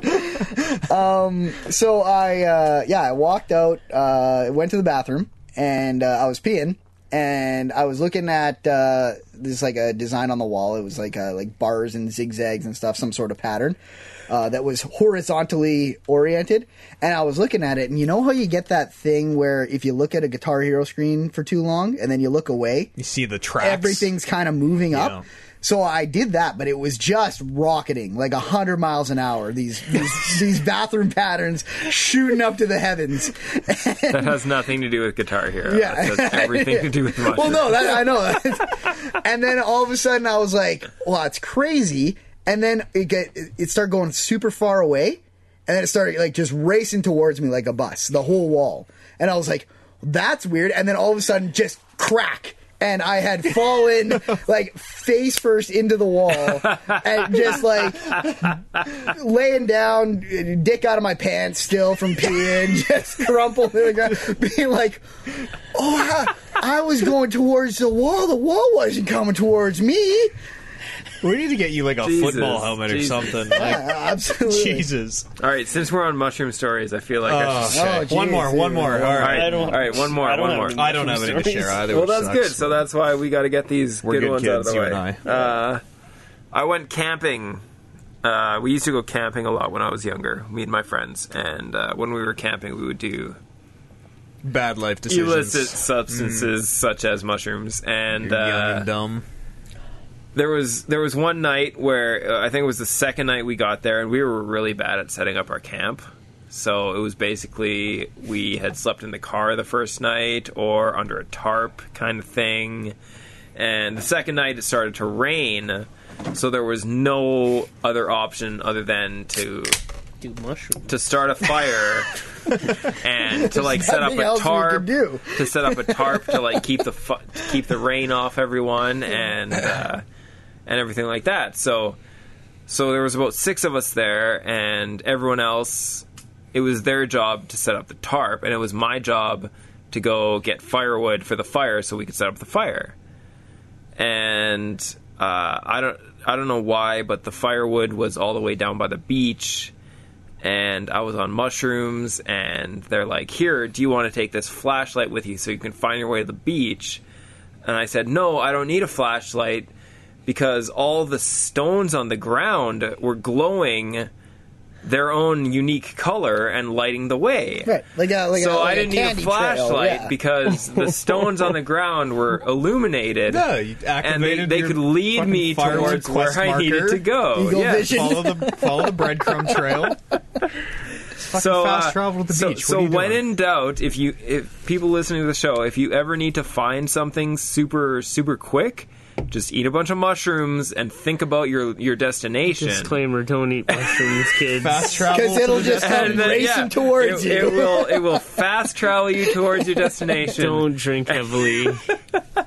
[SPEAKER 1] Spraying.
[SPEAKER 3] so I uh, yeah, I walked out, uh, went to the bathroom, and uh, I was peeing, and I was looking at uh, there's like a design on the wall. It was like uh, like bars and zigzags and stuff, some sort of pattern uh, that was horizontally oriented. And I was looking at it, and you know how you get that thing where if you look at a Guitar Hero screen for too long and then you look away,
[SPEAKER 2] You see the tracks.
[SPEAKER 3] everything's kind of moving up.
[SPEAKER 2] Yeah.
[SPEAKER 3] So I did that, but it was just rocketing like hundred miles an hour. These these, these bathroom patterns shooting up to the heavens.
[SPEAKER 4] That has nothing to do with Guitar Hero.
[SPEAKER 3] Yeah.
[SPEAKER 4] That has everything to do with mushrooms.
[SPEAKER 3] Well, no, that, I know. and then all of a sudden, I was like, "Well, it's crazy." And then it get it started going super far away, and then it started like just racing towards me like a bus, the whole wall. And I was like, "That's weird." And then all of a sudden, just crack. And I had fallen like face first into the wall and just like laying down, dick out of my pants still from peeing, just crumpled to the ground, being like, oh, I, I was going towards the wall. The wall wasn't coming towards me.
[SPEAKER 2] We need to get you like a
[SPEAKER 4] Jesus,
[SPEAKER 2] football helmet
[SPEAKER 4] Jesus. Oh,
[SPEAKER 2] or something. Like,
[SPEAKER 3] Uh, Absolutely.
[SPEAKER 2] Jesus.
[SPEAKER 4] All right, since we're on mushroom stories, I feel like I should.
[SPEAKER 2] Oh,
[SPEAKER 3] shit.
[SPEAKER 2] one
[SPEAKER 3] Oh,
[SPEAKER 2] more,
[SPEAKER 3] geez,
[SPEAKER 2] one more.
[SPEAKER 3] dude.
[SPEAKER 2] All right.
[SPEAKER 1] I don't-
[SPEAKER 4] All right, one more,
[SPEAKER 1] I don't
[SPEAKER 4] one
[SPEAKER 1] have
[SPEAKER 4] more.
[SPEAKER 1] any
[SPEAKER 2] I don't have any to
[SPEAKER 1] stories.
[SPEAKER 2] share either.
[SPEAKER 4] Well,
[SPEAKER 2] which
[SPEAKER 4] that's
[SPEAKER 2] sucks.
[SPEAKER 4] good. So that's why we got to get these
[SPEAKER 2] We're
[SPEAKER 4] good,
[SPEAKER 2] good
[SPEAKER 4] ones out of
[SPEAKER 2] kids,
[SPEAKER 4] the
[SPEAKER 2] you
[SPEAKER 4] way.
[SPEAKER 2] and I.
[SPEAKER 4] Uh, I went camping. Uh, we used to go camping a lot when I was younger, me and my friends. And uh, when we were camping, we would do
[SPEAKER 2] Bad life decisions. Mm.
[SPEAKER 4] illicit substances such as mushrooms. And
[SPEAKER 2] You're young
[SPEAKER 4] uh,
[SPEAKER 2] and dumb.
[SPEAKER 4] there was there was one night where uh, I think it was the second night we got there, and we were really bad at setting up our camp. So it was basically we had slept in the car the first night or under a tarp kind of thing. And the second night it started to rain, so there was no other option other than to
[SPEAKER 1] Do mushrooms.
[SPEAKER 4] to start a fire and to like set up
[SPEAKER 3] nothing
[SPEAKER 4] a
[SPEAKER 3] else we
[SPEAKER 4] tarp
[SPEAKER 3] could do.
[SPEAKER 4] to set up a tarp to like keep the fu- to keep the rain off everyone and uh, and everything like that. So so there was about six of us there, and everyone else. It was their job to set up the tarp, and it was my job to go get firewood for the fire so we could set up the fire and uh, I don't I don't know why, but the firewood was all the way down by the beach, and I was on mushrooms, and they're like, "Here, do you want to take this flashlight with you so you can find your way to the beach?" And I said, "No, I don't need a flashlight because all the stones on the ground were glowing." Their own unique color and lighting the way
[SPEAKER 3] Right, like a- like a-
[SPEAKER 4] so
[SPEAKER 3] like
[SPEAKER 4] I
[SPEAKER 3] a
[SPEAKER 4] didn't need
[SPEAKER 3] candy
[SPEAKER 4] a
[SPEAKER 3] trail,
[SPEAKER 4] flashlight
[SPEAKER 3] yeah.
[SPEAKER 4] because the stones on the ground were illuminated.
[SPEAKER 2] Yeah, you
[SPEAKER 4] and they,
[SPEAKER 2] activated
[SPEAKER 4] they
[SPEAKER 2] your
[SPEAKER 4] could lead
[SPEAKER 2] fucking
[SPEAKER 4] me
[SPEAKER 2] fireworks
[SPEAKER 4] towards where
[SPEAKER 2] quest
[SPEAKER 4] I needed
[SPEAKER 2] marker.
[SPEAKER 4] to go.
[SPEAKER 3] Eagle
[SPEAKER 4] yeah.
[SPEAKER 3] vision.
[SPEAKER 2] Follow the follow the breadcrumb trail.
[SPEAKER 4] So
[SPEAKER 2] fast
[SPEAKER 4] uh,
[SPEAKER 2] travel to the
[SPEAKER 4] so,
[SPEAKER 2] beach. What
[SPEAKER 4] so
[SPEAKER 2] are you
[SPEAKER 4] when
[SPEAKER 2] doing?
[SPEAKER 4] in doubt, if you if people listening to the show, if you ever need to find something super super quick, just eat a bunch of mushrooms and think about your your destination.
[SPEAKER 1] Disclaimer: Don't eat mushrooms, kids.
[SPEAKER 2] Fast travel.
[SPEAKER 3] Because it'll
[SPEAKER 2] to the
[SPEAKER 3] just
[SPEAKER 2] destination.
[SPEAKER 3] come racing towards
[SPEAKER 4] it,
[SPEAKER 3] you.
[SPEAKER 4] it will it will fast travel you towards your destination.
[SPEAKER 1] Don't drink heavily.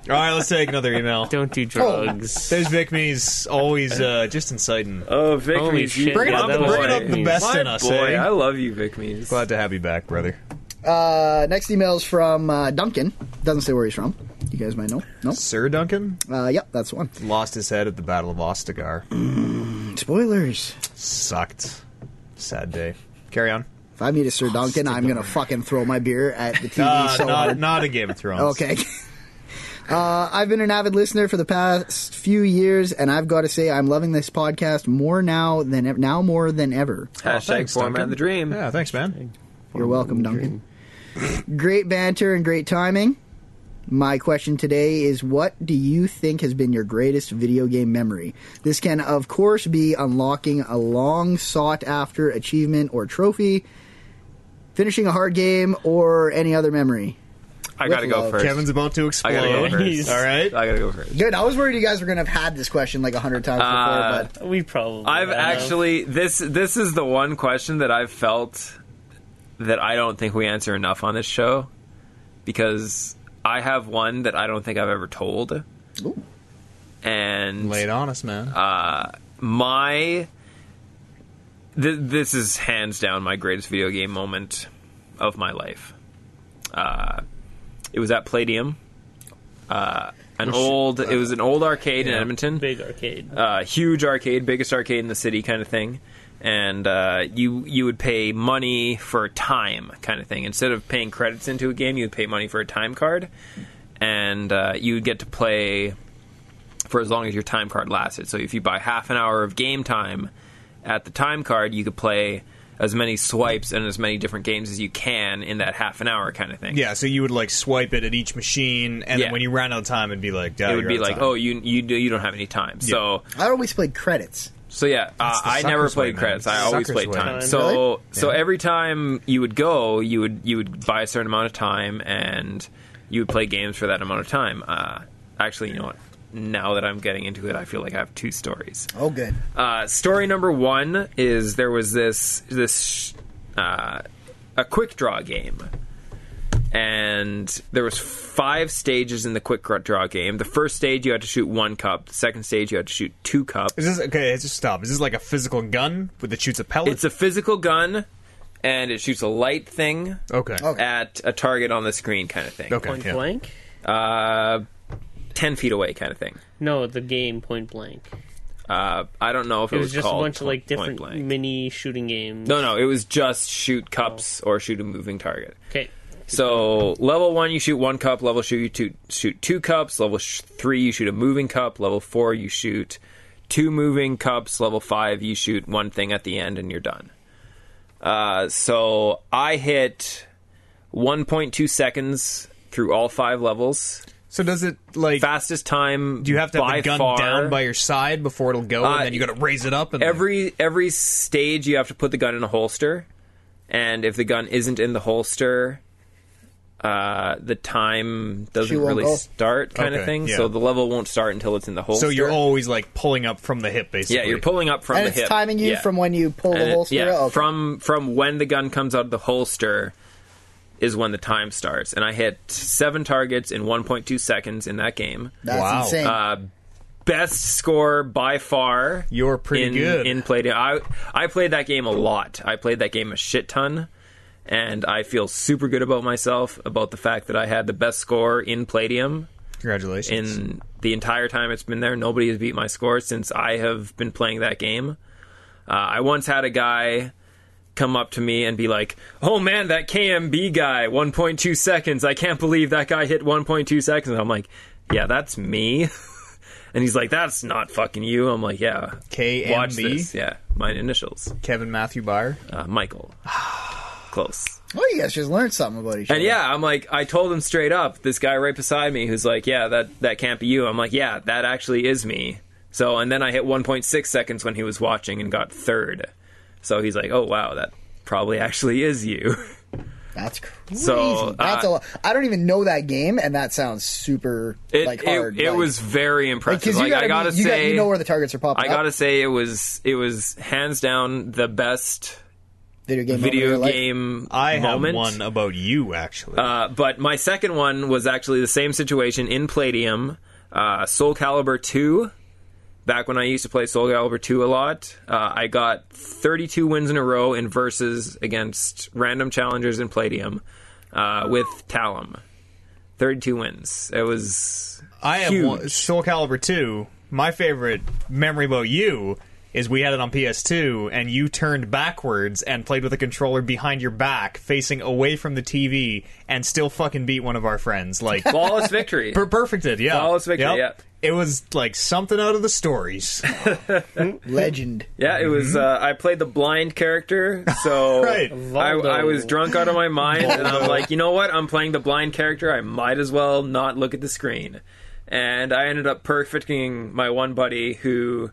[SPEAKER 2] All right, let's take another email.
[SPEAKER 1] Don't do drugs.
[SPEAKER 2] There's Vic Mees, always uh, just inciting.
[SPEAKER 4] Oh, Vic
[SPEAKER 1] Holy
[SPEAKER 4] Mees,
[SPEAKER 1] shit,
[SPEAKER 4] you-
[SPEAKER 1] Bring
[SPEAKER 2] it yeah, up- that bring was- it up the best
[SPEAKER 4] My
[SPEAKER 2] in us,
[SPEAKER 4] Boy,
[SPEAKER 2] eh?
[SPEAKER 4] I love you, Vic Mees.
[SPEAKER 2] Glad to have you back, brother.
[SPEAKER 3] Uh, next email is from uh, Duncan. Doesn't say where he's from. You guys might know. No.
[SPEAKER 2] Sir Duncan
[SPEAKER 3] Uh, yep, that's the one.
[SPEAKER 2] lost his head at the Battle of Ostagar.
[SPEAKER 3] Spoilers.
[SPEAKER 2] Sucked. Sad day. Carry on.
[SPEAKER 3] If I meet a Sir
[SPEAKER 4] Oh,
[SPEAKER 3] Duncan, I'm gonna fucking throw my beer at the TV
[SPEAKER 2] Uh,
[SPEAKER 3] so hard.
[SPEAKER 2] not, not a Game of Thrones.
[SPEAKER 3] Okay. Uh, I've been an avid listener for the past few years, and I've got to say I'm loving this podcast more now than ev- now more than ever.
[SPEAKER 2] Oh,
[SPEAKER 4] Hashtag
[SPEAKER 2] thanks,
[SPEAKER 4] format
[SPEAKER 2] Duncan.
[SPEAKER 4] the dream.
[SPEAKER 2] Yeah, thanks, man.
[SPEAKER 3] You're welcome, Duncan. Great banter and great timing. My question today is what do you think has been your greatest video game memory? This can, of course, be unlocking a long sought after achievement or trophy, finishing a hard game, or any other memory.
[SPEAKER 4] I gotta
[SPEAKER 3] With
[SPEAKER 4] go
[SPEAKER 3] love.
[SPEAKER 4] first.
[SPEAKER 2] Kevin's about to
[SPEAKER 4] I
[SPEAKER 2] explode.
[SPEAKER 4] gotta go
[SPEAKER 1] Jeez.
[SPEAKER 4] first.
[SPEAKER 2] All
[SPEAKER 4] I
[SPEAKER 2] right.
[SPEAKER 4] gotta go first.
[SPEAKER 3] Good. I was worried you guys were going to have had this question like a hundred times
[SPEAKER 4] Uh,
[SPEAKER 3] before,
[SPEAKER 1] We probably.
[SPEAKER 4] I've
[SPEAKER 1] have.
[SPEAKER 4] actually this this is the one question that I've felt that I don't think we answer enough on this show because I have one that I don't think I've ever told.
[SPEAKER 3] but. Ooh.
[SPEAKER 4] And
[SPEAKER 2] Lay it on us, man.
[SPEAKER 4] Uh, my th- this is hands down my greatest video game moment of my life. Uh, it was at Palladium, uh, an old it was an old arcade in Edmonton
[SPEAKER 1] big arcade.
[SPEAKER 4] uh, huge arcade, biggest arcade in the city, kind of thing. And uh, you you would pay money for time, kind of thing. Instead of paying credits into a game, you would pay money for a time card, and uh, you would get to play for as long as your time card lasted. So if you buy half an hour of game time at the time card, you could play as many swipes and as many different games as you can in that half an hour kind of thing.
[SPEAKER 2] Yeah, so you would like swipe it at each machine, and
[SPEAKER 4] Yeah.
[SPEAKER 2] then when you ran out of time, it'd be like,
[SPEAKER 4] It would be like, oh, you you do, you don't have any time. So
[SPEAKER 3] I always played credits.
[SPEAKER 4] So yeah, uh,
[SPEAKER 2] the
[SPEAKER 4] I never
[SPEAKER 2] sucker's way,
[SPEAKER 4] played
[SPEAKER 2] man.
[SPEAKER 4] credits. I
[SPEAKER 2] It's
[SPEAKER 4] always
[SPEAKER 2] sucker's
[SPEAKER 4] played
[SPEAKER 2] way.
[SPEAKER 4] time.
[SPEAKER 1] Time,
[SPEAKER 4] So
[SPEAKER 3] really?
[SPEAKER 4] so every time you would go, you would you would buy a certain amount of time, and you would play games for that amount of time. Uh, actually, you know what? Now that I'm getting into it, I feel like I have two stories.
[SPEAKER 3] Oh, good.
[SPEAKER 4] Uh, story number one is there was this this uh, a quick draw game, and there was five stages in the quick draw game. The first stage you had to shoot one cup. The second stage you had to shoot two cups.
[SPEAKER 2] Is this okay? Just stop. Is this like a physical gun with that shoots a pellet?
[SPEAKER 4] It's a physical gun, and it shoots a light thing
[SPEAKER 2] okay.
[SPEAKER 3] Okay.
[SPEAKER 4] at a target on the screen, kind of thing.
[SPEAKER 2] Okay.
[SPEAKER 1] Point
[SPEAKER 2] yeah.
[SPEAKER 1] blank?
[SPEAKER 4] Ten feet away, kind of thing.
[SPEAKER 1] No, the game Point Blank.
[SPEAKER 4] Uh, I don't know if it,
[SPEAKER 1] It was just a
[SPEAKER 4] called
[SPEAKER 1] bunch of like
[SPEAKER 4] Point
[SPEAKER 1] different
[SPEAKER 4] Blank.
[SPEAKER 1] mini shooting games.
[SPEAKER 4] No, no, it was just shoot
[SPEAKER 1] Oh.
[SPEAKER 4] cups or shoot a moving target.
[SPEAKER 1] Okay.
[SPEAKER 4] So level one, you shoot one cup. Level two, you two, shoot two cups. Level sh- three, you shoot a moving cup. Level four, you shoot two moving cups. Level five, you shoot one thing at the end, and you're done. Uh, so I hit 1.2 seconds through all five levels.
[SPEAKER 2] So does it like?
[SPEAKER 4] Fastest time.
[SPEAKER 2] do you have to have
[SPEAKER 4] by
[SPEAKER 2] the gun
[SPEAKER 4] far.
[SPEAKER 2] down by your side before it'll go,
[SPEAKER 4] Uh,
[SPEAKER 2] and then you got to raise it up? And
[SPEAKER 4] every every stage you have to put the gun in a holster and if the gun isn't in the holster uh, the time doesn't
[SPEAKER 3] She won't
[SPEAKER 4] really
[SPEAKER 3] go.
[SPEAKER 4] start kind of
[SPEAKER 2] Okay,
[SPEAKER 4] thing
[SPEAKER 2] yeah.
[SPEAKER 4] so the level won't start until it's in the holster
[SPEAKER 2] so you're always like pulling up from the hip, basically.
[SPEAKER 4] yeah you're pulling up from
[SPEAKER 3] and
[SPEAKER 4] the
[SPEAKER 3] it's
[SPEAKER 4] hip
[SPEAKER 3] timing you
[SPEAKER 4] Yeah.
[SPEAKER 3] from when you pull
[SPEAKER 4] And
[SPEAKER 3] the
[SPEAKER 4] it-
[SPEAKER 3] holster.
[SPEAKER 4] yeah,
[SPEAKER 3] Oh, okay.
[SPEAKER 4] from from when the gun comes out of the holster is when the time starts and i hit seven targets in 1.2 seconds in that game
[SPEAKER 3] that's
[SPEAKER 2] Wow.
[SPEAKER 3] insane.
[SPEAKER 4] Uh, best score by far.
[SPEAKER 2] You're pretty
[SPEAKER 4] in,
[SPEAKER 2] good.
[SPEAKER 4] in played. I I played that game a lot. I played that game a shit ton, and I feel super good about myself about the fact that I had the best score in Palladium
[SPEAKER 2] Congratulations.
[SPEAKER 4] in the entire time it's been there. Nobody has beat my score since I have been playing that game. Uh, I once had a guy come up to me and be like, "Oh man, that KMB guy, 1.2 seconds. I can't believe that guy hit 1.2 seconds." And I'm like, "Yeah, that's me." and he's like, "That's not fucking you." I'm like, "Yeah,
[SPEAKER 2] KMB?
[SPEAKER 4] Watch this. Yeah, my initials,
[SPEAKER 2] Kevin Matthew Byer.
[SPEAKER 4] uh, Michael. Close."
[SPEAKER 3] well, you guys just learned something about each other.
[SPEAKER 4] And yeah, I'm like, I told him straight up. This guy right beside me, who's like, yeah, that that can't be you. I'm like, yeah, that actually is me. So, and then I hit 1.6 seconds when he was watching and got third. So he's like, oh wow, that probably actually is you.
[SPEAKER 3] that's crazy.
[SPEAKER 4] So,
[SPEAKER 3] that's a
[SPEAKER 4] uh,
[SPEAKER 3] lot. I don't even know that game, and that sounds super
[SPEAKER 4] It
[SPEAKER 3] like
[SPEAKER 4] it,
[SPEAKER 3] hard.
[SPEAKER 4] it
[SPEAKER 3] like-
[SPEAKER 4] was very
[SPEAKER 3] like,
[SPEAKER 4] impressive.
[SPEAKER 3] you
[SPEAKER 4] Like,
[SPEAKER 3] gotta,
[SPEAKER 4] I gotta
[SPEAKER 3] be- you
[SPEAKER 4] say,
[SPEAKER 3] got- you know where the targets are popping.
[SPEAKER 4] I
[SPEAKER 3] up.
[SPEAKER 4] gotta say, it was it was hands down the best
[SPEAKER 3] video game moment of your
[SPEAKER 4] video
[SPEAKER 3] life.
[SPEAKER 4] game
[SPEAKER 2] I
[SPEAKER 4] moment.
[SPEAKER 2] have one about you, actually.
[SPEAKER 4] Uh, but my second one was actually the same situation in Palladium, uh, Soul Calibur 2. Back when I used to play Soul Calibur 2 a lot, uh, I got 32 wins in a row in verses against random challengers in Palladium uh, with Talum. 32 wins. It was
[SPEAKER 2] I have
[SPEAKER 4] huge.
[SPEAKER 2] one, Soul Calibur 2. My favorite memory about you is we had it on PS2 and you turned backwards and played with a controller behind your back, facing away from the TV, and still fucking beat one of our friends. Like,
[SPEAKER 4] Flawless victory.
[SPEAKER 2] per- perfected, yeah.
[SPEAKER 4] Flawless victory,
[SPEAKER 2] It was like something out of the stories.
[SPEAKER 3] Legend.
[SPEAKER 4] Yeah, it was. Uh, I played the blind character, so
[SPEAKER 2] Mm-hmm. Right.
[SPEAKER 4] I,
[SPEAKER 1] Valdo.
[SPEAKER 4] I was drunk out of my mind, and I'm like, you know what? I'm playing the blind character. I might as well not look at the screen. And I ended up perfecting my one buddy who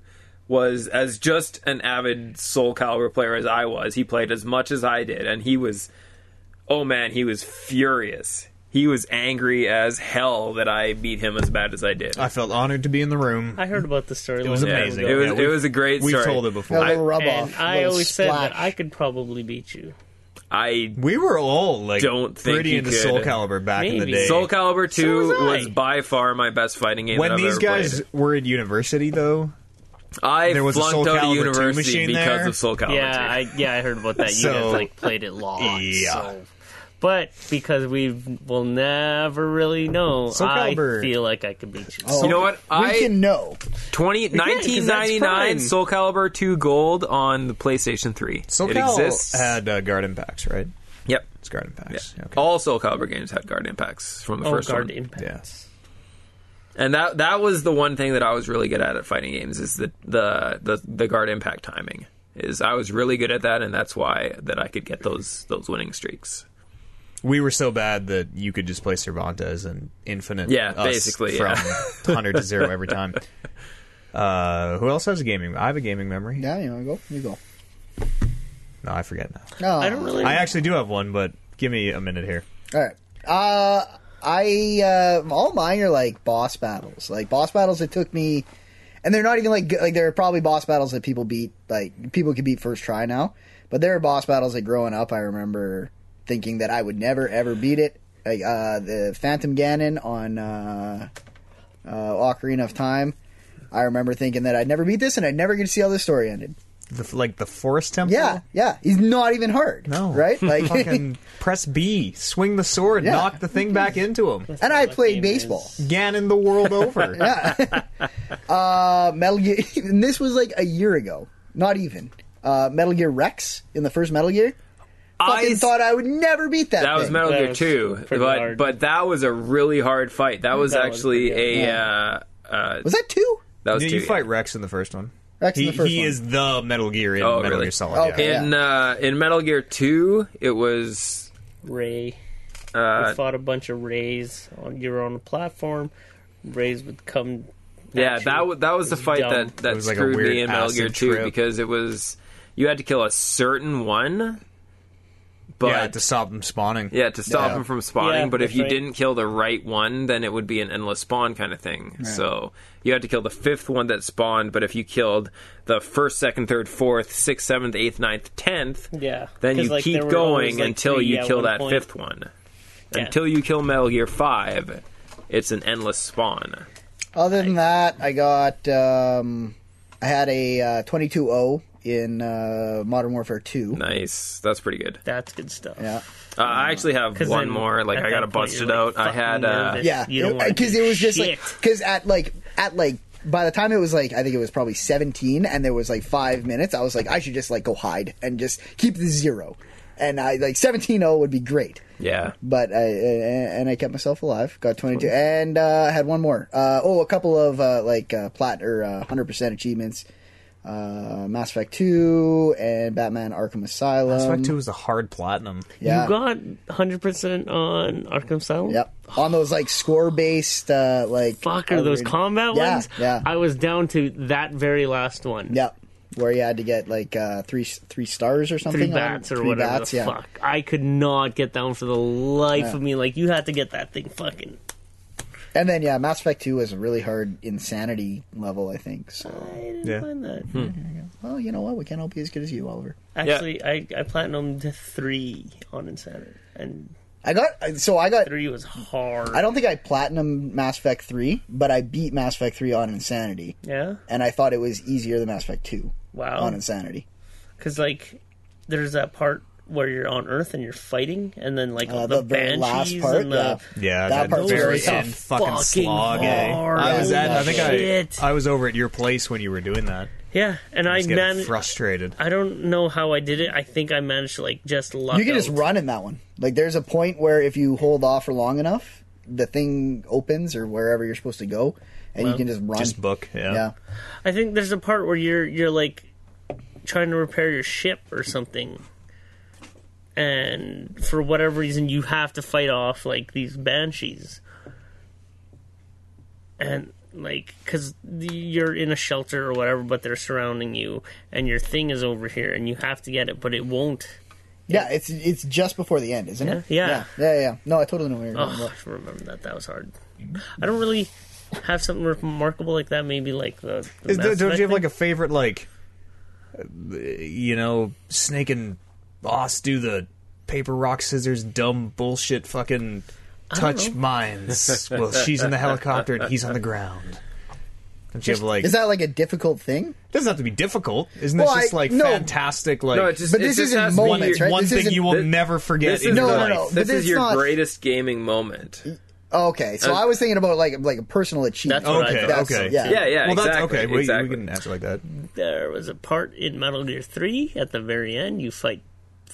[SPEAKER 4] was as just an avid Soul Calibur player as I was. He played as much as I did, and he was, oh man, he was furious. He was angry as hell that I beat him as bad as I did.
[SPEAKER 2] I felt honored to be in the room.
[SPEAKER 1] I heard about the story.
[SPEAKER 2] It was
[SPEAKER 4] Yeah,
[SPEAKER 2] amazing.
[SPEAKER 4] it was-
[SPEAKER 2] Yeah,
[SPEAKER 4] it
[SPEAKER 2] we've-
[SPEAKER 4] was a great
[SPEAKER 2] We've
[SPEAKER 4] story.
[SPEAKER 2] told it
[SPEAKER 3] Got a
[SPEAKER 2] before.
[SPEAKER 3] little rub
[SPEAKER 1] And
[SPEAKER 3] off.
[SPEAKER 1] I
[SPEAKER 3] little
[SPEAKER 1] always said
[SPEAKER 3] splash.
[SPEAKER 1] that I could probably beat you.
[SPEAKER 4] I
[SPEAKER 2] we were all like
[SPEAKER 4] Don't think
[SPEAKER 2] pretty
[SPEAKER 4] you
[SPEAKER 2] into
[SPEAKER 4] could.
[SPEAKER 2] Soul Calibur back in the
[SPEAKER 1] Maybe.
[SPEAKER 2] day.
[SPEAKER 4] Soul Calibur 2
[SPEAKER 1] was I.
[SPEAKER 4] was, by far my best fighting game
[SPEAKER 2] when
[SPEAKER 4] that I've
[SPEAKER 2] these
[SPEAKER 4] ever
[SPEAKER 2] guys
[SPEAKER 4] played.
[SPEAKER 2] were in university, though,
[SPEAKER 4] I
[SPEAKER 2] there was a
[SPEAKER 4] flunked
[SPEAKER 2] Soul
[SPEAKER 4] out
[SPEAKER 2] Calibur
[SPEAKER 4] of
[SPEAKER 2] 2
[SPEAKER 4] university
[SPEAKER 2] machine
[SPEAKER 4] because
[SPEAKER 2] there.
[SPEAKER 4] of Soul Calibur
[SPEAKER 1] Yeah,
[SPEAKER 4] 2.
[SPEAKER 1] I, yeah, I heard about that. You
[SPEAKER 2] So-
[SPEAKER 1] guys like played it long.
[SPEAKER 2] Yeah.
[SPEAKER 1] So. But because we will never really know,
[SPEAKER 2] Soul
[SPEAKER 1] I
[SPEAKER 2] Calibur.
[SPEAKER 1] feel like I could beat you.
[SPEAKER 3] Oh,
[SPEAKER 4] You know what?
[SPEAKER 3] We
[SPEAKER 4] I-
[SPEAKER 3] can know.
[SPEAKER 4] 20,
[SPEAKER 1] that's
[SPEAKER 4] 1999
[SPEAKER 1] fine.
[SPEAKER 4] Soul Calibur 2 Gold on the PlayStation 3.
[SPEAKER 2] Soul
[SPEAKER 4] it
[SPEAKER 2] Cal
[SPEAKER 4] exists.
[SPEAKER 2] had uh, garden packs, right?
[SPEAKER 4] yep.
[SPEAKER 2] It's garden packs. Okay.
[SPEAKER 4] All Soul Calibur games had guard impacts from the
[SPEAKER 1] Oh,
[SPEAKER 4] first
[SPEAKER 1] guard
[SPEAKER 4] one.
[SPEAKER 1] impact.
[SPEAKER 2] Yeah.
[SPEAKER 4] And that that was the one thing that I was really good at at fighting games is the the the, the guard impact timing. Is I was really good at that, and that's why that I could get those those winning streaks.
[SPEAKER 2] we were so bad that you could just play Cervantes as an infinite.
[SPEAKER 4] Yeah,
[SPEAKER 2] us
[SPEAKER 4] basically,
[SPEAKER 2] from
[SPEAKER 4] yeah.
[SPEAKER 2] hundred to zero every time. Uh, who else has a gaming? I have a gaming memory.
[SPEAKER 3] Yeah, you want to go? You go.
[SPEAKER 2] No, I forget now.
[SPEAKER 3] No,
[SPEAKER 1] I don't really.
[SPEAKER 2] I actually do have one, but give me a minute here.
[SPEAKER 3] All right. Uh, I uh, all mine are like boss battles. Like boss battles that took me, and they're not even like good- like there are probably boss battles that people beat like people could beat first try now. But there are boss battles that growing up I remember thinking that I would never ever beat it. Like uh, the Phantom Ganon on uh, uh, Ocarina of Time. I remember thinking that I'd never beat this and I'd never get to see how this story ended.
[SPEAKER 2] The, like the Forest Temple.
[SPEAKER 3] Yeah, yeah. He's not even hard.
[SPEAKER 2] Oh. No.
[SPEAKER 3] Right? Like
[SPEAKER 2] Fucking press B, swing the sword,
[SPEAKER 3] Yeah.
[SPEAKER 2] knock the thing back into him.
[SPEAKER 3] and I
[SPEAKER 1] What
[SPEAKER 3] played
[SPEAKER 1] game is-
[SPEAKER 3] baseball.
[SPEAKER 2] Ganon the world over.
[SPEAKER 3] uh, Metal Gear. And this was like a year ago, not even. Uh, Metal Gear Rex in the first Metal Gear. Fucking
[SPEAKER 4] I s-
[SPEAKER 3] thought I would never beat that.
[SPEAKER 4] That was
[SPEAKER 3] thing.
[SPEAKER 4] Metal
[SPEAKER 1] That
[SPEAKER 4] Gear
[SPEAKER 1] was
[SPEAKER 4] Two,
[SPEAKER 1] pretty
[SPEAKER 4] but
[SPEAKER 1] hard.
[SPEAKER 4] but that was a really hard fight. That was
[SPEAKER 1] That was
[SPEAKER 4] actually
[SPEAKER 1] pretty
[SPEAKER 4] a
[SPEAKER 3] hard.
[SPEAKER 4] uh, uh,
[SPEAKER 3] Was that two?
[SPEAKER 4] that was
[SPEAKER 2] Did
[SPEAKER 4] two.
[SPEAKER 2] you
[SPEAKER 4] yeah.
[SPEAKER 2] fight Rex in the first one?
[SPEAKER 3] Rex in
[SPEAKER 2] he
[SPEAKER 3] the first
[SPEAKER 2] he
[SPEAKER 3] one.
[SPEAKER 2] is the Metal Gear in
[SPEAKER 4] Oh,
[SPEAKER 2] Metal
[SPEAKER 4] really?
[SPEAKER 2] Gear Solid.
[SPEAKER 3] Okay.
[SPEAKER 2] Yeah.
[SPEAKER 4] in uh, in Metal Gear Two. It was
[SPEAKER 1] Ray.
[SPEAKER 4] uh,
[SPEAKER 1] you fought a bunch of Rays on your own platform. Rays would come. at
[SPEAKER 4] Yeah,
[SPEAKER 1] you.
[SPEAKER 4] that was that was the
[SPEAKER 1] It
[SPEAKER 4] fight
[SPEAKER 1] dumb.
[SPEAKER 4] that that
[SPEAKER 2] was like a
[SPEAKER 4] screwed
[SPEAKER 2] weird
[SPEAKER 4] me in Metal
[SPEAKER 2] acid
[SPEAKER 4] Gear Two
[SPEAKER 2] trip.
[SPEAKER 4] because it was you had to kill a certain one, but
[SPEAKER 2] yeah, to stop him spawning.
[SPEAKER 4] yeah, to stop
[SPEAKER 3] Yeah.
[SPEAKER 4] him from spawning.
[SPEAKER 1] Yeah,
[SPEAKER 4] but if
[SPEAKER 1] that's
[SPEAKER 4] you
[SPEAKER 1] right.
[SPEAKER 4] didn't kill the right one, then it would be an endless spawn kind of thing. So you had to kill the fifth one that spawned. But if you killed the first, second, third, fourth, sixth, seventh, eighth, ninth, tenth,
[SPEAKER 1] Yeah.
[SPEAKER 4] then
[SPEAKER 1] 'Cause,
[SPEAKER 4] you
[SPEAKER 1] like, there
[SPEAKER 4] keep
[SPEAKER 1] were
[SPEAKER 4] going
[SPEAKER 1] always, like,
[SPEAKER 4] until
[SPEAKER 1] three
[SPEAKER 4] you
[SPEAKER 1] at
[SPEAKER 4] kill
[SPEAKER 1] one
[SPEAKER 4] that
[SPEAKER 1] point.
[SPEAKER 4] fifth one.
[SPEAKER 1] Yeah.
[SPEAKER 4] Until you kill Metal Gear Five, it's an endless spawn.
[SPEAKER 3] Other than that, I got um, I had a twenty two O in uh, Modern Warfare two.
[SPEAKER 4] Nice, that's pretty good.
[SPEAKER 1] That's good stuff.
[SPEAKER 3] Yeah,
[SPEAKER 4] Uh, I actually have
[SPEAKER 1] 'Cause
[SPEAKER 4] one
[SPEAKER 1] then
[SPEAKER 4] more. Like
[SPEAKER 1] at
[SPEAKER 4] I
[SPEAKER 1] that
[SPEAKER 4] gotta
[SPEAKER 1] point,
[SPEAKER 4] bust
[SPEAKER 1] you're,
[SPEAKER 4] it
[SPEAKER 1] like,
[SPEAKER 4] out. I
[SPEAKER 1] fucking
[SPEAKER 4] had. Uh,
[SPEAKER 1] nervous.
[SPEAKER 3] yeah.
[SPEAKER 1] You don't wanna
[SPEAKER 3] Because
[SPEAKER 1] do
[SPEAKER 3] it was just like
[SPEAKER 1] shit.
[SPEAKER 3] because at like at like by the time it was like I think it was probably seventeen and there was like five minutes. I was like I should just like go hide and just keep the zero, and I like seventeen O would be great.
[SPEAKER 4] yeah.
[SPEAKER 3] but I and I kept myself alive. Got 22, and uh, I had one more. Uh, oh, a couple of uh, like uh, plat or hundred percent achievements. Uh, Mass Effect Two and Batman Arkham Asylum.
[SPEAKER 2] Mass Effect 2 was a hard platinum.
[SPEAKER 3] Yeah.
[SPEAKER 1] You got 100% on Arkham Asylum?
[SPEAKER 3] Yep. On those like score based uh, like
[SPEAKER 1] Fuck, are those
[SPEAKER 3] other-
[SPEAKER 1] combat
[SPEAKER 3] Yeah,
[SPEAKER 1] ones?
[SPEAKER 3] yeah.
[SPEAKER 1] I was down to that very last one.
[SPEAKER 3] Yep. Where you had to get like uh, three three stars or something.
[SPEAKER 1] Three
[SPEAKER 3] on-
[SPEAKER 1] bats or
[SPEAKER 3] three
[SPEAKER 1] whatever
[SPEAKER 3] bats,
[SPEAKER 1] the
[SPEAKER 3] yeah.
[SPEAKER 1] fuck. I could not get down for the life of me. Like, you had to get that thing fucking.
[SPEAKER 3] And then yeah, Mass Effect Two was a really hard insanity level. I think so.
[SPEAKER 1] I didn't
[SPEAKER 2] Yeah. Hmm.
[SPEAKER 1] find that.
[SPEAKER 3] Well, you know what? We can't all be as good as you, Oliver.
[SPEAKER 1] Actually, I, I platinumed three on Insanity. And
[SPEAKER 3] I got so I got
[SPEAKER 1] three was hard.
[SPEAKER 3] I don't think I platinum Mass Effect 3, but I beat Mass Effect 3 on Insanity.
[SPEAKER 1] Yeah?
[SPEAKER 3] And I thought it was easier than Mass Effect 2
[SPEAKER 1] Wow.
[SPEAKER 3] on Insanity.
[SPEAKER 1] Because, like, there's that part where you're on Earth and you're fighting, and then, like,
[SPEAKER 3] Uh,
[SPEAKER 1] the,
[SPEAKER 3] the very last
[SPEAKER 1] banshees
[SPEAKER 3] part,
[SPEAKER 1] and the.
[SPEAKER 3] yeah.
[SPEAKER 2] Yeah,
[SPEAKER 3] That
[SPEAKER 2] that,
[SPEAKER 3] part was
[SPEAKER 2] very
[SPEAKER 3] really tough.
[SPEAKER 2] end fucking,
[SPEAKER 1] Fucking
[SPEAKER 2] slog. eh?
[SPEAKER 1] hard.
[SPEAKER 2] I was
[SPEAKER 3] Yeah,
[SPEAKER 2] at. I
[SPEAKER 3] that
[SPEAKER 2] think
[SPEAKER 1] shit.
[SPEAKER 2] I, I was over at your place when you were doing that.
[SPEAKER 1] Yeah, and I
[SPEAKER 2] I was getting
[SPEAKER 1] managed.
[SPEAKER 2] frustrated.
[SPEAKER 1] I don't know how I did it. I think I managed to like just luck.
[SPEAKER 3] You can just
[SPEAKER 1] out.
[SPEAKER 3] run in that one. Like, there's a point where if you hold off for long enough, the thing opens or wherever you're supposed to go, and you can just run.
[SPEAKER 2] Just book. Yeah.
[SPEAKER 3] Yeah.
[SPEAKER 1] I think there's a part where you're you're like trying to repair your ship or something, and for whatever reason you have to fight off like these banshees, and like because you're in a shelter or whatever, but they're surrounding you, and your thing is over here, and you have to get it, but it won't.
[SPEAKER 3] Yeah, it's it's just before the end, isn't it?
[SPEAKER 1] Yeah.
[SPEAKER 3] Yeah, yeah, yeah. yeah. No, I totally know where you're going.
[SPEAKER 1] Oh, I should remember that. That was hard. I don't really have something remarkable like that. Maybe like the. the
[SPEAKER 2] Is
[SPEAKER 1] Mass
[SPEAKER 2] there- don't
[SPEAKER 1] Effect
[SPEAKER 2] you have like
[SPEAKER 1] thing?
[SPEAKER 2] a favorite like, uh, you know, Snake and Boss do the paper rock scissors dumb bullshit fucking touch mines. well, she's in the helicopter and he's on the ground. Don't you have like?
[SPEAKER 3] Is that like a difficult thing?
[SPEAKER 2] doesn't have to be difficult. Isn't
[SPEAKER 3] Well,
[SPEAKER 2] this just
[SPEAKER 3] I-
[SPEAKER 2] like
[SPEAKER 3] no.
[SPEAKER 2] fantastic? Like
[SPEAKER 4] No, it just,
[SPEAKER 3] But
[SPEAKER 4] it
[SPEAKER 3] this
[SPEAKER 4] just
[SPEAKER 3] isn't
[SPEAKER 4] has to be
[SPEAKER 2] one,
[SPEAKER 3] moments, right?
[SPEAKER 2] one
[SPEAKER 3] This
[SPEAKER 2] thing
[SPEAKER 3] isn't-
[SPEAKER 2] you will
[SPEAKER 4] Th-
[SPEAKER 2] never forget.
[SPEAKER 4] This
[SPEAKER 2] in
[SPEAKER 4] is
[SPEAKER 2] your
[SPEAKER 3] No, no,
[SPEAKER 2] life.
[SPEAKER 3] no.
[SPEAKER 4] this
[SPEAKER 3] but
[SPEAKER 4] is
[SPEAKER 3] it's
[SPEAKER 4] your
[SPEAKER 3] not-
[SPEAKER 4] greatest gaming moment.
[SPEAKER 3] Okay, so
[SPEAKER 4] Uh,
[SPEAKER 3] I was thinking about like like a personal achievement.
[SPEAKER 1] That's what I
[SPEAKER 2] Okay,
[SPEAKER 1] thought.
[SPEAKER 3] That's-
[SPEAKER 2] okay.
[SPEAKER 3] yeah.
[SPEAKER 4] Yeah, yeah,
[SPEAKER 2] well, that's
[SPEAKER 4] exactly.
[SPEAKER 2] okay. We,
[SPEAKER 4] exactly.
[SPEAKER 2] we can answer like that.
[SPEAKER 1] There was a part in Metal Gear Three at the very end. You fight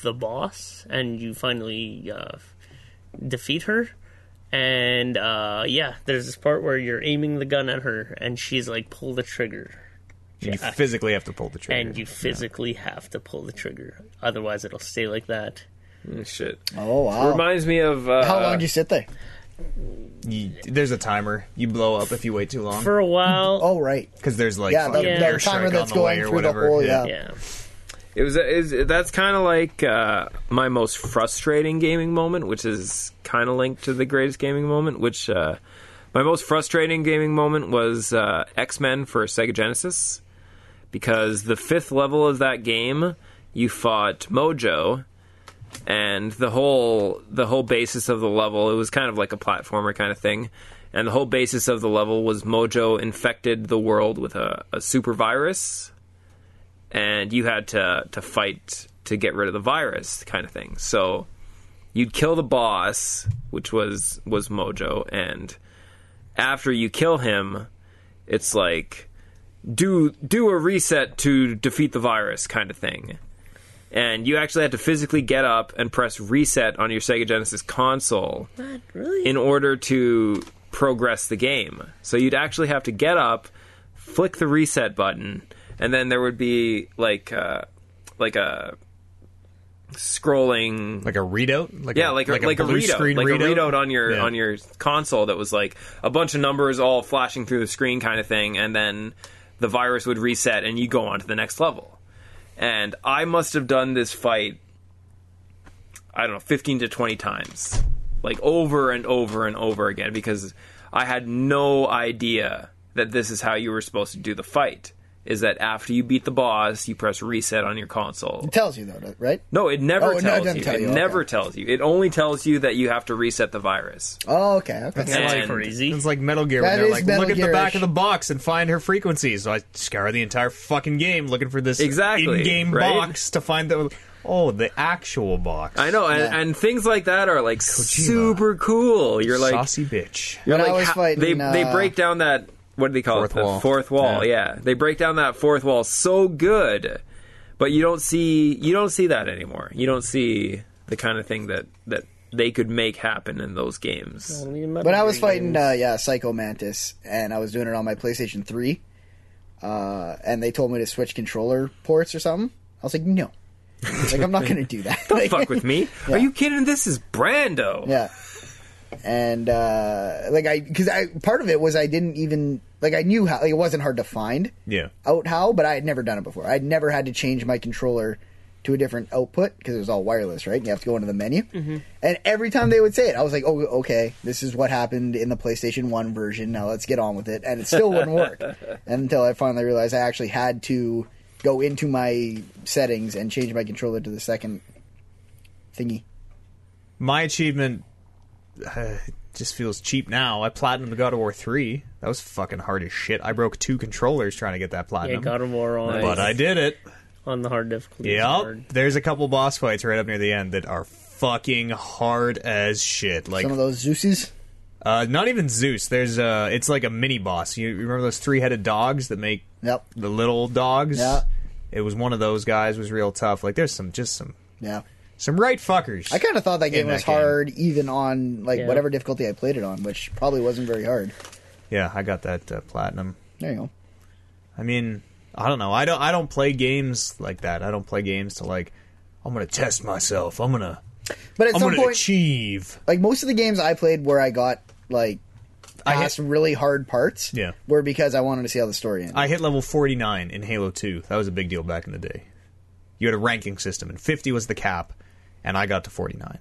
[SPEAKER 1] the boss, and you finally uh, defeat her, And uh, yeah, there's this part where you're aiming the gun at her, and she's like, "Pull the trigger,"
[SPEAKER 2] And you physically have to pull the trigger.
[SPEAKER 1] and you physically have to pull the trigger, otherwise it'll stay like that.
[SPEAKER 4] Mm, Shit.
[SPEAKER 3] Oh wow!
[SPEAKER 4] Reminds me of uh,
[SPEAKER 3] How long do you sit there?
[SPEAKER 2] You- there's a timer. You blow up if you wait too long.
[SPEAKER 1] For a while,
[SPEAKER 3] Oh right.
[SPEAKER 2] because there's like
[SPEAKER 3] Yeah, the,
[SPEAKER 2] fucking
[SPEAKER 1] Yeah.
[SPEAKER 3] the
[SPEAKER 2] airstrike
[SPEAKER 3] timer
[SPEAKER 2] on
[SPEAKER 3] that's
[SPEAKER 2] the way
[SPEAKER 3] going
[SPEAKER 2] or
[SPEAKER 3] through the
[SPEAKER 2] whatever.
[SPEAKER 3] whole. Yeah.
[SPEAKER 1] yeah,
[SPEAKER 4] It was. Is that's kind of like uh, my most frustrating gaming moment, which is kind of linked to the greatest gaming moment. Which uh, my most frustrating gaming moment was uh, X Men for Sega Genesis, because the fifth level of that game, you fought Mojo, and the whole the whole basis of the level it was kind of like a platformer kind of thing, and the whole basis of the level was Mojo infected the world with a, a super virus and you had to to fight to get rid of the virus kind of thing. So you'd kill the boss, which was was Mojo, and after you kill him, it's like do do a reset to defeat the virus kind of thing. And you actually had to physically get up and press reset on your Sega Genesis console
[SPEAKER 1] really.
[SPEAKER 4] in order to progress the game. So you'd actually have to get up, flick the reset button, and then there would be like uh, like a scrolling
[SPEAKER 2] Like a readout. Like
[SPEAKER 4] yeah, like,
[SPEAKER 2] like
[SPEAKER 4] a, like a,
[SPEAKER 2] blue
[SPEAKER 4] readout,
[SPEAKER 2] screen
[SPEAKER 4] like a readout on your
[SPEAKER 2] Yeah.
[SPEAKER 4] on your console that was like a bunch of numbers all flashing through the screen, kind of thing, and then the virus would reset and you go on to the next level. And I must have done this fight, I don't know, fifteen to twenty times, like over and over and over again, because I had no idea that this is how you were supposed to do the fight. Is that after you beat the boss, you press reset on your console?
[SPEAKER 3] Tells you though, right?
[SPEAKER 4] No, it never
[SPEAKER 3] Oh, no, it
[SPEAKER 4] tells
[SPEAKER 3] doesn't
[SPEAKER 4] you.
[SPEAKER 3] tell
[SPEAKER 4] it
[SPEAKER 3] you, okay.
[SPEAKER 4] never tells you. It only tells you that you have to reset the virus.
[SPEAKER 3] Oh okay. Okay.
[SPEAKER 1] That's
[SPEAKER 4] And-
[SPEAKER 1] crazy.
[SPEAKER 2] It's like Metal Gear.
[SPEAKER 3] That
[SPEAKER 2] When they're
[SPEAKER 3] is
[SPEAKER 2] like,
[SPEAKER 3] Metal
[SPEAKER 2] look at the back
[SPEAKER 3] Gear-ish.
[SPEAKER 2] of the box and find her frequency. So I scour the entire fucking game looking for this
[SPEAKER 4] Exactly,
[SPEAKER 2] in-game
[SPEAKER 4] right?
[SPEAKER 2] box to find the oh the actual box.
[SPEAKER 4] I know, and,
[SPEAKER 3] Yeah.
[SPEAKER 4] and things like that are like super cool. You're like,
[SPEAKER 2] saucy bitch.
[SPEAKER 4] you're
[SPEAKER 3] When I
[SPEAKER 4] like
[SPEAKER 3] was
[SPEAKER 4] ha-
[SPEAKER 3] fighting,
[SPEAKER 4] they they
[SPEAKER 3] uh,
[SPEAKER 4] break down that what do they call
[SPEAKER 2] Fourth
[SPEAKER 4] it? The
[SPEAKER 2] wall.
[SPEAKER 4] fourth wall.
[SPEAKER 2] Yeah.
[SPEAKER 4] Yeah. they break down that fourth wall so good, but you don't see you don't see that anymore. You don't see the kind of thing that that they could make happen in those games.
[SPEAKER 3] When I was fighting, uh, yeah, Psycho Mantis, and I was doing it on my PlayStation 3, uh, and they told me to switch controller ports or something, I was like, no. like, I'm not going to do that.
[SPEAKER 4] Don't fuck with me. Are you kidding? This is Brando.
[SPEAKER 3] Yeah. And, uh, like, I, because I, part of it was I didn't even, like, I knew how, like, it wasn't hard to find
[SPEAKER 2] Yeah.
[SPEAKER 3] out how, but I had never done it before. I'd never had to change my controller to a different output because it was all wireless, right? You have to go into the menu.
[SPEAKER 2] Mm-hmm.
[SPEAKER 3] And every time they would say it, I was like, oh, okay, this is what happened in the PlayStation 1 version. Now let's get on with it. And it still wouldn't work until I finally realized I actually had to go into my settings and change my controller to the second thingy.
[SPEAKER 2] My achievement uh, just feels cheap now. I platinumed God of War three. That was fucking hard as shit. I broke two controllers trying to get that
[SPEAKER 1] yeah,
[SPEAKER 2] platinum.
[SPEAKER 1] God of War on,
[SPEAKER 2] but I did it.
[SPEAKER 1] on the hard difficulty. is
[SPEAKER 2] Yep.
[SPEAKER 1] hard.
[SPEAKER 2] There's a couple boss fights right up near the end that are fucking hard as shit. Like
[SPEAKER 3] Some of those Zeuses.
[SPEAKER 2] uh not even Zeus. There's uh it's like a mini boss. You you remember those three-headed dogs that make
[SPEAKER 3] Yep.
[SPEAKER 2] the little dogs?
[SPEAKER 3] Yeah.
[SPEAKER 2] It was one of those guys was real tough. Like there's some just some
[SPEAKER 3] Yeah.
[SPEAKER 2] some right fuckers.
[SPEAKER 3] I kind of thought that game
[SPEAKER 2] that
[SPEAKER 3] was
[SPEAKER 2] game.
[SPEAKER 3] hard, even on like
[SPEAKER 1] Yeah.
[SPEAKER 3] whatever difficulty I played it on, which probably wasn't very hard.
[SPEAKER 2] yeah, I got that uh, platinum.
[SPEAKER 3] There you go.
[SPEAKER 2] I mean, I don't know. I don't I don't play games like that. I don't play games to like I'm going to test myself. I'm going to
[SPEAKER 3] But at
[SPEAKER 2] I'm
[SPEAKER 3] some
[SPEAKER 2] going to
[SPEAKER 3] point,
[SPEAKER 2] achieve.
[SPEAKER 3] like most of the games I played where I got like
[SPEAKER 2] I
[SPEAKER 3] I
[SPEAKER 2] hit-
[SPEAKER 3] had some really hard parts,
[SPEAKER 2] Yeah.
[SPEAKER 3] were because I wanted to see how the story ended.
[SPEAKER 2] I hit level 49 in Halo 2. That was a big deal back in the day. You had a ranking system, and 50 was the cap, and I got to 49.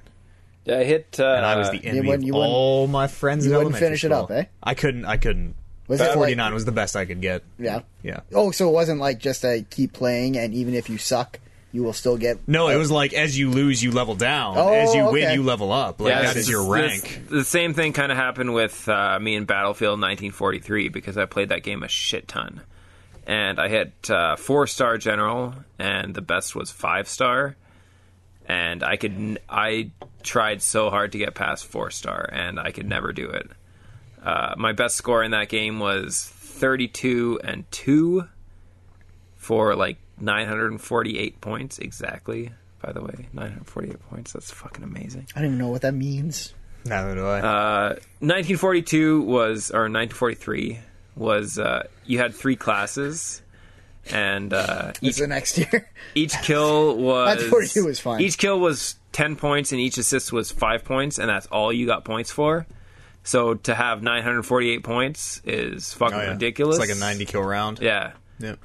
[SPEAKER 4] I hit. Uh,
[SPEAKER 2] And I was the envy
[SPEAKER 3] wouldn't-
[SPEAKER 2] of
[SPEAKER 3] you wouldn't-
[SPEAKER 2] all my friends.
[SPEAKER 3] you
[SPEAKER 2] in
[SPEAKER 3] wouldn't
[SPEAKER 2] elementary
[SPEAKER 3] finish it
[SPEAKER 2] school.
[SPEAKER 3] up, eh?
[SPEAKER 2] I couldn't. I couldn't.
[SPEAKER 3] Was it like-
[SPEAKER 2] 49 was the best I could get.
[SPEAKER 3] yeah,
[SPEAKER 2] Yeah.
[SPEAKER 3] Oh, so it wasn't like just a keep playing, and even if you suck, you will still get.
[SPEAKER 2] No, it was like as you lose, you level down.
[SPEAKER 3] Oh,
[SPEAKER 2] as you win,
[SPEAKER 3] okay.
[SPEAKER 2] you level up. Like that
[SPEAKER 4] it's
[SPEAKER 2] is your
[SPEAKER 4] just-
[SPEAKER 2] rank.
[SPEAKER 4] this- the same thing kind of happened with uh, me in Battlefield 1943 because I played that game a shit ton, and I hit uh, four star general, and the best was five star, and I could n- I tried so hard to get past four star, and I could never do it. Uh, my best score in that game was 32 and two for like 948 points exactly. By the way, 948 points. That's fucking amazing.
[SPEAKER 3] I don't even know what that means.
[SPEAKER 2] Neither do I.
[SPEAKER 4] uh, 1942 was or 1943 was uh, you had three classes and uh,
[SPEAKER 3] It's
[SPEAKER 4] each,
[SPEAKER 3] the next year.
[SPEAKER 4] each kill was
[SPEAKER 3] 42 was fine.
[SPEAKER 4] each kill was 10 points and each assist was 5 points and that's all you got points for so to have 948 points is fucking
[SPEAKER 2] Oh, yeah.
[SPEAKER 4] ridiculous
[SPEAKER 2] It's like a 90 kill round.
[SPEAKER 4] yeah
[SPEAKER 2] Yeah.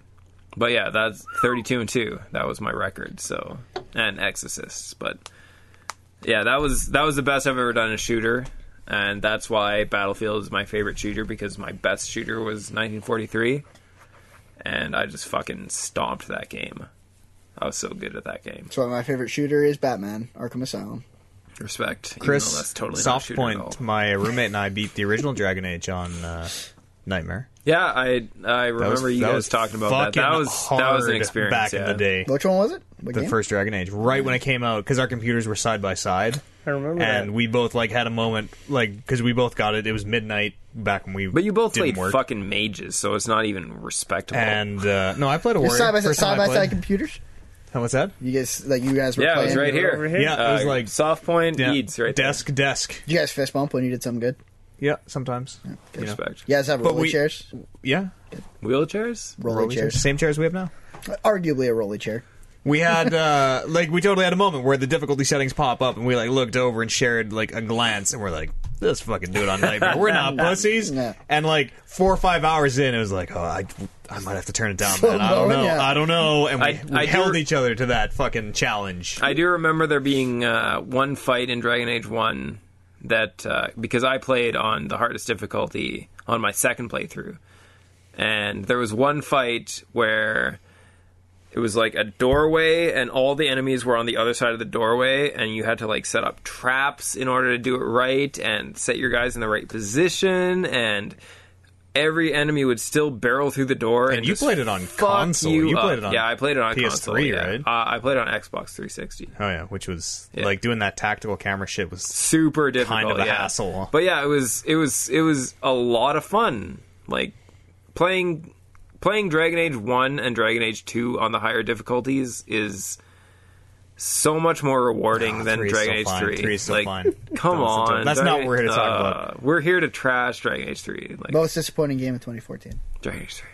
[SPEAKER 4] but yeah that's 32 and 2 that was my record so and exorcists but yeah that was that was the best i've ever done in a shooter and that's why battlefield is my favorite shooter because my best shooter was 1943 and i just fucking stomped that game i was so good at that game
[SPEAKER 3] So my favorite shooter is Batman: Arkham Asylum.
[SPEAKER 4] respect even
[SPEAKER 2] Chris,
[SPEAKER 4] though that's totally not a
[SPEAKER 2] soft
[SPEAKER 4] shooter at all.
[SPEAKER 2] point. My roommate and I beat the original Dragon Age on uh, Nightmare.
[SPEAKER 4] yeah i i
[SPEAKER 2] That was-
[SPEAKER 4] remember you
[SPEAKER 2] that
[SPEAKER 4] guys
[SPEAKER 2] was
[SPEAKER 4] talking about that that
[SPEAKER 2] fucking
[SPEAKER 4] was that was an
[SPEAKER 2] hard
[SPEAKER 4] experience
[SPEAKER 2] back in
[SPEAKER 4] yeah.
[SPEAKER 2] the day.
[SPEAKER 3] Which one was it? What
[SPEAKER 2] the
[SPEAKER 3] game?
[SPEAKER 2] first Dragon Age, right when it came out, because our computers were side by side,
[SPEAKER 1] I remember
[SPEAKER 2] and
[SPEAKER 1] that.
[SPEAKER 2] we both like had a moment, like because we both got it. It was midnight back when we,
[SPEAKER 4] but you both
[SPEAKER 2] didn't
[SPEAKER 4] played
[SPEAKER 2] work.
[SPEAKER 4] fucking mages so it's not even respectable
[SPEAKER 2] And uh, no, I played a warrior.
[SPEAKER 3] Just side by side,
[SPEAKER 2] First time
[SPEAKER 3] side
[SPEAKER 2] I
[SPEAKER 3] by
[SPEAKER 2] played-
[SPEAKER 3] side computers.
[SPEAKER 2] Oh, What's that?
[SPEAKER 3] You guys, like you guys were
[SPEAKER 4] yeah, it
[SPEAKER 3] playing.
[SPEAKER 4] was right here.
[SPEAKER 1] over here.
[SPEAKER 2] Yeah, it was
[SPEAKER 4] Uh,
[SPEAKER 2] like
[SPEAKER 4] soft point
[SPEAKER 2] yeah,
[SPEAKER 4] needs right
[SPEAKER 2] desk, desk.
[SPEAKER 3] Did you guys fist bump when you did something good?
[SPEAKER 2] Yeah, sometimes.
[SPEAKER 4] there.
[SPEAKER 2] You know.
[SPEAKER 4] Respect.
[SPEAKER 3] You guys have
[SPEAKER 2] But
[SPEAKER 3] rolly
[SPEAKER 2] we-
[SPEAKER 3] chairs.
[SPEAKER 2] Yeah,
[SPEAKER 4] Wheelchairs?
[SPEAKER 3] Rolly,
[SPEAKER 2] Rolly
[SPEAKER 3] chairs.
[SPEAKER 2] Same chairs we have now.
[SPEAKER 3] Arguably a rolly chair.
[SPEAKER 2] We had uh, like we totally had a moment where the difficulty settings pop up, and we like looked over and shared like a glance, and we're like, "Let's fucking do it on nightmare. We're not pussies."
[SPEAKER 3] No.
[SPEAKER 2] And like four or five hours in, it was like, "Oh, I, I might have to turn it down." man. I don't
[SPEAKER 3] low,
[SPEAKER 2] know.
[SPEAKER 3] yeah.
[SPEAKER 2] I don't know. And we,
[SPEAKER 4] I-
[SPEAKER 2] we
[SPEAKER 4] I do-
[SPEAKER 2] held each other to that fucking challenge.
[SPEAKER 4] I do remember there being uh, one fight in Dragon Age 1 that, uh, because I played on the hardest difficulty on my second playthrough, and there was one fight where it was like a doorway, and all the enemies were on the other side of the doorway, and you had to like set up traps in order to do it right and set your guys in the right position, and. Every enemy would still barrel through the door, and,
[SPEAKER 2] you
[SPEAKER 4] just
[SPEAKER 2] played it on
[SPEAKER 4] fuck
[SPEAKER 2] console.
[SPEAKER 4] You,
[SPEAKER 2] You
[SPEAKER 4] up.
[SPEAKER 2] played it on
[SPEAKER 4] yeah, I played it on
[SPEAKER 2] PS3,
[SPEAKER 4] console, yeah.
[SPEAKER 2] right?
[SPEAKER 4] Uh, I played it on Xbox 360
[SPEAKER 2] oh yeah, which was
[SPEAKER 4] Yeah.
[SPEAKER 2] like doing that tactical camera shit was
[SPEAKER 4] super difficult.
[SPEAKER 2] kind of a
[SPEAKER 4] yeah.
[SPEAKER 2] hassle.
[SPEAKER 4] But yeah, it was it was it was a lot of fun. Like playing playing Dragon Age 1 and Dragon Age 2 on the higher difficulties is so much more rewarding
[SPEAKER 2] Ah,
[SPEAKER 4] than
[SPEAKER 2] three's
[SPEAKER 4] Dragon
[SPEAKER 2] so
[SPEAKER 4] Age
[SPEAKER 2] fine.
[SPEAKER 4] 3.
[SPEAKER 2] Three's so
[SPEAKER 4] like,
[SPEAKER 2] fine.
[SPEAKER 4] Come
[SPEAKER 2] Don't listen to
[SPEAKER 4] on.
[SPEAKER 2] him. That's not
[SPEAKER 4] Dragon-
[SPEAKER 2] what we're here to talk about.
[SPEAKER 4] uh, We're here to trash Dragon Age 3. Like
[SPEAKER 3] Most disappointing game of 2014.
[SPEAKER 4] Dragon Age 3.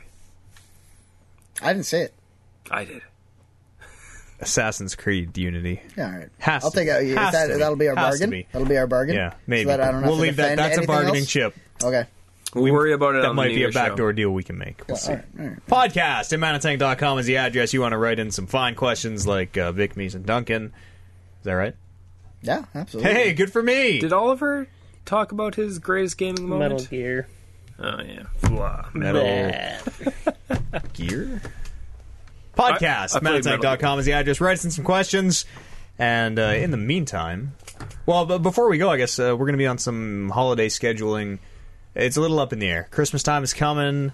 [SPEAKER 3] I didn't say it.
[SPEAKER 4] I did.
[SPEAKER 2] Assassin's Creed Unity.
[SPEAKER 3] Yeah, all right.
[SPEAKER 2] Has
[SPEAKER 3] I'll
[SPEAKER 2] to
[SPEAKER 3] take
[SPEAKER 2] be.
[SPEAKER 3] out. is
[SPEAKER 2] Has
[SPEAKER 3] That,
[SPEAKER 2] to be.
[SPEAKER 3] That'll be our
[SPEAKER 2] Has to
[SPEAKER 3] bargain.
[SPEAKER 2] be.
[SPEAKER 3] That'll be our bargain.
[SPEAKER 2] Yeah, maybe
[SPEAKER 3] So that I don't have
[SPEAKER 2] we'll
[SPEAKER 3] to
[SPEAKER 2] leave that.
[SPEAKER 3] defend
[SPEAKER 2] That's a
[SPEAKER 3] anything
[SPEAKER 2] bargaining
[SPEAKER 3] else?
[SPEAKER 2] chip.
[SPEAKER 3] Okay.
[SPEAKER 4] We'll worry about it
[SPEAKER 2] That
[SPEAKER 4] on
[SPEAKER 2] might
[SPEAKER 4] the
[SPEAKER 2] be
[SPEAKER 4] new
[SPEAKER 2] a
[SPEAKER 4] year show.
[SPEAKER 2] backdoor deal we can make. We'll see.
[SPEAKER 3] All right. All right.
[SPEAKER 2] podcast at Manatang.com is the address. You want to write in some fine questions like uh, Vic, Mees, and Duncan. Is that right?
[SPEAKER 3] Yeah, absolutely.
[SPEAKER 2] Hey, good for me.
[SPEAKER 4] Did Oliver talk about his greatest gaming moment?
[SPEAKER 1] Metal Gear.
[SPEAKER 4] Oh yeah. Blah.
[SPEAKER 1] Blah.
[SPEAKER 2] gear? Podcast
[SPEAKER 4] I- I
[SPEAKER 2] at
[SPEAKER 4] played Metal
[SPEAKER 2] Manatang.com is the address. Write us in some questions. And uh, in the meantime, well, but before we go, I guess uh, we're going to be on some holiday scheduling. It's a little up in the air. Christmas time is coming.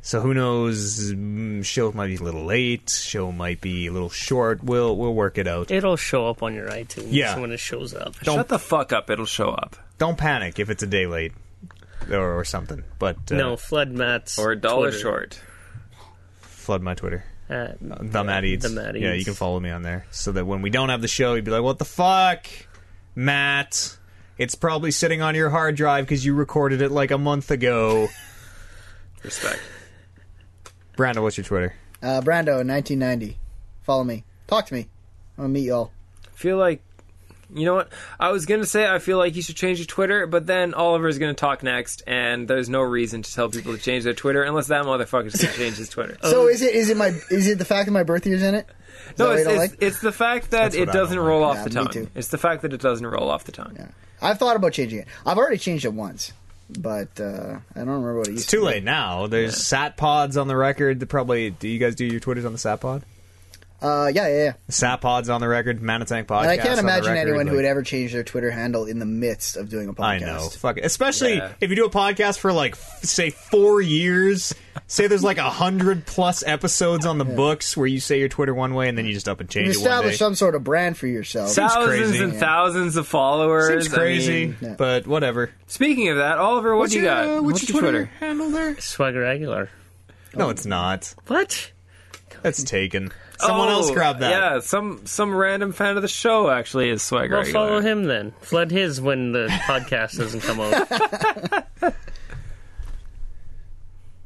[SPEAKER 2] So who knows? Mm, Show might be a little late. Show might be a little short. We'll we'll work it out.
[SPEAKER 1] It'll show up on your iTunes
[SPEAKER 2] Yeah.
[SPEAKER 1] when it shows up.
[SPEAKER 4] Shut the fuck up. It'll show up.
[SPEAKER 2] don't panic if it's a day late or, or something. But uh,
[SPEAKER 1] No, Flood Matt's
[SPEAKER 4] Or a dollar
[SPEAKER 1] Twitter
[SPEAKER 4] short.
[SPEAKER 2] flood my Twitter.
[SPEAKER 1] at
[SPEAKER 2] The Matt Eats.
[SPEAKER 1] The Matt
[SPEAKER 2] Yeah,
[SPEAKER 1] Eats.
[SPEAKER 2] you can follow me on there so that when we don't have the show, you'd be like, "What the fuck, Matt? It's probably sitting on your hard drive because you recorded it like a month ago."
[SPEAKER 4] Respect.
[SPEAKER 2] Brandon, what's your Twitter?
[SPEAKER 3] Uh, Brando, 1990. Follow me. Talk to me. I'm gonna meet y'all.
[SPEAKER 4] feel like you know what I was gonna say. I feel like you should change your Twitter, but then Oliver's gonna talk next, and there's no reason to tell people to change their Twitter unless that motherfucker's gonna change his Twitter.
[SPEAKER 2] Uh,
[SPEAKER 3] So is it? Is it my? Is it the fact that my birthday is in it? Oh, Is that
[SPEAKER 4] no,
[SPEAKER 3] what you
[SPEAKER 4] it's,
[SPEAKER 3] don't
[SPEAKER 4] it's,
[SPEAKER 3] like?
[SPEAKER 4] it's the fact that
[SPEAKER 2] That's what
[SPEAKER 4] it
[SPEAKER 2] I don't
[SPEAKER 4] doesn't
[SPEAKER 2] like.
[SPEAKER 4] roll off
[SPEAKER 3] Yeah,
[SPEAKER 4] the
[SPEAKER 3] me
[SPEAKER 4] tongue.
[SPEAKER 3] too.
[SPEAKER 4] It's the fact that it doesn't roll off the tongue.
[SPEAKER 3] I've thought about changing it. I've already changed it once, but uh, I don't remember what it used.
[SPEAKER 2] It's too late now. There's sat pods on the record. That probably do you guys do your Twitters on the sat pod?
[SPEAKER 3] to. Uh, yeah, yeah, yeah.
[SPEAKER 2] Sat pods on the record. Manitank podcast.
[SPEAKER 3] And I can't
[SPEAKER 2] on the
[SPEAKER 3] imagine
[SPEAKER 2] record,
[SPEAKER 3] anyone who
[SPEAKER 2] like-
[SPEAKER 3] would ever change their Twitter handle in the midst of doing a podcast.
[SPEAKER 2] I know. Fuck it. Especially
[SPEAKER 4] Yeah.
[SPEAKER 2] if you do a podcast for like, f- say, four years. say there's like a hundred plus episodes on the books where you say your Twitter one way and then you just up and
[SPEAKER 3] You
[SPEAKER 2] change it one day.
[SPEAKER 3] establish some sort of brand for yourself.
[SPEAKER 2] Seems
[SPEAKER 4] Thousands
[SPEAKER 2] crazy.
[SPEAKER 4] and
[SPEAKER 2] Yeah.
[SPEAKER 4] thousands of followers.
[SPEAKER 2] Seems
[SPEAKER 4] I
[SPEAKER 2] crazy,
[SPEAKER 4] mean,
[SPEAKER 3] Yeah.
[SPEAKER 2] but whatever.
[SPEAKER 4] speaking of that, Oliver, what do you got?
[SPEAKER 2] uh, what's, your Twitter, handle there?
[SPEAKER 3] Oh.
[SPEAKER 1] Swagger Aguilar.
[SPEAKER 2] No, it's not.
[SPEAKER 1] What?
[SPEAKER 2] That's taken. Someone
[SPEAKER 4] Oh,
[SPEAKER 2] else grabbed that.
[SPEAKER 4] Yeah, some some random fan of the show actually is swag
[SPEAKER 1] Well,
[SPEAKER 4] regular.
[SPEAKER 1] follow him then. Flood his when the podcast doesn't come out.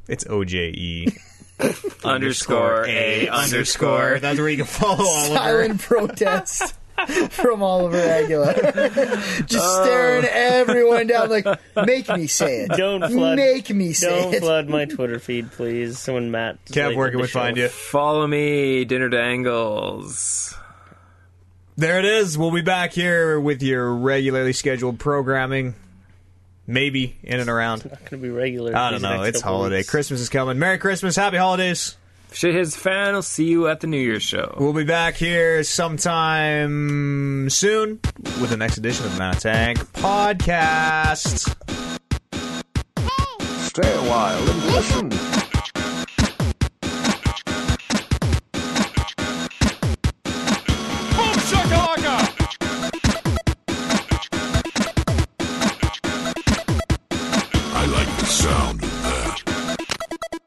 [SPEAKER 2] It's E OJE
[SPEAKER 4] Underscore a underscore.
[SPEAKER 2] That's where you can follow Oliver.
[SPEAKER 3] Silent protest from Oliver Aguilar. Just staring everyone down like, make me say it.
[SPEAKER 1] Don't flood.
[SPEAKER 3] Make me say
[SPEAKER 1] Don't
[SPEAKER 3] it.
[SPEAKER 1] flood my Twitter feed, please. Someone Matt.
[SPEAKER 2] Kev, where can we find you?
[SPEAKER 4] Follow me, dinner dangles.
[SPEAKER 2] There it is. We'll be back here with your regularly scheduled programming. Maybe in and around.
[SPEAKER 1] Not gonna be regular.
[SPEAKER 2] I
[SPEAKER 1] these
[SPEAKER 2] don't know.
[SPEAKER 1] next
[SPEAKER 2] It's
[SPEAKER 1] couple
[SPEAKER 2] holiday.
[SPEAKER 1] weeks.
[SPEAKER 2] Christmas is coming. Merry Christmas. Happy holidays.
[SPEAKER 4] Shit hits the fan. I'll see you at the New Year's show.
[SPEAKER 2] We'll be back here sometime soon with the next edition of Mount Tank Podcast.
[SPEAKER 6] Stay a while and listen.
[SPEAKER 5] I like the sound of that.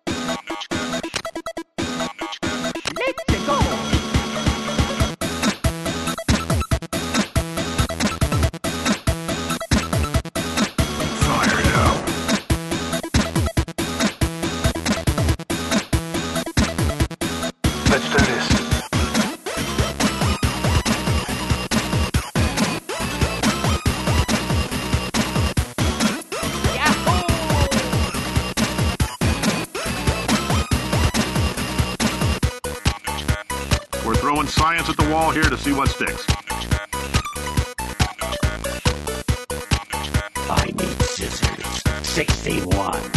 [SPEAKER 5] Fired up.
[SPEAKER 7] Let's do this.
[SPEAKER 6] We're throwing science at the wall here to see what sticks.
[SPEAKER 8] I need scissors. 61.